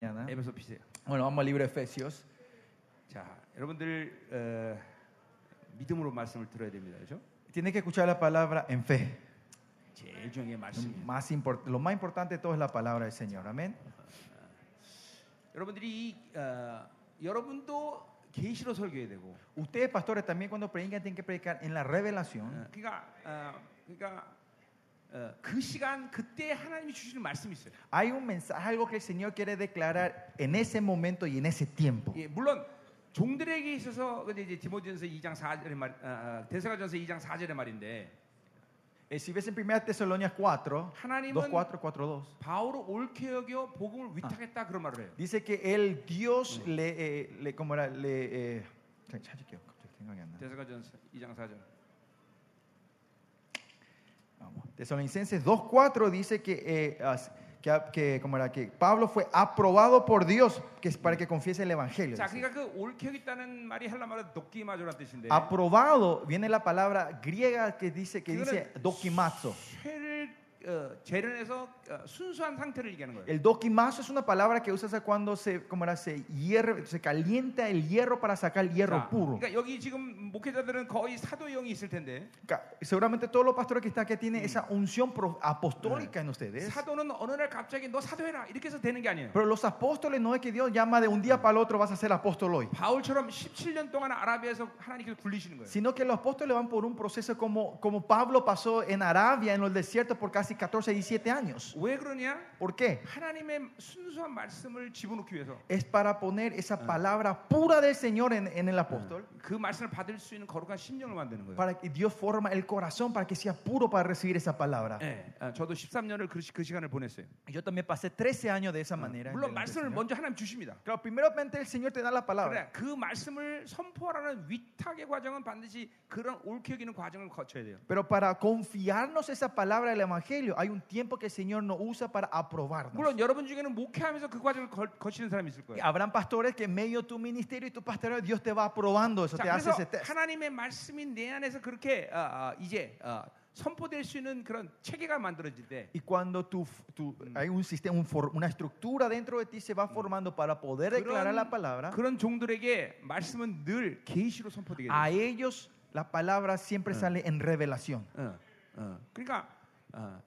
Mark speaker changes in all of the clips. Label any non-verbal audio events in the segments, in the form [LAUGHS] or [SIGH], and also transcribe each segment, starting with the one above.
Speaker 1: 네.
Speaker 2: 에베소 피세요.
Speaker 1: Bueno, vamos al libro de Efesios.
Speaker 2: 자, 여러분들 어, 믿음으로 말씀을 들어야 됩니다. 그렇죠?
Speaker 1: Tiene que escuchar la palabra en fe.
Speaker 2: 제일 중요한 게
Speaker 1: Lo
Speaker 2: 말씀이에요.
Speaker 1: más, import- lo más importante de todo es la palabra del Señor. Amén.
Speaker 2: 여러분들이 이, 어, 여러분도 계시로 설교해야 되고 어,
Speaker 1: Ustedes, pastores, también cuando predican, tienen que predicar en la revelación.
Speaker 2: 어, 그러니까 어, 그러니까 어, 그 시간 그때 하나님이 주시는 말씀이 있어요.
Speaker 1: Hay un mensaje, algo que el Señor quiere declarar en ese momento y en ese tiempo.
Speaker 2: 예, 물론 종들에게 있어서 근데 이제 디모데전서 2장 4절의 말 어, 어, 데살로니가전서 2장 4절의 말인데
Speaker 1: Eh, si ves en 1 Tesalonias 4, 2, 4,
Speaker 2: 하나님은
Speaker 1: 4, 2,
Speaker 2: 바울을 옳게 여겨 복음을 위탁했다 그런 말을 해요.
Speaker 1: dice que el Dios le, eh, le ¿cómo era? Le, eh, 자, 찾을게요. 갑자기 생각이 안 나.
Speaker 2: 데살로니가전서 2장 4절.
Speaker 1: Vamos. Tesalonicenses 2.4 dice que, eh, as- que, a- que, ¿cómo era? que Pablo fue aprobado por Dios que es para que confiese el Evangelio.
Speaker 2: 자,
Speaker 1: dice.
Speaker 2: 그러니까 그 옳게 여겼다는 말이 헬라말로 도끼마조란 뜻인데
Speaker 1: Aprobado viene la palabra griega que dice, que
Speaker 2: Fíjate.
Speaker 1: dice dokimazo.
Speaker 2: 죄를 어, 재련해서 어, 순수한 상태를 얘기하는 거예요.
Speaker 1: El dokimazo es una palabra que usas cuando se, ¿cómo era? Se, hierre- se calienta el hierro para sacar el hierro
Speaker 2: 자,
Speaker 1: puro.
Speaker 2: 그러니까 여기 지금 목회자들은 거의 사도의 영이 있을 텐데
Speaker 1: Ca- Seguramente todos los pastores que están aquí tienen esa unción pro- apostólica en ustedes.
Speaker 2: 사도는 어느 날 갑자기 너 사도해라 이렇게 해서 되는 게 아니에요.
Speaker 1: Pero los apóstoles no es que Dios llama de un día para el otro vas a ser apóstol hoy.
Speaker 2: 바울처럼 17년 동안 아라비아에서 하나님께서 굴리시는 거예요.
Speaker 1: sino que los apóstoles van por un proceso como, como Pablo pasó en Arabia, en los desiertos, por casi 14, 17 años.
Speaker 2: 왜 그러냐?
Speaker 1: ¿Por qué?
Speaker 2: 하나님의 순수한 말씀을 집어넣기 위해서
Speaker 1: Es para poner esa palabra pura del Señor en, en el apóstol,
Speaker 2: 그 말씀을 받을 수 있는 거룩한 심령을 만드는 거예요.
Speaker 1: para que Dios forma el corazón para que sea puro para recibir esa palabra.
Speaker 2: 예, 아, 저도 13년을 그, 시- 그 시간을 보냈어요.
Speaker 1: Eh, Yo también pasé 13 años de esa manera.
Speaker 2: 물론
Speaker 1: delante del
Speaker 2: 말씀을
Speaker 1: Señor.
Speaker 2: 먼저 하나님 주십니다.
Speaker 1: Ah. Claro, primeramente el Señor te da la palabra.
Speaker 2: 그래 그 말씀을 선포하라는 위탁의 과정은 반드시 그런 옳게 여기는 과정을 거쳐야 돼요.
Speaker 1: Pero para confiarnos esa palabra del Evangelio, hay un tiempo que el Señor nos usa para aprobarnos.
Speaker 2: 물론 여러분 중에는 목회하면서 그 과정을 걸- 거치는 사람이 있을
Speaker 1: Y
Speaker 2: 거예요.
Speaker 1: Habrán pastores que en medio de tu ministerio y tu pastoreo, Dios te va aprobando eso,
Speaker 2: 자,
Speaker 1: te hace
Speaker 2: 그래서
Speaker 1: ese test.
Speaker 2: 하나님의 말씀이 내 안에서 그렇게 아, 아, 이제 아, 선포될 수 있는 그런 체계가 만들어질 때
Speaker 1: Y cuando tú, tú- hay un sistema, un for- una estructura dentro de ti se va formando para poder declarar la palabra,
Speaker 2: 그런 종들에게 말씀은 늘 계시로 선포되게 돼요.
Speaker 1: a ellos la palabra siempre sale en revelación.
Speaker 2: 어, 어. 그러니까 어,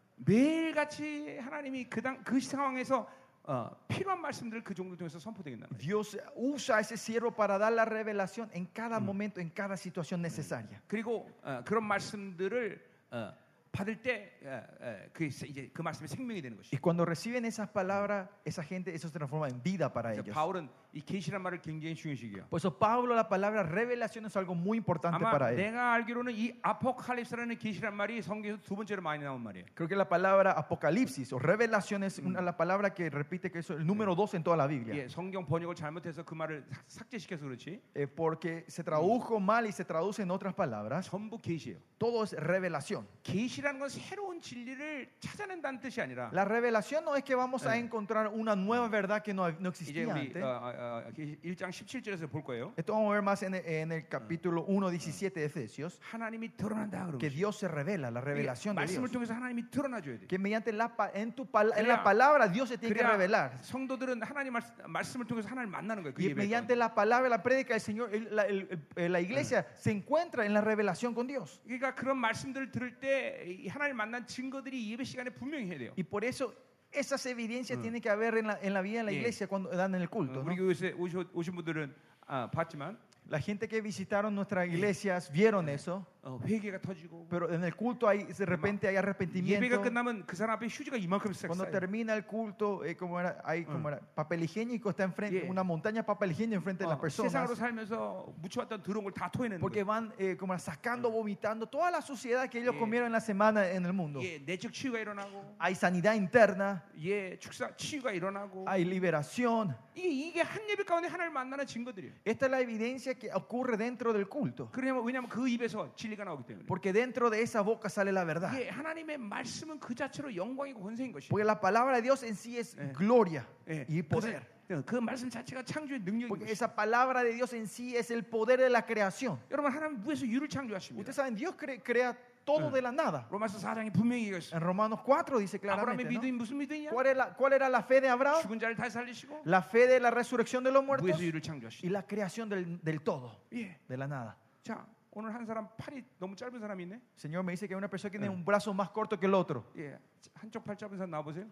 Speaker 2: 매일같이 하나님이 그, 당, 그 상황에서 어, 필요한 말씀들을 그 종들 통해서 선포되겠나 말이에요.
Speaker 1: Dios usa a ese siervo para dar la revelación en cada momento, en cada situación necesaria.
Speaker 2: 그리고 어, 그런 말씀들을 어, 받을 때 어, 어, 그, 이제 그 말씀이 생명이 되는 것이죠.
Speaker 1: Y cuando reciben esas palabras, esa gente, eso se transforma en vida para
Speaker 2: 그래서
Speaker 1: ellos.
Speaker 2: 바울은 이 계시란 말을 굉장히 중요시해요.
Speaker 1: Por eso Pablo, la palabra revelación es algo muy importante
Speaker 2: 아마
Speaker 1: para él.
Speaker 2: 내가 알기로는 이 아포칼립스라는 계시란 말이 성경에서 두 번째로 많이 나온 말이에요.
Speaker 1: Creo que la palabra apocalipsis o revelación es una, la palabra que repite que es el número dos en toda la Biblia.
Speaker 2: 예, 성경 번역을 잘못해서 그 말을 삭- 삭제시켜서 그렇지
Speaker 1: Eh, porque se tradujo mal y se traduce en otras palabras.
Speaker 2: 전부 계시예요.
Speaker 1: Todo es revelación.
Speaker 2: 계시라는 건 새로운 진리를 찾아낸다는 뜻이 아니라
Speaker 1: La revelación no es que vamos a
Speaker 2: Eh.
Speaker 1: encontrar una nueva verdad que no, no
Speaker 2: 이제
Speaker 1: existía
Speaker 2: 우리
Speaker 1: antes.
Speaker 2: 어, 어, 어, 1장 17절에서 볼 거예요.
Speaker 1: Esto vamos a ver más en, en el capítulo
Speaker 2: Mm.
Speaker 1: 1, 17 de Efesios.
Speaker 2: 하나님이 드러난다 그러고
Speaker 1: Que Dios se revela, la
Speaker 2: 네,
Speaker 1: revelación de
Speaker 2: 말씀을
Speaker 1: Dios.
Speaker 2: 통해서 하나님이 드러나줘야 돼.
Speaker 1: Que mediante la, pa- en, tu pal- en
Speaker 2: Crea-
Speaker 1: la palabra Dios se tiene que
Speaker 2: 네, 그래야
Speaker 1: revelar.
Speaker 2: 성도들은 하나님 말, 말씀을 통해서 하나님을 만나는 거예요. 그
Speaker 1: Y
Speaker 2: 예배
Speaker 1: mediante
Speaker 2: 가운데.
Speaker 1: la palabra, la prédica del Señor, el- la, el- el- la iglesia
Speaker 2: Mm.
Speaker 1: se encuentra en la revelación con Dios.
Speaker 2: 그러니까 그런 말씀들을 들을 때이 하나님 만난 증거들이 이 예배 시간에 분명히 해야 돼요.
Speaker 1: Y por eso esas
Speaker 2: Mm.
Speaker 1: evidencias tienen que haber en la, en la vida de la
Speaker 2: Yeah.
Speaker 1: iglesia cuando dan en el
Speaker 2: 어,
Speaker 1: culto. ¿no?
Speaker 2: 우리 교회에 오셔- 오신 분들은 아, 봤지만
Speaker 1: La gente que visitaron nuestras iglesias vieron eso,
Speaker 2: 어, 회개가 터지고
Speaker 1: pero en el culto hay, de repente hay
Speaker 2: 예배가
Speaker 1: arrepentimiento.
Speaker 2: 끝나면 그 사람 앞에 휴지가 이만큼 쌓-
Speaker 1: Cuando
Speaker 2: 쌓여요.
Speaker 1: termina el culto, eh, como era, hay como era, papel higiénico está enfrente,
Speaker 2: Yeah.
Speaker 1: una montaña de papel higiénico enfrente de las
Speaker 2: 어, 세상으로
Speaker 1: personas,
Speaker 2: 살면서 묻혀왔던 더러운 걸 다 토해내는
Speaker 1: porque
Speaker 2: 거예요.
Speaker 1: van eh, como era, sacando, vomitando toda la suciedad que ellos
Speaker 2: Yeah.
Speaker 1: comieron en la semana en el mundo.
Speaker 2: 예, 내적 치유가 일어나고
Speaker 1: Hay sanidad interna,
Speaker 2: 예, 축사 치유가 일어나고
Speaker 1: hay liberación.
Speaker 2: 이게 이게 한 예배 가운데 하나님 만나는 증거들이에요.
Speaker 1: Esta es la evidencia que ocurre dentro del culto,
Speaker 2: 그러냐면 왜냐면 그 입에서 진리가 나오기 때문에.
Speaker 1: porque dentro de esa boca sale la verdad.
Speaker 2: 예, 하나님의 말씀은 그 자체로 영광이고 권세인 것이에요.
Speaker 1: Porque la palabra de Dios en sí es
Speaker 2: Yeah.
Speaker 1: gloria
Speaker 2: 예,
Speaker 1: y
Speaker 2: 그래서
Speaker 1: poder.
Speaker 2: 그 말씀 자체가 창조의 능력인
Speaker 1: Porque
Speaker 2: 것이에요.
Speaker 1: esa palabra de Dios en sí es el poder de la creación.
Speaker 2: 여러분 하나님 무에서 유를 창조하십니다.
Speaker 1: Ustedes saben, Dios cre- crea todo
Speaker 2: 응.
Speaker 1: de la nada.
Speaker 2: 로마서 4장에 분명히 얘기가 있어요.
Speaker 1: En Romanos 4 dice
Speaker 2: 아브라함의
Speaker 1: claramente, ¿no?
Speaker 2: 믿음이 무슨 믿음이냐?
Speaker 1: ¿Cuál, era, la- cuál era la fe de Abraham?
Speaker 2: 죽은 자를 다시 살리시고
Speaker 1: La fe de la resurrección de los muertos
Speaker 2: 무에서 유를
Speaker 1: y
Speaker 2: 창조하시고.
Speaker 1: la creación del, del todo,
Speaker 2: 예.
Speaker 1: de la nada.
Speaker 2: 자, o늘 한 사람 팔이 너무 짧은 사람이 있네.
Speaker 1: El Señor me dice que hay una persona que tiene
Speaker 2: Eh.
Speaker 1: un brazo más corto que el otro.
Speaker 2: 예. 한쪽 팔 짧은 사람 나와 보세요.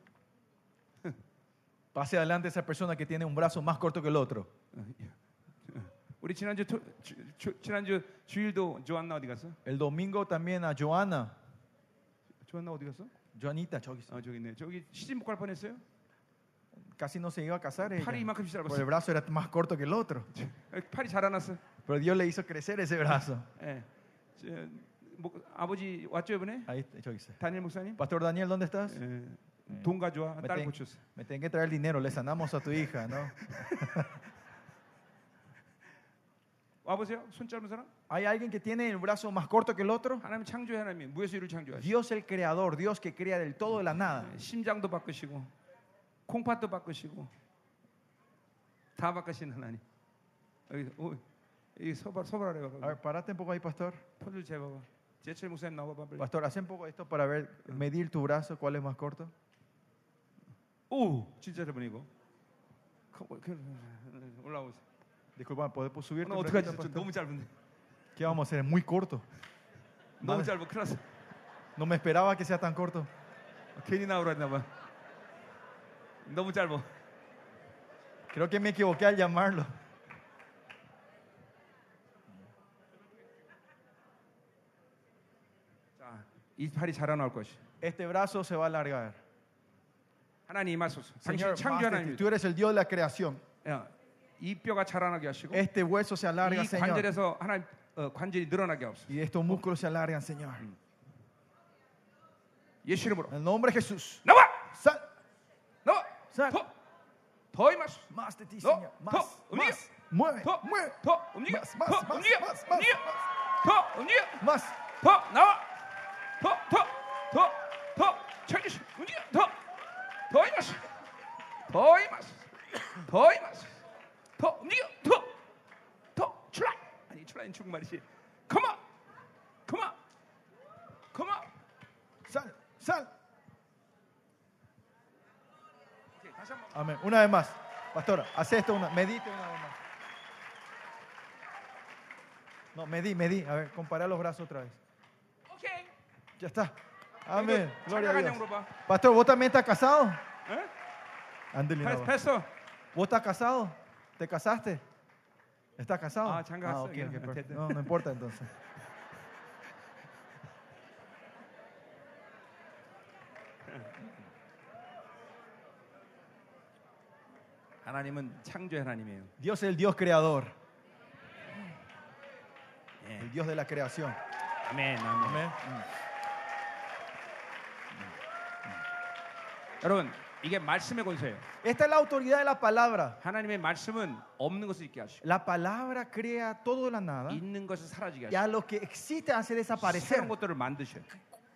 Speaker 1: Pase adelante esa persona que tiene un brazo más corto que el otro.
Speaker 2: 어, 예. 우리 지난주 토, 주, 주, 지난주 주일도 조안나 어디 갔어?
Speaker 1: El domingo también a Joana,
Speaker 2: 조안나 어디 갔어?
Speaker 1: Joanita, Chogis,
Speaker 2: 아, 저기 있네. 저기 시집 못 갈 뻔했어요.
Speaker 1: casi no se iba a casar ella,
Speaker 2: 팔이 이만큼
Speaker 1: porque el
Speaker 2: 짧았어.
Speaker 1: brazo era más corto que el otro.
Speaker 2: 팔이 자라났어.
Speaker 1: Pero Dios le hizo crecer ese brazo.
Speaker 2: 예. 저, 목- 아버지 왔죠 이번에?
Speaker 1: Ahí, está, Chogis.
Speaker 2: 다니엘 목사님?
Speaker 1: Pastor Daniel, ¿dónde estás?
Speaker 2: Eh. 예. 돈 가져와. 딸
Speaker 1: 땡-
Speaker 2: 고쳤어.
Speaker 1: Me tienen que traer dinero, le sanamos a tu hija, ¿no?
Speaker 2: 와보세요. 손 짧은 사람?
Speaker 1: ¿Hay alguien que tiene el brazo más corto que el otro?
Speaker 2: 하나님 창조의 하나님. 무에서 유를 창조하시고.
Speaker 1: Dios el creador, Dios que crea del todo de la nada.
Speaker 2: 심장도 바꾸시고 콩팥도 바꾸시고 다 바꾸시는 하나님. 여기 오, 여기 서발 서발하래
Speaker 1: A
Speaker 2: 봐.
Speaker 1: ver, parate un poco ahí, pastor.
Speaker 2: 폰을 재봐봐. 제철 목사님 나와봐 빨리.
Speaker 1: Pastor, haz un poco esto para ver, medir tu brazo, cuál es más corto.
Speaker 2: 오, 진짜 잘보이고 올라오세요.
Speaker 1: Disculpa, ¿podemos subir?
Speaker 2: 오늘 어떡하지? 아. 좀 너무 짧은데.
Speaker 1: ¿Qué vamos a hacer? Es Muy corto.
Speaker 2: 너무
Speaker 1: Madre.
Speaker 2: 짧아. 큰일 났어.
Speaker 1: No me esperaba que sea tan corto.
Speaker 2: 괜히 나오라 했나 봐. 너무 짧아.
Speaker 1: Creo que me equivoqué al llamarlo.
Speaker 2: 자, 이 팔이 자라 나올 것이.
Speaker 1: Este brazo se va a alargar.
Speaker 2: 하나님 임하소서. 당신
Speaker 1: Señor,
Speaker 2: 창조
Speaker 1: Master,
Speaker 2: 하나님.
Speaker 1: tú eres el Dios de la creación.
Speaker 2: 이 뼈가 자라나게 하시고 이
Speaker 1: Este hueso se alarga, Señor.
Speaker 2: 관절에서 하나님 어, 관절이 늘어나게 하옵소서.
Speaker 1: Y estos músculos se alargan, Señor.
Speaker 2: 예수 이름으로
Speaker 1: En el nombre de Jesús.
Speaker 2: 나와
Speaker 1: Sal,
Speaker 2: 나와
Speaker 1: sal.
Speaker 2: 더더 임하소
Speaker 1: Más de ti,
Speaker 2: No,
Speaker 1: Señor.
Speaker 2: no,
Speaker 1: Más,
Speaker 2: mío.
Speaker 1: más. Mueve,
Speaker 2: 더
Speaker 1: mueve.
Speaker 2: 더 움직여
Speaker 1: Más, más,
Speaker 2: 더
Speaker 1: más,
Speaker 2: 움직여
Speaker 1: más, más,
Speaker 2: 움직여 더 움직여
Speaker 1: Más.
Speaker 2: 더 나와 더더더더 천지시 움직여 더더 임하소 더 임하소 더 임하소 더 움직여 더더 출라 아니 출라인 중국말이지 컴온 컴온 컴온
Speaker 1: Sal, sal.
Speaker 2: 오케이, 다시 한번
Speaker 1: Amén. Una vez más. Pastora, haz esto una, medite una vez más. No, medí, medí. A ver, compara los brazos otra vez.
Speaker 2: 오케이
Speaker 1: Ya está. Amén.
Speaker 2: 이거
Speaker 1: Gloria a
Speaker 2: 착각한
Speaker 1: Dios.
Speaker 2: 양으로 봐
Speaker 1: Pastor, ¿vos también estás casado?
Speaker 2: 응?
Speaker 1: Ándele,
Speaker 2: 패스
Speaker 1: no.
Speaker 2: 패스
Speaker 1: ¿Vos estás casado? ¿Te casaste? ¿Estás casado?
Speaker 2: Ah, changazo.
Speaker 1: ok,
Speaker 2: Ya,
Speaker 1: ok,
Speaker 2: ya,
Speaker 1: perfecto.
Speaker 2: ya.
Speaker 1: No, no importa entonces.
Speaker 2: 하나님은 창조의 하나님이에요.
Speaker 1: Dios es el Dios creador,
Speaker 2: 예.
Speaker 1: el Dios de la creación.
Speaker 2: 아멘, 아멘.
Speaker 1: Amén.
Speaker 2: 여러분, 이게 말씀의 권세예요.
Speaker 1: Esta es la autoridad de la palabra.
Speaker 2: 하나님의 말씀은 없는 것을 있게 하시고
Speaker 1: La palabra crea todo de la nada
Speaker 2: 있는 것을 사라지게
Speaker 1: y
Speaker 2: 하시고
Speaker 1: a lo que existe hace
Speaker 2: 새로운
Speaker 1: desaparecer.
Speaker 2: 것들을 만드셔요.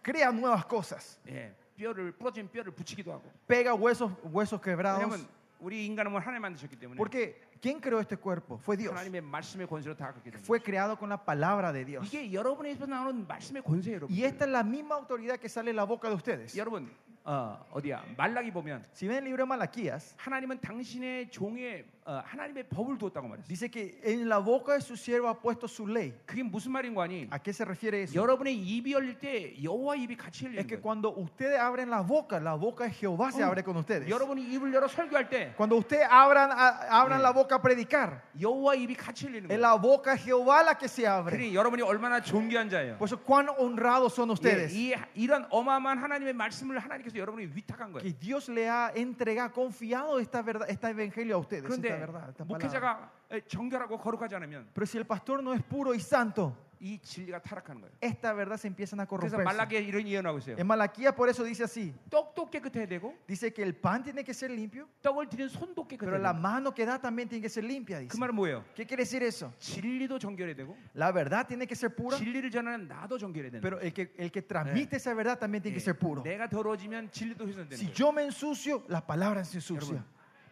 Speaker 1: Crea nuevas cosas.
Speaker 2: 그, 예. 뼈를 부러진 뼈를 붙이기도 하고.
Speaker 1: Pega huesos, huesos quebrados.
Speaker 2: 왜냐면 우리 인간은 하나님 만드셨기 때문에
Speaker 1: Porque ¿quién creó este cuerpo? Fue Dios.
Speaker 2: 하나님의 말씀의 권세로 다 그렇게 됩니다.
Speaker 1: Fue creado con la palabra de Dios.
Speaker 2: 이게 여러분의 입에서 나오는 말씀의 권세예요, 여러분.
Speaker 1: Y esta es la misma autoridad que sale de la boca de ustedes.
Speaker 2: 여러분, 어, 어디야? 말라기 보면
Speaker 1: Si ven el libro de Malaquías,
Speaker 2: 하나님은 당신의 종의 어, 하나님의 법을 두었다고 말했어요.
Speaker 1: dice que en la boca de su siervo ha puesto su ley.
Speaker 2: 그게 무슨 말인 거 아니?
Speaker 1: ¿A qué se refiere eso?
Speaker 2: 여러분의 입이 열릴 때 여호와 입이 같이 열리는
Speaker 1: Es que
Speaker 2: 거예요.
Speaker 1: cuando ustedes abren la boca, la boca de Jehová se
Speaker 2: Oh,
Speaker 1: abre con ustedes.
Speaker 2: 여러분이 입을 열어 설교할 때
Speaker 1: Cuando ustedes abran, a- abran
Speaker 2: Mm.
Speaker 1: la boca a predicar,
Speaker 2: 여호와 입이 같이 열리는
Speaker 1: es
Speaker 2: 거예요.
Speaker 1: la boca de Jehová la que se abre.
Speaker 2: 그러니 여러분이 얼마나 존귀한 자예요.
Speaker 1: Por eso, cuán honrados son
Speaker 2: 예,
Speaker 1: ustedes.
Speaker 2: 이 이런 어마어마한 하나님의 말씀을 하나님께서 여러분이 위탁한 거예요.
Speaker 1: Que Dios le ha entregado, confiado esta verdad, este evangelio a ustedes. Esta
Speaker 2: 네, 그런데
Speaker 1: verdad, esta palabra.
Speaker 2: 목회자가 정결하고 거룩하지 않으면
Speaker 1: Pero si el pastor no es puro y santo,
Speaker 2: 이 진리가 타락하는 거예요.
Speaker 1: esta verdad se empiezan a
Speaker 2: 그래서
Speaker 1: corromper.
Speaker 2: 말라기에 이런 예언하고 있어요.
Speaker 1: En Malaquías por eso dice así.
Speaker 2: 떡도 깨끗해야 되고
Speaker 1: Dice que el pan tiene que ser limpio,
Speaker 2: 떡을 드린
Speaker 1: pero
Speaker 2: 손도 깨끗해야
Speaker 1: la
Speaker 2: 되고
Speaker 1: mano que da también tiene que ser limpia.
Speaker 2: 그
Speaker 1: Dice.
Speaker 2: 말은 뭐예요?
Speaker 1: ¿Qué quiere decir eso?
Speaker 2: 진리도 정결해야 되고
Speaker 1: La verdad tiene que ser pura,
Speaker 2: 진리를 전하는 나도 정결해야 되는
Speaker 1: pero el que, el que transmite esa verdad también tiene que ser
Speaker 2: 거예요.
Speaker 1: puro.
Speaker 2: 예, 내가 더러워지면 진리도 훼손되는
Speaker 1: Si
Speaker 2: 거예요.
Speaker 1: yo me ensucio, la palabra se
Speaker 2: 여러분,
Speaker 1: ensucia.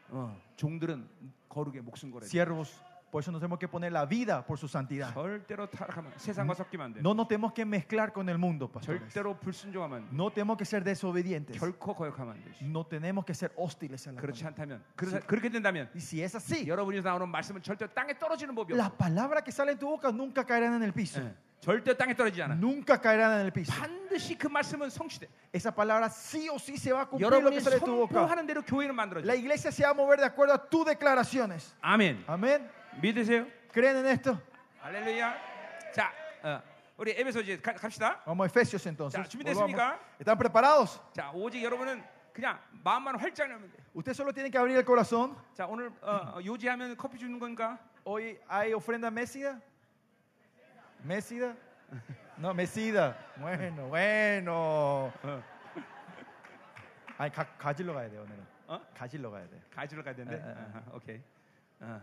Speaker 2: 어, 종들은 거룩의 목숨 걸어야 돼요.
Speaker 1: Siervos, Por eso nos tenemos que poner la vida por su santidad.
Speaker 2: 절대로 타락하면 세상과 섞이면 안 돼.
Speaker 1: No nos tenemos que mezclar con el mundo, pastores.
Speaker 2: 절대로 불순종하면 안 돼.
Speaker 1: No tenemos que ser desobedientes.
Speaker 2: 결코 거역하면 안 돼.
Speaker 1: No tenemos que ser hóstiles a la
Speaker 2: 그렇지
Speaker 1: palabra.
Speaker 2: 않다면 그러, 그렇게 된다면
Speaker 1: Y si es así,
Speaker 2: 여러분이 나오는 말씀은 절대 땅에 떨어지는 법이
Speaker 1: las
Speaker 2: 없어.
Speaker 1: palabras que salen de tu boca nunca caerán en el piso.
Speaker 2: 예. 절대 땅에 떨어지지 않아.
Speaker 1: Nunca caerán en el piso.
Speaker 2: 반드시 그 말씀은 성취돼.
Speaker 1: Esa palabra sí o sí se va a cumplir lo
Speaker 2: 여러분이
Speaker 1: que sale de tu boca.
Speaker 2: 선포하는 대로 교회는
Speaker 1: La
Speaker 2: 만들어져.
Speaker 1: iglesia se va a mover de acuerdo a tus declaraciones.
Speaker 2: 아멘.
Speaker 1: Amén.
Speaker 2: 믿으세요?
Speaker 1: ¿Creen en esto?
Speaker 2: 할렐루야. 자, 어, 우리 에베소 이제 가- 갑시다.
Speaker 1: Vamos a Efesios entonces.
Speaker 2: Ya, ¿준비됐습니까?
Speaker 1: Volvamos. ¿Están preparados?
Speaker 2: 자, 오직 여러분은 그냥 마음만 활짝 열면 돼.
Speaker 1: Usted solo tiene que abrir el corazón.
Speaker 2: 자, 오늘 어, 어, 요지하면 커피 주는 건가?
Speaker 1: Hoy hay ofrenda mesida. Mesida. No, mesida. Bueno, bueno.
Speaker 2: 어,
Speaker 1: Ay, 가, 가지러 가야 돼요, 오늘은.
Speaker 2: 어?
Speaker 1: 가지러 가야 돼.
Speaker 2: 가지러 가야 되는데.
Speaker 1: 에, 에, 에.
Speaker 2: 아하, 오케이. 어,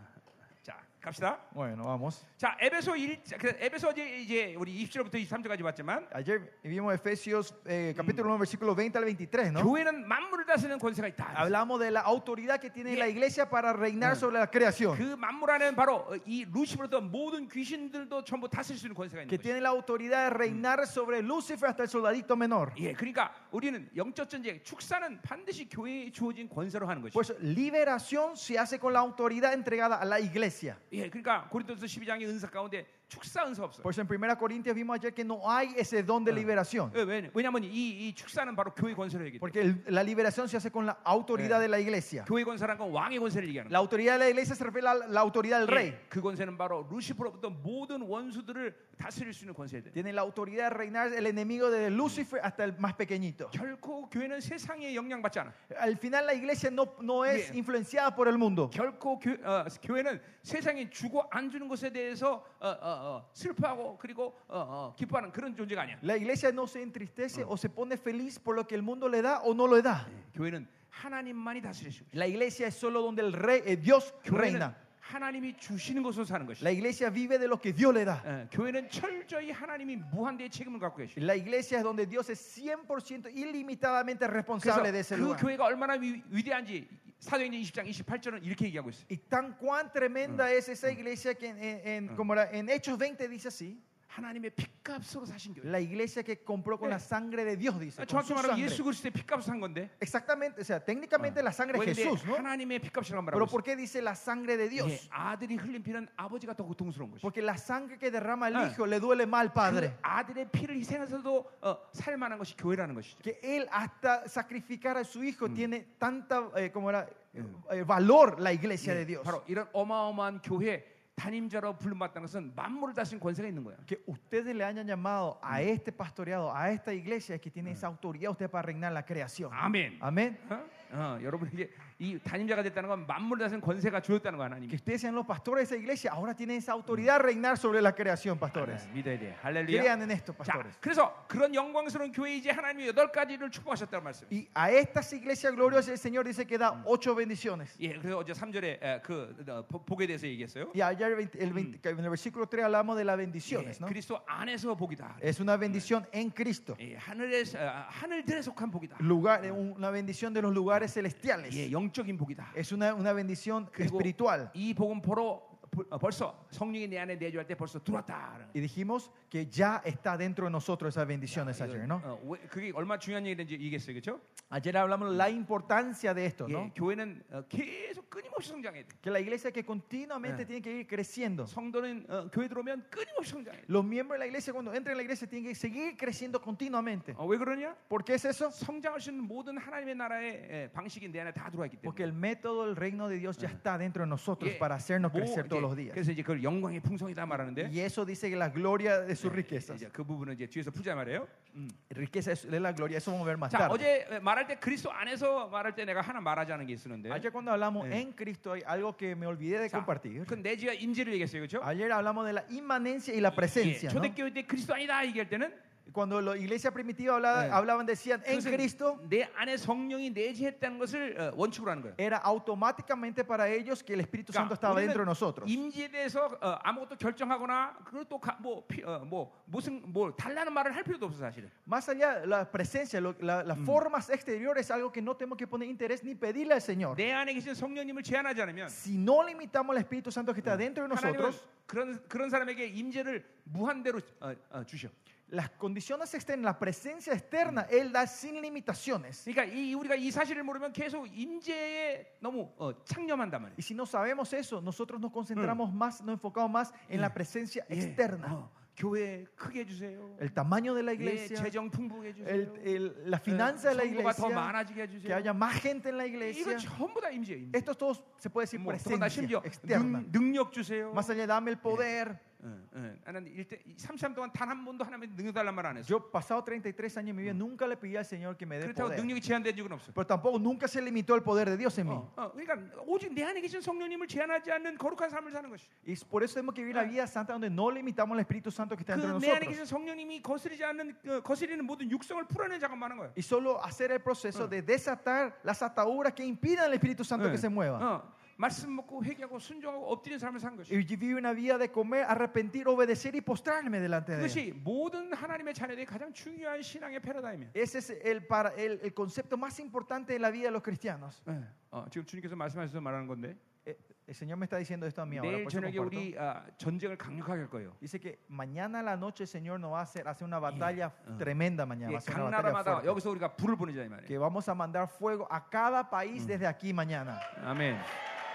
Speaker 2: 자, 갑시다.
Speaker 1: Bueno, vamos.
Speaker 2: 자, 에베소 1 에베소 이제- 이제 우리 20절부터 23절까지 봤지만
Speaker 1: Ayer vimos Efesios eh, capítulo 1, versículo 20 al 23, ¿no?
Speaker 2: 교회는 만물을 다스리는 권세가 있다.
Speaker 1: Hablamos de la autoridad que tiene la iglesia para reinar
Speaker 2: Mm.
Speaker 1: sobre la creación.
Speaker 2: 그 만물 안에는 바로 어, 이 루시퍼로부터 모든 귀신들도 전부 다스릴 수 있는 권세가 있는
Speaker 1: Que
Speaker 2: 거죠.
Speaker 1: tiene la autoridad de reinar sobre Lucifer hasta el soldadito menor.
Speaker 2: 예, 그러니까 우리는 영적 전쟁, 축사는 반드시 교회에 주어진 권세로 하는 것이죠.
Speaker 1: Por eso, Pues liberación se hace con la autoridad entregada a la iglesia.
Speaker 2: 예, 그러니까 고린도서 12장의 은사 가운데 축사 은사 없어요.
Speaker 1: Por eso en 1 Corintios vimos ayer que no hay ese don de
Speaker 2: Ah.
Speaker 1: liberación.
Speaker 2: 예, 왜, 왜냐하면 이, 이 축사는 바로 교회 권세를 얘기해요.
Speaker 1: Porque el- la liberación se hace con la autoridad
Speaker 2: Eh.
Speaker 1: de la iglesia.
Speaker 2: 교회 권세란 건 왕의 권세를 얘기하는
Speaker 1: La autoridad de la iglesia se refiere a la, la autoridad del
Speaker 2: 거예요.
Speaker 1: rey.
Speaker 2: 예, 그 권세는 바로 루시퍼로부터 모든 원수들을 다스릴 수 있는 권세에 대해.
Speaker 1: Tiene la autoridad de reinar el enemigo de
Speaker 2: Mm.
Speaker 1: Lucifer hasta el más pequeñito.
Speaker 2: 결코 교회는 세상의 영향받지 않아.
Speaker 1: Al final la iglesia no, no es
Speaker 2: Bien.
Speaker 1: influenciada por el mundo.
Speaker 2: 결코 교, 회는 세상이 주고 안 주는 것에 대해서 어, 어, 어, 슬퍼하고 그리고 어, 어, 기뻐하는 그런 존재가 아니야.
Speaker 1: La iglesia no se entristece
Speaker 2: Mm.
Speaker 1: o se pone feliz por lo que el mundo le da o no le da.
Speaker 2: 교회는 하나님만이 다스리시고
Speaker 1: La iglesia es solo donde el rey, eh, Dios
Speaker 2: 교회는
Speaker 1: reina.
Speaker 2: 하나님이 주시는 것으로 사는 것이야.
Speaker 1: La iglesia vive de lo que Dios le da.
Speaker 2: 예, 교회는 철저히 하나님이 무한대의 책임을 갖고 계시고
Speaker 1: La iglesia es donde Dios es 100% ilimitadamente
Speaker 2: 그래서
Speaker 1: responsable de ese
Speaker 2: 그
Speaker 1: lugar.
Speaker 2: 교회가 얼마나 위, 위대한지 사도행전 20장 28절은 이렇게 얘기하고 있어요.
Speaker 1: Y tan cuán tremenda es esa iglesia que en, en- en- como era- en Hechos 20 dice así,
Speaker 2: 하나님의 핏값으로 사신 교회.
Speaker 1: la iglesia que compró con
Speaker 2: Eh.
Speaker 1: la sangre de Dios, dice. con
Speaker 2: 정확히
Speaker 1: su
Speaker 2: 말하면
Speaker 1: sangre.
Speaker 2: 예수 그리스도의 핏값으로 산 건데.
Speaker 1: Exactamente, o sea, técnicamente la sangre de
Speaker 2: 왜
Speaker 1: Jesús, ¿no?
Speaker 2: 하나님의 핏값이라고 말하고
Speaker 1: Pero
Speaker 2: 있어요.
Speaker 1: ¿por qué dice la sangre de
Speaker 2: 예,
Speaker 1: Dios?
Speaker 2: 아들이 흘린 피는 아버지가 더 고통스러운 것이죠.
Speaker 1: Porque la sangre que derrama el
Speaker 2: Ah.
Speaker 1: Hijo le duele más al Padre.
Speaker 2: 그 아들의 피를 희생해서도 어, 살만한 것이 교회라는 것이죠.
Speaker 1: Que Él hasta sacrificar a su Hijo tiene tanta, eh, como era, eh, valor la iglesia de Dios.
Speaker 2: 예. 바로 이런 어마어마한 교회 담임자로 불름받다는 것은 만물을 다스린 권세가 있는 거야.
Speaker 1: que ustedes le hayan llamado a este pastoreado, a esta iglesia, es que tiene esa autoridad usted para reinar la creación.
Speaker 2: 아멘.
Speaker 1: Amén.
Speaker 2: 어? 어, 여러분에게 이 담임자가 됐다는 건 만물을 다스린 권세가 주었다는 거 하나님.
Speaker 1: Que ustedes sean los pastores de esa iglesia, ahora tienen esa autoridad a reinar sobre la creación,
Speaker 2: 그렇죠.
Speaker 1: pastores.
Speaker 2: 아, 믿어야 돼. 할렐루야.
Speaker 1: Crean en esto,
Speaker 2: 자,
Speaker 1: pastores.
Speaker 2: 그래서 그런 영광스러운 교회 이제 하나님이 여덟 가지를 축복하셨다는 말씀.
Speaker 1: Y a estas iglesias gloriosas el Señor dice que da ocho bendiciones.
Speaker 2: 예, 그래서 어제 3절에 그 어, 복- 복에 대해서 얘기했어요.
Speaker 1: Y ayer el 20 el 20 en el versículo 3 hablamos de las
Speaker 2: 예,
Speaker 1: bendiciones, ¿no?
Speaker 2: 그리스도 안에서 복이다.
Speaker 1: Es una bendición en Cristo.
Speaker 2: 예, 하늘에서 아, 하늘들에 속한 복이다.
Speaker 1: Lugar, eh, una bendición de los lugares celestiales.
Speaker 2: 예, 영적인 복이다.
Speaker 1: Es una, una bendición
Speaker 2: 그리고
Speaker 1: espiritual.
Speaker 2: 이 복음 포로 부- 어, 벌써 성령이 내 안에 내주할 때 벌써 들어왔다.
Speaker 1: Y dijimos que ya está dentro de nosotros esas bendiciones ayer, ¿no?
Speaker 2: 어, 왜- 그게 얼마나 중요한 얘기인지 얘기했어요, 그렇죠?
Speaker 1: Ayer hablamos la importancia de esto,
Speaker 2: 예,
Speaker 1: ¿no?
Speaker 2: 교회는 어, 계속 끊임없이 성장해야 돼.
Speaker 1: Que la iglesia que continuamente
Speaker 2: Eh.
Speaker 1: tiene que ir creciendo.
Speaker 2: 성도는 어, 교회 들어오면 끊임없이 성장해.
Speaker 1: Los miembros de la iglesia cuando entran en la iglesia tienen que seguir creciendo continuamente.
Speaker 2: 어, 왜 그러냐?
Speaker 1: ¿Por qué es eso?
Speaker 2: 성장할 수 있는 moden 하나님의 나라의 예, 방식이 내 안에 다 들어와 있기 때문에.
Speaker 1: Porque el método del reino de Dios ya está dentro de nosotros
Speaker 2: 예,
Speaker 1: para hacernos
Speaker 2: 뭐,
Speaker 1: crecer todos
Speaker 2: 이제
Speaker 1: los días.
Speaker 2: 그래서 이제 그걸 영광의 풍성이다 말하는데
Speaker 1: Y eso dice que la gloria de
Speaker 2: Eh,
Speaker 1: sus riquezas. Mm.
Speaker 2: 이제 그 부분은 이제 뒤에서 풀자 말이에요. 음.
Speaker 1: Riqueza es es la gloria, eso vamos a ver más
Speaker 2: 자,
Speaker 1: tarde.
Speaker 2: 어제 예, 말할 때 그리스도 안에서 말할 때 내가 하나 말하자는 게 있었는데.
Speaker 1: Ayer cuando hablamos
Speaker 2: Eh.
Speaker 1: en Cristo hay algo que me olvidé de compartir.
Speaker 2: 그 내지와 임재를 얘기했어요, 그렇죠?
Speaker 1: Ayer hablamos de la inmanencia y la
Speaker 2: 예,
Speaker 1: presencia. ¿no?
Speaker 2: 초대교회 때 그리스도 아니다 얘기할 때는
Speaker 1: Cuando la iglesia primitiva hablaba-
Speaker 2: Eh.
Speaker 1: hablaban, decían en
Speaker 2: 그것은
Speaker 1: Cristo,
Speaker 2: 내 안에 성령이 내재했다는 것을 어, 원칙으로 하는 거예요.
Speaker 1: era automáticamente para ellos que el Espíritu Santo estaba
Speaker 2: 우리는
Speaker 1: dentro de nosotros.
Speaker 2: 임재에 대해서 어, 아무것도 결정하거나 그걸 또뭐 어, 뭐, 무슨 뭘 달라는 말을 할 필요도 없어 사실은.
Speaker 1: Más allá de la presencia, lo- la- las formas exteriores, algo que no tenemos que poner interés ni pedirle al Señor.
Speaker 2: 내 안에 계신 성령님을 제한하지 않으면
Speaker 1: Si no limitamos al Espíritu Santo que está dentro de
Speaker 2: 하나님은
Speaker 1: nosotros,
Speaker 2: 그런 그런 사람에게 임재를 무한대로 어, 어, 주셔.
Speaker 1: las condiciones externas, la presencia externa, Él da sin limitaciones.
Speaker 2: 그러니까 이 우리가 이 사실을 모르면 계속 임재에 너무 어, 창념한단 말이에요.
Speaker 1: Y si no sabemos eso, nosotros nos concentramos más, nos enfocamos más en la presencia
Speaker 2: 예,
Speaker 1: externa.
Speaker 2: 어, 교회 크게 해 주세요.
Speaker 1: El tamaño de la
Speaker 2: 예,
Speaker 1: iglesia,
Speaker 2: 재정 풍부하게 해 주세요.
Speaker 1: el- el- la finanza de la
Speaker 2: 성도가 예, 더
Speaker 1: iglesia,
Speaker 2: 많아지게 해
Speaker 1: que
Speaker 2: 주세요.
Speaker 1: haya más gente en la
Speaker 2: 이거
Speaker 1: iglesia.
Speaker 2: 전부 다 임재예요. 임재.
Speaker 1: Esto todo se puede decir
Speaker 2: 뭐, 더구나
Speaker 1: presencia
Speaker 2: 심지어
Speaker 1: externa.
Speaker 2: 능, 능력 주세요.
Speaker 1: Más allá, dame el poder.
Speaker 2: 응, 응. 나는 일대 33 동안 단 한 번도 하나님의 능력 달란 말 안 했어.
Speaker 1: Yo, pasado 33 años en mi vida, nunca le pedí al Señor Mm. que me dé
Speaker 2: 그렇다고
Speaker 1: poder.
Speaker 2: 능력이 제한된 적은 없어.
Speaker 1: Pero tampoco nunca se limitó el poder de Dios en mí.
Speaker 2: 어, 어, 그러니까 오직 내 안에 계신 성령님을 제한하지 않는 거룩한 삶을 사는 것이.
Speaker 1: Y es por eso tenemos que vivir la vida santa donde no limitamos al Espíritu Santo Ah. que está
Speaker 2: 그
Speaker 1: dentro de
Speaker 2: 내 안에 계신
Speaker 1: nosotros.
Speaker 2: 성령님이 거스르지 않는 그 거스리는 모든 육성을 풀어내는 작업만 하는 거야.
Speaker 1: Y solo hacer el proceso de desatar las ataduras que impidan al Espíritu Santo que se mueva.
Speaker 2: 어, 말씀 먹고 회개하고 순종하고 엎드리는 삶을 사는 것이.
Speaker 1: Y vivir una vida de comer, arrepentir, obedecer y postrarme delante de Él.
Speaker 2: 그것이 모든 하나님의 자녀들의 가장 중요한 신앙의 패러다임이야.
Speaker 1: Ese es el, para, el, el concepto más importante de la vida de los cristianos.
Speaker 2: 예. 어, 지금 주님께서 말씀하셔서 말하는 건데
Speaker 1: Eh, El Señor me está diciendo esto a mí ahora.
Speaker 2: 내일
Speaker 1: por eso
Speaker 2: 저녁에
Speaker 1: comparto.
Speaker 2: 우리 아, 전쟁을 강력하게 할 거예요.
Speaker 1: Dice que mañana a la noche el Señor nos va a hacer, hace una batalla tremenda mañana.
Speaker 2: 예,
Speaker 1: va a ser ah. una
Speaker 2: 각
Speaker 1: batalla
Speaker 2: 나라마다
Speaker 1: fuerte.
Speaker 2: 여기서 우리가 불을 보내자 이 말이에요.
Speaker 1: que vamos a mandar fuego a cada país desde aquí mañana.
Speaker 2: 아멘.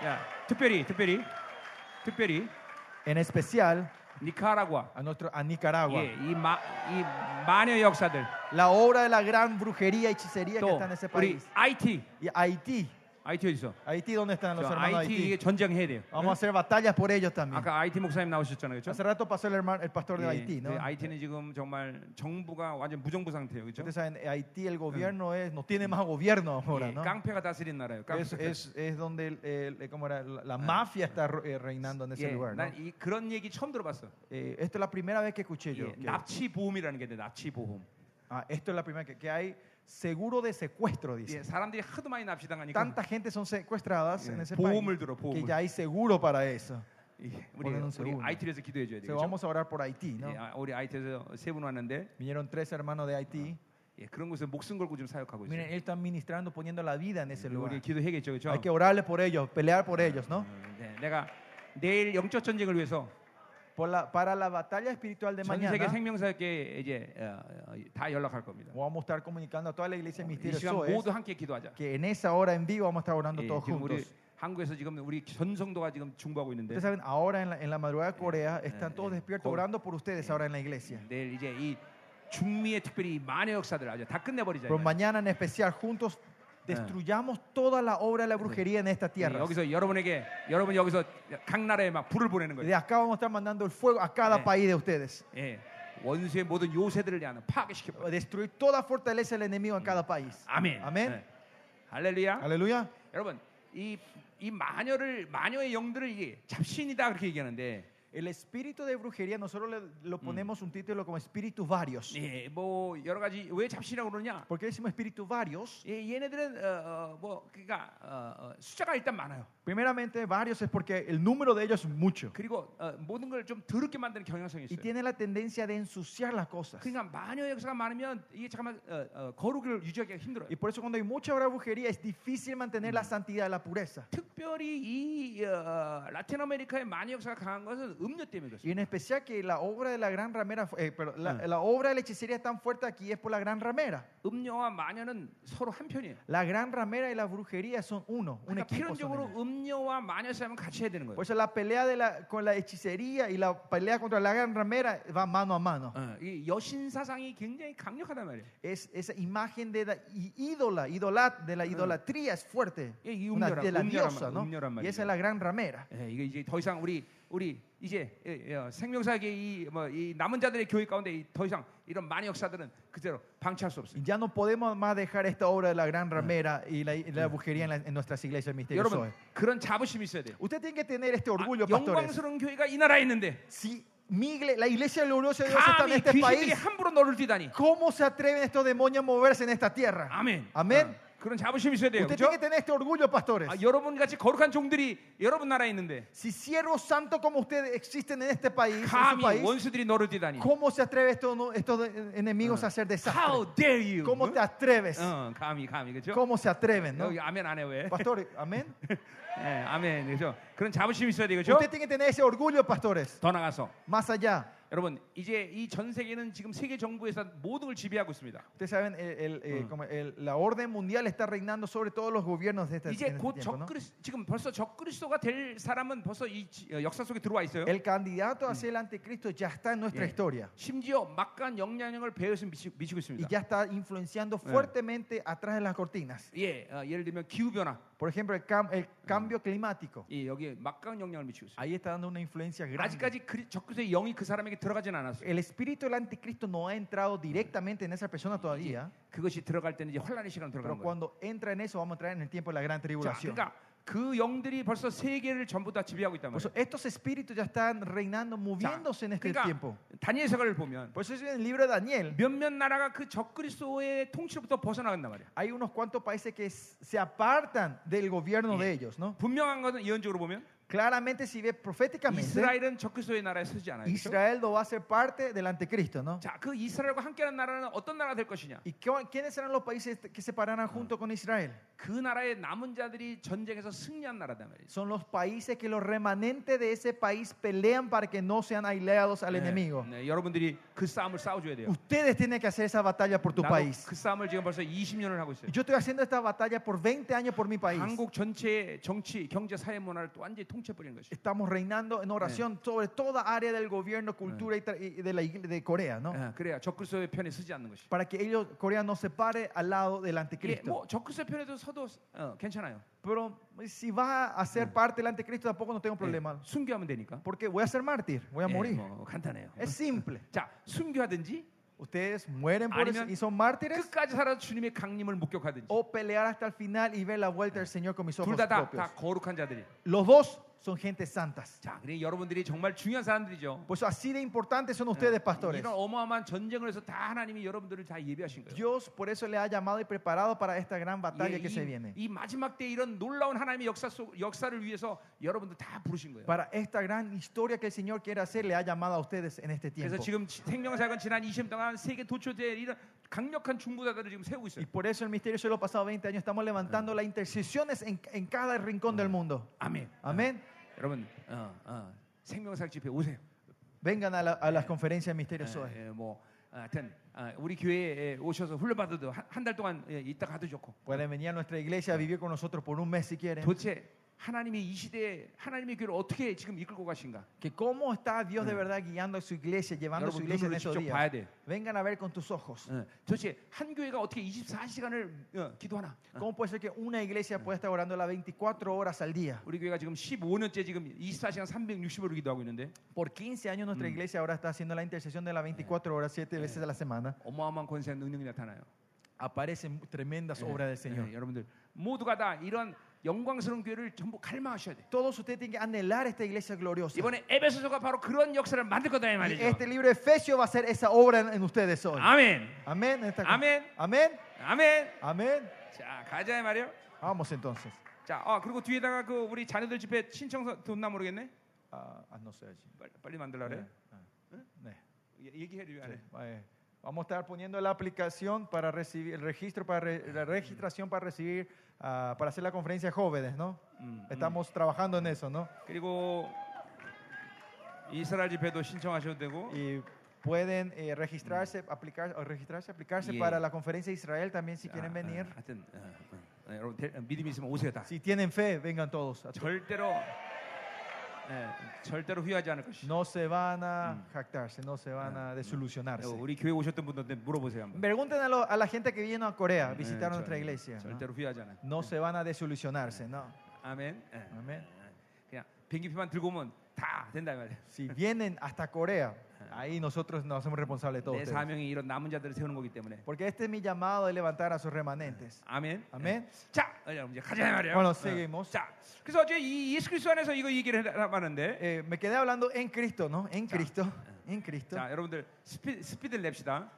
Speaker 2: 야, 특별히 특별히 특별히
Speaker 1: En especial
Speaker 2: 니카라과
Speaker 1: a, nuestro, a Nicaragua.
Speaker 2: 예, 이, 마, 이 마녀 역사들
Speaker 1: La obra de la gran brujería y hechicería que
Speaker 2: 또
Speaker 1: está en ese
Speaker 2: 우리
Speaker 1: país.
Speaker 2: IT
Speaker 1: Y Haití.
Speaker 2: IT 어디 있어?
Speaker 1: Haití, ¿dónde están los
Speaker 2: 저
Speaker 1: hermanos de
Speaker 2: IT 이게
Speaker 1: Haití? ¿eh?
Speaker 2: 전쟁해야 돼요.
Speaker 1: Vamos a hacer batallas por ellos también.
Speaker 2: 아까 IT 목사님 나오셨잖아요, 그렇죠?
Speaker 1: Hace rato pasó el, hermano, el pastor de
Speaker 2: 예,
Speaker 1: Haití, ¿no?
Speaker 2: 그 IT는 지금 정말 정부가 완전 무정부 상태예요, 그렇죠?
Speaker 1: Ustedes saben, Haití, el gobierno es, no tiene más gobierno ahora,
Speaker 2: 예,
Speaker 1: ¿no?
Speaker 2: 깡패가 다스린 나라예요. 깡패.
Speaker 1: Es, es, es donde el- el- eh, ¿cómo era? la, la mafia está ro- eh, reinando en ese
Speaker 2: 예,
Speaker 1: lugar, ¿no?
Speaker 2: 난 이, 그런 얘기 처음 들어봤어.
Speaker 1: Eh, esto es la primera vez que escuché yo.
Speaker 2: 예,
Speaker 1: que-
Speaker 2: 납치 보험이라는 게 있는데 납치 보험.
Speaker 1: ah, esto es la primera que, que hay seguro de secuestro, dice.
Speaker 2: 예, 사람들이 하도 많이 납치당하니까
Speaker 1: Tanta gente son secuestradas
Speaker 2: 예,
Speaker 1: en ese país
Speaker 2: 보험을 들어
Speaker 1: que
Speaker 2: 보험을.
Speaker 1: ya hay seguro para eso.
Speaker 2: 예, 우리
Speaker 1: 보내는
Speaker 2: 우리
Speaker 1: 세우는.
Speaker 2: IT에서 기도해 줘야
Speaker 1: O sea,
Speaker 2: 되죠.
Speaker 1: vamos a orar por Haití, ¿no?
Speaker 2: 예, 아, 우리 IT에서 세 분 왔는데
Speaker 1: Vinieron tres hermanos de Haití.
Speaker 2: 예, 그런 곳에 목숨 걸고 지금 사역하고
Speaker 1: Miren,
Speaker 2: 있어요.
Speaker 1: él está ministrando, poniendo la vida en ese
Speaker 2: 우리
Speaker 1: lugar.
Speaker 2: 기도해야겠죠, 그렇죠?
Speaker 1: Hay que orarle por ellos, pelear por ellos, ¿no?
Speaker 2: 음, 네, 내가 내일 영적 전쟁을 위해서
Speaker 1: Por la, para la batalla espiritual de
Speaker 2: 전 세계
Speaker 1: mañana,
Speaker 2: 생명사역에 이제 어, 어, 다 연락할 겁니다.
Speaker 1: vamos a estar comunicando a toda la iglesia
Speaker 2: 이
Speaker 1: misteriosa
Speaker 2: 시간 모두 함께 기도하자.
Speaker 1: que en esa hora en vivo vamos a estar orando
Speaker 2: 예,
Speaker 1: todos
Speaker 2: 지금 우리
Speaker 1: juntos.
Speaker 2: 한국에서 지금 우리 전성도가 지금 중보하고 있는데
Speaker 1: Ustedes saben, ahora en la, en la madrugada de Corea
Speaker 2: eh,
Speaker 1: están todos
Speaker 2: eh,
Speaker 1: despiertos
Speaker 2: con-
Speaker 1: orando por ustedes ahora en la iglesia.
Speaker 2: 예, 내일 이제 이 중미의 특별히 이 만의 역사들 아주 다 끝내버리자. 이
Speaker 1: Pero
Speaker 2: 말이야.
Speaker 1: mañana en especial, juntos destruyamos toda la obra de la brujería en esta
Speaker 2: 예,
Speaker 1: tierra.
Speaker 2: 여기서 여러분에게 여러분 여기서 각 나라에 막 불을 보내는
Speaker 1: Y
Speaker 2: 거예요.
Speaker 1: de acá vamos a estar mandando el fuego a
Speaker 2: Eh.
Speaker 1: cada país de ustedes.
Speaker 2: 예, 원수의 모든 요새들을 하는 파괴시켜. 버려.
Speaker 1: Destruir toda fortaleza del enemigo en cada país.
Speaker 2: 아멘.
Speaker 1: 아멘.
Speaker 2: 예. 할렐루야.
Speaker 1: Aleluya.
Speaker 2: 여러분 이, 이 마녀를 마녀의 영들을 이게 잡신이다 그렇게 얘기하는데
Speaker 1: El espíritu de brujería, nosotros le- lo ponemos un título como espíritus varios.
Speaker 2: 예, 뭐 여러 가지 왜 잡신이라고 그러냐?
Speaker 1: ¿Por qué decimos espíritus varios?
Speaker 2: 예, 얘네들은 어, 어, 뭐 그러니까 어, 어, 숫자가 일단 많아요.
Speaker 1: Primeramente, varios es porque el número de ellos es mucho.
Speaker 2: 그리고 어, 모든 걸 좀 더럽게 만드는 경향성이
Speaker 1: Y
Speaker 2: 있어요.
Speaker 1: tiene la tendencia de ensuciar las cosas.
Speaker 2: 그러니까 마녀 역사가 많으면 이게 잠깐만 어, 어, 거룩을 유지하기가 힘들어요.
Speaker 1: Y por eso cuando hay mucha obra de brujería es difícil mantener la santidad, la pureza.
Speaker 2: 특별히 이 어, 라틴 아메리카의 마녀 역사가 강한 것은 음료 때문에
Speaker 1: Y
Speaker 2: 그렇습니다.
Speaker 1: en especial que la obra de la gran ramera, eh, pero la, la obra de la hechicería es tan fuerte aquí es por la gran ramera.
Speaker 2: 음료와 마녀는 서로 한 편이에요.
Speaker 1: La gran ramera y la brujería son uno, un
Speaker 2: 그러니까
Speaker 1: equipo. son
Speaker 2: 필연적으로
Speaker 1: ellos.
Speaker 2: 음료와 마녀 싸움은 같이 해야 되는 거예요.
Speaker 1: Por eso la pelea de la, con la hechicería y la pelea contra la gran ramera va mano a mano.
Speaker 2: 어, 이 여신 사상이 굉장히 강력하단 말이에요.
Speaker 1: Es, esa imagen de la í- ídola, idolat, de la idolatría es fuerte.
Speaker 2: Y- y
Speaker 1: Una-
Speaker 2: umñoram-
Speaker 1: de la
Speaker 2: umñoram-
Speaker 1: diosa, ¿no?
Speaker 2: umñoram
Speaker 1: Y esa
Speaker 2: 말이죠.
Speaker 1: es la gran ramera.
Speaker 2: 예, 이게 이제 더 이상 우리 우리 이제 예, 예, 생명사계 이뭐이 남은 자들의 교회 가운데 이더 이상 이런 많은 역사들은 그대로 방치할 수 없어요.
Speaker 1: Y Ya no podemos más dejar esta obra de la gran ramera y la, y la brujería en, la- en nuestras iglesias misteriosas.
Speaker 2: 여러분 그런 자부심이 있어야 돼요. Ah,
Speaker 1: Usted tiene que tener este
Speaker 2: 아,
Speaker 1: orgullo, pastores.
Speaker 2: 영광스러운 교회가 이 나라에 있는데
Speaker 1: Si Mi igle- la iglesia gloriosa
Speaker 2: 그
Speaker 1: de Dios está en
Speaker 2: 감히
Speaker 1: este
Speaker 2: 귀신들이
Speaker 1: país.
Speaker 2: 함부로 너를 뛰다니.
Speaker 1: ¿Cómo se atreven estos demonios a moverse en esta tierra?
Speaker 2: 아멘.
Speaker 1: Amén.
Speaker 2: 어, 그런 자부심이 있어야 돼요.
Speaker 1: Usted
Speaker 2: 그죠?
Speaker 1: tiene que tener este orgullo, pastores.
Speaker 2: 아, 여러분 같이 거룩한 종들이 여러분 나라에 있는데
Speaker 1: Si siervos santos como ustedes existen en este país, en su
Speaker 2: 감히
Speaker 1: país,
Speaker 2: 원수들이 너를 뛰다니.
Speaker 1: ¿cómo se atreven estos, no- estos enemigos a hacer desastres?
Speaker 2: How dare you?
Speaker 1: ¿Cómo te atreves?
Speaker 2: 어, 감히 감히 그죠?
Speaker 1: ¿Cómo se atreven? no?
Speaker 2: 여기 아멘 안 해 왜?
Speaker 1: Pastor, amén.
Speaker 2: [LAUGHS] 예, 아멘 그죠? 그런 자부심이 있어야 되죠.
Speaker 1: Usted tiene que tener ese orgullo, pastores.
Speaker 2: 더 나가서
Speaker 1: Más allá.
Speaker 2: 여러분 이제 이 전 세계는 지금 세계 정부에서 모든 걸 지배하고 있습니다.
Speaker 1: Ustedes saben, el- el, eh, como el- la orden mundial está reinando sobre todos los gobiernos de este,
Speaker 2: 이제
Speaker 1: en este
Speaker 2: 곧
Speaker 1: tiempo, ¿no?
Speaker 2: 적그리 지금 벌써 적그리스도가 될 사람은 벌써 이 지- 어, 역사 속에 들어와 있어요.
Speaker 1: El candidato hacia el anticristo ya está en nuestra
Speaker 2: Yeah.
Speaker 1: historia
Speaker 2: 심지어 막간 영향력을 배에서 미치, 미치고
Speaker 1: y
Speaker 2: 있습니다.
Speaker 1: ya está influenciando
Speaker 2: Yeah.
Speaker 1: fuertemente atrás de las cortinas.
Speaker 2: 예, 어, 예를 들면 기후 변화,
Speaker 1: Por ejemplo, el, cam- el cambio climático.
Speaker 2: 예, 여기에 막강 영향을 미치고 있어요.
Speaker 1: Ahí está dando una influencia grande.
Speaker 2: 아직까지 그, 적그리스도의 영이 그 사람에게 들어가진 않았어요.
Speaker 1: El espíritu del anticristo no ha entrado directamente en esa persona todavía,
Speaker 2: 그것이 들어갈 때는 이제 혼란의 시간
Speaker 1: pero
Speaker 2: 들어가는 거예요.
Speaker 1: cuando entra en eso vamos a entrar en el tiempo de la gran
Speaker 2: 자,
Speaker 1: tribulación.
Speaker 2: 그러니까 그 영들이 벌써 세계를 전부 다 지배하고 있단
Speaker 1: Por eso
Speaker 2: 말이에요.
Speaker 1: estos espíritus ya están reinando, moviéndose en este tiempo.
Speaker 2: 그러니까 다니엘서를 보면
Speaker 1: Por eso en el libro de Daniel
Speaker 2: 몇몇 나라가 그 적그리스도의 통치로부터 벗어나간단 말이야.
Speaker 1: hay unos cuantos países que s- se apartan del gobierno
Speaker 2: Sí.
Speaker 1: de ellos, ¿no?
Speaker 2: 분명한 것은 예언적으로 보면
Speaker 1: Claramente si ve
Speaker 2: 그러니까
Speaker 1: proféticamente,
Speaker 2: 이스라엘은 적그리스도의 나라에 서지 않아요. 그렇죠?
Speaker 1: Israel no va a ser parte del anticristo, ¿no?
Speaker 2: 자, 그 이스라엘과 함께하는 나라는 어떤 나라가 될 것이냐?
Speaker 1: ¿Y qué- quiénes serán los países este, que se pararán junto con Israel?
Speaker 2: 그 나라의 남은 자들이 전쟁에서 승리한 나라단 말이죠.
Speaker 1: Son los países que los remanentes de ese país pelean para que no sean aislados
Speaker 2: Eh,
Speaker 1: al enemigo.
Speaker 2: 네, 여러분들이 그 싸움을 싸워줘야 돼요.
Speaker 1: Ustedes tienen que hacer esa batalla por tu
Speaker 2: 나도
Speaker 1: país.
Speaker 2: 그 싸움을 지금 벌써 20년을 하고 있어요.
Speaker 1: Yo estoy haciendo esta batalla por 20 años por mi país.
Speaker 2: 한국 전체의 정치, 경제, 사회 문화를 또 완전히 통째버리는 것이.
Speaker 1: Estamos reinando en oración sobre toda área del gobierno, cultura y tra- y de la igle- de Corea, ¿no?
Speaker 2: 예, 그래야 적그리스도의 편에 서지 않는 것이.
Speaker 1: para que ellos, Corea no se pare al lado del
Speaker 2: 예,
Speaker 1: anticristo.
Speaker 2: 뭐 적그리스도 편에도 서도 어, 괜찮아요.
Speaker 1: Pero eh, si vas a ser parte del anticristo tampoco no tengo problema,
Speaker 2: 예, 순교하면 되니까.
Speaker 1: porque voy a ser mártir, voy a
Speaker 2: 예,
Speaker 1: morir.
Speaker 2: 뭐 간단해요.
Speaker 1: Es simple.
Speaker 2: 자, 순교하든지
Speaker 1: Ustedes mueren por eso
Speaker 2: Amen.
Speaker 1: y son mártires
Speaker 2: 끝까지 살아 주님의 강림을 목격하든지.
Speaker 1: o pelear hasta el final y ver la vuelta del Señor con mis
Speaker 2: 둘
Speaker 1: ojos
Speaker 2: 다 다
Speaker 1: propios.
Speaker 2: 거룩한 자들이.
Speaker 1: Los dos son gentes santas.
Speaker 2: 자, 그래 여러분들이 정말 중요한 사람들이죠.
Speaker 1: Por eso así de importantes son ustedes, pastores.
Speaker 2: 이런 어마어마한 전쟁을 해서 다 하나님이 여러분들을 다 예비하신 거예요.
Speaker 1: Dios por eso le ha llamado y preparado para esta gran batalla
Speaker 2: 예,
Speaker 1: que
Speaker 2: 이-
Speaker 1: se viene.
Speaker 2: 이 마지막 때 이런 놀라운 하나님의 역사 속 역사를 위해서 여러분들 다 부르신 거예요.
Speaker 1: Para esta gran historia que el Señor quiere hacer, le ha llamado a ustedes en este
Speaker 2: 그래서
Speaker 1: tiempo.
Speaker 2: 지금 생명사역은 지난 20년 동안 세계 도초제 이런 강력한 중보자들을 지금 세우고
Speaker 1: Y
Speaker 2: 있어요.
Speaker 1: por eso el misterio de los pasados 20 años estamos levantando las intercesiones en, en cada rincón del mundo.
Speaker 2: 아멘.
Speaker 1: Amén.
Speaker 2: 여러분, 어, 어, 생명사역 집회 오세요.
Speaker 1: Vengan a, la- a las conferencias del misterio Zoe.
Speaker 2: 예, 예, 뭐 아, 하여튼 아, 우리 교회에 오셔서 훈련받아도 한 달 동안 예, 있다 가도 좋고
Speaker 1: Pueden venir a nuestra iglesia a vivir con nosotros por un mes si
Speaker 2: 네.
Speaker 1: quieren.
Speaker 2: 도대체 하나님이 이 시대에 하나님의 교회를 어떻게 지금 이끌고 가신가?
Speaker 1: Que cómo está Dios de verdad guiando a su iglesia, llevando a su
Speaker 2: 여러분
Speaker 1: iglesia en
Speaker 2: 눈으로
Speaker 1: estos
Speaker 2: 직접 봐야
Speaker 1: días.
Speaker 2: 돼.
Speaker 1: Vengan a ver con tus ojos.
Speaker 2: 예, 도대체 한 교회가 어떻게 24시간을 어, 기도하나?
Speaker 1: ¿Cómo puede ser que una iglesia pueda estar orando las 24 horas al día?
Speaker 2: 우리 교회가 지금 15년째 지금 24시간 360으로 기도하고 있는데
Speaker 1: Por 15 años nuestra iglesia ahora está haciendo la intercesión de las 24 horas, 7 veces a la semana.
Speaker 2: 어마어마한 권세와 능력이 나타나요.
Speaker 1: Aparecen tremendas obras del Señor.
Speaker 2: 예, 여러분들 모두가 다 이런 영광스러운 교회를 전부 갈망하셔야 돼.
Speaker 1: Todos ustedes tienen que anhelar esta iglesia gloriosa.
Speaker 2: 이번에 에베소서가 바로 그런 역사를 만들 거다 이
Speaker 1: Y
Speaker 2: 말이죠.
Speaker 1: este libro de Efesios va a ser esa obra en, en ustedes hoy.
Speaker 2: 아멘.
Speaker 1: Amén. en esta-
Speaker 2: Amén.
Speaker 1: Amén.
Speaker 2: 아멘.
Speaker 1: Amén.
Speaker 2: 자, 가자 이 말이요.
Speaker 1: Vamos entonces.
Speaker 2: 자, 아 그리고 뒤에다가 그 우리 자녀들 집에 신청서 뒀나 모르겠네.
Speaker 1: Ah, ah, no sé allí.
Speaker 2: 빨리, 빨리 만들라 그래.
Speaker 1: Ah, 네,
Speaker 2: 얘- 얘기해 줘야 돼.
Speaker 1: sí, eh, Vamos a estar poniendo la aplicación para recibir el registro para re- la registración para recibir ah, para hacer la conferencia de jóvenes, ¿no?
Speaker 2: 음, 음.
Speaker 1: Estamos trabajando en eso, ¿no?
Speaker 2: 그리고 이스라엘 집회도 신청하셔도 되고.
Speaker 1: Y pueden eh, registrarse, aplicar, o registrarse, aplicarse
Speaker 2: Yeah.
Speaker 1: para la conferencia de Israel también si quieren
Speaker 2: 아,
Speaker 1: venir.
Speaker 2: 아, 하여튼 어, 어, 어, 여러분 대- 믿음이 있으면 오세요 다.
Speaker 1: Si tienen fe, vengan todos. a to-
Speaker 2: 절대로 예, 절대로 후회하지 않을 것이.
Speaker 1: No se van a jactarse, no se van a desilusionarse.
Speaker 2: 우리 교회 오셨던 분들한테 물어보세요 한번.
Speaker 1: Pregunten a, lo- a la gente que vino a Corea,
Speaker 2: 예,
Speaker 1: visitaron
Speaker 2: 절-
Speaker 1: nuestra iglesia. ¿no?
Speaker 2: 절대로 후회하지 않아요.
Speaker 1: No se van a desilusionarse, no.
Speaker 2: 아멘. 예.
Speaker 1: Amén.
Speaker 2: 그냥 비행기표만 들고 오면 다 된다 이 말이에요.
Speaker 1: Si vienen hasta Corea, Ahí nosotros nos hacemos responsables de todos.
Speaker 2: 내
Speaker 1: ustedes.
Speaker 2: 사명이 이런 남은 자들을 세우는 거기 때문에.
Speaker 1: Porque este es mi llamado de levantar a sus remanentes.
Speaker 2: 아멘. 네.
Speaker 1: 아멘.
Speaker 2: 자, 여러분 이제 가자 말이에요. 어.
Speaker 1: Bueno, seguimos.
Speaker 2: 자, 그래서 어제 이 예수 그리스도 안에서 이거 얘기를 하는데,
Speaker 1: Eh, me quedé hablando en Cristo, ¿no? En Cristo. En Cristo.
Speaker 2: 자, 여러분들 스피, 스피드를 냅시다.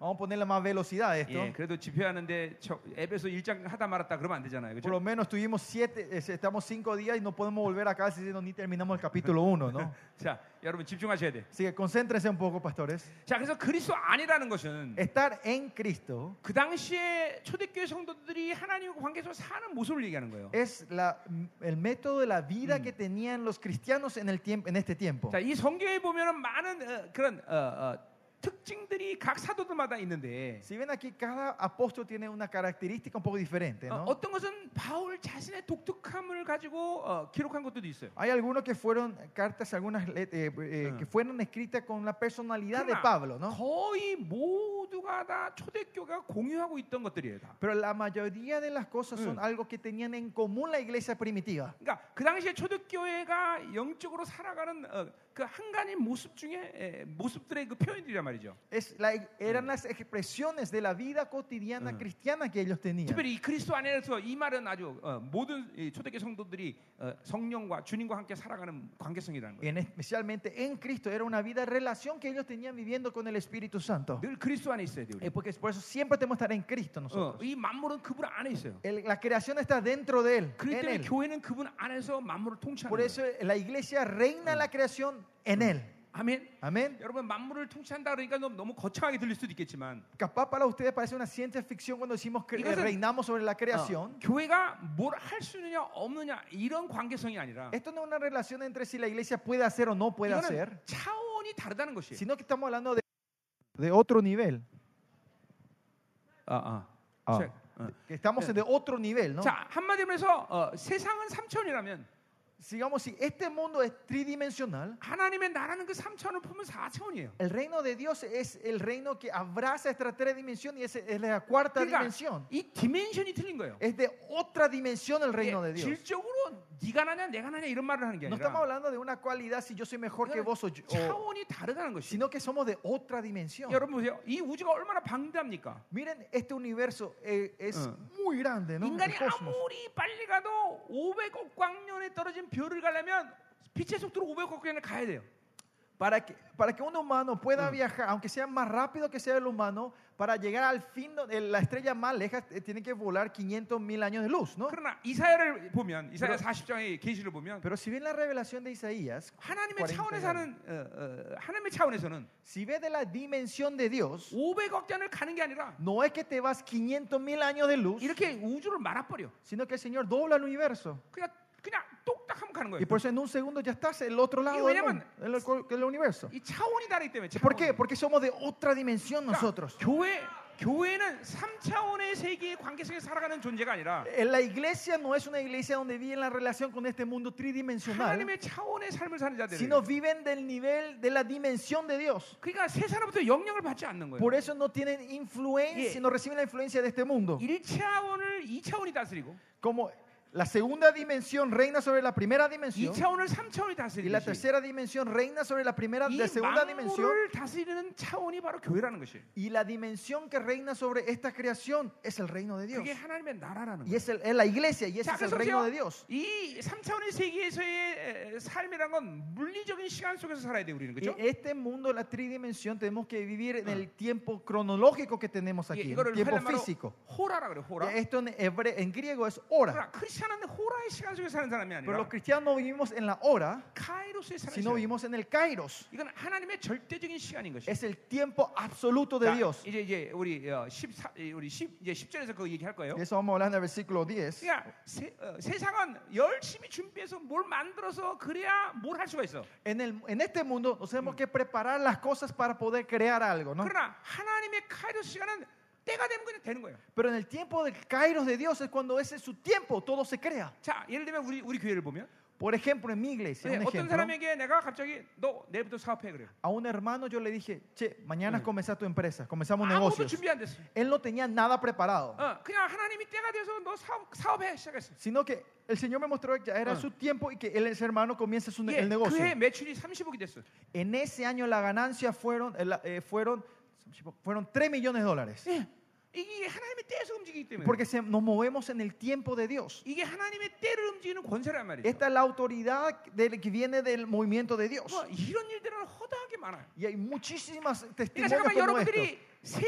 Speaker 1: Vamos a ponerle más velocidad a
Speaker 2: 예,
Speaker 1: esto.
Speaker 2: 그래도 집회하는데 저, 에베소 1장 ha다 말았다 그러면 안 되잖아요.
Speaker 1: Por
Speaker 2: 그렇죠?
Speaker 1: lo menos tuvimos siete, eh, estamos cinco días y no podemos volver a casa diciendo ni terminamos el capítulo uno, ¿no?
Speaker 2: [LAUGHS] 자, 여러분 집중하셔야 돼.
Speaker 1: Así que concéntrense un poco, pastores.
Speaker 2: 자, 그래서 그리스도 안이라는 것은
Speaker 1: Estar en Cristo
Speaker 2: 그 당시에 초대교회 성도들이 하나님과 관계에서 사는 모습을 얘기하는 거예요.
Speaker 1: es la- el método de la vida
Speaker 2: Mm.
Speaker 1: que tenían los cristianos en, el tiemp- en este tiempo.
Speaker 2: 자, 이 성경에 보면은 많은 어, 그런 어, 어, 특징들이 각 사도들마다 있는데
Speaker 1: Si ven aquí, cada apóstol tiene una característica un poco diferente,
Speaker 2: 어,
Speaker 1: ¿no?
Speaker 2: 어떤 것은 바울 자신의 독특함을 가지고 어, 기록한 것도 있어요.
Speaker 1: Hay algunos que fueron cartas, algunas let- eh, eh, que fueron escritas con la personalidad de
Speaker 2: Ah. Claro.
Speaker 1: Pablo, ¿no?
Speaker 2: 거의 모두가 다 초대교가 공유하고 있던 것들이에요. 다.
Speaker 1: Pero la mayoría de las cosas son
Speaker 2: Mm.
Speaker 1: algo que tenían en común la iglesia primitiva.
Speaker 2: 그러니까 그 당시에 초대교회가 영적으로 살아가는 어, 그 한간인 모습 중에 에, 모습들의 그 표현들이란 말이죠.
Speaker 1: Es la- e-, eran las expresiones de la vida cotidiana
Speaker 2: Mm.
Speaker 1: cristiana que ellos tenían.
Speaker 2: 특별히 이 그리스도 안에서 이 말은 아주 어, 모든 이 초대교회 성도들이 어, 성령과 주님과 함께 살아가는 관계성이라는 거예요.
Speaker 1: En- especialmente en Cristo era una vida de relación que ellos tenían viviendo con el Espíritu Santo.
Speaker 2: 늘 그리스도 안에 있어야 돼요. 우리.
Speaker 1: Eh, porque por eso siempre tenemos que estar en Cristo
Speaker 2: 어,
Speaker 1: nosotros.
Speaker 2: 이 만물은 그분 안에 있어요.
Speaker 1: El- la creación está dentro de Él.
Speaker 2: 그렇기
Speaker 1: en
Speaker 2: 때문에
Speaker 1: él.
Speaker 2: 교회는 그분 안에서 만물을 통치하는
Speaker 1: Por eso eh,
Speaker 2: 거예요.
Speaker 1: la iglesia reina la creación en Él.
Speaker 2: 아멘.
Speaker 1: Amén.
Speaker 2: 여러분 만물을 통치한다 그러니까 너무, 너무 거창하게 들릴 수도 있겠지만
Speaker 1: Capaz para ustedes parece una ciencia ficción cuando decimos que eh,
Speaker 2: Entonces-
Speaker 1: reinamos sobre la
Speaker 2: 어,
Speaker 1: creación.
Speaker 2: 교회가 뭘 할 수 있느냐 없느냐 이런 관계성이 아니라
Speaker 1: Esto no es una relación entre si la iglesia puede hacer o Ah. no puede hacer,
Speaker 2: 이거는 차원이 다르다는 것이에요.
Speaker 1: sino que estamos hablando de, de otro nivel.
Speaker 2: 아,
Speaker 1: 아.
Speaker 2: 책. 어.
Speaker 1: Que estamos de otro nivel, ¿no?
Speaker 2: 자 한마디로 해서 어, 세상은 삼천이라면
Speaker 1: Sigamos, si este mundo es tridimensional,
Speaker 2: 하나님의 나라는 그 삼천을 품은 사천이에요.
Speaker 1: el reino de Dios es el reino que abraza esta tres dimensiones y es, es la cuarta
Speaker 2: 그러니까
Speaker 1: dimensión.
Speaker 2: 이 디멘션이 틀린 거예요.
Speaker 1: Es de otra dimensión el reino
Speaker 2: 이게
Speaker 1: de Dios.
Speaker 2: 질적으로 네가 나냐 내가 나냐 이런 말을 하는 게
Speaker 1: No estamos
Speaker 2: 아니라
Speaker 1: hablando de una cualidad si yo soy mejor que
Speaker 2: 이거는
Speaker 1: vos o yo, o-
Speaker 2: 차원이 다르다는 것이에요.
Speaker 1: sino que somos de otra dimensión.
Speaker 2: 여러분 보세요. 이 우주가 얼마나 방대합니까?
Speaker 1: Miren, este universo eh, es
Speaker 2: Ah.
Speaker 1: muy grande, ¿no?
Speaker 2: 인간이
Speaker 1: El cosmos.
Speaker 2: 아무리 빨리 가도 500억 광년에 떨어진 별을 가려면 빛의 속도로 500억 광년을 가야 돼요.
Speaker 1: Para que, para que un humano pueda viajar, aunque sea más rápido que sea el humano, para llegar al fin, do- eh, la estrella más lejos eh, tiene que volar 500 mil años de luz, ¿no?
Speaker 2: 그러나 이사야를 보면 이사야
Speaker 1: 그럼-
Speaker 2: 40장의 계시를 보면
Speaker 1: Pero si bien la revelación de Isaías,
Speaker 2: 하나님의
Speaker 1: 40
Speaker 2: 차원에 사는 어, 어, 하나님의 차원에서는
Speaker 1: si ves de la dimensión de Dios,
Speaker 2: 500억 년을 가는 게 아니라
Speaker 1: no es que te vas 500 mil años de luz,
Speaker 2: 이렇게 우주를 말아버려.
Speaker 1: sino que el Señor dobla el universo.
Speaker 2: 그냥 그냥 똑딱하면 가는 거예요.
Speaker 1: Y por eso en un segundo ya estás el otro lado
Speaker 2: Y
Speaker 1: del,
Speaker 2: veamos-
Speaker 1: mundo, del col- del universo.
Speaker 2: 이 차원이 다르기 때문에.
Speaker 1: ¿Por qué?
Speaker 2: 차원이.
Speaker 1: Porque somos de otra dimensión
Speaker 2: 그러니까
Speaker 1: nosotros.
Speaker 2: 교회 교회는 3차원의 세계의 관계 속에 살아가는 존재가 아니라
Speaker 1: Eh, La iglesia no es una iglesia donde viven la relación con este mundo tridimensional,
Speaker 2: 하나님의 차원의 삶을 사는 자들.
Speaker 1: sino viven del nivel de la dimensión de Dios.
Speaker 2: 그러니까 세상으로부터 영향을 받지 않는 거예요.
Speaker 1: Por eso no tienen influencia,
Speaker 2: Yeah.
Speaker 1: no reciben la influencia de este mundo.
Speaker 2: 1차원을 2차원이 다스리고
Speaker 1: Como la segunda dimensión reina sobre la primera dimensión
Speaker 2: 2차원을 3차원이
Speaker 1: y la
Speaker 2: 다스리듯이
Speaker 1: tercera dimensión reina sobre la primera,
Speaker 2: 이
Speaker 1: la segunda dimensión
Speaker 2: 만물을 다스리는 차원이 바로 교회라는 것이에요.
Speaker 1: y la dimensión que reina sobre esta creación es el reino de Dios.
Speaker 2: 그게 하나님의 나라라는
Speaker 1: Y
Speaker 2: 거예요.
Speaker 1: es, el- es la iglesia y ese
Speaker 2: 자,
Speaker 1: es el
Speaker 2: 그래서
Speaker 1: reino de
Speaker 2: 보세요.
Speaker 1: Dios.
Speaker 2: 이 3차원의 세계에서의 에, 삶이란 건 물리적인 시간 속에서 살아야 돼 우리는
Speaker 1: Y
Speaker 2: 그렇죠?
Speaker 1: este mundo, la tridimensión, tenemos que vivir en el tiempo cronológico que tenemos aquí, en el
Speaker 2: 이거를
Speaker 1: tiempo
Speaker 2: 헬라말로
Speaker 1: físico.
Speaker 2: 호라라 그래 호라.
Speaker 1: Esto en, hebre- en griego es hora.
Speaker 2: 예, 호라. 크리스천은 호라의 시간 속에 사는 사람이
Speaker 1: Pero los
Speaker 2: 아니라
Speaker 1: cristianos no vivimos en la hora,
Speaker 2: 카이로스에 사는
Speaker 1: sino
Speaker 2: 시간.
Speaker 1: vivimos en el kairos.
Speaker 2: 이건 하나님의 절대적인 시간인 것이에요.
Speaker 1: Es el tiempo absoluto de
Speaker 2: 자,
Speaker 1: Dios.
Speaker 2: 이제 이제 우리 어, 14 예, 우리 10 이제 10절에서 그거 얘기할 거예요.
Speaker 1: Y eso vamos a hablar en el versículo 10.
Speaker 2: 그러니까 세, 어, 세상은 열심히 준비해서 뭘 만들어서 그래야 뭘 할 수가 있어.
Speaker 1: En, el, en este mundo nos
Speaker 2: Mm.
Speaker 1: tenemos que preparar las cosas para poder crear algo, ¿no?
Speaker 2: 그러나 하나님의 카이로스 시간은 때가 되면 그냥 되는 거예요.
Speaker 1: Pero en el tiempo del kairos de Dios es cuando ese es su tiempo, todo se crea.
Speaker 2: 자, 예를 들면 우리 우리 교회를 보면
Speaker 1: Por ejemplo, en mi iglesia,
Speaker 2: 예,
Speaker 1: un
Speaker 2: 어떤
Speaker 1: ejemplo,
Speaker 2: 사람에게 내가 갑자기 너 내일부터 사업해 그래.
Speaker 1: a un hermano yo le dije, che, mañana
Speaker 2: Mm. Ah,
Speaker 1: comenzás tu empresa, comenzamos
Speaker 2: 아무것도
Speaker 1: negocios.
Speaker 2: 준비 안 됐어.
Speaker 1: Él no tenía nada preparado,
Speaker 2: 어, 그냥 하나님이 때가 돼서 너 사업 사업해 시작했어.
Speaker 1: sino que el Señor me mostró que ya era
Speaker 2: Ah.
Speaker 1: su tiempo y que él, ese hermano comienza su, ne-
Speaker 2: 예,
Speaker 1: el negocio.
Speaker 2: 그해 매출이 30억이 됐어.
Speaker 1: En ese año la ganancia fueron, eh, la- eh, fueron, fueron 3 millones de dólares.
Speaker 2: 예. 이게 하나님의 때에서 움직이기 때문에.
Speaker 1: Porque se- nos movemos en el tiempo de Dios.
Speaker 2: 이게 하나님의 때를 움직이는 권세란 말이죠.
Speaker 1: Esta es la autoridad del- que viene del movimiento de Dios.
Speaker 2: 뭐 이런 일들은 허다하게 많아요.
Speaker 1: Y hay muchísimas
Speaker 2: 그러니까 잠깐만
Speaker 1: testimonios como estos.
Speaker 2: 여러분들이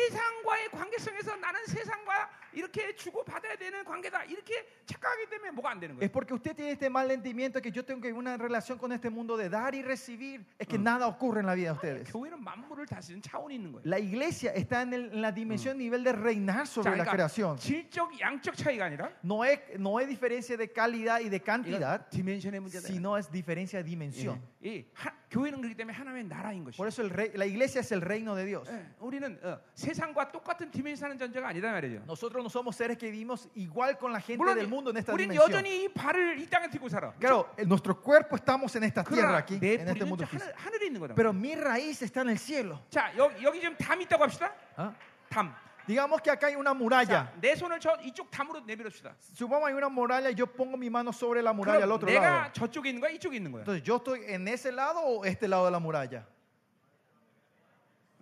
Speaker 2: 세상과의 관계성에서 나는 세상과 이렇게 주고 받아야 되는 관계다 이렇게 착각하기 때문에 뭐가 안 되는
Speaker 1: Es
Speaker 2: 거예요.
Speaker 1: porque usted tiene este mal entendimiento que yo tengo que ir una relación con este mundo de dar y recibir. Es que
Speaker 2: Mm.
Speaker 1: nada ocurre en la vida de ustedes.
Speaker 2: 교회는 만물을 다스리는 차원이 있는 거예요.
Speaker 1: La iglesia está en, el- en la dimensión nivel de reinar sobre la creación.
Speaker 2: 그러니까 질적 양적 차이가 아니라
Speaker 1: No es, no es diferencia de calidad y de cantidad,
Speaker 2: 이건 디멘션의 문제다.
Speaker 1: sino es diferencia de dimensión.
Speaker 2: 예. 이 하- 교회는 그렇기 때문에 하나님의 나라인 것이죠.
Speaker 1: Por eso el rey- la iglesia es el reino de Dios.
Speaker 2: 예, 우리는 어, 세상과 똑같은 디멘션 사는 존재가 아니다 말이죠.
Speaker 1: Nosotros no somos seres que vivimos igual con la gente
Speaker 2: 물론
Speaker 1: del mundo en esta
Speaker 2: 우리는
Speaker 1: dimensión.
Speaker 2: 여전히 이 발을 이 땅에 들고 살아. 그렇죠?
Speaker 1: Claro, en nuestro cuerpo estamos en esta tierra
Speaker 2: 그러나
Speaker 1: aquí,
Speaker 2: 내
Speaker 1: en este
Speaker 2: 뿌리는
Speaker 1: mundo
Speaker 2: 저
Speaker 1: físico.
Speaker 2: 하늘, 하늘에 있는 거다.
Speaker 1: Pero mi raíz está en el cielo.
Speaker 2: 자 여기, 여기 지금 담이 있다고 합시다.
Speaker 1: ¿Ah?
Speaker 2: 담.
Speaker 1: Digamos que acá hay una muralla.
Speaker 2: 자, 내 손을 저 이쪽 담으로 내밀읍시다.
Speaker 1: Supongamos hay una muralla y yo pongo mi mano sobre la muralla al
Speaker 2: 그럼
Speaker 1: otro
Speaker 2: 내가
Speaker 1: lado.
Speaker 2: 저쪽에 있는 거야, 이쪽에 있는 거야.
Speaker 1: Entonces, ¿yo estoy en ese lado o este lado de la muralla?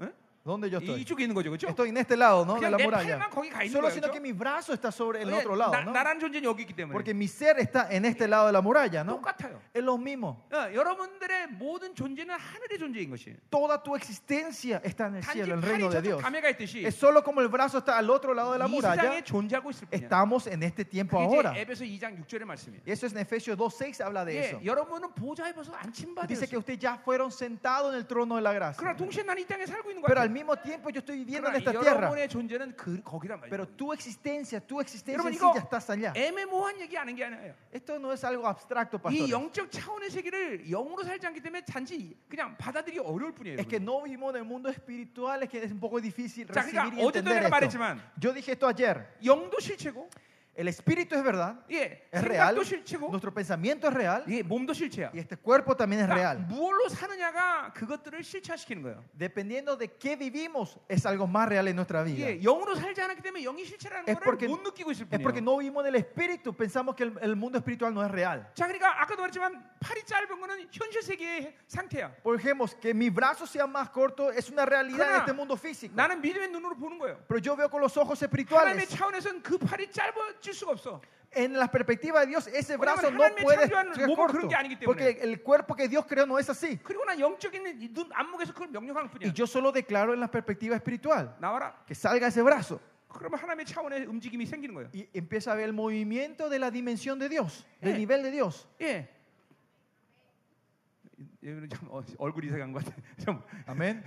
Speaker 2: ¿Eh?
Speaker 1: ¿Dónde yo
Speaker 2: 이,
Speaker 1: estoy?
Speaker 2: 쪽에 있는 거죠, 그렇죠?
Speaker 1: Estoy en este lado, ¿no? De
Speaker 2: 그냥
Speaker 1: la
Speaker 2: 내
Speaker 1: muralla.
Speaker 2: 팔만 거기 가 있는
Speaker 1: Solo
Speaker 2: 거야.
Speaker 1: sino que
Speaker 2: 그렇죠?
Speaker 1: mi brazo está sobre el otro
Speaker 2: 나,
Speaker 1: lado, ¿no?
Speaker 2: 나란 존재는 여기 있기 때문에
Speaker 1: Porque mi ser está en este lado de la muralla, ¿no?
Speaker 2: 똑같아요.
Speaker 1: Es lo mismo.
Speaker 2: 어, 여러분들의 모든 존재는 하늘의 존재인 것이에요.
Speaker 1: Toda tu existencia está en el
Speaker 2: 단지
Speaker 1: cielo, el
Speaker 2: 팔이
Speaker 1: reino de
Speaker 2: 저쪽
Speaker 1: Dios.
Speaker 2: 담에 가 있듯이
Speaker 1: Es solo como el brazo está al otro lado de la
Speaker 2: 이 세상에
Speaker 1: muralla,
Speaker 2: 존재하고 있을 뿐이야.
Speaker 1: estamos en este tiempo
Speaker 2: 그게 이제
Speaker 1: ahora.
Speaker 2: 에베소 2장 6절의 말씀이에요.
Speaker 1: Eso es en Efesios 2.6 habla de
Speaker 2: 예,
Speaker 1: eso.
Speaker 2: 여러분은 보좌에 벌써 앉힌 바
Speaker 1: Dice que
Speaker 2: 되었어요.
Speaker 1: ustedes ya fueron sentados en el trono de la
Speaker 2: 그러나
Speaker 1: gracia.
Speaker 2: 동시에 나는 이 땅에 살고 있는
Speaker 1: Pero al
Speaker 2: 거야.
Speaker 1: mismo tiempo yo estoy viviendo en
Speaker 2: 그러나
Speaker 1: esta tierra.
Speaker 2: 여러분의 존재는 그, 거기란 말이에요.
Speaker 1: Pero tu existencia, tu existencia
Speaker 2: 여러분
Speaker 1: en sí
Speaker 2: 이거
Speaker 1: ya estás allá.
Speaker 2: eh, 애매모호한 얘기 하는 게 아니에요.
Speaker 1: Esto no es algo abstracto,
Speaker 2: 이
Speaker 1: pastor.
Speaker 2: 영적 차원의 세계를 영으로 살지 않기 때문에 단지 그냥 받아들이기 어려울 뿐이에요.
Speaker 1: Es que
Speaker 2: 여러분.
Speaker 1: no vivimos en el mundo espiritual, es que es un poco difícil
Speaker 2: 자,
Speaker 1: recibir y
Speaker 2: 그러니까 어제도
Speaker 1: entender
Speaker 2: 내가
Speaker 1: esto.
Speaker 2: 말했지만
Speaker 1: Yo dije esto ayer.
Speaker 2: 영도 실체고,
Speaker 1: El espíritu es verdad,
Speaker 2: 예,
Speaker 1: es real,
Speaker 2: 생각도 실체고,
Speaker 1: nuestro pensamiento es real
Speaker 2: 예, 몸도 실체야.
Speaker 1: y este cuerpo también es
Speaker 2: 그러니까
Speaker 1: real.
Speaker 2: 무얼로 사느냐가 그것들을 실체화시키는 거예요.
Speaker 1: Dependiendo de qué vivimos, es algo más real en nuestra vida.
Speaker 2: 예, 영으로 살지 않았기 때문에 영이 실체라는
Speaker 1: Es
Speaker 2: 걸
Speaker 1: porque-
Speaker 2: 못 느끼고 있을
Speaker 1: Es porque
Speaker 2: 뿐이에요.
Speaker 1: no vivimos en el espíritu, pensamos que el, el mundo espiritual no es real.
Speaker 2: 자, 그러니까 아까도 말했지만 팔이 짧은 거는 현실 세계의 상태야.
Speaker 1: Por ejemplo, que mi brazo sea más corto es una realidad en
Speaker 2: Claro.
Speaker 1: este mundo físico.
Speaker 2: 나는 믿음의 눈으로 보는 거예요.
Speaker 1: Pero yo veo con los ojos
Speaker 2: 하나님의
Speaker 1: espirituales.
Speaker 2: 차원에서는 그 팔이 짧아질 수가 없어.
Speaker 1: En la perspectiva de Dios, ese brazo
Speaker 2: Porque
Speaker 1: no
Speaker 2: 하나님의
Speaker 1: puede
Speaker 2: 창조하는
Speaker 1: ser
Speaker 2: 몸은
Speaker 1: corto.
Speaker 2: 그런 게 아니기 때문에.
Speaker 1: Porque el cuerpo que Dios creó no es así.
Speaker 2: 그리고 난 영적인 이눈 안목에서 그걸 명령하는
Speaker 1: Y
Speaker 2: 뿐이야.
Speaker 1: yo solo declaro en la perspectiva espiritual
Speaker 2: 나와라.
Speaker 1: que salga ese brazo.
Speaker 2: 그러면 하나님의 차원의 움직임이 생기는 거예요.
Speaker 1: Y empieza a ver el movimiento de la dimensión de Dios, del
Speaker 2: Eh.
Speaker 1: nivel de Dios.
Speaker 2: 예. 여기는 참 어, 얼굴 이상한 것 같아. [LAUGHS] 좀
Speaker 1: Amén.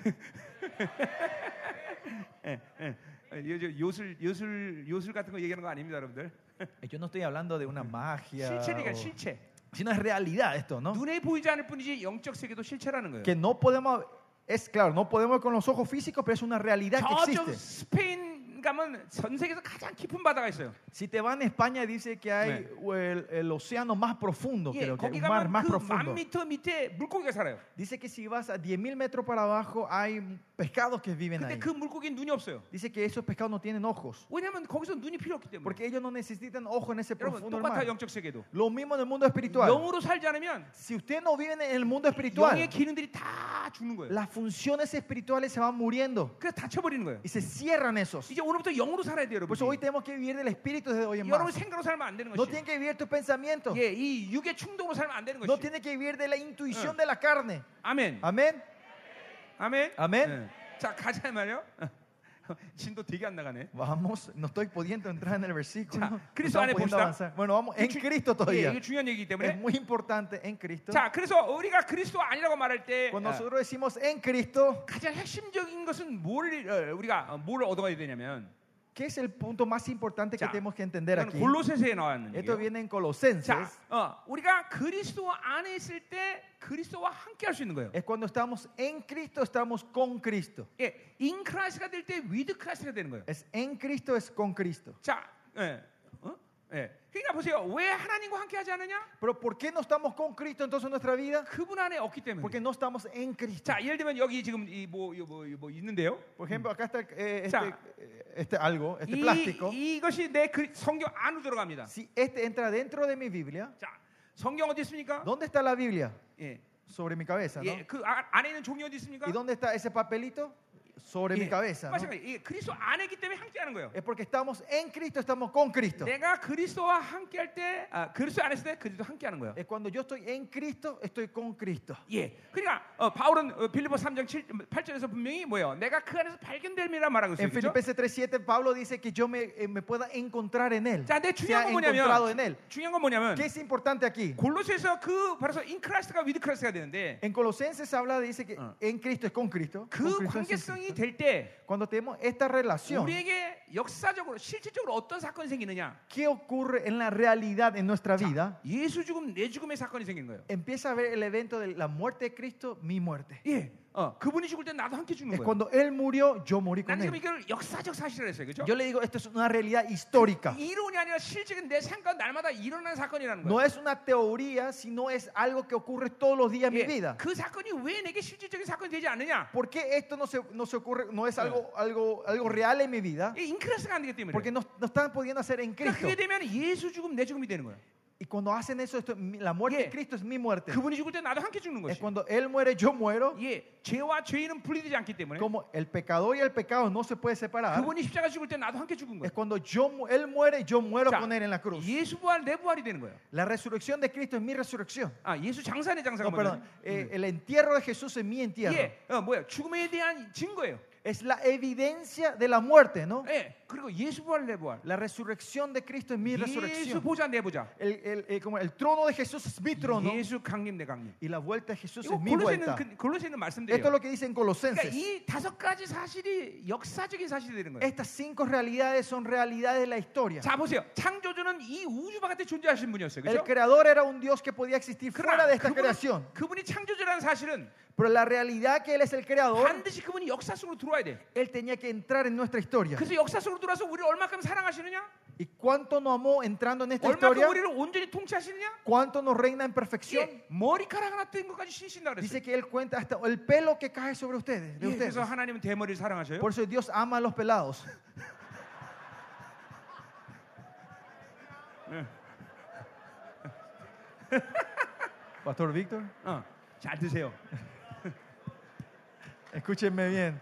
Speaker 2: 예, 예. 요- 요술 요술 요술 같은 거 얘기하는 거 아닙니다, 여러분들.
Speaker 1: [LAUGHS] Yo no estoy hablando de una magia,
Speaker 2: 실체니까
Speaker 1: o-
Speaker 2: 실체.
Speaker 1: sino es realidad esto, ¿no?
Speaker 2: 눈에 보이지 않을 뿐이지 영적 세계도 실체라는 거예요.
Speaker 1: que no podemos es claro no podemos ver con los ojos físicos pero es una realidad que
Speaker 2: 저쪽
Speaker 1: existe
Speaker 2: 스페인 가면 전 세계에서 가장 깊은 바다가 있어요.
Speaker 1: si te van a España dice que hay
Speaker 2: 네.
Speaker 1: o el, el océano más profundo
Speaker 2: 예,
Speaker 1: creo que
Speaker 2: 거기
Speaker 1: un mar
Speaker 2: 가면
Speaker 1: más
Speaker 2: 그 만
Speaker 1: profundo
Speaker 2: 미터 밑에 물고기가 살아요.
Speaker 1: dice que si vas a 10.000 metros para abajo hay pescados que viven
Speaker 2: 근데
Speaker 1: ahí
Speaker 2: 그 물고기는 눈이 없어요.
Speaker 1: dice que esos pescados no tienen ojos
Speaker 2: 왜냐하면 거기서 눈이 필요 없기 때문에.
Speaker 1: porque ellos no necesitan ojos en ese
Speaker 2: 여러분
Speaker 1: profundo
Speaker 2: 똑같아
Speaker 1: mar
Speaker 2: 영적 세계도.
Speaker 1: lo mismo en el mundo espiritual
Speaker 2: 영으로 살지 않으면
Speaker 1: si usted no vive en el mundo
Speaker 2: 영의
Speaker 1: espiritual
Speaker 2: 기능들이 다 죽는 거예요.
Speaker 1: las funciones espirituales se van muriendo
Speaker 2: 그래서 다쳐버리는 거예요.
Speaker 1: y se cierran esos
Speaker 2: 이제 오늘부터 영으로 살아야 돼요,
Speaker 1: por eso hoy
Speaker 2: 여러분.
Speaker 1: tenemos que vivir del espíritu desde hoy en
Speaker 2: 여러분
Speaker 1: más
Speaker 2: 생각으로 살면 안 되는
Speaker 1: no
Speaker 2: 것이.
Speaker 1: tienen que vivir tus pensamientos
Speaker 2: 예, 이 육의 충동으로 살면 안 되는
Speaker 1: No
Speaker 2: 것이.
Speaker 1: tiene que vivir de la intuición
Speaker 2: Eh.
Speaker 1: de la carne.
Speaker 2: 아멘.
Speaker 1: Amén.
Speaker 2: 아멘.
Speaker 1: 아멘.
Speaker 2: 예. 자 가자 말이요. [LAUGHS] 진도 되게 안 나가네.
Speaker 1: Vamos, no estoy pudiendo entrar en el versículo.
Speaker 2: Ya,
Speaker 1: no
Speaker 2: Cristo
Speaker 1: estamos
Speaker 2: en el
Speaker 1: pudiendo
Speaker 2: postdam.
Speaker 1: avanzar. Bueno, vamos en Cristo
Speaker 2: 예,
Speaker 1: todavía.
Speaker 2: 이게 중요한 얘기이기
Speaker 1: Es
Speaker 2: 때문에.
Speaker 1: muy importante en Cristo.
Speaker 2: 자, 그래서 우리가 그리스도 아니라고 말할 때
Speaker 1: Cuando
Speaker 2: 어,
Speaker 1: nosotros decimos en Cristo,
Speaker 2: 가장 핵심적인 것은 뭘 어, 우리가 어, 뭘 얻어가야 되냐면
Speaker 1: ¿qué es el punto más importante que
Speaker 2: Ya.
Speaker 1: tenemos que entender
Speaker 2: 이건
Speaker 1: aquí?
Speaker 2: 골로새서에 나왔는
Speaker 1: Esto
Speaker 2: 얘기예요.
Speaker 1: viene en
Speaker 2: 자,
Speaker 1: Colosenses.
Speaker 2: 어, 우리가 그리스도 안에 있을 때 그리스도와 함께 할 수 있는 거예요.
Speaker 1: Es cuando estamos en Cristo, estamos con Cristo.
Speaker 2: 예, 인 크라이스가 될 때 위드 크라이스가 되는 거예요.
Speaker 1: Es en Cristo, es con Cristo.
Speaker 2: 자, 예, 어? 예. 그러니까 보세요. 왜 하나님과 함께 하지 않느냐?
Speaker 1: Pero ¿por qué no estamos con Cristo entonces en nuestra vida?
Speaker 2: 그분 안에 없기 때문에.
Speaker 1: Porque no estamos en Cristo.
Speaker 2: 자, 예를 들면 여기 지금 이뭐뭐 뭐, 뭐 있는데요.
Speaker 1: Por ejemplo, acá está eh,
Speaker 2: Cha.
Speaker 1: este, eh, este algo,
Speaker 2: 네, 그
Speaker 1: este plástico.
Speaker 2: 이, 이것이 내 그- 성경 안으로 들어갑니다.
Speaker 1: Si este entra dentro de mi Biblia,
Speaker 2: 자, 성경 어디 있습니까?
Speaker 1: ¿dónde está la Biblia?
Speaker 2: 예.
Speaker 1: Sobre mi cabeza, ¿no?
Speaker 2: 예, 그 아- 안에 있는 종이 어디 있습니까?
Speaker 1: ¿Y dónde está ese papelito? Sobre mi
Speaker 2: 예,
Speaker 1: cabeza. ¿no?
Speaker 2: 마찬가지. 예, 그리스도 안에 있기 때문에 함께 하는 거예요.
Speaker 1: Es porque estamos en Cristo, estamos con Cristo.
Speaker 2: 내가 그리스도와 함께 할 때, 아, 그리스도 안에 있을 때 그리스도 함께 하는 거예요.
Speaker 1: Es cuando yo estoy en Cristo, estoy con Cristo.
Speaker 2: 예. 그러니까 어, 바울은 어, 빌리보 3장 7, 8절에서 분명히 뭐예요? 내가 그 안에서 발견됨이라 말하고 있어요.
Speaker 1: En
Speaker 2: 그렇죠? 그죠?
Speaker 1: Filipenses 3:7 Pablo dice que yo me, eh, me pueda encontrar en él.
Speaker 2: 자, 근데
Speaker 1: Sea
Speaker 2: 중요한 건
Speaker 1: encontrado en
Speaker 2: 뭐냐면
Speaker 1: él.
Speaker 2: 중요한 건 뭐냐면
Speaker 1: ¿Qué es importante aquí?
Speaker 2: 골로새에서 그 바로서 인크라스트가 위드크라스트가 되는데
Speaker 1: En Colosenses habla dice que
Speaker 2: Ah.
Speaker 1: en Cristo es con Cristo. con
Speaker 2: 그
Speaker 1: Cristo es en
Speaker 2: 관계성이 그렇죠.
Speaker 1: Cristo.
Speaker 2: 될 때
Speaker 1: Cuando tenemos esta relación,
Speaker 2: 우리에게 역사적으로 실질적으로 어떤 사건이 생기느냐?
Speaker 1: ¿qué ocurre en la realidad en nuestra vida?
Speaker 2: 예수 죽음 내 죽음의 사건이 생긴 거예요.
Speaker 1: Empieza a ver el evento de la muerte de Cristo, mi muerte.
Speaker 2: 예, 어, 그분이 죽을 때 나도 함께 죽는
Speaker 1: Es
Speaker 2: 거예요.
Speaker 1: cuando él murió, yo morí con
Speaker 2: 나는 지금
Speaker 1: él.
Speaker 2: 이걸 역사적 사실을 했어요, 그렇죠?
Speaker 1: Yo le digo, esto es una realidad histórica.
Speaker 2: 이론이 아니라 실제적인 내 생각 날마다 일어난 사건이라는
Speaker 1: No
Speaker 2: 거예요.
Speaker 1: es una teoría, sino es algo que ocurre todos los días en mi
Speaker 2: 예,
Speaker 1: vida.
Speaker 2: 그 사건이 왜 내게 실질적인 사건이 되지 않느냐?
Speaker 1: ¿Por qué esto no se, no se ocurre, no es algo, algo, algo real en mi vida?
Speaker 2: 이 인크라스가 안 되기 때문에.
Speaker 1: Porque
Speaker 2: 그래요.
Speaker 1: no, no están pudiendo hacer en
Speaker 2: 그러니까
Speaker 1: Cristo.
Speaker 2: 그게 되면 예수 죽음 내 죽음이 되는 거예요.
Speaker 1: Y cuando hacen eso, esto, mi- la muerte
Speaker 2: Yeah.
Speaker 1: de Cristo es mi muerte.
Speaker 2: 그분이 죽을 때 나도 함께 죽는
Speaker 1: Es
Speaker 2: 것이.
Speaker 1: cuando Él muere, yo muero.
Speaker 2: 예, 죄와 죄인은 분리되지 않기 때문에.
Speaker 1: Como el pecador y el pecado no se puede separar.
Speaker 2: 그분이 십자가 죽을 때 나도 함께 죽은
Speaker 1: Es
Speaker 2: 거예요.
Speaker 1: cuando yo, mu- Él muere, yo muero
Speaker 2: 자,
Speaker 1: con Él en la cruz.
Speaker 2: 예수 부활 내 부활이 되는 거예요.
Speaker 1: La resurrección de Cristo es mi resurrección.
Speaker 2: 아, 예수 장사네 장사가
Speaker 1: No, perdón.
Speaker 2: 뭐냐면,
Speaker 1: Eh, el entierro de Jesús es mi entierro.
Speaker 2: 예, 어, 뭐야? 죽음에 대한 증거예요.
Speaker 1: Es la evidencia de la muerte, ¿no?
Speaker 2: 예, 그리고 예수 부활 내 부활.
Speaker 1: La resurrección de Cristo es mi
Speaker 2: 예수
Speaker 1: resurrección.
Speaker 2: 보좌 내 보좌.
Speaker 1: El, el- el- como el trono de Jesús es mi trono
Speaker 2: 예수 강림 내 강림.
Speaker 1: y la vuelta de Jesús
Speaker 2: 이거
Speaker 1: es mi
Speaker 2: 골로새는
Speaker 1: vuelta.
Speaker 2: 그, 골로새는 말씀드려요.
Speaker 1: Esto es lo que dicen
Speaker 2: 그러니까
Speaker 1: Colosenses.
Speaker 2: 이 다섯 가지 사실이 역사적인 사실이 되는 거예요.
Speaker 1: Estas cinco realidades son realidades de la historia.
Speaker 2: 자 보세요. 창조주는 이 우주 바깥에 존재하신 분이었어요.
Speaker 1: El
Speaker 2: 그렇죠?
Speaker 1: creador era un Dios que podía existir fuera de esta creación.
Speaker 2: 그분이, 그분이 창조주라는 사실은
Speaker 1: Pero la realidad que Él es el creador,
Speaker 2: 반드시 그분이 역사 속으로 들어와야 돼.
Speaker 1: Él tenía que entrar en nuestra historia.
Speaker 2: 그래서 역사 속으로 들어와서 우리를 얼마큼 사랑하시느냐?
Speaker 1: ¿Y cuánto nos amó entrando en esta
Speaker 2: 얼마큼
Speaker 1: historia?
Speaker 2: 우리를 온전히 통치하시느냐?
Speaker 1: ¿Cuánto nos reina en perfección?
Speaker 2: 예, 머리카락 하나 뜬 것까지 신신다 그랬어요.
Speaker 1: Dice que Él cuenta hasta el pelo que cae sobre ustedes. De
Speaker 2: 예,
Speaker 1: ustedes.
Speaker 2: 그래서 하나님은 대머리를 사랑하셔요.
Speaker 1: Por eso Dios ama a los pelados. Pastor Víctor,
Speaker 2: 어, 잘 드세요.
Speaker 1: escúchenme bien.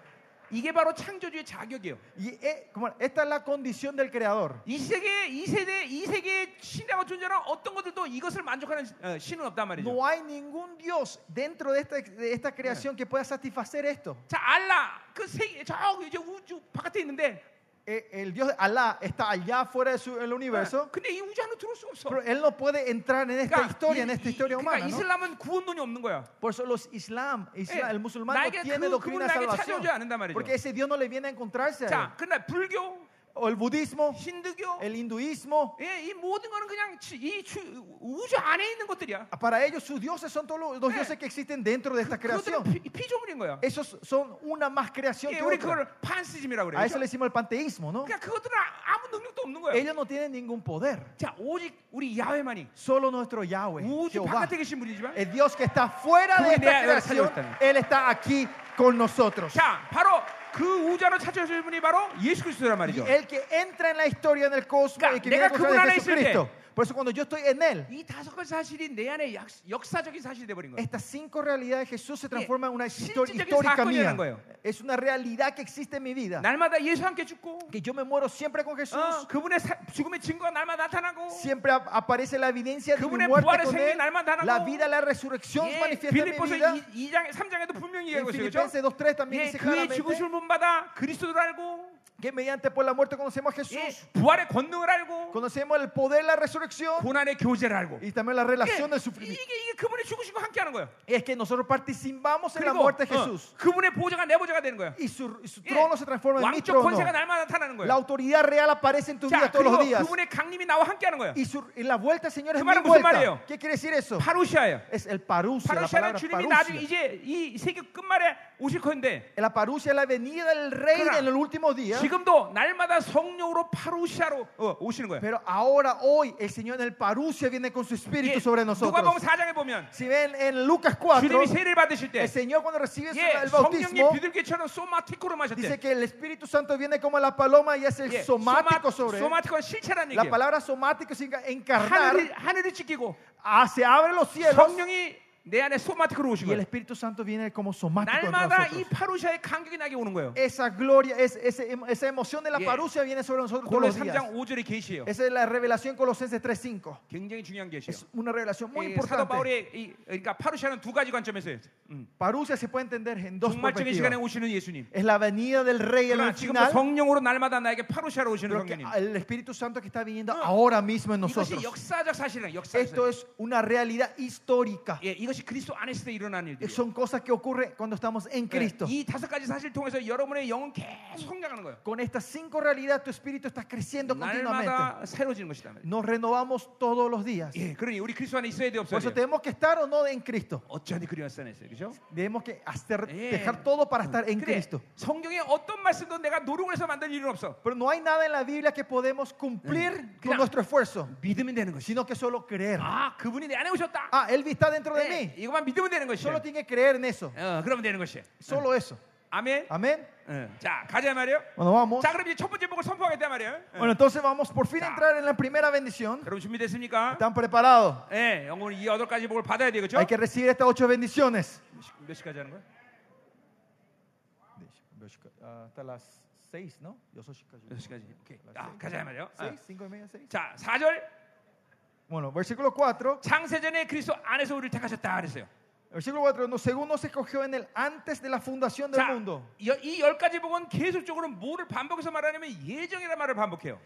Speaker 2: 이게 바로 창조주의 자격이에요.
Speaker 1: Y eh, como esta es la condición del creador.
Speaker 2: 이 세계, 이 세대, 이 세계의 신이라고 존재하는 어떤 것들도 이것을 만족하는 어, 신은 없단 말이죠.
Speaker 1: No hay ningún Dios dentro de esta, de esta creación que pueda satisfacer esto.
Speaker 2: 자, 알라, 그 세계, 저 이제 우주 바깥에 있는데,
Speaker 1: Eh, el Dios de Alá está allá fuera del
Speaker 2: 예,
Speaker 1: universo,
Speaker 2: 근데 이 우주 안으로 들어올 수가 없어. 그러니까
Speaker 1: pero él no puede entrar en
Speaker 2: 그
Speaker 1: esta historia, en
Speaker 2: 이-
Speaker 1: esta
Speaker 2: 이-
Speaker 1: historia
Speaker 2: 그러니까
Speaker 1: humana. ¿no?
Speaker 2: 이슬람은 구원론이 없는 거야.
Speaker 1: Por eso los islam, islam,
Speaker 2: 예,
Speaker 1: el musulmán
Speaker 2: 나에게
Speaker 1: no tiene
Speaker 2: 그-
Speaker 1: doctrina de
Speaker 2: 그분 나에게
Speaker 1: salvación.
Speaker 2: 찾아오지 않는단 말이죠.
Speaker 1: Porque ese Dios no le viene a encontrarse a
Speaker 2: 자,
Speaker 1: él.
Speaker 2: 그러나 불교,
Speaker 1: O el budismo,
Speaker 2: 힌두교,
Speaker 1: el hinduismo.
Speaker 2: 예, 이 모든 거는 그냥 지- 이 주- 우주 안에 있는 것들이야.
Speaker 1: Para ellos, sus dioses son todos los, los
Speaker 2: 예.
Speaker 1: dioses que existen dentro de esta
Speaker 2: 아, 그것들은
Speaker 1: creación.
Speaker 2: 피- 피조물인 거야.
Speaker 1: Esos son una más creación
Speaker 2: 예,
Speaker 1: que
Speaker 2: 우리
Speaker 1: otra.
Speaker 2: 그걸 판시즘이라고 그래요.
Speaker 1: A eso
Speaker 2: 그죠?
Speaker 1: le decimos el panteísmo, ¿no?
Speaker 2: 그러니까 그것들은 아- 아무 능력도 없는 거예요.
Speaker 1: Ellos no tienen ningún poder.
Speaker 2: 자, 오직 우리 야훼만이
Speaker 1: Solo nuestro Yahweh,
Speaker 2: 우주
Speaker 1: Jehová,
Speaker 2: 바깥에 계신 분이지만
Speaker 1: el Dios que está fuera de
Speaker 2: 그분이 내
Speaker 1: esta
Speaker 2: 안에
Speaker 1: creación,
Speaker 2: 살고 있다는.
Speaker 1: Él está aquí con nosotros.
Speaker 2: 자, 바로 그 우자로 찾아주실 분이 바로 예수 그리스도란 말이죠.
Speaker 1: El que entra en la historia en el cosmos
Speaker 2: 그러니까
Speaker 1: y que viene a
Speaker 2: 내가
Speaker 1: causa
Speaker 2: 그분
Speaker 1: de
Speaker 2: 안에
Speaker 1: Jesucristo. Por eso cuando yo estoy en Él,
Speaker 2: 이 다섯 가지 사실이 내 안에 약, 역사적인 사실이 돼버린 거예요.
Speaker 1: estas cinco realidades de Jesús se transforman en una historia
Speaker 2: 실질적인
Speaker 1: histórica
Speaker 2: 사건이라는
Speaker 1: mía.
Speaker 2: 거예요.
Speaker 1: Es una realidad que existe en mi vida.
Speaker 2: 날마다 예수 함께 죽고
Speaker 1: Que yo me muero siempre con Jesús.
Speaker 2: 어, 그분의 사- 죽음의 증거가 날마다 나타나고
Speaker 1: Siempre ap- aparece la evidencia de mi
Speaker 2: 그분의
Speaker 1: muerte
Speaker 2: 부활의
Speaker 1: con
Speaker 2: 생명이
Speaker 1: Él.
Speaker 2: 날마다 나타나고.
Speaker 1: La vida, la resurrección se
Speaker 2: 예,
Speaker 1: manifiesta en mi
Speaker 2: 빌립보서
Speaker 1: vida.
Speaker 2: 2장 3장에도 분명히
Speaker 1: En
Speaker 2: 얘기하고 있어요. 그죠?
Speaker 1: Filipenses 2.3 también
Speaker 2: 예,
Speaker 1: dice
Speaker 2: 그의
Speaker 1: claramente
Speaker 2: 죽으심을 본받아 그리스도를 알고
Speaker 1: que mediante por la muerte conocemos a
Speaker 2: 예,
Speaker 1: Jesús.
Speaker 2: 부활의 권능을 알고
Speaker 1: Conocemos el poder de la resurrección
Speaker 2: 고난의 교제를 알고
Speaker 1: y también la
Speaker 2: 예,
Speaker 1: relación del
Speaker 2: 이게,
Speaker 1: sufrimiento.
Speaker 2: 이게 그분의 죽으심과 함께 하는 거예요.
Speaker 1: Es que nosotros participamos en la
Speaker 2: 그리고
Speaker 1: muerte de
Speaker 2: 어,
Speaker 1: Jesús
Speaker 2: 그분의 보좌가 내 보좌가 되는 거예요.
Speaker 1: y su, y su
Speaker 2: 예,
Speaker 1: trono se transforma en mi
Speaker 2: 왕적
Speaker 1: trono.
Speaker 2: 권세가 날마다 나타나는
Speaker 1: La
Speaker 2: 거예요.
Speaker 1: autoridad real aparece en tu vida
Speaker 2: 자,
Speaker 1: todos los
Speaker 2: 그리고
Speaker 1: días.
Speaker 2: 그분의 강림이 나와 함께 하는 거예요.
Speaker 1: Y, su, y la vuelta, Señor, es
Speaker 2: 그
Speaker 1: mi
Speaker 2: 말은 무슨 말이에요?
Speaker 1: vuelta. ¿Qué quiere decir eso?
Speaker 2: 파루시아예요.
Speaker 1: Es el parusia, la
Speaker 2: 파루시아는
Speaker 1: palabra
Speaker 2: 주님이 나중에
Speaker 1: parusia.
Speaker 2: 이제 이 세계 끝말에 오실 건데
Speaker 1: La parusia es la venida del rey
Speaker 2: Claro.
Speaker 1: en el último día.
Speaker 2: 지금도 날마다 성령으로 파루시아로 어, 오시는 거예요.
Speaker 1: Pero ahora, hoy, el Señor en el parusia viene con su espíritu
Speaker 2: 예,
Speaker 1: sobre
Speaker 2: 누가복음
Speaker 1: nosotros.
Speaker 2: 4장에 보면
Speaker 1: Si ven en Lucas 4,
Speaker 2: 주님이 세례를 받으실 때
Speaker 1: el Señor cuando recibe su-
Speaker 2: 예,
Speaker 1: el
Speaker 2: 성령님
Speaker 1: bautismo,
Speaker 2: 비둘기처럼 소마티코로
Speaker 1: dice
Speaker 2: 마셨대.
Speaker 1: que el Espíritu Santo viene como la paloma y hace
Speaker 2: 예,
Speaker 1: el somático sobre él.
Speaker 2: 소마티코는 실체라는
Speaker 1: La
Speaker 2: 얘기예요.
Speaker 1: palabra somático significa encarnar.
Speaker 2: 하늘이, 하늘이 찢기고
Speaker 1: Ah, se abren los cielos
Speaker 2: 성령이 내 안에 소마티코로 오신
Speaker 1: y el
Speaker 2: 거예요.
Speaker 1: Espíritu Santo viene como somático. en
Speaker 2: 날마다 이
Speaker 1: nosotros.
Speaker 2: 파루시아의 간격이 나게 오는 거예요.
Speaker 1: Esa gloria, es- ese- em, esa emoción de la
Speaker 2: Yeah.
Speaker 1: parusia viene sobre nosotros todos
Speaker 2: 고로
Speaker 1: los días.
Speaker 2: 3장 5절의 계시예요.
Speaker 1: Esa es la revelación Colosenses 3.5.
Speaker 2: 굉장히 중요한 계시예요.
Speaker 1: Es una revelación muy
Speaker 2: 예, 사도
Speaker 1: importante.
Speaker 2: 바울의 이, 그러니까 파루시아는 두 가지 관점에서 해요. 음.
Speaker 1: Parusia se puede entender en dos
Speaker 2: 종말적인 시간에
Speaker 1: perspectivas.
Speaker 2: 오시는 예수님.
Speaker 1: Es la venida del Rey en
Speaker 2: 그러나
Speaker 1: el
Speaker 2: 지금도
Speaker 1: final,
Speaker 2: 성령으로 날마다 나에게 파루시아로 예, 오시는
Speaker 1: pero que
Speaker 2: 성령님.
Speaker 1: el Espíritu Santo que está viniendo
Speaker 2: No.
Speaker 1: ahora mismo en
Speaker 2: 이것이
Speaker 1: nosotros.
Speaker 2: 역사적 사실이에요. 역사적.
Speaker 1: Esto
Speaker 2: 사실.
Speaker 1: es una realidad histórica.
Speaker 2: 예, 이것이 그리스도 안에서 일어난 일이에요. 예,
Speaker 1: Son cosas que ocurren cuando estamos en Cristo.
Speaker 2: 이 다섯 가지 사실 통해서 여러분의 영은 계속 성장하는 거예요.
Speaker 1: Con estas cinco realidades tu espíritu está creciendo continuamente.
Speaker 2: 날마다 새로지는 것이다 말이에요.
Speaker 1: Nos renovamos todos los días.
Speaker 2: 예, 그러니 우리 그리스도 안에 있어야 돼요,
Speaker 1: Por
Speaker 2: 없어야
Speaker 1: eso
Speaker 2: 돼요.
Speaker 1: tenemos que estar o no en Cristo.
Speaker 2: 어쩐지 그리스도 안에 있어요, 그렇죠?
Speaker 1: Debemos que hacer,
Speaker 2: 예.
Speaker 1: dejar todo para estar en
Speaker 2: 그래,
Speaker 1: Cristo.
Speaker 2: 성경에 어떤 말씀도 내가 노력을 해서 만든 일은 없어.
Speaker 1: Pero no hay nada en la Biblia que podemos cumplir con nuestro esfuerzo,
Speaker 2: 믿으면 되는 것이.
Speaker 1: sino que solo creer.
Speaker 2: 아, 그분이 내 안에 오셨다.
Speaker 1: Ah, Él está dentro de
Speaker 2: 예,
Speaker 1: mí.
Speaker 2: 이것만 믿으면 되는 것이.
Speaker 1: Solo tiene que creer en eso.
Speaker 2: 어, 그러면 되는 것이.
Speaker 1: Solo eso.
Speaker 2: 아멘.
Speaker 1: Amén.
Speaker 2: 어, 자, 가자 말이요.
Speaker 1: Bueno, vamos.
Speaker 2: 자, 그럼 이제 첫 번째 복을 선포하겠다 말이요. 어,
Speaker 1: Bueno, entonces vamos por fin a entrar en la primera bendición.
Speaker 2: 여러분 준비됐습니까?
Speaker 1: ¿Están preparados?
Speaker 2: 예, 영원 이 여덟 가지 복을 받아야 되겠죠?
Speaker 1: Hay que recibir estas ocho bendiciones.
Speaker 2: 몇 시- 몇 시까지 하는 거야?
Speaker 1: Hasta las seis, ¿no? Yo soy Chicago. Ah,
Speaker 2: 여섯 시까지. 오케이.
Speaker 1: Las
Speaker 2: 아,
Speaker 1: seis.
Speaker 2: 가자 말이요. 어.
Speaker 1: Seis, cinco y media, seis.
Speaker 2: 자, 4절
Speaker 1: Bueno, versículo 4.
Speaker 2: 창세전에 그리스도 안에서 우리를 택하셨다 그랬어요.
Speaker 1: Versículo 4. No, según nos escogió en el antes de la fundación del
Speaker 2: 자,
Speaker 1: mundo.
Speaker 2: 이 열 가지 복은 계속적으로 뭐를 반복해서 말하냐면 예정이라는 말을 반복해요.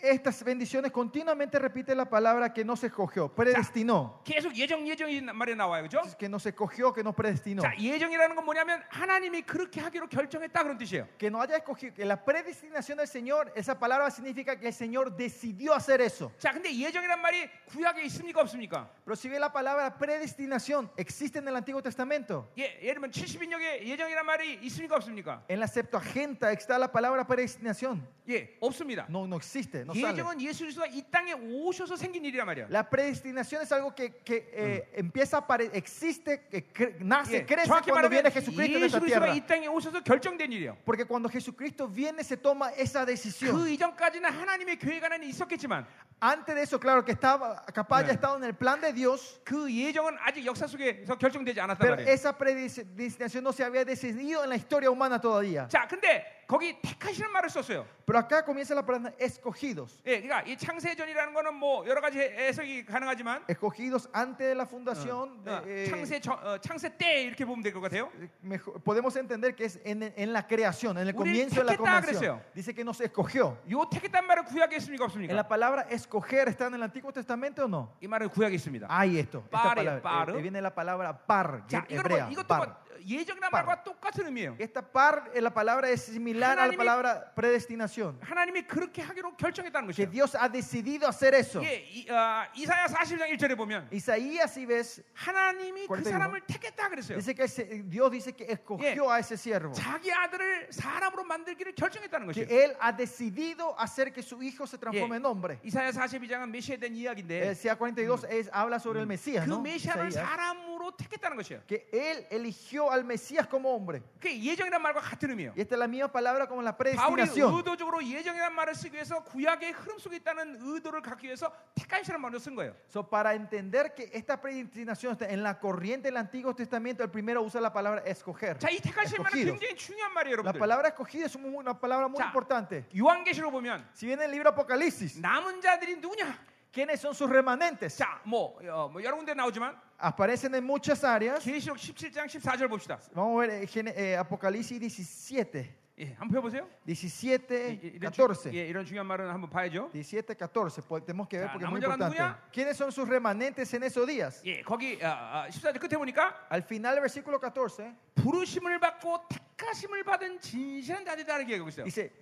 Speaker 1: Estas bendiciones continuamente repite la palabra que nos escogió, predestinó.
Speaker 2: 계속 예정 예정이 말이 나와요. 그렇죠? 그죠?
Speaker 1: Que nos escogió, que nos predestinó.
Speaker 2: 자, 예정이라는 건 뭐냐면 하나님이 그렇게 하기로 결정했다 그런 뜻이에요.
Speaker 1: Que nos haya escogido. Que la predestinación del Señor, esa palabra significa que el Señor decidió hacer eso.
Speaker 2: 자, 근데 예정이란 말이 구약에 있습니까 없습니까?
Speaker 1: Pero si ve la palabra predestinación, existe en el Antiguo Testamento.
Speaker 2: 예, 예를 들면 70인역에 예정이란 말이 있습니까 없습니까?
Speaker 1: En la Septuaginta está la palabra predestinación.
Speaker 2: 예, 없습니다.
Speaker 1: No, no existe, no sale.
Speaker 2: 예정은 예수 그리스도가 이 땅에 오셔서 생긴 일이란 말이야.
Speaker 1: La predestinación es algo que, que, eh,
Speaker 2: Mm.
Speaker 1: empieza a apare- existe, que cre- nace,
Speaker 2: 예,
Speaker 1: crece
Speaker 2: 정확히
Speaker 1: cuando
Speaker 2: 말하면
Speaker 1: viene Jesucristo en
Speaker 2: 예수
Speaker 1: esta
Speaker 2: 그리스도가
Speaker 1: tierra.
Speaker 2: 이 땅에 오셔서 결정된 일이에요.
Speaker 1: Porque cuando Jesucristo viene se toma esa
Speaker 2: 그
Speaker 1: decisión.
Speaker 2: 이전까지는 하나님의 계획 안에 있었겠지만
Speaker 1: Antes de eso, claro, que estaba capaz ya
Speaker 2: 네.
Speaker 1: estado en el plan de Dios,
Speaker 2: 그 예정은 아직 역사 속에서 결정되지 않았단
Speaker 1: pero
Speaker 2: 말이에요.
Speaker 1: esa predestinación no se había decidido en la historia humana todavía.
Speaker 2: 자, 근데 거기 택하시는 말을 썼어요.
Speaker 1: Pero acá comienza la palabra escogidos.
Speaker 2: 예, 그러니까 이 창세전이라는 거는 뭐 여러 가지 해- 해석이 가능하지만
Speaker 1: Escogidos antes de la fundación.
Speaker 2: 어,
Speaker 1: de, eh,
Speaker 2: 창세 전- 어, 창세 때 이렇게 보면 될 것 같아요.
Speaker 1: Mejor- podemos entender que es en, en la creación, en el
Speaker 2: Uri-
Speaker 1: comienzo de la
Speaker 2: ¿qué está
Speaker 1: creación.
Speaker 2: crecido?
Speaker 1: Dice que nos escogió.
Speaker 2: 요 택했단 말은 구약에 있습니까
Speaker 1: ¿En
Speaker 2: 없습니까?
Speaker 1: la palabra escoger está en el Antiguo Testamento o no?
Speaker 2: 이 말은 구약에 있습니다.
Speaker 1: Hay esto. esta
Speaker 2: Par,
Speaker 1: palabra.
Speaker 2: par.
Speaker 1: Eh, viene la palabra par,
Speaker 2: 자,
Speaker 1: he-
Speaker 2: 이거는
Speaker 1: hebrea.
Speaker 2: 뭐, 이것도
Speaker 1: par.
Speaker 2: 뭐 예정이란
Speaker 1: Par.
Speaker 2: 말과 똑같은 의미예요.
Speaker 1: Esta par, eh, la palabra es similar a la
Speaker 2: 하나님이-
Speaker 1: palabra predestinación.
Speaker 2: 하나님이 그렇게 하기로 결정했다는
Speaker 1: Que
Speaker 2: 것이에요.
Speaker 1: Dios ha decidido hacer eso.
Speaker 2: 예, 이, 아, 이사야 40장 1절에 보면
Speaker 1: Isaías, si ves,
Speaker 2: 하나님이 그
Speaker 1: 꼴대기로.
Speaker 2: 사람을 택했다 그랬어요.
Speaker 1: dice que ese- Dios dice que escogió a ese siervo.
Speaker 2: 자기 아들을 사람으로 만들기를 결정했다는 것이에요.
Speaker 1: Que Él ha decidido hacer que su hijo se transforme
Speaker 2: Yeah.
Speaker 1: en hombre. Eh,
Speaker 2: 이사야 42장은 메시아에 대한 이야기인데
Speaker 1: Isaías 42
Speaker 2: Mm.
Speaker 1: es- habla sobre el Mesías,
Speaker 2: 그
Speaker 1: ¿no?
Speaker 2: 메시아를
Speaker 1: Isaías.
Speaker 2: 사람으로 택했다는 것이에요.
Speaker 1: que él eligió al Mesías como hombre.
Speaker 2: 그게 예정이란 말과 같은 의미예요.
Speaker 1: Y esta es la misma palabra como la
Speaker 2: 바울이
Speaker 1: predestinación.
Speaker 2: 의도적으로 예정이란 말을 쓰기 위해서 구약의 흐름 속에 있다는 의도를 갖기 위해서 택하시라는 말을 쓴 거예요.
Speaker 1: So, para entender que esta predestinación está en la corriente del Antiguo Testamento, el primero usa la palabra escoger.
Speaker 2: 자, 이 택하시는 말은
Speaker 1: Escogidos.
Speaker 2: 굉장히 중요한 말이에요,
Speaker 1: La
Speaker 2: 여러분들.
Speaker 1: palabra escogida es muy- una palabra muy
Speaker 2: Ya.
Speaker 1: importante.
Speaker 2: 요한계시로 보면
Speaker 1: Si bien en el libro Apocalipsis,
Speaker 2: 남은 자들이 누구냐?
Speaker 1: ¿quiénes son sus remanentes?
Speaker 2: 자, 뭐, 어, 뭐 여러 군데 나오지만
Speaker 1: Aparecen en muchas áreas.
Speaker 2: 계시록 17장 14절 봅시다.
Speaker 1: Vamos a ver eh, Gene- eh, Apocalipsis 17,
Speaker 2: 예, 한번 펴 보세요.
Speaker 1: 17, 14.
Speaker 2: 예, 이런 중요한 말은 한번 봐야죠.
Speaker 1: 17, 14. Pues, Tenemos que ver
Speaker 2: eh, Ya,
Speaker 1: porque es muy
Speaker 2: ¿남은 자가
Speaker 1: importante.
Speaker 2: 누구냐?
Speaker 1: ¿Quiénes son sus remanentes en esos días?
Speaker 2: 예, 거기 아, 아, 14절 끝에 보니까
Speaker 1: Al final del versículo 14.
Speaker 2: 부르심을 받고 택하심을 받은 진실한 자들이다 이렇게 얘기하고 있어요.
Speaker 1: Dice,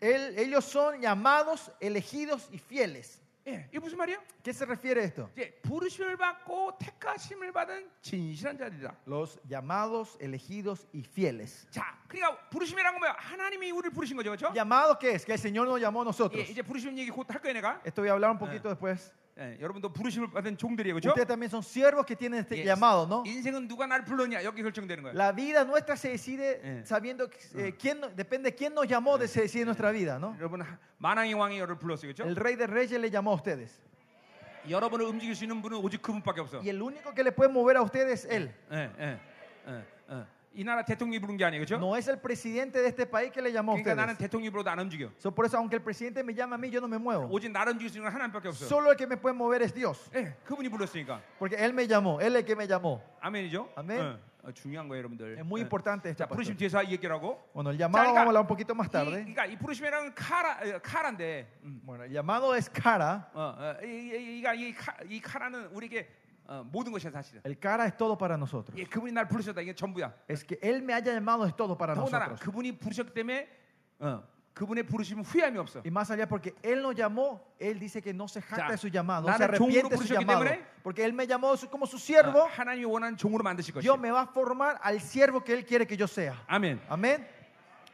Speaker 1: "El- ellos son llamados, elegidos y fieles.
Speaker 2: 예, 이게 무슨 말이에요?
Speaker 1: ¿Qué se refiere a esto?
Speaker 2: 이제 부르심을 받고 택하심을 받은 진실한 자들이다.
Speaker 1: Los llamados, elegidos y fieles.
Speaker 2: 자, 그러니까 부르심이란 건 뭐야? 하나님이 우리를 부르신 거죠, 그렇죠?
Speaker 1: ¿Llamado qué es? Que el Señor nos llamó a
Speaker 2: 예,
Speaker 1: nosotros.
Speaker 2: 이제 부르심 얘기 곧 할 거예요, 내가.
Speaker 1: Esto voy a hablar un
Speaker 2: Ah.
Speaker 1: poquito después.
Speaker 2: 예, 여러분도 부르심을 받은 종들이에요, 그렇죠?
Speaker 1: Ustedes también son siervos que tienen este
Speaker 2: Yes.
Speaker 1: llamado,
Speaker 2: 어?
Speaker 1: ¿no?
Speaker 2: 인생은 누가 날 불렀냐 여기 결정되는 거예요.
Speaker 1: La vida nuestra se decide
Speaker 2: Eh.
Speaker 1: sabiendo que, eh, quién, no- depende de quién nos llamó, de- se decide nuestra vida, ¿no?
Speaker 2: 여러분 만왕의 왕이 여러분을 불렀어요, 그렇죠?
Speaker 1: El rey de reyes le llamó a ustedes.
Speaker 2: 여러분을 움직일 수 있는 분은 오직 그분밖에 없어.
Speaker 1: Y el único que le puede mover a ustedes es él.
Speaker 2: 예, 예, 예, 예. 이 나라 대통령이 부른 게 아니에요, 그렇죠?
Speaker 1: No es el presidente de este país que le llamó a
Speaker 2: 그러니까 나는
Speaker 1: ustedes.
Speaker 2: 대통령이 불러도 안 움직여.
Speaker 1: So, por eso, aunque el presidente me llame a mí, yo no me muevo.
Speaker 2: 오직 나를 움직일 수 있는 건 하나님밖에 없어.
Speaker 1: Solo el que me puede mover es Dios.
Speaker 2: 예, 그분이 불렀으니까.
Speaker 1: Porque él me llamó, él es el que me llamó.
Speaker 2: 아멘이죠?
Speaker 1: 아멘.
Speaker 2: 예. 어, 중요한 거예요, 여러분들.
Speaker 1: Es muy
Speaker 2: 예.
Speaker 1: importante esto.
Speaker 2: 자, 부르심
Speaker 1: pastor.
Speaker 2: 뒤에서 얘기라고.
Speaker 1: Bueno, el llamado
Speaker 2: Chaca.
Speaker 1: vamos a hablar un poquito
Speaker 2: 이,
Speaker 1: más tarde.
Speaker 2: 그러니까 이 부르심이라는 카라 어, 카라인데. 음.
Speaker 1: Bueno, el llamado es cara.
Speaker 2: 어, 어, 이, 이, 이가 이, 카, 이 카라는 우리에게 어, 모든 것이야 사실은.
Speaker 1: El cara es todo para nosotros.
Speaker 2: 예, 그분이 날 부르셨다 이게 전부야.
Speaker 1: Es que él me haya llamado es todo para
Speaker 2: 더군다나
Speaker 1: nosotros.
Speaker 2: 그분이 부르셨기 때문에 어, 그분의 부르심은 후회함이 없어.
Speaker 1: Y más allá, porque Él nos llamó, Él dice que no se jacta
Speaker 2: Ya.
Speaker 1: de su llamado,
Speaker 2: 나는
Speaker 1: se arrepiente
Speaker 2: 종으로
Speaker 1: de su
Speaker 2: 부르셨기
Speaker 1: llamado.
Speaker 2: 때문에
Speaker 1: Porque Él me llamó su- como su
Speaker 2: 어,
Speaker 1: siervo,
Speaker 2: 하나님이 원하는 종으로 만드실 것이야.
Speaker 1: Dios me va a formar al siervo que Él quiere que yo sea.
Speaker 2: 아멘.
Speaker 1: Amén.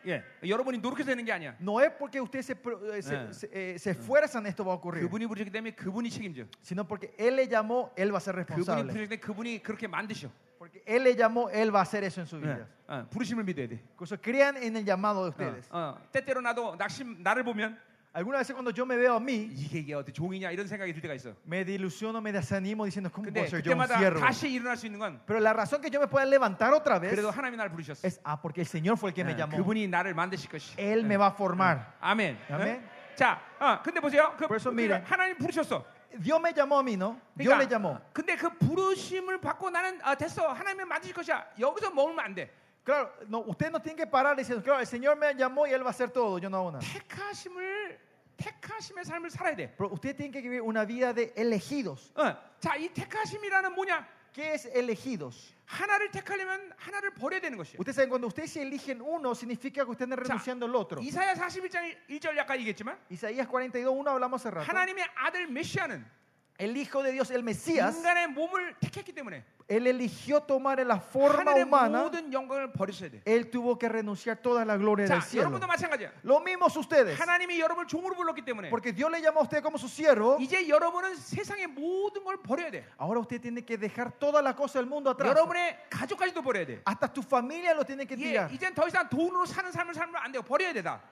Speaker 2: 예, 여러분이 노력해서 되는 게 아니야.
Speaker 1: No es porque ustedes se, pro- eh, se-
Speaker 2: Ah.
Speaker 1: se- eh, se esfuerzan, esto va a ocurrir,
Speaker 2: 그분이 부르셨기 때문에 그분이 책임져.
Speaker 1: sino porque Él le llamó, Él va a ser
Speaker 2: 그분이
Speaker 1: responsable.
Speaker 2: 부르셨기 때문에 그분이 그렇게 만드셔.
Speaker 1: Porque Él le llamó, Él va a hacer eso en su
Speaker 2: 예,
Speaker 1: vida.
Speaker 2: 어, 부르심을 믿어야 돼.
Speaker 1: Por eso crean en el llamado de ustedes.
Speaker 2: 어, 어, 때때로 나도 낙심 나를 보면
Speaker 1: Algunas veces cuando yo me veo a mí,
Speaker 2: 이게 이게 어떻게 종이냐 이런 생각이 들 때가 있어.
Speaker 1: me dilusiono, me desanimo diciendo, ¿cómo
Speaker 2: 근데
Speaker 1: puedo ser yo un
Speaker 2: 그때마다
Speaker 1: siervo?
Speaker 2: 다시 일어날 수 있는 건
Speaker 1: Pero la razón que yo me pueda levantar otra vez
Speaker 2: 그래도 하나님이 나를 부르셨어.
Speaker 1: es, ah, porque el Señor fue el que me
Speaker 2: 예,
Speaker 1: llamó.
Speaker 2: 그분이 나를 만드실 것이.
Speaker 1: Él me va a formar.
Speaker 2: 아멘.
Speaker 1: 아멘.
Speaker 2: 예? 자, 어, 근데 보세요. 그,
Speaker 1: 벌써
Speaker 2: 그러니까
Speaker 1: 미래.
Speaker 2: 하나님 부르셨어. 그러니까
Speaker 1: Dios me llamó a mí, ¿no? Dios le llamó.
Speaker 2: 근데 그 부르심을 받고 나는 아, 됐어. 하나님이 만드실 것이야. 여기서 머물면 안 돼.
Speaker 1: Claro, no, usted no tiene que parar diciendo, claro, el Señor me llamó y Él va a hacer todo, yo no hago nada.
Speaker 2: 택하심을 택하심의 삶을 살아야 돼.
Speaker 1: Pero usted tiene que vivir una vida de elegidos.
Speaker 2: 어, 자, 이 택하심이라는 뭐냐?
Speaker 1: ¿Qué es elegidos?
Speaker 2: 하나를 택하려면 하나를 버려야 되는 것이야.
Speaker 1: Usted sabe, cuando ustedes se eligen uno, significa que ustedes están renunciando al otro.
Speaker 2: 이사야 41장 1절 약간 얘기했지만
Speaker 1: Isaías 42, 1 hablamos hace rato.
Speaker 2: 하나님의 아들 메시아는
Speaker 1: El Hijo de Dios, el Mesías,
Speaker 2: 인간의 몸을 택했기 때문에
Speaker 1: Él eligió tomar en la forma
Speaker 2: 하늘의
Speaker 1: humana.
Speaker 2: 모든 영광을 버리셔야 돼.
Speaker 1: Él tuvo que renunciar toda la gloria
Speaker 2: 자,
Speaker 1: del cielo.
Speaker 2: 여러분도 마찬가지야.
Speaker 1: Lo mismo
Speaker 2: 네.
Speaker 1: ustedes.
Speaker 2: 하나님이 여러분을 종으로 불렀기 때문에
Speaker 1: Porque Dios le llamó a usted como su siervo.
Speaker 2: 이제 여러분은 세상의 모든 걸 버려야 돼.
Speaker 1: Ahora usted tiene que dejar toda la cosa del mundo atrás.
Speaker 2: 여러분의 가족까지도 버려야 돼.
Speaker 1: Hasta tu familia lo tiene que
Speaker 2: 아, 이게
Speaker 1: tirar.
Speaker 2: 이젠 더 이상 돈으로 사는 삶을 살면 안 돼요. 버려야 되다.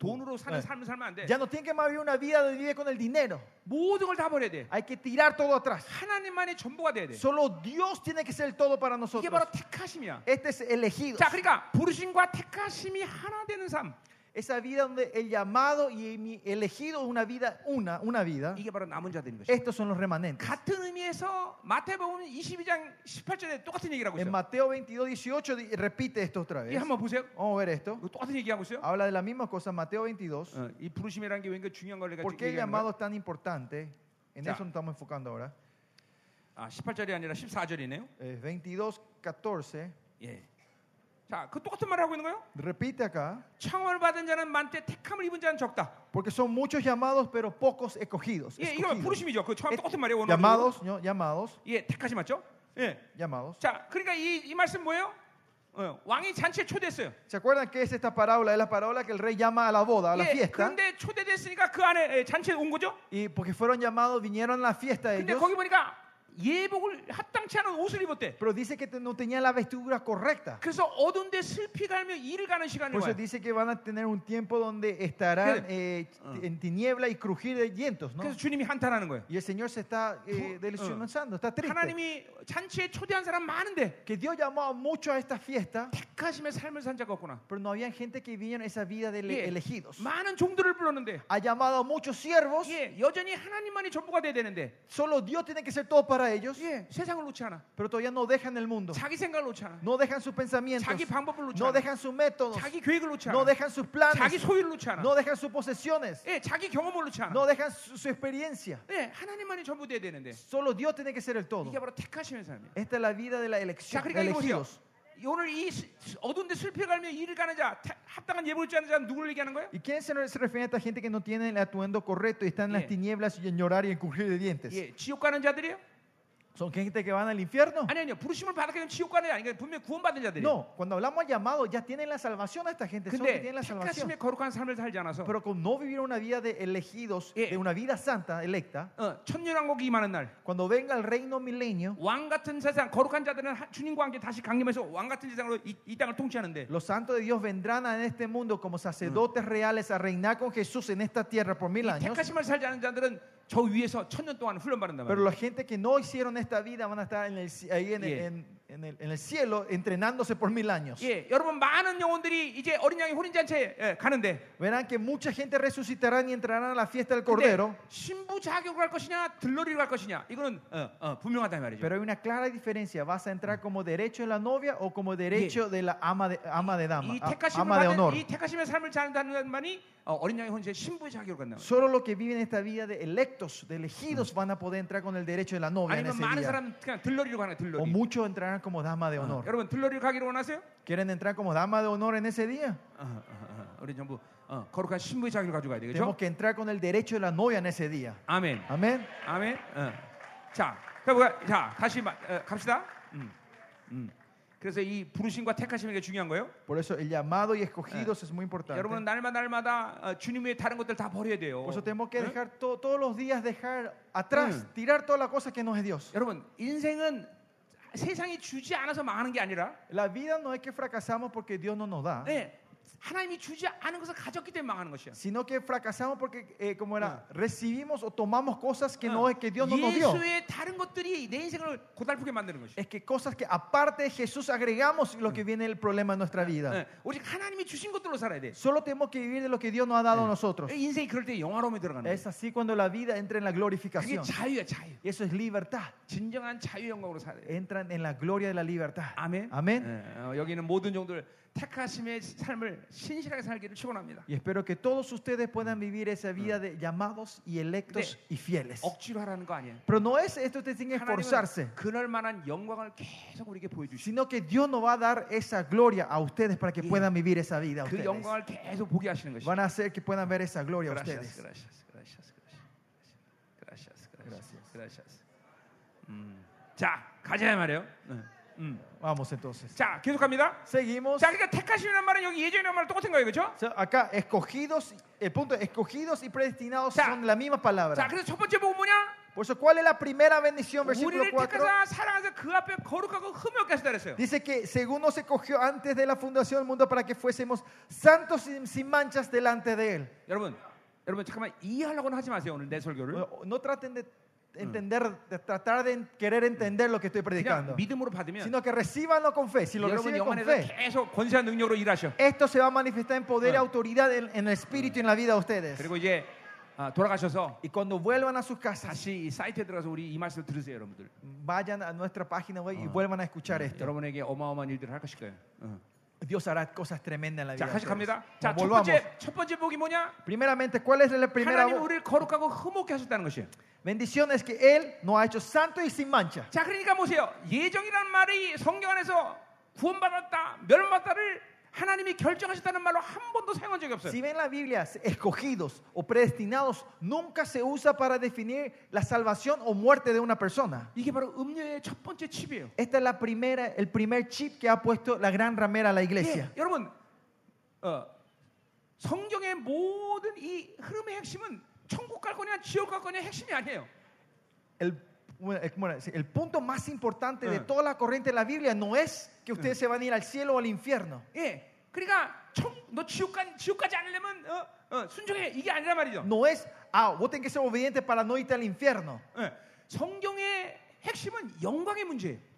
Speaker 2: 돈으로 사는
Speaker 1: Eh.
Speaker 2: 삶을 살면 안 돼.
Speaker 1: Ya no tiene que más vivir una vida de vivir con el dinero.
Speaker 2: 모든 걸 다 버려야 돼.
Speaker 1: Hay que tirar todo atrás.
Speaker 2: 하나님만이 전부가 돼야 돼.
Speaker 1: Solo Dios tiene que ser el todo para
Speaker 2: 이게
Speaker 1: nosotros.
Speaker 2: 바로 택하심이야.
Speaker 1: Este es elegido.
Speaker 2: 자, 그러니까 부르심과 택하심이 하나 되는 삶.
Speaker 1: Esa vida donde el llamado y mi elegido es una vida, una, una vida.
Speaker 2: 이게 바로 남은 자들인 것이야.
Speaker 1: Estos son los remanentes.
Speaker 2: 같은 의미에서 마태복음 22장 18절에 똑같은 얘기를 하고
Speaker 1: En
Speaker 2: 있어요.
Speaker 1: Mateo 22, 18 di- repite esto otra
Speaker 2: 이
Speaker 1: vez.
Speaker 2: 한번 보세요.
Speaker 1: Vamos a ver esto.
Speaker 2: 이거 똑같은 얘기하고 있어요.
Speaker 1: Habla de la misma cosa, Mateo 22.
Speaker 2: 어, 이 부르심이라는 게 왠가 중요한 걸 내가
Speaker 1: ¿Por qué el
Speaker 2: 얘기하는 거야?
Speaker 1: llamado es tan importante? En
Speaker 2: Ya.
Speaker 1: eso nos estamos enfocando ahora.
Speaker 2: 아, 18절이 아니라 14절이네요.
Speaker 1: Eh, 22, 14.
Speaker 2: 예. 자, 그 똑같은 말을 하고 있는 거예요.
Speaker 1: Repite acá.
Speaker 2: 청함을 받은 자는 많되 택함을 입은 자는 적다.
Speaker 1: Porque son muchos llamados, pero pocos escogidos.
Speaker 2: 예, 이거
Speaker 1: escogidos.
Speaker 2: 부르심이죠. 그 청함
Speaker 1: 에-
Speaker 2: 똑같은 말이에요. 오늘
Speaker 1: Llamados, ¿no? llamados,
Speaker 2: 예, 택하시 맞죠? 예.
Speaker 1: llamados.
Speaker 2: 자, 그러니까 이, 이 말씀 뭐예요? 어, 왕이 잔치에 초대했어요.
Speaker 1: ¿Se acuerdan qué es esta parábola? Es la parábola que el rey llama a la boda, a la
Speaker 2: 예,
Speaker 1: fiesta.
Speaker 2: 그런데 초대됐으니까 그 안에 예, 잔치에 온 거죠.
Speaker 1: Y porque fueron llamados, vinieron a la fiesta de
Speaker 2: 근데
Speaker 1: ellos.
Speaker 2: 거기 보니까 예복을 합당치 않은 옷을 입었대.
Speaker 1: Pero dice que te- no tenían la vestidura correcta.
Speaker 2: 그래서 어두운 데 슬피 갈며 일을 가는 시간이
Speaker 1: Por eso
Speaker 2: 와요.
Speaker 1: dice que van a tener un tiempo donde estarán eh,
Speaker 2: Ah.
Speaker 1: en tiniebla y crujir de vientos, ¿no?
Speaker 2: 그래서 주님이 한탄하는 거예요.
Speaker 1: Y el Señor se está eh,
Speaker 2: Fu-
Speaker 1: desilusionando, está triste.
Speaker 2: 하나님이 잔치에 초대한 사람 많은데
Speaker 1: Que Dios llamó a muchos a esta fiesta,
Speaker 2: 택하심의 삶을 산 자가 없구나.
Speaker 1: pero no había gente que vivían esa vida de ele-
Speaker 2: Yeah.
Speaker 1: elegidos.
Speaker 2: 많은 종들을 불렀는데
Speaker 1: Ha llamado a muchos siervos,
Speaker 2: 예, 여전히 하나님만이 전부가 돼야 되는데
Speaker 1: solo Dios tiene que ser todo para ellos,
Speaker 2: 예, 세상을 놓지 않아.
Speaker 1: pero todavía no dejan el mundo,
Speaker 2: 자기 생각을 놓지 않아.
Speaker 1: no dejan sus pensamientos,
Speaker 2: 자기 방법을 놓지
Speaker 1: no
Speaker 2: 않아.
Speaker 1: dejan sus métodos,
Speaker 2: 자기 계획을 놓지 않아.
Speaker 1: no dejan sus
Speaker 2: 자기
Speaker 1: planes,
Speaker 2: 소유를 놓지 않아.
Speaker 1: no dejan sus posesiones,
Speaker 2: 예, 자기 경험을 놓지 않아.
Speaker 1: no dejan su, su experiencia.
Speaker 2: 예, 하나님만이 전부 돼야 되는데
Speaker 1: Solo Dios tiene que ser el todo.
Speaker 2: 이게 바로 택하심의 삶이야.
Speaker 1: Esta es la vida de la
Speaker 2: 자,
Speaker 1: elección,
Speaker 2: 그러니까 이거 보세요.
Speaker 1: elegidos.
Speaker 2: 오늘 이 스- 스- 어두운 데 슬피 갈며 일을 가는 자, 태- 합당한 예복을 입지 않는 자는 누구를 얘기하는 거예요?
Speaker 1: ¿Y quién se se refiere a esta gente que no tiene el atuendo correcto y está en las
Speaker 2: Yeah.
Speaker 1: tinieblas y en llorar y en cubrir de dientes?
Speaker 2: 예, 지옥 가는 자들이에요?
Speaker 1: ¿Son gente que van al infierno?
Speaker 2: 아니 아니요. 부르심을 받았기 때문에 지옥 가는 게 아니니까 분명히 구원받은 자들이.
Speaker 1: No, cuando hablamos de llamado, ya tienen la salvación a esta gente, son que
Speaker 2: 근데
Speaker 1: tienen la salvación.
Speaker 2: 택하심의 거룩한 삶을 살지 않아서
Speaker 1: Pero con no vivir una vida de elegidos,
Speaker 2: Yeah.
Speaker 1: de una vida santa, electa,
Speaker 2: 어, 천년왕국이 임하는 날.
Speaker 1: cuando venga el reino milenio,
Speaker 2: 왕 같은 세상 거룩한 자들은 하- 주님과 함께 다시 강림해서 왕 같은 세상으로 이, 이 땅을 통치하는데
Speaker 1: los santos de Dios vendrán a este mundo como sacerdotes reales a reinar con Jesús en esta tierra por mil
Speaker 2: 이
Speaker 1: años.
Speaker 2: 택하심을 살지 않은 자들은 저 위에서 천년 동안 훈련받는단
Speaker 1: Pero
Speaker 2: 말이에요.
Speaker 1: la gente que no hicieron esta vida van a estar en el, ci- ahí en, el-
Speaker 2: Yeah.
Speaker 1: en- en el, en el cielo entrenándose por mil años.
Speaker 2: 예, 여러분 많은 영혼들이 이제 어린 양의 혼인잔치에 예, 가는데
Speaker 1: Verán que mucha gente resucitarán y entrarán a la fiesta del
Speaker 2: 근데
Speaker 1: Cordero.
Speaker 2: 신부 자격으로 갈 것이냐 들러리로 갈 것이냐 이거는 어, 어, 분명하다 이 말이죠.
Speaker 1: Pero hay una clara diferencia. ¿Vas a entrar como derecho de la novia o como derecho de la ama de, ama de dama?
Speaker 2: 이
Speaker 1: a-
Speaker 2: 택하심을
Speaker 1: ama de honor.
Speaker 2: 받은 이 택하심의 삶을 사는 자만이 어, 어린 양의 혼인잔 신부의 자격으로 간다.
Speaker 1: Solo los que viven esta vida de electos, de elegidos, van a poder entrar con el derecho de la novia en
Speaker 2: 아니면
Speaker 1: ese
Speaker 2: 많은
Speaker 1: día.
Speaker 2: 사람 그냥 들러리로 가는 거야,
Speaker 1: O
Speaker 2: 들러리.
Speaker 1: muchos entrarán como dama de
Speaker 2: 어,
Speaker 1: honor.
Speaker 2: 여러분 들러리로 가기로 원하세요?
Speaker 1: ¿Quieren entrar como dama de honor en ese día?
Speaker 2: 어, 어, 어, 어. 우리 전부 어, 거룩한 신부의 자격을 가지고 가야 되겠죠?
Speaker 1: Tenemos que entrar con el derecho de la novia en ese día.
Speaker 2: 아멘.
Speaker 1: Amén.
Speaker 2: 아멘. 어. 자, 그러니까 자 다시 마- 어, 갑시다. 음. 음. 그래서 이 부르심과 택하심이 게 중요한 거예요.
Speaker 1: Por eso el llamado y escogidos es muy importante.
Speaker 2: 여러분
Speaker 1: Por
Speaker 2: 날마다 날마다 어, 주님의 다른 것들 다 버려야 돼요.
Speaker 1: eso tenemos que
Speaker 2: 응?
Speaker 1: dejar to- todos los días, dejar atrás,
Speaker 2: Mm.
Speaker 1: tirar toda la cosa que no es Dios.
Speaker 2: 여러분 인생은 세상이 주지 않아서 망하는 게 아니라,
Speaker 1: La vida no es que fracasamos porque Dios no nos da,
Speaker 2: 네, 하나님이 주지 않은 것을 가졌기 때문에 망하는 것이야.
Speaker 1: sino que fracasamos porque, eh, como era, recibimos o tomamos cosas que no es que Dios no nos dio.
Speaker 2: 어. 예수의 다른 것들이 내 인생을 고달프게 만드는 것이야.
Speaker 1: Es que cosas que aparte de Jesús agregamos lo que viene el problema en nuestra vida.
Speaker 2: 네, 오직 하나님이 주신 것들로 살아야 돼. 예,
Speaker 1: Solo tenemos que vivir de lo que Dios nos ha dado a nosotros.
Speaker 2: 인생이 그럴 때 영화로움이 들어가는
Speaker 1: Es
Speaker 2: 거야.
Speaker 1: así cuando la vida entra en la
Speaker 2: 그게
Speaker 1: glorificación.
Speaker 2: 자유야, 자유.
Speaker 1: Y eso es libertad.
Speaker 2: 진정한 자유 영광으로 살아야 돼.
Speaker 1: Entran en la gloria de la libertad.
Speaker 2: 아멘.
Speaker 1: 아멘.
Speaker 2: 예, 어, 여기는 모든 종들 택하심의 삶을 신실하게 살기를 축원합니다.
Speaker 1: Y espero que todos ustedes puedan vivir esa vida de llamados y electos y fieles.
Speaker 2: 억지로 하라는 거 아니에요.
Speaker 1: Pero no es esto que tienen que esforzarse,
Speaker 2: 하나님은 그럴만한 영광을 계속 우리에게 보여주시.
Speaker 1: sino que Dios nos va a dar esa gloria a ustedes para que
Speaker 2: Yeah.
Speaker 1: puedan vivir esa vida.
Speaker 2: 그
Speaker 1: Ustedes.
Speaker 2: 영광을 계속 보게 하시는 것이.
Speaker 1: Van a hacer que puedan ver esa gloria a
Speaker 2: Gracias,
Speaker 1: ustedes.
Speaker 2: gracias, gracias, gracias, gracias,
Speaker 1: Gracias.
Speaker 2: gracias. 음, 자 가자 이 말이에요. 네, 음.
Speaker 1: Vamos entonces.
Speaker 2: 자 계속합니다.
Speaker 1: Seguimos.
Speaker 2: 자 그러니까 택하심이라는 말은 여기 예정이라는 말은 똑같은 거예요, 그렇죠?
Speaker 1: O sea, Acá, escogidos, el punto, escogidos y predestinados
Speaker 2: Ya.
Speaker 1: son la misma
Speaker 2: 자
Speaker 1: palabra.
Speaker 2: 그래서 첫 번째 복음 뭐냐?
Speaker 1: Por eso, ¿cuál es la primera bendición? Versículo
Speaker 2: 우리를
Speaker 1: 4.
Speaker 2: 택하사 사랑하사 그 앞에 거룩하고 흠이 없게 하시다 그랬어요.
Speaker 1: Dice que según nos escogió antes de la fundación del mundo para que fuésemos santos y sin manchas delante de Él.
Speaker 2: 여러분, 여러분 잠깐만 이해하려고는 하지 마세요 오늘 내 설교를.
Speaker 1: No, no traten de entender, de tratar de querer entender lo que estoy predicando,
Speaker 2: 그냥 믿음으로 받으면
Speaker 1: sino que recibanlo con fe. Si lo
Speaker 2: 여러분
Speaker 1: reciben con
Speaker 2: 영안에서
Speaker 1: fe,
Speaker 2: 계속 권세한 능력으로 일하셔.
Speaker 1: esto se va a manifestar en poder y
Speaker 2: Ah.
Speaker 1: autoridad en, en el espíritu y en la vida de ustedes.
Speaker 2: 그리고 이제 아, 돌아가셔서
Speaker 1: Y cuando vuelvan a sus casas,
Speaker 2: 다시 이 사이트에 들어가서 우리 이 말씀 들으세요 여러분들.
Speaker 1: vayan a nuestra página web y
Speaker 2: Ah.
Speaker 1: vuelvan a escuchar esto.
Speaker 2: 여러분에게 어마어마한 일들을 할 것일 거예요. 응.
Speaker 1: Dios hará cosas tremendas en la vida.
Speaker 2: 자
Speaker 1: de
Speaker 2: 다시 갑니다.
Speaker 1: ustedes.
Speaker 2: 자첫
Speaker 1: Volvamos.
Speaker 2: 번째 첫 번째 복이 뭐냐?
Speaker 1: Primeramente, ¿cuál es la primera
Speaker 2: 하나님 우리를 거룩하고 흠없게 하셨다는 것이에요.
Speaker 1: bendición? Es que Él nos ha hecho santos y sin mancha.
Speaker 2: 자 그러니까 보세요 예정이라는 말이 성경 안에서 구원받았다 멸망받다를 하나님이 결정하셨다는 말로 한 번도 사용한 적이 없어요.
Speaker 1: Si ven la Biblia, escogidos o predestinados nunca se usa para definir la salvación o muerte de una persona.
Speaker 2: 이게 바로 음료의 첫 번째 칩이에요.
Speaker 1: Esta es la primera, el primer chip que ha puesto la gran ramera a la
Speaker 2: 예,
Speaker 1: iglesia.
Speaker 2: 여러분 어, 성경의 모든 이 흐름의 핵심은 천국 갈 거냐 지옥 갈 거냐 핵심이 아니에요.
Speaker 1: El, bueno, el- bueno, sí, el punto más importante de
Speaker 2: Ah.
Speaker 1: toda la corriente de la Biblia no es que ustedes se van a ir al cielo o al infierno.
Speaker 2: 예, 그러니까 천, 너 지옥 간 지옥 가지 않으려면 어, 어, 순종해 이게 아니란 말이죠.
Speaker 1: No es, ah, vos tenés que ser obediente para no irte al infierno.
Speaker 2: 예, 성경의 핵심은 영광의 문제예요.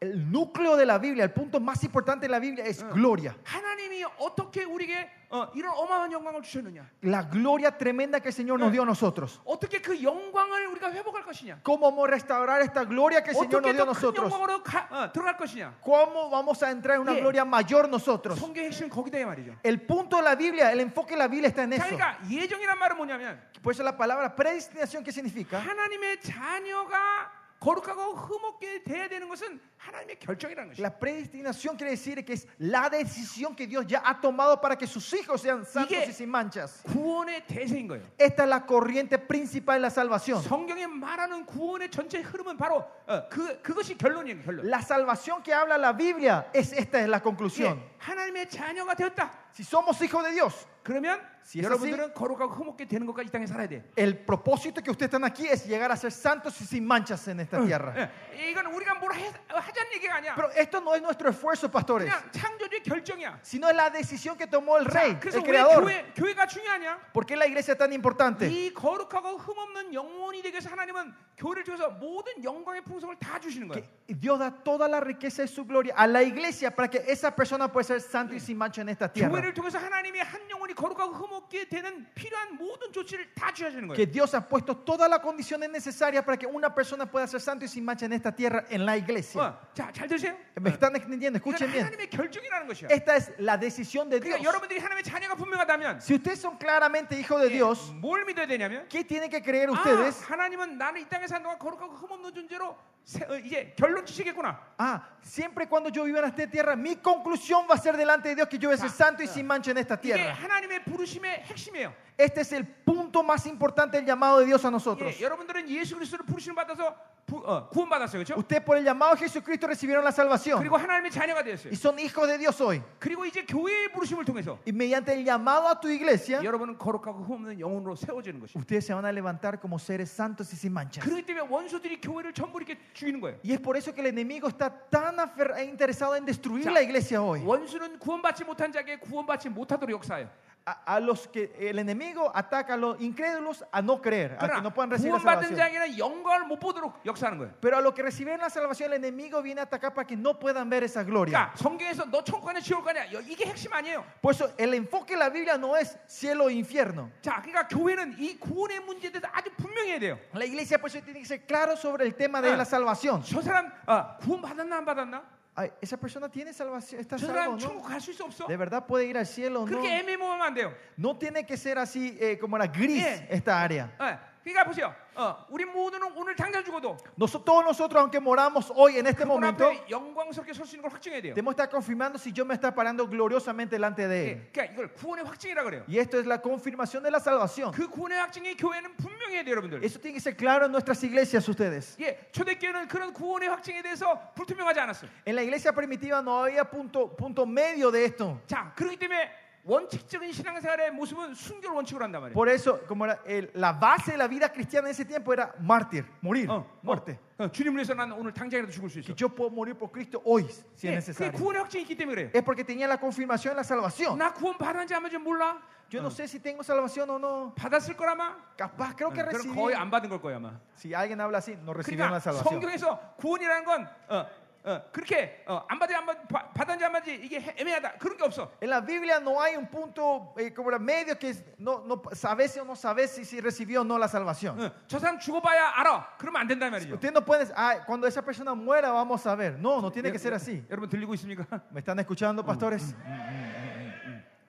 Speaker 1: El núcleo de la Biblia, el punto más importante de la Biblia es gloria.
Speaker 2: 하나님이 어떻게 우리에게 어, 이런 어마어마한 영광을 주셨느냐?
Speaker 1: La gloria tremenda que el Señor nos dio a nosotros.
Speaker 2: 어떻게 그 영광을 우리가 회복할 것이냐?
Speaker 1: ¿Cómo vamos a restaurar esta gloria que el Señor nos
Speaker 2: 어떻게
Speaker 1: dio a
Speaker 2: 더 큰
Speaker 1: nosotros?
Speaker 2: 영광으로 가- 어, 들어갈 것이냐?
Speaker 1: ¿Cómo vamos a entrar en una
Speaker 2: Bien.
Speaker 1: gloria mayor nosotros?
Speaker 2: 성경의 핵심은 거기다 이 말이죠.
Speaker 1: El punto de la Biblia, el enfoque de la Biblia está en
Speaker 2: 자,
Speaker 1: eso.
Speaker 2: 그러니까 예정이란 말은 뭐냐면
Speaker 1: Por eso la palabra predestinación, ¿qué significa?
Speaker 2: 하나님의 자녀가 거룩하고 흠없게 돼야 되는 것은 하나님의 결정이라는 것이죠.
Speaker 1: La predestinación quiere decir que es la decisión que Dios ya ha tomado para que sus hijos sean santos
Speaker 2: Sigue.
Speaker 1: y sin manchas.
Speaker 2: 구원의 대세인 거예요.
Speaker 1: Esta es la corriente principal de la
Speaker 2: 어.
Speaker 1: salvación.
Speaker 2: 성경에 말하는 구원의 전체 흐름은 바로 어, 그 그것이 결론이에요. 예, 결론.
Speaker 1: La salvación que habla la Biblia es esta es la conclusión.
Speaker 2: 예, 하나님의 자녀가 되었다.
Speaker 1: Si somos hijos de Dios,
Speaker 2: 그러면
Speaker 1: Si es
Speaker 2: 여러분들은 거룩하고 흠없게 되는 것까지 이 땅에 살아야 돼.
Speaker 1: el propósito que ustedes están aquí es llegar a ser santos y sin manchas en esta tierra.
Speaker 2: 예, 이건 우리가 뭘 해- 하자는 얘기가 아니야.
Speaker 1: Pero esto no es nuestro esfuerzo, pastores,
Speaker 2: 그냥 창조주의 결정이야.
Speaker 1: sino es la decisión que tomó el rey,
Speaker 2: 자, 네. 그래서 네.
Speaker 1: el
Speaker 2: 왜
Speaker 1: creador.
Speaker 2: 교회, 교회가 중요하냐?
Speaker 1: ¿Por qué la iglesia es tan importante?
Speaker 2: 이 거룩하고 흠없는 영혼이 되기 위해서 하나님은 교회를 통해서 모든 영광의 풍성을 다 주시는 거예요.
Speaker 1: Que Dios da toda la riqueza y su gloria a la iglesia para que esa persona pueda ser santo y sin mancha en esta tierra.
Speaker 2: 교회를 통해서 하나님이 한 영혼이 거룩하고 흠없게 되는 필요한 모든 조치를 다 취하시는
Speaker 1: Que
Speaker 2: 거예요.
Speaker 1: Dios ha puesto todas las condiciones necesarias para que una persona pueda ser santo y sin mancha en esta tierra, en la iglesia.
Speaker 2: 어, 자, 잘 들으세요.
Speaker 1: ¿Me están entendiendo?
Speaker 2: 이건
Speaker 1: Escuchen bien.
Speaker 2: 하나님의 결정이라는 것이야.
Speaker 1: Esta es la decisión de Dios.
Speaker 2: 그러니까 여러분들이 하나님의 자녀가 분명하다면
Speaker 1: Si ustedes son claramente hijos de Dios,
Speaker 2: 뭘 믿어야 되냐면
Speaker 1: ¿qué tienen que creer
Speaker 2: 아,
Speaker 1: ustedes?
Speaker 2: 하나님은 나는 이 땅에 사는 동안 거룩하고 흠없는 존재로 세- 어, 이제 결론 치시겠구나.
Speaker 1: Ah, siempre cuando yo viva en esta tierra, mi conclusión va a ser delante de Dios que yo voy a ser santo y sin mancha en esta
Speaker 2: 이게
Speaker 1: tierra.
Speaker 2: 하나님의 부르심의 핵심이에요.
Speaker 1: Este es el punto más importante del llamado de Dios a nosotros.
Speaker 2: 예, 어, 여러분들은 예수 그리스도를 부르심을 받아서 부- 어, 구원받았어요. 그렇죠?
Speaker 1: Usted por el llamado de Jesucristo recibieron la salvación
Speaker 2: 그리고 하나님의 자녀가 되었어요.
Speaker 1: y son hijos de Dios hoy.
Speaker 2: 그리고 이제 교회의 부르심을 통해서
Speaker 1: Y mediante el llamado a tu iglesia,
Speaker 2: 여러분은 거룩하고 흠없는 영혼으로 세워지는 것이죠.
Speaker 1: ustedes se van a levantar como seres santos y sin mancha.
Speaker 2: 그렇기 때문에 원수들이 교회를 전부 이렇게 죽이는 거예요.
Speaker 1: Y es por eso que el enemigo está tan afer- eh, interesado en destruir
Speaker 2: Ya.
Speaker 1: la iglesia
Speaker 2: 예.
Speaker 1: hoy.
Speaker 2: 원수는 구원받지 못한 자에게 구원받지 못하도록 역사해요.
Speaker 1: a, a los que el enemigo ataca a los incrédulos a no creer, a que
Speaker 2: 아, 그러나
Speaker 1: no puedan recibir la
Speaker 2: 구원받은
Speaker 1: salvación.
Speaker 2: 자에게는 영광을 못 보도록 역사하는 거예요.
Speaker 1: Pero a los que recibieron la salvación, el enemigo viene a atacar para que no puedan ver esa gloria.
Speaker 2: 그러니까 성경에서 너 천국 가냐 지옥 가냐 여- 이게 핵심 아니에요.
Speaker 1: Por eso el enfoque de la Biblia no es cielo e infierno.
Speaker 2: 자, 그러니까 교회는 이 구원의 문제에 대해서 아주 분명해야 돼요.
Speaker 1: La iglesia por eso tiene que ser claro sobre el tema de
Speaker 2: Ah.
Speaker 1: la salvación.
Speaker 2: 저 사람 아, 구원 받았나 안 받았나?
Speaker 1: Ay, esa persona tiene salvación, está
Speaker 2: 저
Speaker 1: salvo,
Speaker 2: 사람
Speaker 1: o
Speaker 2: 천국
Speaker 1: ¿no?
Speaker 2: 갈 수 있어 없어?
Speaker 1: De verdad puede ir al cielo, o ¿no?
Speaker 2: 그렇게 애매모호하면 안 돼요.
Speaker 1: No tiene que ser así eh, como era gris
Speaker 2: Yeah.
Speaker 1: esta área.
Speaker 2: 예, 그러니까 보세요. 어, 우리 모두는 오늘 당장 죽어도
Speaker 1: Nosotros, todos nosotros, aunque moramos hoy en este
Speaker 2: 그분
Speaker 1: momento,
Speaker 2: 앞에 영광스럽게 설 수 있는 걸 확증해야 돼요.
Speaker 1: debemos estar confirmando si yo me está parando gloriosamente delante de él.
Speaker 2: 예, 그러니까 이걸 구원의 확증이라 그래요.
Speaker 1: Y esto es la confirmación de la salvación.
Speaker 2: 그 구원의 확증이 교회는 분명해야 돼요, 여러분들.
Speaker 1: Eso tiene que ser claro en nuestras iglesias ustedes.
Speaker 2: 예, 초대교회는 그런 구원의 확증에 대해서 불투명하지 않았어요.
Speaker 1: En la iglesia primitiva no había punto, punto medio de esto.
Speaker 2: 자, 그렇기 때문에 원칙적인 신앙생활의 모습은 순교를 원칙으로 한단 말이에요.
Speaker 1: Por eso, como era el- la base de la vida cristiana en ese tiempo era mártir, morir,
Speaker 2: 어,
Speaker 1: muerte.
Speaker 2: 어, 어, 주님을 위해서 난 오늘 당장이라도 죽을 수 있어.
Speaker 1: Que yo puedo morir por Cristo hoy, si es
Speaker 2: 예, 그게
Speaker 1: necesario.
Speaker 2: 구원의 확증이 있기 때문에 그래요.
Speaker 1: Es porque tenía la confirmación de la salvación.
Speaker 2: 나 구원 받았는지 안 받았는지 몰라. 어,
Speaker 1: Yo no sé si tengo salvación o no.
Speaker 2: 받았을 거라마.
Speaker 1: Capaz, creo que
Speaker 2: 그럼
Speaker 1: recibí.
Speaker 2: 거의 안 받은 걸 거예요 아마.
Speaker 1: Si alguien habla así, no recibieron
Speaker 2: 그러니까
Speaker 1: la salvación.
Speaker 2: 성경에서 구원이라는 건 어, 어, 그렇게 어, 안 받아 안 받, 받- 받았는지 안 받았는지 이게 해- 애매하다 그런 게 없어.
Speaker 1: En la Biblia no hay un punto eh, como era medio que es- no, no sabes si o no sabes si, si recibió o no la salvación.
Speaker 2: 어, 저 사람 죽어봐야 알아. 그러면 안 된단 말이죠.
Speaker 1: Usted no puede, ah, cuando esa persona muera vamos a ver. No, no tiene que ser
Speaker 2: 여-
Speaker 1: así.
Speaker 2: 여러분 들리고 있습니까? [LAUGHS]
Speaker 1: ¿Me están escuchando, pastores?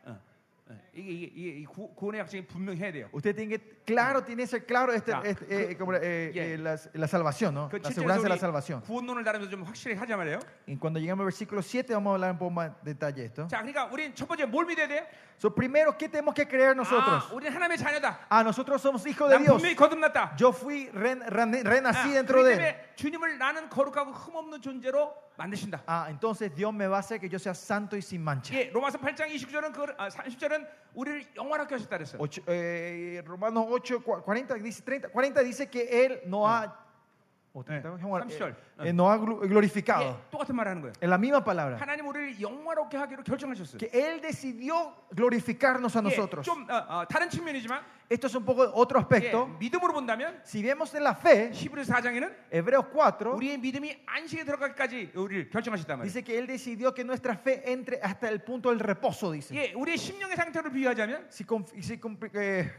Speaker 2: 어, 어, 이게 이게, 이게 이 구, 구원의 약속이 분명해야 돼요.
Speaker 1: Usted tiene que, claro, tiene que ser claro este,
Speaker 2: Ya.
Speaker 1: este, eh, como, eh,
Speaker 2: Yeah.
Speaker 1: eh, la, la salvación, ¿no?
Speaker 2: 그
Speaker 1: La
Speaker 2: 칠절에서
Speaker 1: aseguranza de la
Speaker 2: 우리
Speaker 1: salvación.
Speaker 2: 구원론을 다루면서 좀 확실히 하자 말이에요.
Speaker 1: Y cuando lleguemos al versículo 7 vamos a hablar un poco más de detalle de esto.
Speaker 2: 자, 그러니까 우린 첫 번째 뭘 믿어야 돼요?
Speaker 1: So, primero, ¿qué tenemos que creer
Speaker 2: 아,
Speaker 1: nosotros?
Speaker 2: 우린 하나님의 자녀다.
Speaker 1: Ah, nosotros somos hijos de
Speaker 2: 난
Speaker 1: Dios.
Speaker 2: 분명히 거듭났다.
Speaker 1: Yo fui ren- ren- renací
Speaker 2: 어, 아,
Speaker 1: dentro
Speaker 2: 그렇기
Speaker 1: de él.
Speaker 2: 때문에 주님을 나는 거룩하고 흠없는 존재로 만드신다.
Speaker 1: Ah, entonces Dios me va a hacer que yo sea santo y sin mancha.
Speaker 2: 예, 로마서 8장 29절은 그 아, 30절은 우리를 영원하게 하셨다 그랬어요.
Speaker 1: Ocho- eh, Romanos 8, cua- 40 dice, 30, 40 dice que Él no ha, o 30,
Speaker 2: Ah. Eh,
Speaker 1: Juan,
Speaker 2: Samson,
Speaker 1: eh, eh, no ha glu- glorificado.
Speaker 2: 예, 똑같은 말을 하는 거예요.
Speaker 1: En la misma palabra.
Speaker 2: 하나님 우리를 영원하게 하기로 결정하셨어요.
Speaker 1: Que Él decidió glorificarnos a
Speaker 2: 예,
Speaker 1: nosotros.
Speaker 2: 좀 어, 어, 다른 측면이지만
Speaker 1: Esto es un poco otro
Speaker 2: 예,
Speaker 1: aspecto.
Speaker 2: 믿음으로 본다면
Speaker 1: Si vemos en la fe,
Speaker 2: 히브리서 4장에는
Speaker 1: Hebreos 4
Speaker 2: 우리의 믿음이 안식에 들어가기까지 우리를 결정하셨단 말이에요.
Speaker 1: dice que Él decidió que nuestra fe entre hasta el punto del reposo, dice.
Speaker 2: 예, 우리의 심령의 상태를 비유하자면
Speaker 1: Si, conf- si compl- eh,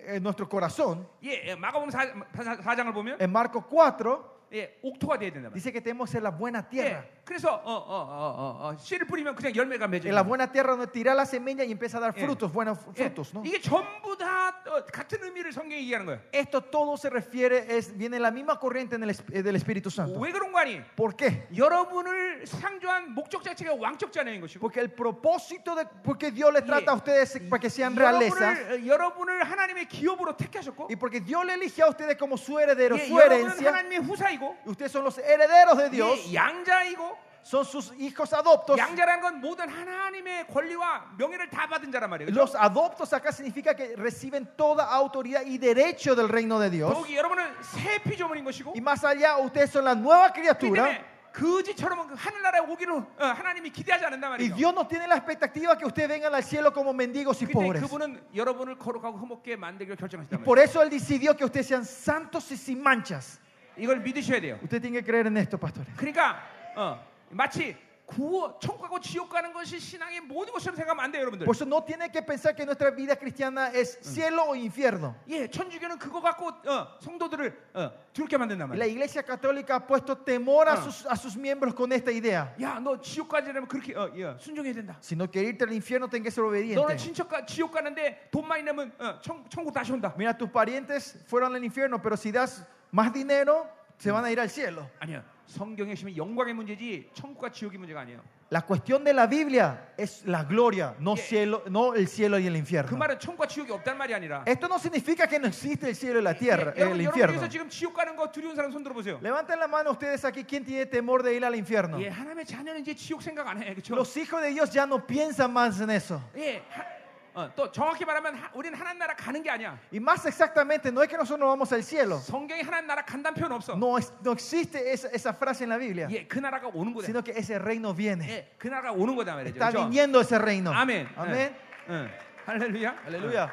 Speaker 1: eh, nuestro corazón,
Speaker 2: 예, 예, 마가복음 4, 장을 보면 네.
Speaker 1: en Marcos 4,
Speaker 2: 예, 옥토가 돼야 된다 말이에요.
Speaker 1: dice que tenemos en la buena tierra.
Speaker 2: 예, 그래서 어, 어, 어, 어, 어, 씨를 뿌리면 그냥 열매가
Speaker 1: En la
Speaker 2: 맺어요.
Speaker 1: buena tierra donde tira la semilla y empieza a dar
Speaker 2: Eh.
Speaker 1: frutos, buenos
Speaker 2: 예,
Speaker 1: frutos, ¿no?
Speaker 2: 이게 전부 다 어, 같은 의미를 성경이 얘기하는 거예요.
Speaker 1: Esto todo se refiere, es, viene la misma corriente en el esp- eh, del Espíritu Santo.
Speaker 2: 왜 그런 거 아니?
Speaker 1: ¿Por qué?
Speaker 2: 여러분을 상조한 목적 자체가 왕적 자녀인 것이고
Speaker 1: Porque el propósito de porque Dios les trata a ustedes para que sean realezas
Speaker 2: 여러분을, 어, 여러분을 하나님의 기업으로 택하셨고
Speaker 1: y porque Dios le elige a ustedes como su heredero,
Speaker 2: 예,
Speaker 1: su
Speaker 2: 여러분은
Speaker 1: herencia.
Speaker 2: 하나님의 후사이고
Speaker 1: Y Ustedes son los herederos de Dios,
Speaker 2: 예, 양자이고
Speaker 1: son sus hijos adoptos.
Speaker 2: 양자라는 건 모든 하나님의 권리와 명예를 다 받은 자란 말이에요. 그렇죠?
Speaker 1: Los adoptos acá significa que reciben toda autoridad y derecho del reino de Dios.
Speaker 2: 더욱이 여러분은 새 피조물인 것이고
Speaker 1: Y más allá, ustedes son la nueva
Speaker 2: 그렇기
Speaker 1: criatura.
Speaker 2: 때문에 그지처럼 그 하늘나라에 오기를 어, 하나님이 기대하지 않는단
Speaker 1: Y
Speaker 2: 말이에요.
Speaker 1: Dios no tiene la expectativa que ustedes vengan al cielo como mendigos y
Speaker 2: 근데
Speaker 1: pobres.
Speaker 2: 그분은 여러분을 거룩하고 흠없게 만들기로 결정하셨단 말이에요.
Speaker 1: Por eso Él decidió que ustedes sean santos y sin manchas.
Speaker 2: 이걸 믿으셔야 돼요.
Speaker 1: Usted tiene que creer en esto, pastores.
Speaker 2: 그러니까 어, 마치 구호 천국하고 지옥 가는 것이 신앙의 모든 것처럼 생각하면 안 돼요, 여러분들.
Speaker 1: Por eso no tiene que pensar que nuestra vida cristiana es
Speaker 2: Mm.
Speaker 1: cielo o infierno.
Speaker 2: 예, 천주교는 그거 갖고 어, 성도들을 어, 두렵게 만든단
Speaker 1: Y La
Speaker 2: 말이에요.
Speaker 1: iglesia católica ha puesto temor a
Speaker 2: Ah.
Speaker 1: sus, a sus miembros con esta idea.
Speaker 2: 야, 너 지옥 가지려면 그렇게 어, 예, 순종해야 된다.
Speaker 1: Si no quieres irte al infierno, ten que ser
Speaker 2: 너는
Speaker 1: obediente.
Speaker 2: 친척 가 지옥 가는데 돈 많이 내면 어, 천, 천국 다시 온다.
Speaker 1: Mira, tus parientes fueron al infierno, pero si das más dinero, se
Speaker 2: Mm.
Speaker 1: van a ir al cielo.
Speaker 2: 아니야. 성경의 심이 영광의 문제지 천국과 지옥의 문제가 아니에요. 그
Speaker 1: La cuestión de la Biblia es la gloria, no,
Speaker 2: Yeah.
Speaker 1: cielo, no el cielo y el
Speaker 2: 그
Speaker 1: infierno.
Speaker 2: 말은 천국과 지옥이 없다는 말이 아니라
Speaker 1: Esto no significa que no existe el cielo y la
Speaker 2: 예,
Speaker 1: tierra, eh, el
Speaker 2: 여러분
Speaker 1: infierno.
Speaker 2: 여러분께서 지금 지옥 가는 거 두려운 사람 손 들어 보세요.
Speaker 1: Levanten la mano ustedes aquí, ¿quién tiene temor de ir al infierno?
Speaker 2: 예, 하나님의 자녀는 이제 지옥 생각 안 해. 그렇죠?
Speaker 1: Los hijos de Dios ya no piensan más en eso.
Speaker 2: 예. 하- 어, 또 정확히 말하면 하, 우리는 하나님 나라 가는 게 아니야.
Speaker 1: Y más exactamente, no es que nosotros no vamos al cielo.
Speaker 2: 성경에 하나님 나라 간다는 표현 없어.
Speaker 1: No, es- no existe esa, esa frase en la Biblia,
Speaker 2: 예, 그 나라가 오는 거다.
Speaker 1: sino que ese reino viene.
Speaker 2: 예, 그 나라가 오는 거다 말이죠.
Speaker 1: Está
Speaker 2: 그죠?
Speaker 1: viniendo ese reino.
Speaker 2: 아멘.
Speaker 1: Amén.
Speaker 2: 예, 예. 할렐루야.
Speaker 1: Aleluya.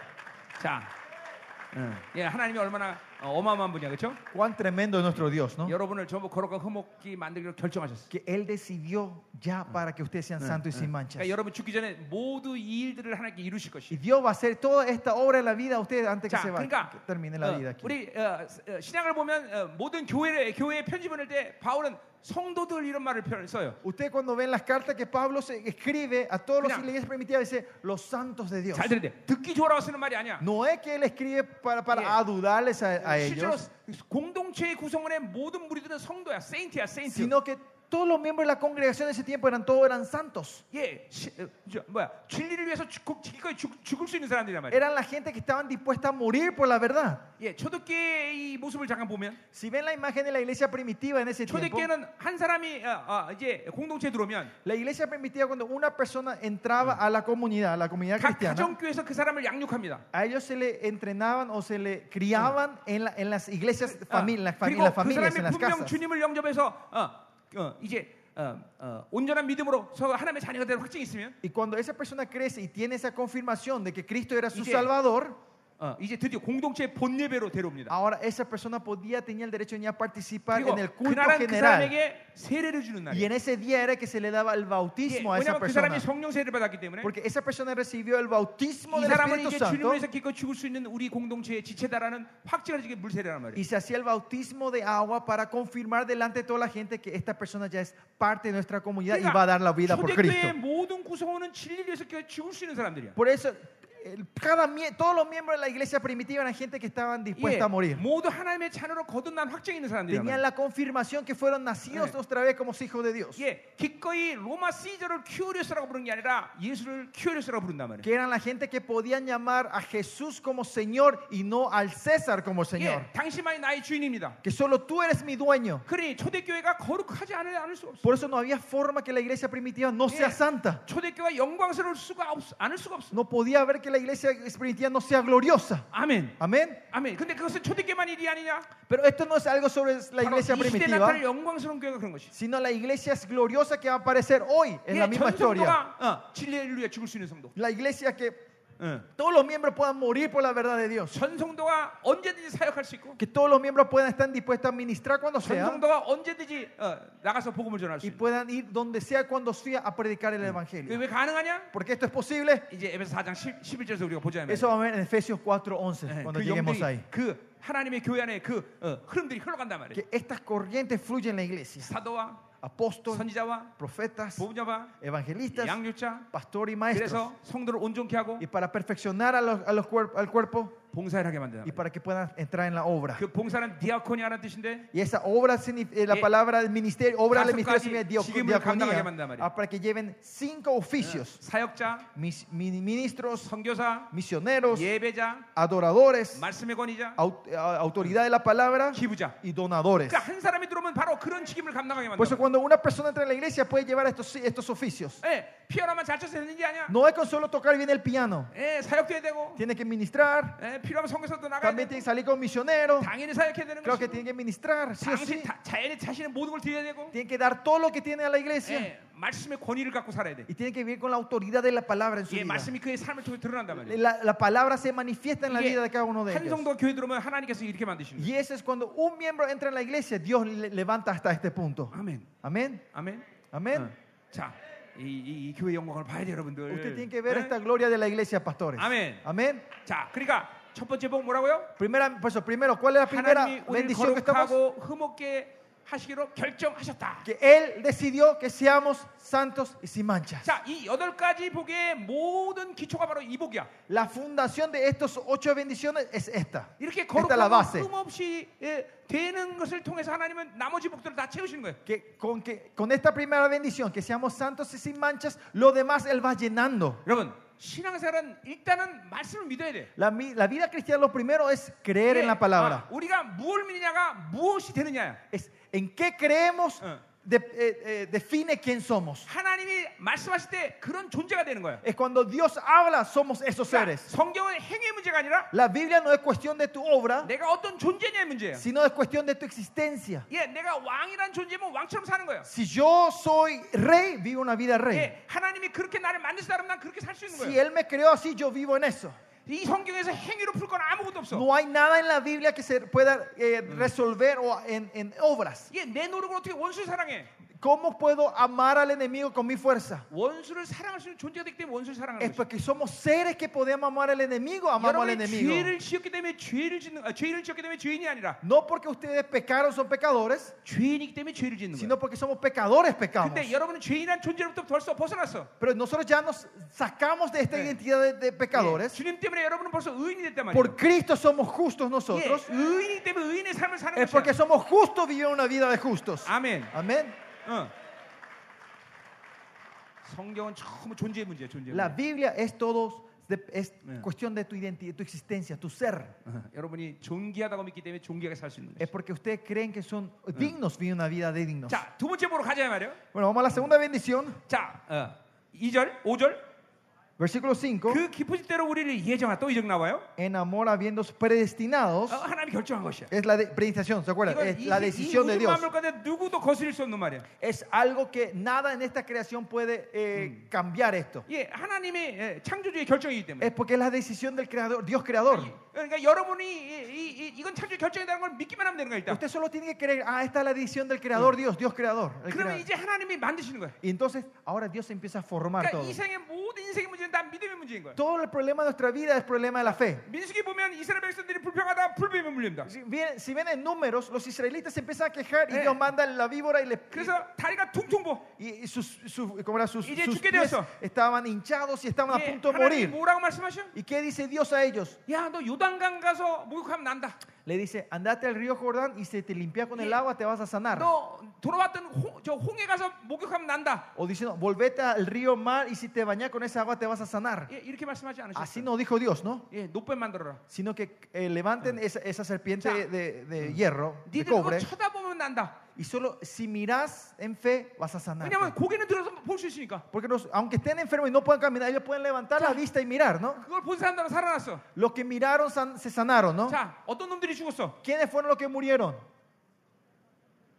Speaker 2: 예. 자. 예, 하나님이 얼마나 어, 어마어마한 분이야. 그렇죠?
Speaker 1: Cuán tremendo es nuestro Dios, ¿no?
Speaker 2: 여러분을 전부 거룩과 흠없기 만들기로 결정하셨어.
Speaker 1: Que Él decidió ya para que ustedes sean santos y sin manchas.
Speaker 2: 그러니까 여러분 죽기 전에 모두 이 일들을 하나님께 이루실
Speaker 1: Y
Speaker 2: 것이.
Speaker 1: Dios va a hacer toda esta obra en la vida a ustedes antes que
Speaker 2: 자,
Speaker 1: se va-
Speaker 2: 그러니까
Speaker 1: que termine la
Speaker 2: 어,
Speaker 1: vida aquí.
Speaker 2: 우리 어, 어, 신약을 보면 어, 모든 교회 교회에 편집을 할 때 바울은 성도들 이런 말을 표현 써요.
Speaker 1: Usted cuando ven las cartas que Pablo se escribe a todos los
Speaker 2: Mira.
Speaker 1: iglesias primitivas dice los santos de Dios.
Speaker 2: 잘 들으세요. 듣기 좋아라고 쓰는 말이 아니야.
Speaker 1: No es que él escribe para, para
Speaker 2: Yeah.
Speaker 1: adularles a, a
Speaker 2: 실제로
Speaker 1: ellos,
Speaker 2: 공동체의 구성원의 모든 무리들은 성도야, 세인트야, 세인트.
Speaker 1: sino que todos los miembros de la congregación de ese tiempo eran todos eran santos.
Speaker 2: 예, 시, 어, 저, 뭐야 진리를 위해서 죽, 기꺼이 죽, 죽을 수 있는 사람들이란 말이야.
Speaker 1: Eran la gente que estaban dispuesta a morir por la verdad.
Speaker 2: 예, 초대교의 이 모습을 잠깐 보면
Speaker 1: Si ven la imagen de la iglesia primitiva en ese tiempo,
Speaker 2: 초대교는 한 사람이 어, 어, 이제 공동체에 들어오면
Speaker 1: la iglesia primitiva cuando una persona entraba a la comunidad, a la comunidad
Speaker 2: 각
Speaker 1: cristiana,
Speaker 2: 가정교에서 그 사람을 양육합니다.
Speaker 1: a ellos se le entrenaban o se le criaban en, la- en las iglesias,
Speaker 2: 아,
Speaker 1: fami- en las fami- en
Speaker 2: 그리고
Speaker 1: las
Speaker 2: 그
Speaker 1: familias, en
Speaker 2: 사람이
Speaker 1: las
Speaker 2: 분명
Speaker 1: casas.
Speaker 2: 주님을 영접해서 어, 어, 이제 어, 어, 온전한 믿음으로 서 하나님의 자녀가 되는 확증이 있으면
Speaker 1: Y cuando esa persona crece y tiene esa confirmación de que Cristo era su
Speaker 2: Dice-
Speaker 1: Salvador,
Speaker 2: 어, 이제 드디어 공동체의 본 예배로 데려옵니다.
Speaker 1: ahora esa persona podía tenía el derecho de venir a participar
Speaker 2: 그리고
Speaker 1: en el culto
Speaker 2: 그날은 그
Speaker 1: general.
Speaker 2: 사람에게 세례를 주는
Speaker 1: Y
Speaker 2: 날이에요.
Speaker 1: en ese día era que se le daba el bautismo a esa
Speaker 2: 왜냐하면 그 사람이
Speaker 1: persona.
Speaker 2: 성령 세례를 받았기 때문에
Speaker 1: Porque esa persona recibió el bautismo
Speaker 2: 이
Speaker 1: del
Speaker 2: 사람은
Speaker 1: Espíritu
Speaker 2: 이제
Speaker 1: Santo
Speaker 2: 주님을 위해서 기꺼이 죽을 수 있는 우리 공동체의 지체다라는 확증을 지게 물세례란
Speaker 1: y
Speaker 2: 말이에요.
Speaker 1: se hacía el bautismo de agua para confirmar delante de toda la gente que esta persona ya es parte de nuestra comunidad y va a dar la vida por
Speaker 2: 그러니까 초대교회의
Speaker 1: Cristo.
Speaker 2: 모든 구성원은 진리를 위해서 기꺼이 죽을 수 있는 사람들이야.
Speaker 1: Por eso, el- cada, mie- todos los miembros de la iglesia primitiva eran gente que estaban dispuesta a
Speaker 2: 예,
Speaker 1: morir.
Speaker 2: 모두 하나님의 자녀로 거듭난 확증이 있는 사람들이야.
Speaker 1: Tenían la confirmación que fueron nacidos
Speaker 2: Sí.
Speaker 1: otra vez como hijos de Dios.
Speaker 2: 예, 기꺼이 로마 시저를 큐리오스라고 부르는 게 아니라 예수를 큐리오스라고 부른단 말이에요.
Speaker 1: Que eran la gente que podían llamar a Jesús como Señor y no al César como Señor.
Speaker 2: 예, 당신만이 나의 주인입니다.
Speaker 1: Que solo tú eres mi dueño.
Speaker 2: 그러니 초대교회가 거룩하지 않을, 않을 수 없어.
Speaker 1: Por eso no había forma que la iglesia primitiva no sea
Speaker 2: Sí.
Speaker 1: santa.
Speaker 2: 초대교회가 영광스러울 수가 없, 않을 수가 없어.
Speaker 1: No podía haber que la iglesia primitiva no sea gloriosa.
Speaker 2: 아멘.
Speaker 1: Amén.
Speaker 2: 아멘. 근데 그것은 초대교회만 일이 아니냐?
Speaker 1: Pero esto no es algo sobre la
Speaker 2: 바로 이
Speaker 1: iglesia
Speaker 2: 시대에
Speaker 1: primitiva,
Speaker 2: 나타날 영광스러운 교회가 그런 것이.
Speaker 1: sino la iglesia es gloriosa que va a aparecer hoy en la
Speaker 2: 예,
Speaker 1: misma
Speaker 2: 전
Speaker 1: historia.
Speaker 2: 성도가 어, 진리를 위해 죽을 수 있는 성도.
Speaker 1: La iglesia que todos los miembros puedan morir por la verdad de Dios.
Speaker 2: 전 성도가 언제든지 사역할 수 있고,
Speaker 1: Que todos los miembros puedan estar dispuestos a ministrar cuando
Speaker 2: 전
Speaker 1: sea
Speaker 2: 성도가 언제든지 어, 나가서 복음을 전할 수
Speaker 1: y
Speaker 2: 있는.
Speaker 1: puedan ir donde sea cuando sea a predicar el
Speaker 2: 그게
Speaker 1: evangelio.
Speaker 2: 왜 가능하냐?
Speaker 1: Porque esto es posible.
Speaker 2: 이제 에베소 4장 10, 11절에서 우리가 보자
Speaker 1: Eso vamos a ver en Efesios 4:11 cuando
Speaker 2: 그
Speaker 1: lleguemos ahí.
Speaker 2: 영들이 그 하나님의 교회 안에 그 어, 흐름들이 흘러간단 말이에요.
Speaker 1: Que estas corrientes fluyen en la iglesia.
Speaker 2: 사도와
Speaker 1: apóstoles,
Speaker 2: 선지자와
Speaker 1: profetas,
Speaker 2: 보험자와
Speaker 1: evangelistas,
Speaker 2: 양육자
Speaker 1: pastor y maestros.
Speaker 2: 그래서 성도를 온전케 하고
Speaker 1: Y para perfeccionar a los- a los cuerp- al cuerpo
Speaker 2: 봉사를 하게 만든다.
Speaker 1: y para que puedan entrar en la obra.
Speaker 2: 그 봉사는 디아코니아라는 뜻인데
Speaker 1: Y esa obra, signif- eh, la
Speaker 2: Eh,
Speaker 1: palabra del ministerio, obra del ministerio
Speaker 2: 다섯
Speaker 1: significa
Speaker 2: 가지
Speaker 1: diaco-
Speaker 2: 직임을 감당하게
Speaker 1: diaconía,
Speaker 2: 만든단 말이야.
Speaker 1: ah, para que Ah. lleven cinco oficios,
Speaker 2: 사역자,
Speaker 1: mis- mini- ministros,
Speaker 2: 선교사,
Speaker 1: misioneros,
Speaker 2: 예배자,
Speaker 1: adoradores,
Speaker 2: 말씀의 권위자,
Speaker 1: au- eh, autoridad de la palabra
Speaker 2: 기부자.
Speaker 1: y donadores.
Speaker 2: 그러니까 한 사람이 들어오면 바로 그런 책임을 감당하게
Speaker 1: Por eso
Speaker 2: 만든다.
Speaker 1: cuando Eh. una persona entra en la iglesia puede llevar estos, estos oficios.
Speaker 2: 예, 피아노만 잘 쳐서 되는 게 아니야.
Speaker 1: No es con solo tocar bien el piano,
Speaker 2: 예, 사역도 해야 되고,
Speaker 1: tiene que ministrar,
Speaker 2: 예, 필요하면 성교사도 나가야
Speaker 1: también
Speaker 2: 되고,
Speaker 1: tiene que salir con misioneros,
Speaker 2: 당연히 사역해야 되는
Speaker 1: claro que
Speaker 2: 것이고,
Speaker 1: tiene que ministrar, sí o sí,
Speaker 2: 당신 다, 자연히 자신의 모든 걸 드려야 되고,
Speaker 1: tiene que dar todo lo que tiene a la iglesia
Speaker 2: 예, 말씀의 권위를 갖고 살아야 돼.
Speaker 1: y tiene que vivir con la autoridad de la palabra en su
Speaker 2: 예,
Speaker 1: vida.
Speaker 2: 말씀이 그의 삶을 통해 드러난단 말이에요.
Speaker 1: La, la palabra se manifiesta en la
Speaker 2: 이게
Speaker 1: vida de cada uno de
Speaker 2: 한
Speaker 1: ellos.
Speaker 2: 성도 교회 들어오면 하나님께서 이렇게 만드시는 거예요.
Speaker 1: Y ese es cuando un miembro entra en la iglesia, Dios le levanta hasta este punto.
Speaker 2: 아멘.
Speaker 1: Amén.
Speaker 2: 아멘.
Speaker 1: Amén.
Speaker 2: 어. 자, 이, 이, 이 교회 영광을 봐야 돼요, 여러분들.
Speaker 1: Usted tiene que ver
Speaker 2: 예?
Speaker 1: esta gloria de la iglesia, pastores.
Speaker 2: 아멘.
Speaker 1: Amén.
Speaker 2: 자, 그러니까 첫 번째 복 뭐라고요?
Speaker 1: Primera, por eso, primero, ¿cuál es la primera
Speaker 2: 하나님이 우리를
Speaker 1: bendición que estamos?
Speaker 2: 거룩하고 흠없게 하시기로 결정하셨다.
Speaker 1: Que Él decidió que seamos santos y sin manchas.
Speaker 2: 자, 이 여덟 가지 복의 모든 기초가 바로 이 복이야.
Speaker 1: La fundación de estos ocho bendiciones es esta.
Speaker 2: 이렇게
Speaker 1: Esta es la
Speaker 2: 거룩하고
Speaker 1: base.
Speaker 2: 흠없이 예, 되는 것을 통해서 하나님은 나머지 복들을 다 채우시는 거예요.
Speaker 1: Que con, que con esta primera bendición, que seamos santos y sin manchas, lo demás Él va llenando.
Speaker 2: 여러분, 신앙생활은 일단은 말씀을 믿어야 돼.
Speaker 1: La, mi- la vida cristiana lo primero es creer en la palabra.
Speaker 2: 아, 우리가 무엇을 믿느냐가 무엇이 되느냐야.
Speaker 1: Es en qué creemos
Speaker 2: Ah.
Speaker 1: de- eh, eh, define quién somos.
Speaker 2: 하나님이 말씀하실 때 그런 존재가 되는 거야.
Speaker 1: Es cuando Dios habla, somos esos
Speaker 2: 그러니까
Speaker 1: seres.
Speaker 2: 성경은 행위 문제가 아니라
Speaker 1: La Biblia no es cuestión de tu obra,
Speaker 2: 내가 어떤 존재냐의 문제야.
Speaker 1: sino es cuestión de tu existencia.
Speaker 2: 예, 내가 왕이란 존재면 왕처럼 사는 거야.
Speaker 1: Si yo soy rey, vivo una vida rey.
Speaker 2: 예, 하나님이 그렇게 나를 만드신 사람 난 그렇게 살 수 있는
Speaker 1: Si
Speaker 2: 거야.
Speaker 1: Él me creó así, yo vivo en eso.
Speaker 2: 이 성경에서 행위로 풀 건 아무것도 없어.
Speaker 1: No hay nada en la Biblia que se pueda eh, resolver o en, en obras.
Speaker 2: 이게 예, 내 노력을 어떻게 원수를 사랑해?
Speaker 1: ¿Cómo puedo amar al enemigo con mi fuerza?
Speaker 2: 원수를 사랑할 수 있는 존재가 되기 때문에 원수를 사랑하는
Speaker 1: Es
Speaker 2: 거야.
Speaker 1: porque somos seres que podemos amar al enemigo, amamos al
Speaker 2: 여러분이
Speaker 1: enemigo.
Speaker 2: 죄를 지었기 때문에 죄를 짓는 아, 죄를 지었기 때문에 죄인이 아니라
Speaker 1: No porque ustedes pecaron son pecadores,
Speaker 2: 죄인이기 때문에 죄를 짓는 거야.
Speaker 1: sino porque somos pecadores pecamos.
Speaker 2: 근데 여러분은 죄인한 존재로부터 벌써 벗어났어.
Speaker 1: Pero nosotros ya nos sacamos de esta
Speaker 2: Sí.
Speaker 1: identidad de, de
Speaker 2: 예,
Speaker 1: pecadores.
Speaker 2: 주님 때문에 여러분은 벌써 의인이 됐단 말이에요.
Speaker 1: Por Cristo somos justos
Speaker 2: 예,
Speaker 1: nosotros.
Speaker 2: 의인이 때문에 의인의 삶을 사는
Speaker 1: Es porque
Speaker 2: 것이야.
Speaker 1: somos justos vivir una vida de justos.
Speaker 2: 아멘.
Speaker 1: Amén.
Speaker 2: 어. 성경은 전부 존재의 문제야, 존재.
Speaker 1: La Biblia es todo, de- es
Speaker 2: Sí.
Speaker 1: cuestión de tu identidad, tu existencia, tu ser.
Speaker 2: 어. 여러분이 존귀하다고 믿기 때문에 존귀하게 살 수 있는
Speaker 1: Es
Speaker 2: 거예요.
Speaker 1: porque ustedes creen que son dignos vivir una vida de dignos.
Speaker 2: 자, 두 번째 보러 가자 말이에요.
Speaker 1: Bueno, vamos a la segunda bendición,
Speaker 2: 자, 어, 2절, 5절.
Speaker 1: versículo 5.
Speaker 2: 그 깊으신 대로 우리를 예정하 또 예정 나와요.
Speaker 1: En amor habiéndose predestinados,
Speaker 2: 어, 하나님이 결정한 것이야.
Speaker 1: es la de- predestinación, ¿se acuerdan?
Speaker 2: 이건
Speaker 1: Es
Speaker 2: 이-
Speaker 1: la
Speaker 2: 이
Speaker 1: decisión de
Speaker 2: 모든
Speaker 1: Dios.
Speaker 2: 만물 가운데 누구도 거스릴 수 없는 말이야.
Speaker 1: Es algo que nada en esta creación puede eh, cambiar esto.
Speaker 2: 예, 하나님의 예, 창조주의 결정이기 때문에.
Speaker 1: Es porque es la decisión del creador, Dios creador.
Speaker 2: 그러니까 여러분이 이, 이, 이, 건 창조 의 결정이라는 걸 믿기만 하면 되는 거야 일단.
Speaker 1: Usted solo tiene que creer, ah, esta es la decisión del creador, Dios, Dios creador. el
Speaker 2: 그러면
Speaker 1: creador.
Speaker 2: 이제 하나님이 만드시는 거야.
Speaker 1: Y entonces, ahora Dios empieza a formar
Speaker 2: 그러니까
Speaker 1: todo.
Speaker 2: 이 생의 모든 인생의 문제는 다 믿음의 문제인 거야.
Speaker 1: Todo el problema de nuestra vida es problema de la fe.
Speaker 2: 민수기 보면 이스라엘 백성들이 불평하다 불뱀에 물립니다.
Speaker 1: Si bien- si ven en números, los israelitas se empiezan a quejar y
Speaker 2: Eh.
Speaker 1: Dios manda la víbora y le...
Speaker 2: 그래서 다리가 퉁퉁 부.
Speaker 1: Y y sus, su- ¿cómo era? sus,
Speaker 2: Y ya
Speaker 1: sus
Speaker 2: 죽게
Speaker 1: pies
Speaker 2: 되었어.
Speaker 1: estaban hinchados y estaban a
Speaker 2: 예,
Speaker 1: punto de
Speaker 2: 하나님이
Speaker 1: morir.
Speaker 2: 뭐라고 말씀하셔?
Speaker 1: ¿Y qué dice Dios a ellos?
Speaker 2: 야, 너 요단강 가서 목욕하면 난다.
Speaker 1: Le dice, andate al río Jordán y se te limpia con el
Speaker 2: Yeah.
Speaker 1: agua, te vas a sanar.
Speaker 2: 너 돌아왔던 홍, 저 홍해 가서 목욕하면 난다.
Speaker 1: O diciendo, volvete al río mar y si te bañas con esa agua te vas a sanar.
Speaker 2: 예, 이렇게 말씀하지
Speaker 1: Así
Speaker 2: 않으셨어요.
Speaker 1: no dijo Dios, ¿no?
Speaker 2: 예, 노뱀 만들어라.
Speaker 1: Sino que eh, levanten esa, esa serpiente
Speaker 2: Ya.
Speaker 1: de, de hierro, de
Speaker 2: 니들 그거
Speaker 1: cobre,
Speaker 2: 쳐다보면 난다.
Speaker 1: y solo si mirás en fe vas a sanar.
Speaker 2: 왜냐면 고개는 들어서 볼 수 있으니까.
Speaker 1: Porque los- aunque estén enfermos y no puedan caminar, ellos pueden levantar la vista y mirar, ¿no?
Speaker 2: 그걸 본 사람들은 살아났어.
Speaker 1: Los que miraron san- se sanaron, ¿no?
Speaker 2: 자, 어떤 놈들이 죽었어?
Speaker 1: ¿Quiénes fueron los que murieron?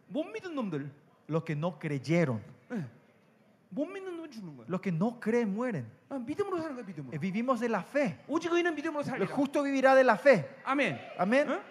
Speaker 2: 못 믿은 놈들.
Speaker 1: Los que no creyeron.
Speaker 2: 예. 못 믿는 놈은 죽는 거야.
Speaker 1: Los que no creen mueren.
Speaker 2: 아, 믿음으로 사는 거야,
Speaker 1: Eh,
Speaker 2: 믿음으로.
Speaker 1: Vivimos de la fe.
Speaker 2: 오직 의인은 믿음으로
Speaker 1: El
Speaker 2: 살리라.
Speaker 1: justo vivirá de la fe.
Speaker 2: 아멘.
Speaker 1: Amén.
Speaker 2: 응?